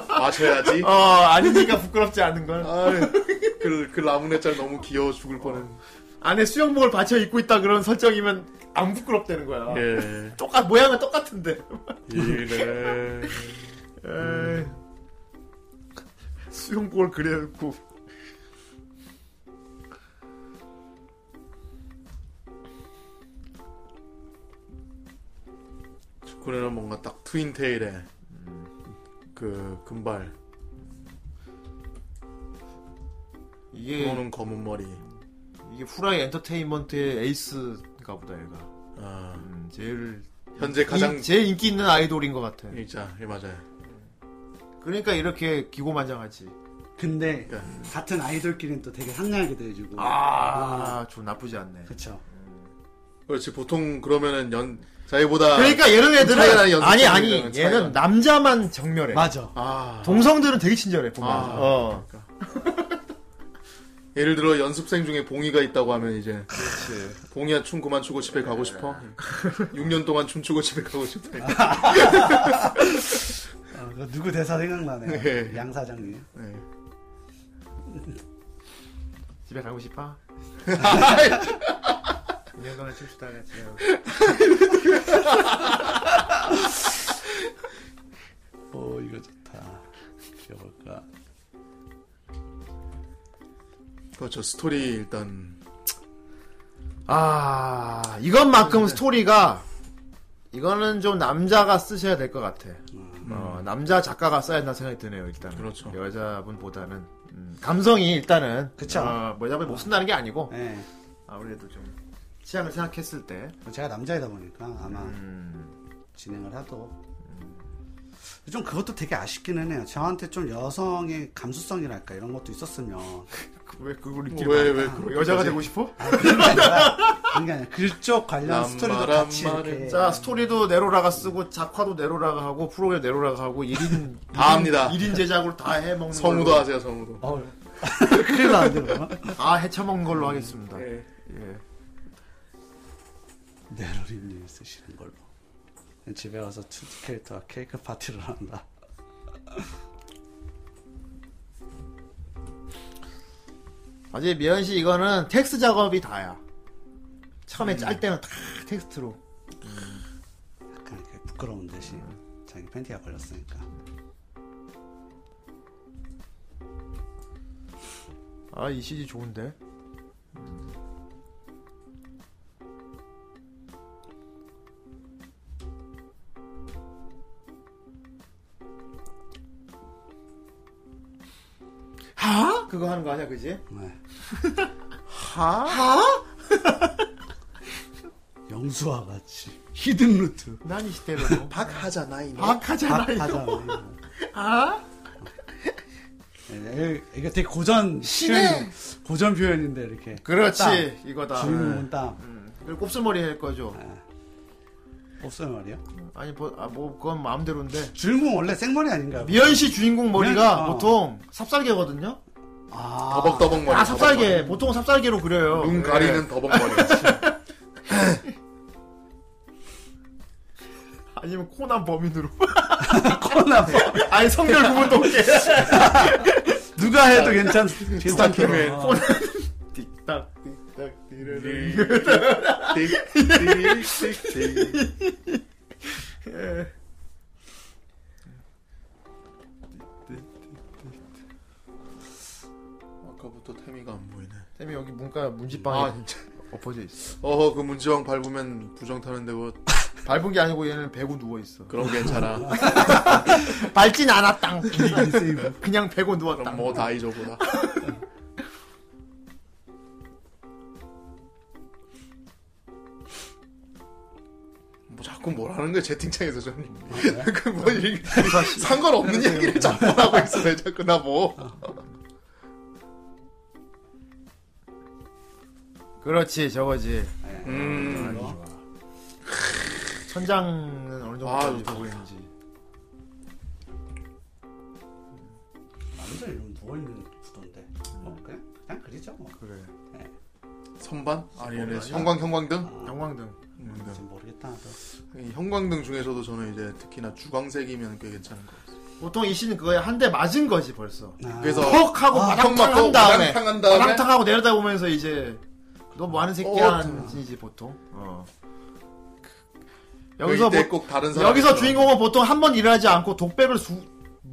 Speaker 2: 맞춰야지.
Speaker 1: 어, 아니니까 부끄럽지 않은 걸.
Speaker 2: 아이, 그, 그 라문의 짤 너무 귀여워 죽을 뻔했네.
Speaker 1: 안에 수영복을 받쳐 입고 있다 그런 설정이면 안 부끄럽다는 거야.
Speaker 2: 예.
Speaker 1: 똑같 모양은 똑같은데.
Speaker 2: 이래.
Speaker 1: 에이. 수영복을 그려놓고
Speaker 2: 축구는 뭔가 딱 트윈테일에 그 금발,
Speaker 1: 이게
Speaker 2: 그거는 검은 머리.
Speaker 1: 이게 후라이 엔터테인먼트의 에이스인가 보다 얘가.
Speaker 2: 아,
Speaker 1: 음, 제일
Speaker 2: 현재 가장
Speaker 1: 이- 제일 인기 있는 아이돌인 것 같아.
Speaker 2: 진짜 예, 맞아요.
Speaker 1: 그러니까 이렇게 기고만장하지.
Speaker 3: 근데 같은 아이돌끼리는 또 되게 상냥하게도 해주고.
Speaker 1: 아, 좀 나쁘지 않네.
Speaker 3: 그쵸.
Speaker 2: 그렇지 보통 그러면은 연 자기보다
Speaker 1: 그러니까 이런
Speaker 2: 차이가 나는
Speaker 1: 애들은
Speaker 2: 연습생이랑
Speaker 1: 아니 아니
Speaker 2: 차이가
Speaker 1: 얘는
Speaker 2: 나는.
Speaker 1: 남자만 정멸해.
Speaker 3: 맞아.
Speaker 2: 아,
Speaker 1: 동성들은 되게 친절해 보면.
Speaker 2: 아.
Speaker 1: 어.
Speaker 2: <laughs> 예를 들어 연습생 중에 봉이가 있다고 하면 이제
Speaker 1: 그렇지.
Speaker 2: 봉이야 춤 그만 추고 집에 가고 싶어. 6년 동안 춤추고 집에 가고 싶다.
Speaker 3: 아, 그거 누구 대사 생각나네요.
Speaker 2: 네.
Speaker 3: 양 사장님.
Speaker 2: 네.
Speaker 1: 집에 가고 <laughs>
Speaker 2: <laughs>
Speaker 1: 싶어? 인년 동안 춤추다가 집에 가고
Speaker 3: 오, 이거 좋다. 그려볼까?
Speaker 2: 그렇죠. 스토리 일단
Speaker 1: 아 이것만큼 스토리가 이거는 좀 남자가 쓰셔야 될 것 같아. 어, 남자 작가가 써야 된다 생각이 드네요. 일단 그렇죠. 여자분보다는 음, 감성이 일단은
Speaker 3: 그쵸.
Speaker 1: 어, 뭐 여자분 못 쓴다는 게 아니고
Speaker 3: 예.
Speaker 1: 아무래도 좀 취향을 생각했을 때
Speaker 3: 제가 남자이다 보니까 아마 진행을 하도 좀 그것도 되게 아쉽기는 해요. 저한테 좀 여성의 감수성이랄까 이런 것도 있었으면
Speaker 1: 왜 그걸 뭐
Speaker 2: 입지? 왜, 왜 그걸
Speaker 1: 여자가
Speaker 2: 입지?
Speaker 1: 되고 싶어?
Speaker 3: 아니, 그런 게 아니라 그런 게 아니라 그쪽 관련 스토리도 같이 이렇게
Speaker 2: 네.
Speaker 1: 자 스토리도 네로라가 쓰고 작화도 네로라가 하고 프로그램 네로라가 하고 1인
Speaker 2: <laughs> 다 합니다.
Speaker 1: 1인 제작으로 다 해먹는
Speaker 2: 성우도
Speaker 1: 걸로.
Speaker 2: 하세요, 성우도.
Speaker 3: 어, 큰일 나는데
Speaker 1: 다 해쳐먹는 걸로 하겠습니다. 예.
Speaker 3: 네로리님 쓰시는 걸로 집에 와서 투 캐릭터와 케이크 파티를 한다.
Speaker 1: 아직 미연 씨 이거는 텍스트 작업이 다야. 처음에 짤 때는 다 텍스트로.
Speaker 3: 약간 이렇게 부끄러운 듯이 자기 팬티가 걸렸으니까
Speaker 1: 아 이 CG 좋은데. 하? 그거 하는 거 아니야, 그지?
Speaker 3: 네.
Speaker 1: 하? 하?
Speaker 3: 영수와 같이 히든 루트
Speaker 1: 난 이 <laughs> 시대로
Speaker 2: 박하자 나이.
Speaker 1: 박하잖아, 이거.
Speaker 3: 박하잖아.
Speaker 1: 아?
Speaker 3: 예, 이게 되게 고전
Speaker 1: 신의!
Speaker 3: 표현이- 고전 표현인데 이렇게
Speaker 1: 그렇지,
Speaker 3: 땀.
Speaker 1: 이거다.
Speaker 3: 주인공은 땀
Speaker 1: 그리고 곱슬머리 할 거죠.
Speaker 3: 없어요 말이야
Speaker 1: 아니, 뭐, 아, 뭐, 그건 마음대로인데.
Speaker 3: 주인공 원래 생머리 아닌가요?
Speaker 1: 미연 씨 주인공 머리가
Speaker 3: 그냥, 어.
Speaker 1: 보통 삽살개거든요?
Speaker 3: 아,
Speaker 2: 더벅더벅 머리.
Speaker 1: 아, 삽살개. 보통 삽살개로 그려요. 네.
Speaker 2: 눈 가리는 더벅머리.
Speaker 1: 아니면 코난 범인으로. <laughs>
Speaker 3: 코나
Speaker 1: 아니, 성별 구분 동계.
Speaker 3: <laughs> 누가 해도 괜찮 아. 비슷한
Speaker 2: 스타킹맨.
Speaker 3: 표현
Speaker 1: 코난. 틱딱, 틱딱, 띠르르. 예.
Speaker 2: <laughs> 아까부터 태미가 안 보이네.
Speaker 1: <laughs> 쌤이 여기 문과 문지방에
Speaker 2: 아, 진짜.
Speaker 1: 엎어져 있어.
Speaker 2: 어허, 그 문지방 밟으면 부정 타는데 뭐
Speaker 1: 밟은 게 아니고 얘는 배고 누워 있어.
Speaker 2: 그럼 괜찮아.
Speaker 1: <laughs> 밟진 않았당. 그냥 배고 누웠당.
Speaker 2: 그럼 뭐 다이저구나. 뭐 자꾸 뭐라는 거야 채팅창에서 저님.
Speaker 1: 아,
Speaker 2: 그뭐 상관없는
Speaker 1: 네.
Speaker 2: 얘기를 자꾸 하고 있어 왜 자꾸 나 뭐.
Speaker 1: 그렇지, 저거지. 아,
Speaker 2: 음.
Speaker 1: 천장은 어느 정도까지
Speaker 2: 아,
Speaker 1: 보고 있는지.
Speaker 3: 남자 이름 누워있는 구도인데 뭐 그냥, 그냥 그리죠 뭐
Speaker 1: 그래.
Speaker 2: 선반?
Speaker 1: 아니네.
Speaker 2: 형광 형광등?
Speaker 1: 형광등.
Speaker 2: 형광등.
Speaker 3: 지금 모르겠다 나도.
Speaker 2: 이 형광등 중에서도 저는 이제 특히나 주광색이면 꽤 괜찮은 거. 같아요.
Speaker 1: 보통 이 씨는 그거에 한 대 맞은 거지 벌써.
Speaker 2: 그래서
Speaker 1: 턱 하고
Speaker 2: 아,
Speaker 1: 바닥탕
Speaker 2: 턱 맞고
Speaker 1: 한 다음에
Speaker 2: 바닥탕 한 다음에
Speaker 1: 바닥탕 하고 내려다 보면서 이제 너 뭐 하는 새끼야
Speaker 2: 어,
Speaker 1: 하는 이제 보통. 어.
Speaker 2: 여기서
Speaker 1: 여기서
Speaker 2: 뭐,
Speaker 1: 뭐-
Speaker 2: 꼭 다른 사람
Speaker 1: 여기서 주인공은 보통 한 번 일하지 않고 독백을 수-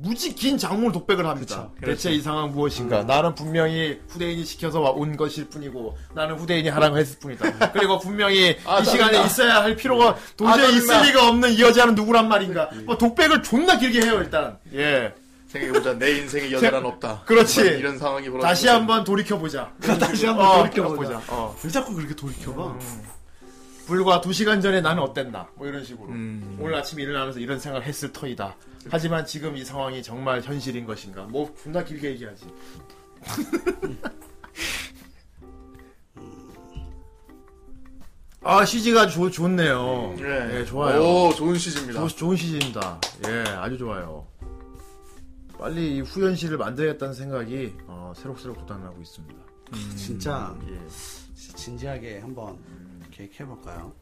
Speaker 1: 무지 긴 장문을 독백을 합니다. 대체 이 상황 무엇인가? 그러니까 나는 분명히 후대인이 시켜서 와- 온 것일 뿐이고 나는 후대인이 하라고 했을 뿐이다. <laughs> 그리고 분명히
Speaker 2: 아,
Speaker 1: 이 시간에
Speaker 2: 짜증나.
Speaker 1: 있어야 할 필요가 도저히
Speaker 2: 아,
Speaker 1: 있을
Speaker 2: 짜증나.
Speaker 1: 리가 없는 이 여자는 누구란 말인가? 뭐 독백을 존나 길게 해요 일단. 예.
Speaker 2: 생각해보자
Speaker 1: <laughs>
Speaker 2: 내 인생에 여자란 없다. 뭐
Speaker 1: 그렇지.
Speaker 2: 이런, 이런 상황이 벌어.
Speaker 1: 다시 한번 돌이켜 보자.
Speaker 3: <laughs> 다시 한번 돌이켜보자. 음.
Speaker 1: 보자. 어.
Speaker 3: 왜 자꾸 그렇게 돌이켜봐
Speaker 1: 불과 두 시간 전에 나는 어땠나? 뭐 이런 식으로.
Speaker 2: 음.
Speaker 1: 오늘 아침에 일어나면서 이런 생각을 했을 터이다. 하지만 지금 이 상황이 정말 현실인 것인가? 뭐 존나 길게
Speaker 3: <laughs>
Speaker 1: 얘기하지. 아 CG가 좋 좋네요.
Speaker 3: 음.
Speaker 1: 예, 좋아요.
Speaker 2: 오 좋은 시즌입니다.
Speaker 3: 네.
Speaker 1: 좋, 좋은 CG입니다. 예, 아주 좋아요. 빨리 이 후연시를 만들겠다는 생각이 어, 새록새록 돋아나고 있습니다.
Speaker 3: 진짜
Speaker 1: 예.
Speaker 3: 진짜 진지하게 한번 계획해볼까요?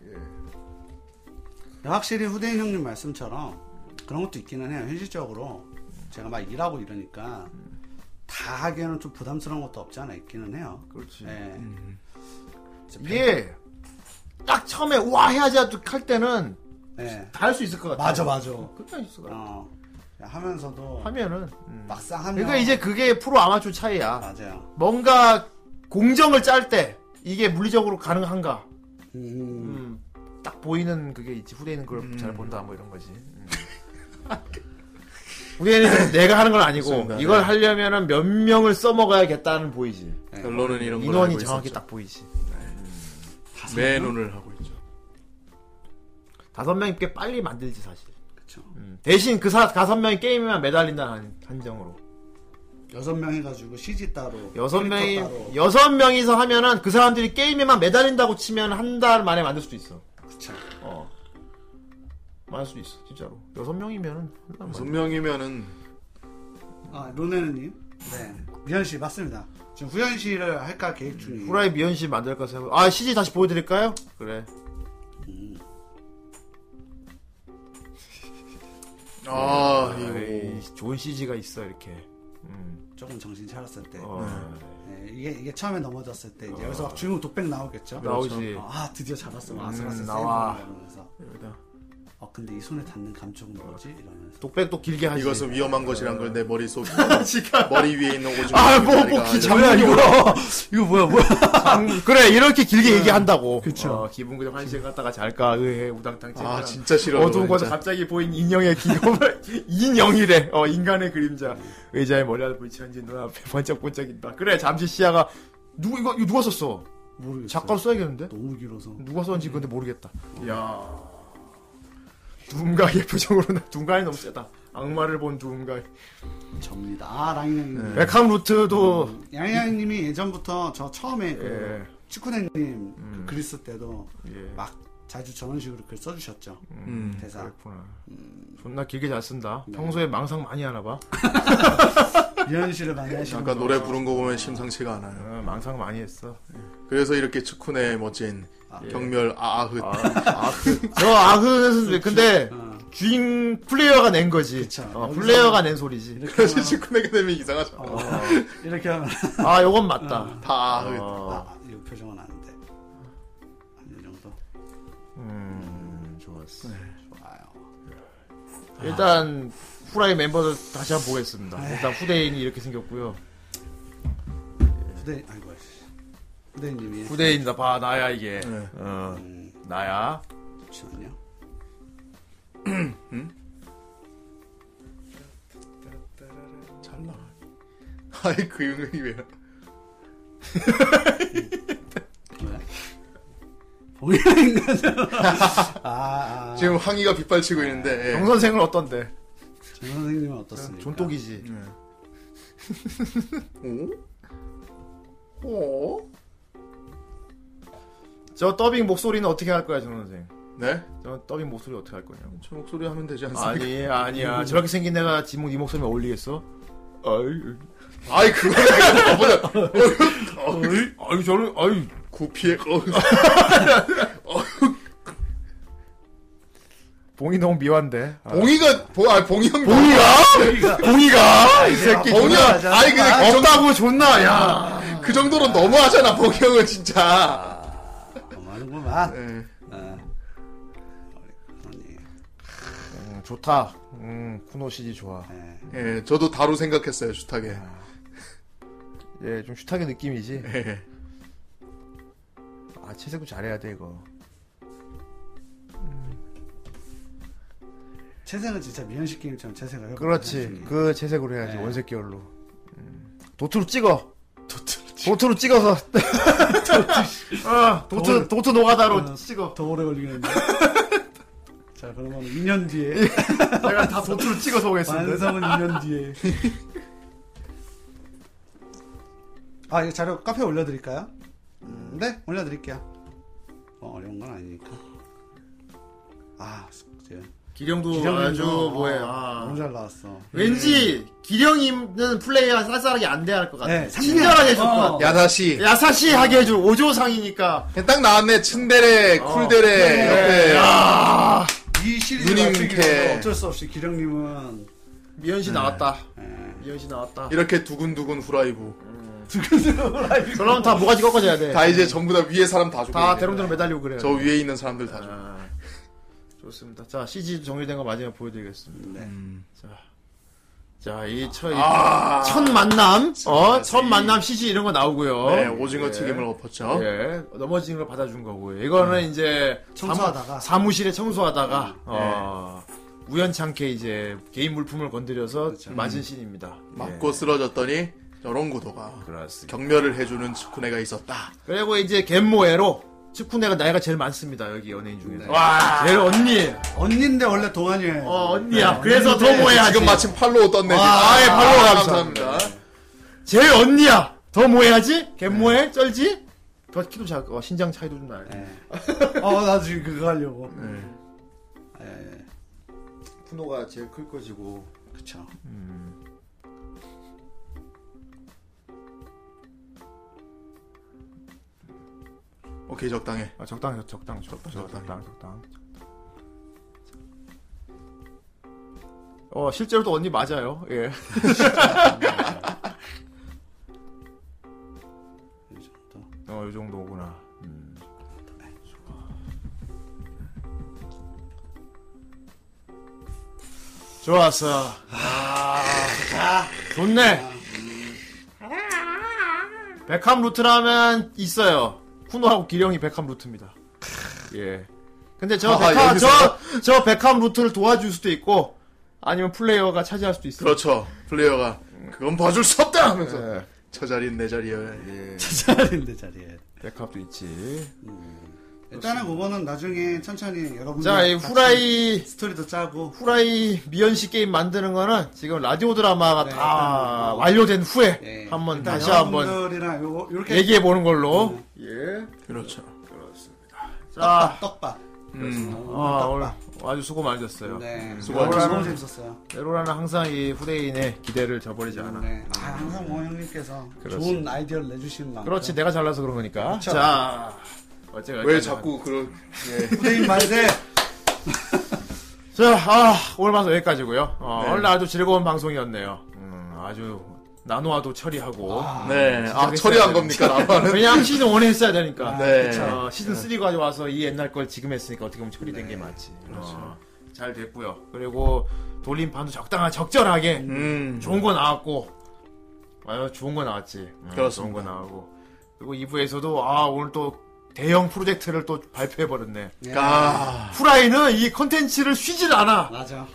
Speaker 3: 확실히 후대인 형님 말씀처럼 그런 것도 있기는 해요. 현실적으로 제가 막 일하고 이러니까 다 하기에는 좀 부담스러운 것도 없지 않아 있기는 해요.
Speaker 1: 그렇지.
Speaker 3: 예.
Speaker 1: 음.
Speaker 3: 진짜
Speaker 1: 네. 이게 딱 처음에 와 해야지 할 때는
Speaker 3: 팬- 예.
Speaker 1: 다 할 수 있을 것 같아.
Speaker 3: 맞아, 아. 맞아.
Speaker 1: 그때 있을 것 같아.
Speaker 3: 어. 하면서도
Speaker 1: 하면은 음.
Speaker 3: 막상 하면 아.
Speaker 1: 그러니까 이제 그게 프로 아마추어 차이야.
Speaker 3: 맞아요.
Speaker 1: 뭔가 공정을 짤 때 이게 물리적으로 가능한가? 음, 딱 보이는 그게 있지. 후대인은 그걸
Speaker 2: 음.
Speaker 1: 잘 본다 뭐 이런 거지.
Speaker 2: <laughs>
Speaker 1: 음. 후대인은 내가 하는 건 아니고
Speaker 2: 그렇습니다.
Speaker 1: 이걸
Speaker 2: 네.
Speaker 1: 하려면은 몇 명을 써먹어야겠다는 보이지.
Speaker 2: 결론은 이런 걸로
Speaker 1: 인원이
Speaker 2: 알고
Speaker 1: 정확히
Speaker 2: 있었죠.
Speaker 1: 딱 보이지.
Speaker 2: 매논을 하고 있죠.
Speaker 1: 다섯 명이 꽤 빨리 만들지 사실.
Speaker 3: 그렇죠.
Speaker 1: 대신 그 사, 다섯 명이 게임에만 매달린다는 한- 한정으로.
Speaker 3: 여섯 명 해가지고 CG 따로
Speaker 1: 여섯
Speaker 3: 캐릭터
Speaker 1: 명이
Speaker 3: 따로.
Speaker 1: 여섯 명이서 하면은 그 사람들이 게임에만 매달린다고 치면 한 달 만에 만들 수도 있어.
Speaker 3: 그쵸.
Speaker 1: 어. 만들 수도 있어, 진짜로. 여섯 명이면은 한달
Speaker 2: 여섯 명이면은
Speaker 3: 아 로네르님 네 미연 씨 맞습니다 지금 후연 씨를 할까 계획 중이에요
Speaker 1: 음. 후라이 미연 씨 만들 거 세고. 아 CG 다시 보여드릴까요? 그래.
Speaker 2: 아,
Speaker 1: 에이, 좋은 CG가 있어 이렇게. 음.
Speaker 3: 조금 정신 차렸을 때
Speaker 1: 어.
Speaker 3: 네, 이게 이게 처음에 넘어졌을 때 이제 여기서 막 주인공 독백 아. 나오겠죠
Speaker 1: 나오지.
Speaker 3: 어, 아 드디어 잡았어
Speaker 1: 음,
Speaker 3: 아슬아슬
Speaker 1: 나와.
Speaker 3: 세이브 이러면서
Speaker 1: 그러니까.
Speaker 3: 어 근데 이 손에 닿는 감촉은 뭐지 이러면서
Speaker 1: 독백도 길게 하지.
Speaker 2: 아, 이것은 위험한 것이란 걸 내 <laughs> 머릿속에
Speaker 1: 지금.
Speaker 2: 머리 위에 있는 오줌
Speaker 1: 아, 뭐, 뭐,
Speaker 2: 그
Speaker 1: 기, 뭐야, <laughs> 이거.
Speaker 3: 이거 뭐야, 뭐야.
Speaker 1: <laughs> 그래, 이렇게 길게 얘기한다고.
Speaker 3: 그쵸.
Speaker 1: 어, 기분 네. 그냥 한시간 갔다가 잘까, 의해, 우당탕 그러니까. 찌
Speaker 2: 아, 진짜 싫어요,
Speaker 1: 어두운 곳에
Speaker 2: 진짜.
Speaker 1: 갑자기 보인 인형의 기념을, <laughs> 인형이래. 어, 인간의 그림자. 의자에 머리를 붙이는지 눈앞에 번쩍번쩍인다. 그래, 잠시 시야가, 누구, 이거, 이거 누가 썼어?
Speaker 3: 모르겠어
Speaker 1: 작가로 써야겠는데?
Speaker 3: 너무 길어서
Speaker 1: 누가 썼는지 근데 모르겠다. 이야. 누군가의 표정으로, 나- 누군가의 너무 세다. 악마를 본 누군가의.
Speaker 3: 접니다 아 랑이랑님
Speaker 1: 백함 루트도,
Speaker 3: 양양님이 예전부터 저 처음에 그
Speaker 1: 예.
Speaker 3: 치쿠네님 네. 그 글 쓸 때도 막 자주 저런 식으로 글 써주셨죠
Speaker 2: 음,
Speaker 3: 대사
Speaker 1: 그렇구나. 존나 길게 잘 쓴다. 평소에 망상 많이 하나 봐.
Speaker 3: 미연 씨를 만나시는
Speaker 2: 아까 노래 부른 거 보면 심상치가 않아요.
Speaker 1: 어, 망상 많이 했어.
Speaker 2: 그래서 이렇게 측훈의 멋진
Speaker 1: 아, 예.
Speaker 2: 경멸 아흐
Speaker 1: 저 아흐는 근데 주인 플레이어가 낸 거지. 어,
Speaker 3: 여기서
Speaker 1: 플레이어가 낸 소리지.
Speaker 2: 그래서 측훈에게 되면 이상하잖아.
Speaker 3: 이렇게 하면
Speaker 1: <laughs> 아, 요건 맞다.
Speaker 2: 다 아흐.
Speaker 1: 어,
Speaker 3: 아, 이 표정은 아는데 이 정도
Speaker 1: 음, 좋았어.
Speaker 3: 좋아요
Speaker 1: 일단 후라이 멤버들 다시 한번 보겠습니다. 일단 후대인이 이렇게 생겼고요.
Speaker 3: 후대 아이고 씨. 후대님이
Speaker 1: 후대인이다. 봐, 나야 이게. 어, 나야.
Speaker 3: 잠시만요
Speaker 2: 아, 잘 나와. 아이 그 음악이 왜? 나-
Speaker 3: 아, 아
Speaker 2: 지금 항의가 빗발치고 있는데.
Speaker 1: 네.
Speaker 2: 예.
Speaker 1: 정 선생은 어떤데?
Speaker 3: 정 선생님은 어떻습니까
Speaker 1: 존똑이지.
Speaker 2: 네. 어? 오?
Speaker 1: 저 더빙 목소리는 어떻게 할 거야, 정 선생?
Speaker 2: 네?
Speaker 1: 저 더빙 목소리 어떻게 할 거냐고.
Speaker 2: 저 목소리 하면 되지 않습니까?
Speaker 1: 아니 아니야 저렇게 생긴 애가 지목 이 목소리에 어울리겠어? 음. 아이
Speaker 2: 아이 그거 내가 보자.
Speaker 1: 아이 아이 저는 아이
Speaker 2: 구피에 어.
Speaker 1: 봉이 너무 미완데 아.
Speaker 2: 봉이가 봉, 아 봉이 형.
Speaker 1: 봉이가 아. 봉이가 이 새끼
Speaker 2: 봉이야.
Speaker 1: 존나
Speaker 2: 아이 근데 그 정도
Speaker 1: 없다고 존나 야
Speaker 2: 그 정도로 너무하잖아 봉이 형은 진짜.
Speaker 3: 너무하는구만
Speaker 2: 예.
Speaker 1: 네.
Speaker 3: 아. 아니
Speaker 1: 음, 좋다 음 쿠노 시지 좋아
Speaker 3: 예.
Speaker 2: 예, 저도 다루 생각했어요 슈타게.
Speaker 1: 예좀 슈타게 느낌이지
Speaker 2: 예.
Speaker 1: 아 채색도 잘해야 돼 이거
Speaker 3: 채색은 진짜 미연식 게임처럼 채색을 해요
Speaker 1: 그렇지 그 채색으로 해야지 원색 계열로 음. 도트로 찍어 도트로 <laughs> 찍어서 어, 도트 도트 노가다로 찍어
Speaker 3: <laughs> 더
Speaker 1: <laughs>
Speaker 3: 오래 걸리겠는데 자 그러면 2년 뒤에
Speaker 1: 예, 내가 다 도트로 찍어서 오겠습니다
Speaker 3: 완성은 2년 뒤에. 아, 이거 자료 카페에 올려드릴까요? 음, 네, 올려드릴게요. 어, 어려운 건 아니니까. 아, 이제
Speaker 1: 기령도 네.
Speaker 3: 기령님도,
Speaker 1: 아주
Speaker 3: 어,
Speaker 1: 뭐해.
Speaker 3: 너무
Speaker 1: 아.
Speaker 3: 잘 나왔어.
Speaker 1: 왠지 기령이는 플레이가 쌀쌀하게 안 대할 것 같아.
Speaker 3: 네,
Speaker 1: 친절하게 해줄
Speaker 3: 어.
Speaker 1: 것 같아.
Speaker 2: 야다시.
Speaker 1: 야사시하게 해줄 오조상이니까.
Speaker 2: 딱 나왔네 츤데레 쿨데레 옆에.
Speaker 3: 이 시리즈
Speaker 2: 누님
Speaker 3: 맞추기로
Speaker 2: 캐.
Speaker 3: 어쩔 수 없이 기령님은 예.
Speaker 1: 미연 씨 나왔다. 미연 씨 나왔다.
Speaker 2: 이렇게 두근두근 후라이브.
Speaker 1: 그럼 다 뭐가 꺾어져야 돼.
Speaker 2: 다 이제 전부 다 위에 사람 네. 다 죽고.
Speaker 1: 다
Speaker 2: 있네.
Speaker 1: 대롱대롱 매달리고 그래요.
Speaker 2: 저 위에 있는 사람들 다 죽고.
Speaker 1: 아,
Speaker 3: 음.
Speaker 1: 좋습니다. 자 CG 정리된 거 마지막 보여드리겠습니다.
Speaker 3: 네.
Speaker 1: 자 자, 이 첫, 이
Speaker 2: 아.
Speaker 1: 첫 만남, 어, 첫 만남 CG 이런 거 나오고요.
Speaker 2: 네, 오징어 튀김을 엎었죠.
Speaker 1: 예, 넘어진 걸 받아준 거고요. 이거는 이제
Speaker 3: 청소하다가.
Speaker 1: 사무, 실에 청소하다가 어, 우연찮게 이제 개인 물품을 건드려서 맞은 신입니다.
Speaker 2: 맞고 쓰러졌더니 저런 구도가 경멸을 해주는 츠쿠네가 있었다.
Speaker 1: 그리고 이제 겐모에로 츠쿠네가 나이가 제일 많습니다 여기 연예인 중에서. 와, 제일 언니.
Speaker 3: 언니인데 원래 동안이에요.
Speaker 1: 어, 언니야. 그래서 더 모해야지.
Speaker 2: 네. 지금 마침 팔로우 떴네. 지금.
Speaker 1: 와,
Speaker 2: 아예 팔로우
Speaker 1: 아,
Speaker 2: 감사합니다.
Speaker 1: 제일 언니야. 더 모해야지. 겐모에 쩔지. 더 키도 작고 어, 신장 차이도 좀 나요.
Speaker 3: 예. 어, 나 지금 그거 하려고.
Speaker 1: 네.
Speaker 3: 예,
Speaker 1: 푸노가 제일 클 것이고.
Speaker 3: 그쵸.
Speaker 2: 오케이 적당해.
Speaker 1: 아, 적당해, 적당, 적당, 적당, 적당, 적당. 어, 실제로 또 언니 맞아요. 예. <laughs> 어, 요 정도구나. 음. 좋았어. 아, 자, 좋네. 백함 루트라면 있어요. 쿠노하고 기령이 백함 루트입니다. 예. 근데 저
Speaker 2: 아,
Speaker 1: 백함,
Speaker 2: 여기서?
Speaker 1: 저, 저 백함 루트를 도와줄 수도 있고, 아니면 플레이어가 차지할 수도 있어요. 예,
Speaker 2: 그렇죠. 플레이어가 그건 봐줄 수 없다 하면서 저 자리는 내 자리야.
Speaker 3: 자리인데 자리에.
Speaker 1: 백합도 있지.
Speaker 3: 일단은 그거는 나중에 천천히 여러분들
Speaker 1: 자, 이
Speaker 3: 같이
Speaker 1: 후라이
Speaker 3: 스토리도 짜고
Speaker 1: 후라이 미연씨 게임 만드는 거는 지금 라디오 드라마가
Speaker 3: 네,
Speaker 1: 다
Speaker 3: 일단은.
Speaker 1: 완료된 후에
Speaker 2: 네.
Speaker 3: 예.
Speaker 1: 한번
Speaker 3: 일단
Speaker 1: 다시 한번
Speaker 3: 여러분들이랑 요거 이렇게 네.
Speaker 1: 얘기해 보는 걸로. 예.
Speaker 2: 그렇죠.
Speaker 1: 자,
Speaker 3: 떡밥.
Speaker 1: 음, 아, 오늘 아주 수고 많으셨어요.
Speaker 3: 네.
Speaker 1: 수고
Speaker 3: 오늘 너무
Speaker 1: 많으셨어요.
Speaker 3: 재밌었어요.
Speaker 1: 에로라는 항상 이 후대인의 기대를 저버리지 않아.
Speaker 2: 네.
Speaker 3: 아, 항상 모 형님께서
Speaker 1: 그렇습니다.
Speaker 3: 좋은 아이디어를 내주시는 만큼
Speaker 1: 그렇지, 내가 잘나서 그런 거니까.
Speaker 3: 그렇죠.
Speaker 1: 자, 어째가
Speaker 2: 왜 자꾸 그런
Speaker 1: <laughs>
Speaker 3: 후대인 말대
Speaker 1: 자, 아, 오늘 방송 여기까지고요. 어,
Speaker 2: 네.
Speaker 1: 오늘 아주 즐거운 방송이었네요. 음, 아주 나노아도 처리하고.
Speaker 2: 네.
Speaker 1: 진짜
Speaker 2: 아,
Speaker 1: 했어야
Speaker 2: 처리한
Speaker 1: 되는-
Speaker 2: 겁니까, 나노아는?
Speaker 1: 그냥 시즌 1에 했어야 되니까.
Speaker 2: 네. 네.
Speaker 1: 어, 시즌 3 가져와서 이 옛날 걸 지금 했으니까 어떻게 보면 처리된 게 맞지.
Speaker 2: 그렇죠.
Speaker 1: 어, 잘 됐고요. 그리고 돌림판도 적당한 적절하게
Speaker 2: 음.
Speaker 1: 좋은 거 나왔고. 아유, 좋은 거 나왔지. 음, 좋은
Speaker 2: 그렇습니다.
Speaker 1: 거 나오고. 그리고 2부에서도 아, 오늘 또 대형 프로젝트를 또 발표해 버렸네.
Speaker 2: 아,
Speaker 1: 후라이는 이 컨텐츠를 쉬질 않아.
Speaker 3: 예. 맞아.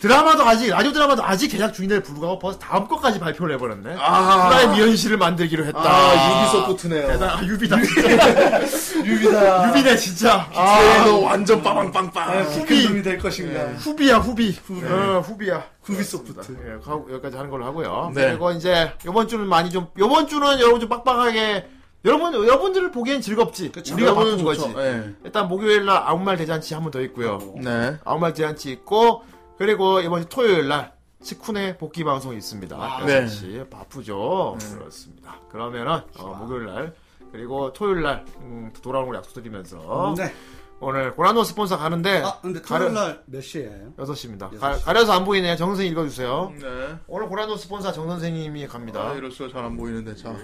Speaker 1: 드라마도 아직 라디오 드라마도 아직 제작 중인데 불구하고 벌써 다음 것까지 발표를 해버렸네.
Speaker 2: 아.
Speaker 1: 후라이 미연실을 만들기로 했다.
Speaker 2: 아, 유비소프트네요.
Speaker 1: 대단, 아, 유비다. <laughs> 유비다. 아, 유비네 진짜. 아,
Speaker 2: 플레이어도 완전
Speaker 3: 아,
Speaker 2: 빠방빵빵.
Speaker 3: 후비 예, 될 것인가.
Speaker 1: 후비야 후비. 어, 후비야. 후비 소프트. 예, 하고 여기까지 하는 걸로 하고요.
Speaker 2: 네.
Speaker 1: 그리고 이제 요번 주는 많이 좀 요번 주는 여러분 좀 빡빡하게 여러분 여러분들을 보기엔 즐겁지. 우리가
Speaker 2: 여러분은
Speaker 1: 바쁜 거지.
Speaker 2: 좋죠. 예.
Speaker 1: 일단 목요일 날 아홉 말 대잔치 한 번 더 있고요.
Speaker 2: 네.
Speaker 1: 아홉 말 대잔치 있고 그리고 이번 주 토요일 날 치쿤의 복귀 방송이 있습니다.
Speaker 2: 네.
Speaker 1: 6시 바쁘죠. 그렇습니다. 그러면은 어, 목요일 날 그리고 토요일 날 음, 돌아오는 걸 약속드리면서
Speaker 3: 네.
Speaker 1: 오늘 고란노 스폰서 가는데
Speaker 3: 아, 근데
Speaker 1: 가려-
Speaker 3: 토요일 날몇 시에요?
Speaker 1: 6시입니다.
Speaker 3: 여섯 시.
Speaker 1: 가, 려서안 보이네요. 정 선생님 읽어주세요.
Speaker 2: 네.
Speaker 1: 오늘 고란노 스폰서 정 선생님이 갑니다.
Speaker 2: 아, 예. 이럴 수가 잘 안 보이는데, 자.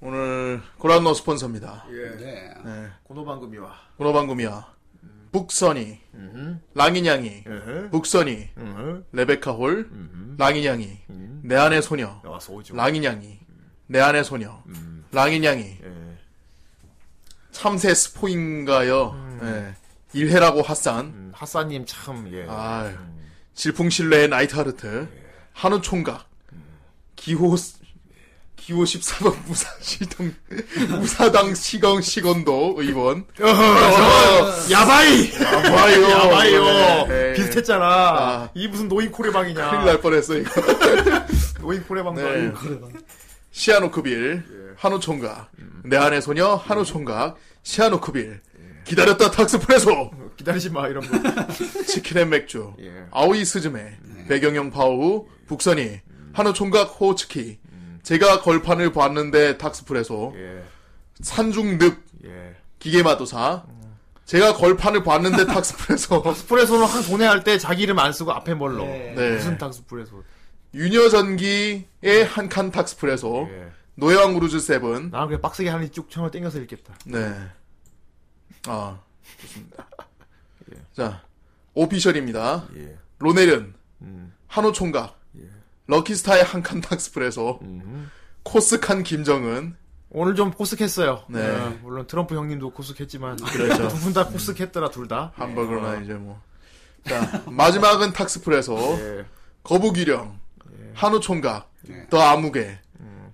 Speaker 2: 오늘, 고란노 스폰서입니다.
Speaker 1: 예.
Speaker 3: 네.
Speaker 2: 네.
Speaker 1: 고노방금이와
Speaker 2: 문어방금이야. 북선이, 랑인양이,
Speaker 1: 예.
Speaker 2: 북선이,
Speaker 1: 음.
Speaker 2: 레베카 홀, 랑인양이, 내 안의 소녀,
Speaker 1: 나와서 오죠.
Speaker 2: 랑인양이, 내 안의 소녀, 랑인양이,
Speaker 1: 예.
Speaker 2: 참새 스포인가요. 예. 일해라고 핫산,
Speaker 1: 음, 하사님 참 예.
Speaker 2: 아유, 질풍실레의 나이트하르트, 한우 총각, 기호, 기호 13번
Speaker 1: <laughs>
Speaker 2: 무사시동, 무사당 시경 시건도 의원.
Speaker 1: 야바이! <laughs>
Speaker 2: 야바이요.
Speaker 1: 야바이요.
Speaker 2: 네.
Speaker 1: 비슷했잖아.
Speaker 2: 아.
Speaker 1: 이 무슨 노인 코레방이냐.
Speaker 2: 큰일 날 뻔했어, 이거.
Speaker 1: 노인 코레방도
Speaker 2: 네.
Speaker 1: 아니고.
Speaker 2: 시아노크빌, 한우 총각, 내 안의 소녀, 한우 총각, 시아노크빌, 기다렸다 탁스프레소,
Speaker 1: 기다리지 마, 이런
Speaker 2: <laughs>
Speaker 1: 거.
Speaker 2: 치킨 앤 맥주,
Speaker 1: 예.
Speaker 2: 아오이 스즈메, 배경영 파오우, 북선이, 한우 총각 호츠키, 제가 걸판을 봤는데 탁스프레소,
Speaker 1: 예.
Speaker 2: 산중늪,
Speaker 1: 예.
Speaker 2: 기계마도사, 제가 걸판을 봤는데 탁스프레소, <laughs>
Speaker 1: 스프레소는 한 돈에 할 때 자기 이름 안 쓰고 앞에 뭘로.
Speaker 2: 어. 네.
Speaker 1: 무슨 탕 스프레소.
Speaker 2: 유녀전기의 한 칸 탁스프레소,
Speaker 1: 예.
Speaker 2: 노예왕 우루즈 세븐,
Speaker 1: 나는 그냥 빡세게 하니 쭉 청을 땡겨서 읽겠다.
Speaker 2: 네. 아, 좋습니다. 자, 오피셜입니다.
Speaker 1: 예.
Speaker 2: 로넬은 한호 총각, 럭키스타의 한칸 닥스프레소, 코스칸 김정은.
Speaker 1: 오늘 좀 코스했어요.
Speaker 2: 네.
Speaker 1: 네, 물론 트럼프 형님도 코스했지만
Speaker 2: 그렇죠.
Speaker 1: 두 분 다 코스했더라 둘 다.
Speaker 2: 함버거나 이제 뭐. 자, 마지막은 탁스프레소, 거북이령, 한우 총각, 더 아무개,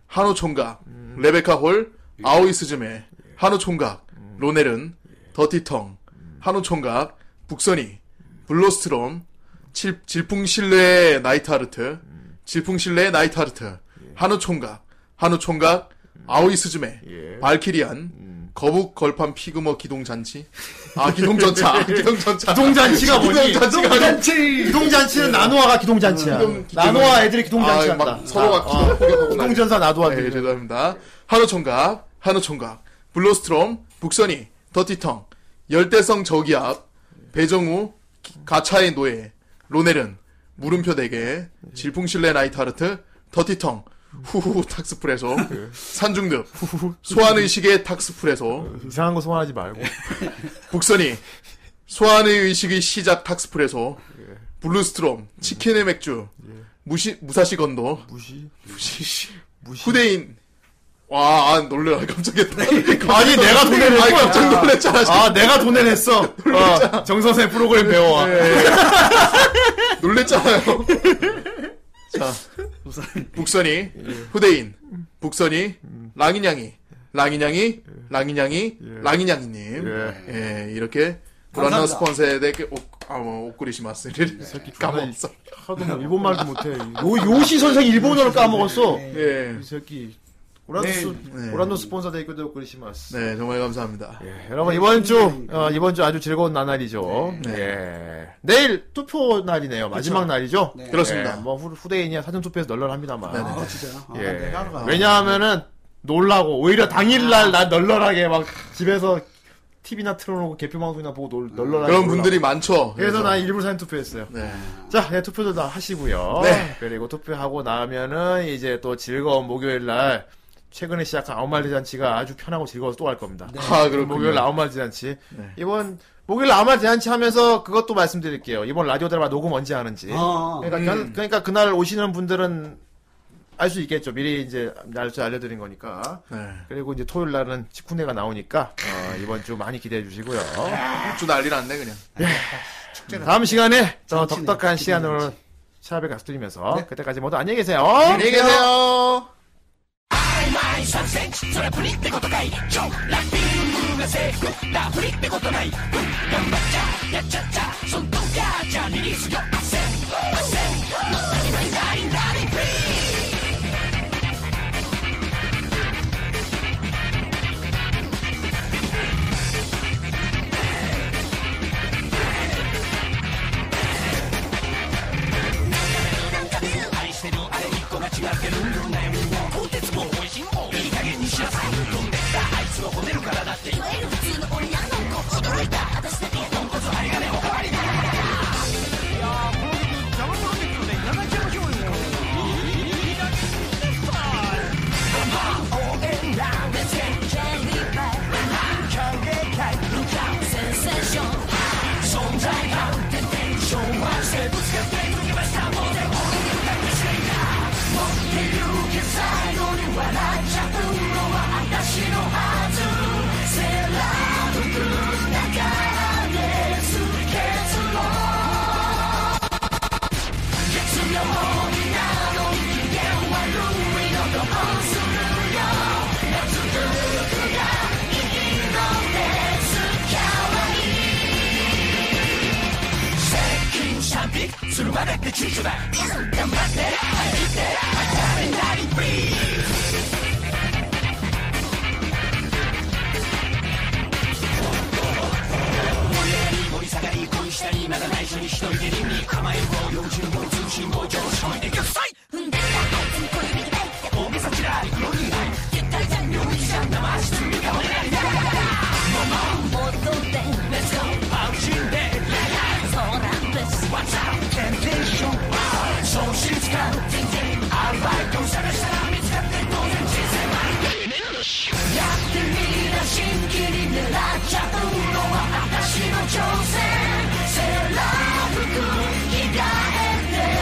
Speaker 2: 한우 총각, 레베카 홀, 아오이 스즈메, 한우 총각, 로넬은, 더티텅, 한우 총각, 북선이, 블로스트롬, 칠, 질풍신뢰의 나이트하르트, 질풍신뢰의 나이트하르트, 한우 총각, 한우 총각, 아오이 스즈메,
Speaker 1: 예.
Speaker 2: 발키리안, 거북 걸판 피그머 기동 잔치, 아 기동
Speaker 1: <laughs>
Speaker 2: 전차, 기동 전차,
Speaker 1: 기동잔치가 뭐니?
Speaker 2: 기동잔치가 아니고
Speaker 1: 기동잔치. 기동잔치는 나노아가 기동잔치야. 나노아 애들이 기동잔치
Speaker 2: 아, 막
Speaker 1: 한다.
Speaker 2: 서로가
Speaker 1: 아,
Speaker 2: 기동 공격하고
Speaker 1: 기동전사 나도와
Speaker 2: 네, 죄송합니다. 한우 총각, 한우 총각, 블로스트롬, 북선이, 더티텅, 열대성 저기압, 배정우, 기- 가차의 노예, 로넬은, 물음표 네 대개, 질풍실레 나이트하르트, 더티텅, 후후 탁스프레소, 산중늪, 소환의식의 탁스프레소,
Speaker 1: 이상한 거 소환하지 말고.
Speaker 2: 북선이, 소환의 의식의 시작 탁스프레소, 블루스트롬, 치킨의 맥주, 무시, 무사시 건도,
Speaker 1: 무시,
Speaker 2: 무시, 후대인, 와, 아, 놀래라, <laughs> 깜짝이야.
Speaker 1: 네, 아니 내가 돈을
Speaker 2: 아니,
Speaker 1: 냈어.
Speaker 2: 깜짝 놀랐잖아.
Speaker 1: 아 내가 돈을 냈어.
Speaker 2: <laughs>
Speaker 1: 어, 정 선생 프로그램 배워.
Speaker 2: 네.
Speaker 1: <laughs>
Speaker 2: 놀랬잖아요. 자, 북선이, 후대인, 북선이, 랑인양이, 랑인양이, 랑인양이,
Speaker 1: 예.
Speaker 2: 랑인양이님. 예, 이렇게, 불안한
Speaker 1: 감사합니다.
Speaker 2: 스폰서에 대해, 옥, 아, 뭐, 옥구리시마스를 <laughs> 까먹었어.
Speaker 1: 하도 뭐 일본 말도 못해. 요 요시 선생 일본어를 까먹었어.
Speaker 2: 예.
Speaker 1: 이 새끼. 오란노스
Speaker 2: 네.
Speaker 1: 오란노 스폰서 데이크도 그리시마스.
Speaker 2: 네, 정말 감사합니다.
Speaker 1: 예, 여러분 이번 주 어, 이번 주 아주 즐거운 나날이죠.
Speaker 2: 네.
Speaker 1: 예. 내일 투표 날이네요. 마지막
Speaker 2: 그렇죠.
Speaker 1: 날이죠.
Speaker 2: 네. 그렇습니다.
Speaker 1: 예, 뭐 후- 후대인이야 사전 투표에서 널널합니다만.
Speaker 2: 네네.
Speaker 3: 아, 진짜요? 아,
Speaker 1: 예.
Speaker 3: 내가 하러 가.
Speaker 1: 왜냐하면은 놀라고 오히려
Speaker 2: 아.
Speaker 1: 당일날 난 널널하게 막 집에서 TV나 틀어놓고 개표 방송이나 보고 놀, 널널하게
Speaker 2: 그런
Speaker 1: 놀라고.
Speaker 2: 분들이 많죠.
Speaker 1: 그래서 난 일부러 사전 투표했어요.
Speaker 2: 네.
Speaker 1: 자, 네, 투표도 다 하시고요.
Speaker 2: 네.
Speaker 1: 그리고 투표하고 나면은 이제 또 즐거운 목요일 날 최근에 시작한 아홉 마리 잔치가 아주 편하고 즐거워서 또 할 겁니다.
Speaker 2: 아, 그렇군요.
Speaker 1: 목요일 아홉 마리 잔치.
Speaker 2: 네.
Speaker 1: 이번 목요일 아홉 마리 잔치 하면서 그것도 말씀드릴게요. 이번 라디오 드라마 녹음 언제 하는지.
Speaker 3: 아,
Speaker 1: 그러니까
Speaker 2: 음.
Speaker 1: 그러니날 오시는 분들은 알 수 있겠죠. 미리 이제 날짜 알려드린 거니까.
Speaker 2: 네.
Speaker 1: 그리고 이제 토요일 날은 직후네가 나오니까 어, 이번 주 많이 기대해 주시고요.
Speaker 2: 주 난리 났네, 그냥.
Speaker 1: 다음 시간에 더
Speaker 3: 잔치네,
Speaker 1: 덕덕한
Speaker 3: 기대해
Speaker 1: 시간으로 샵에 각드리면서 그때까지 모두 안녕히 계세요.
Speaker 2: 안녕히 계세요.
Speaker 11: 셀럽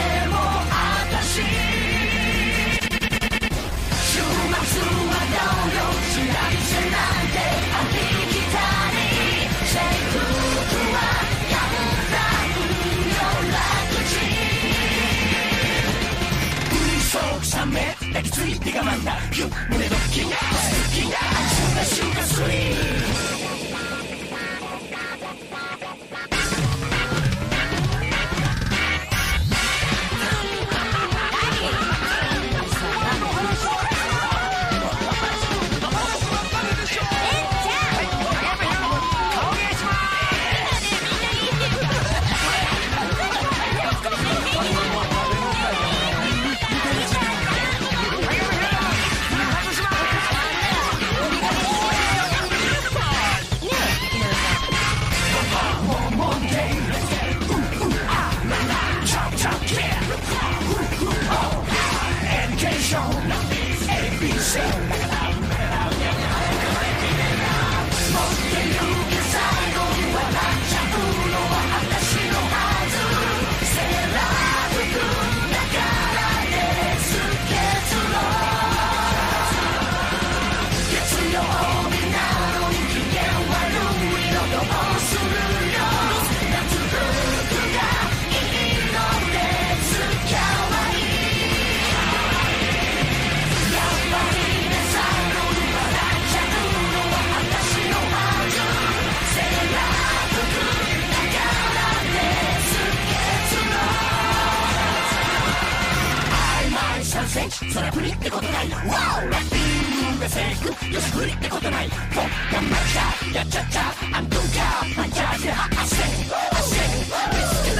Speaker 11: 服着替えて
Speaker 5: 세이크 요즘 흐리 때 것도 나이 폭탄 막차 야차차 안동가 만자세 아세 아세 비슷해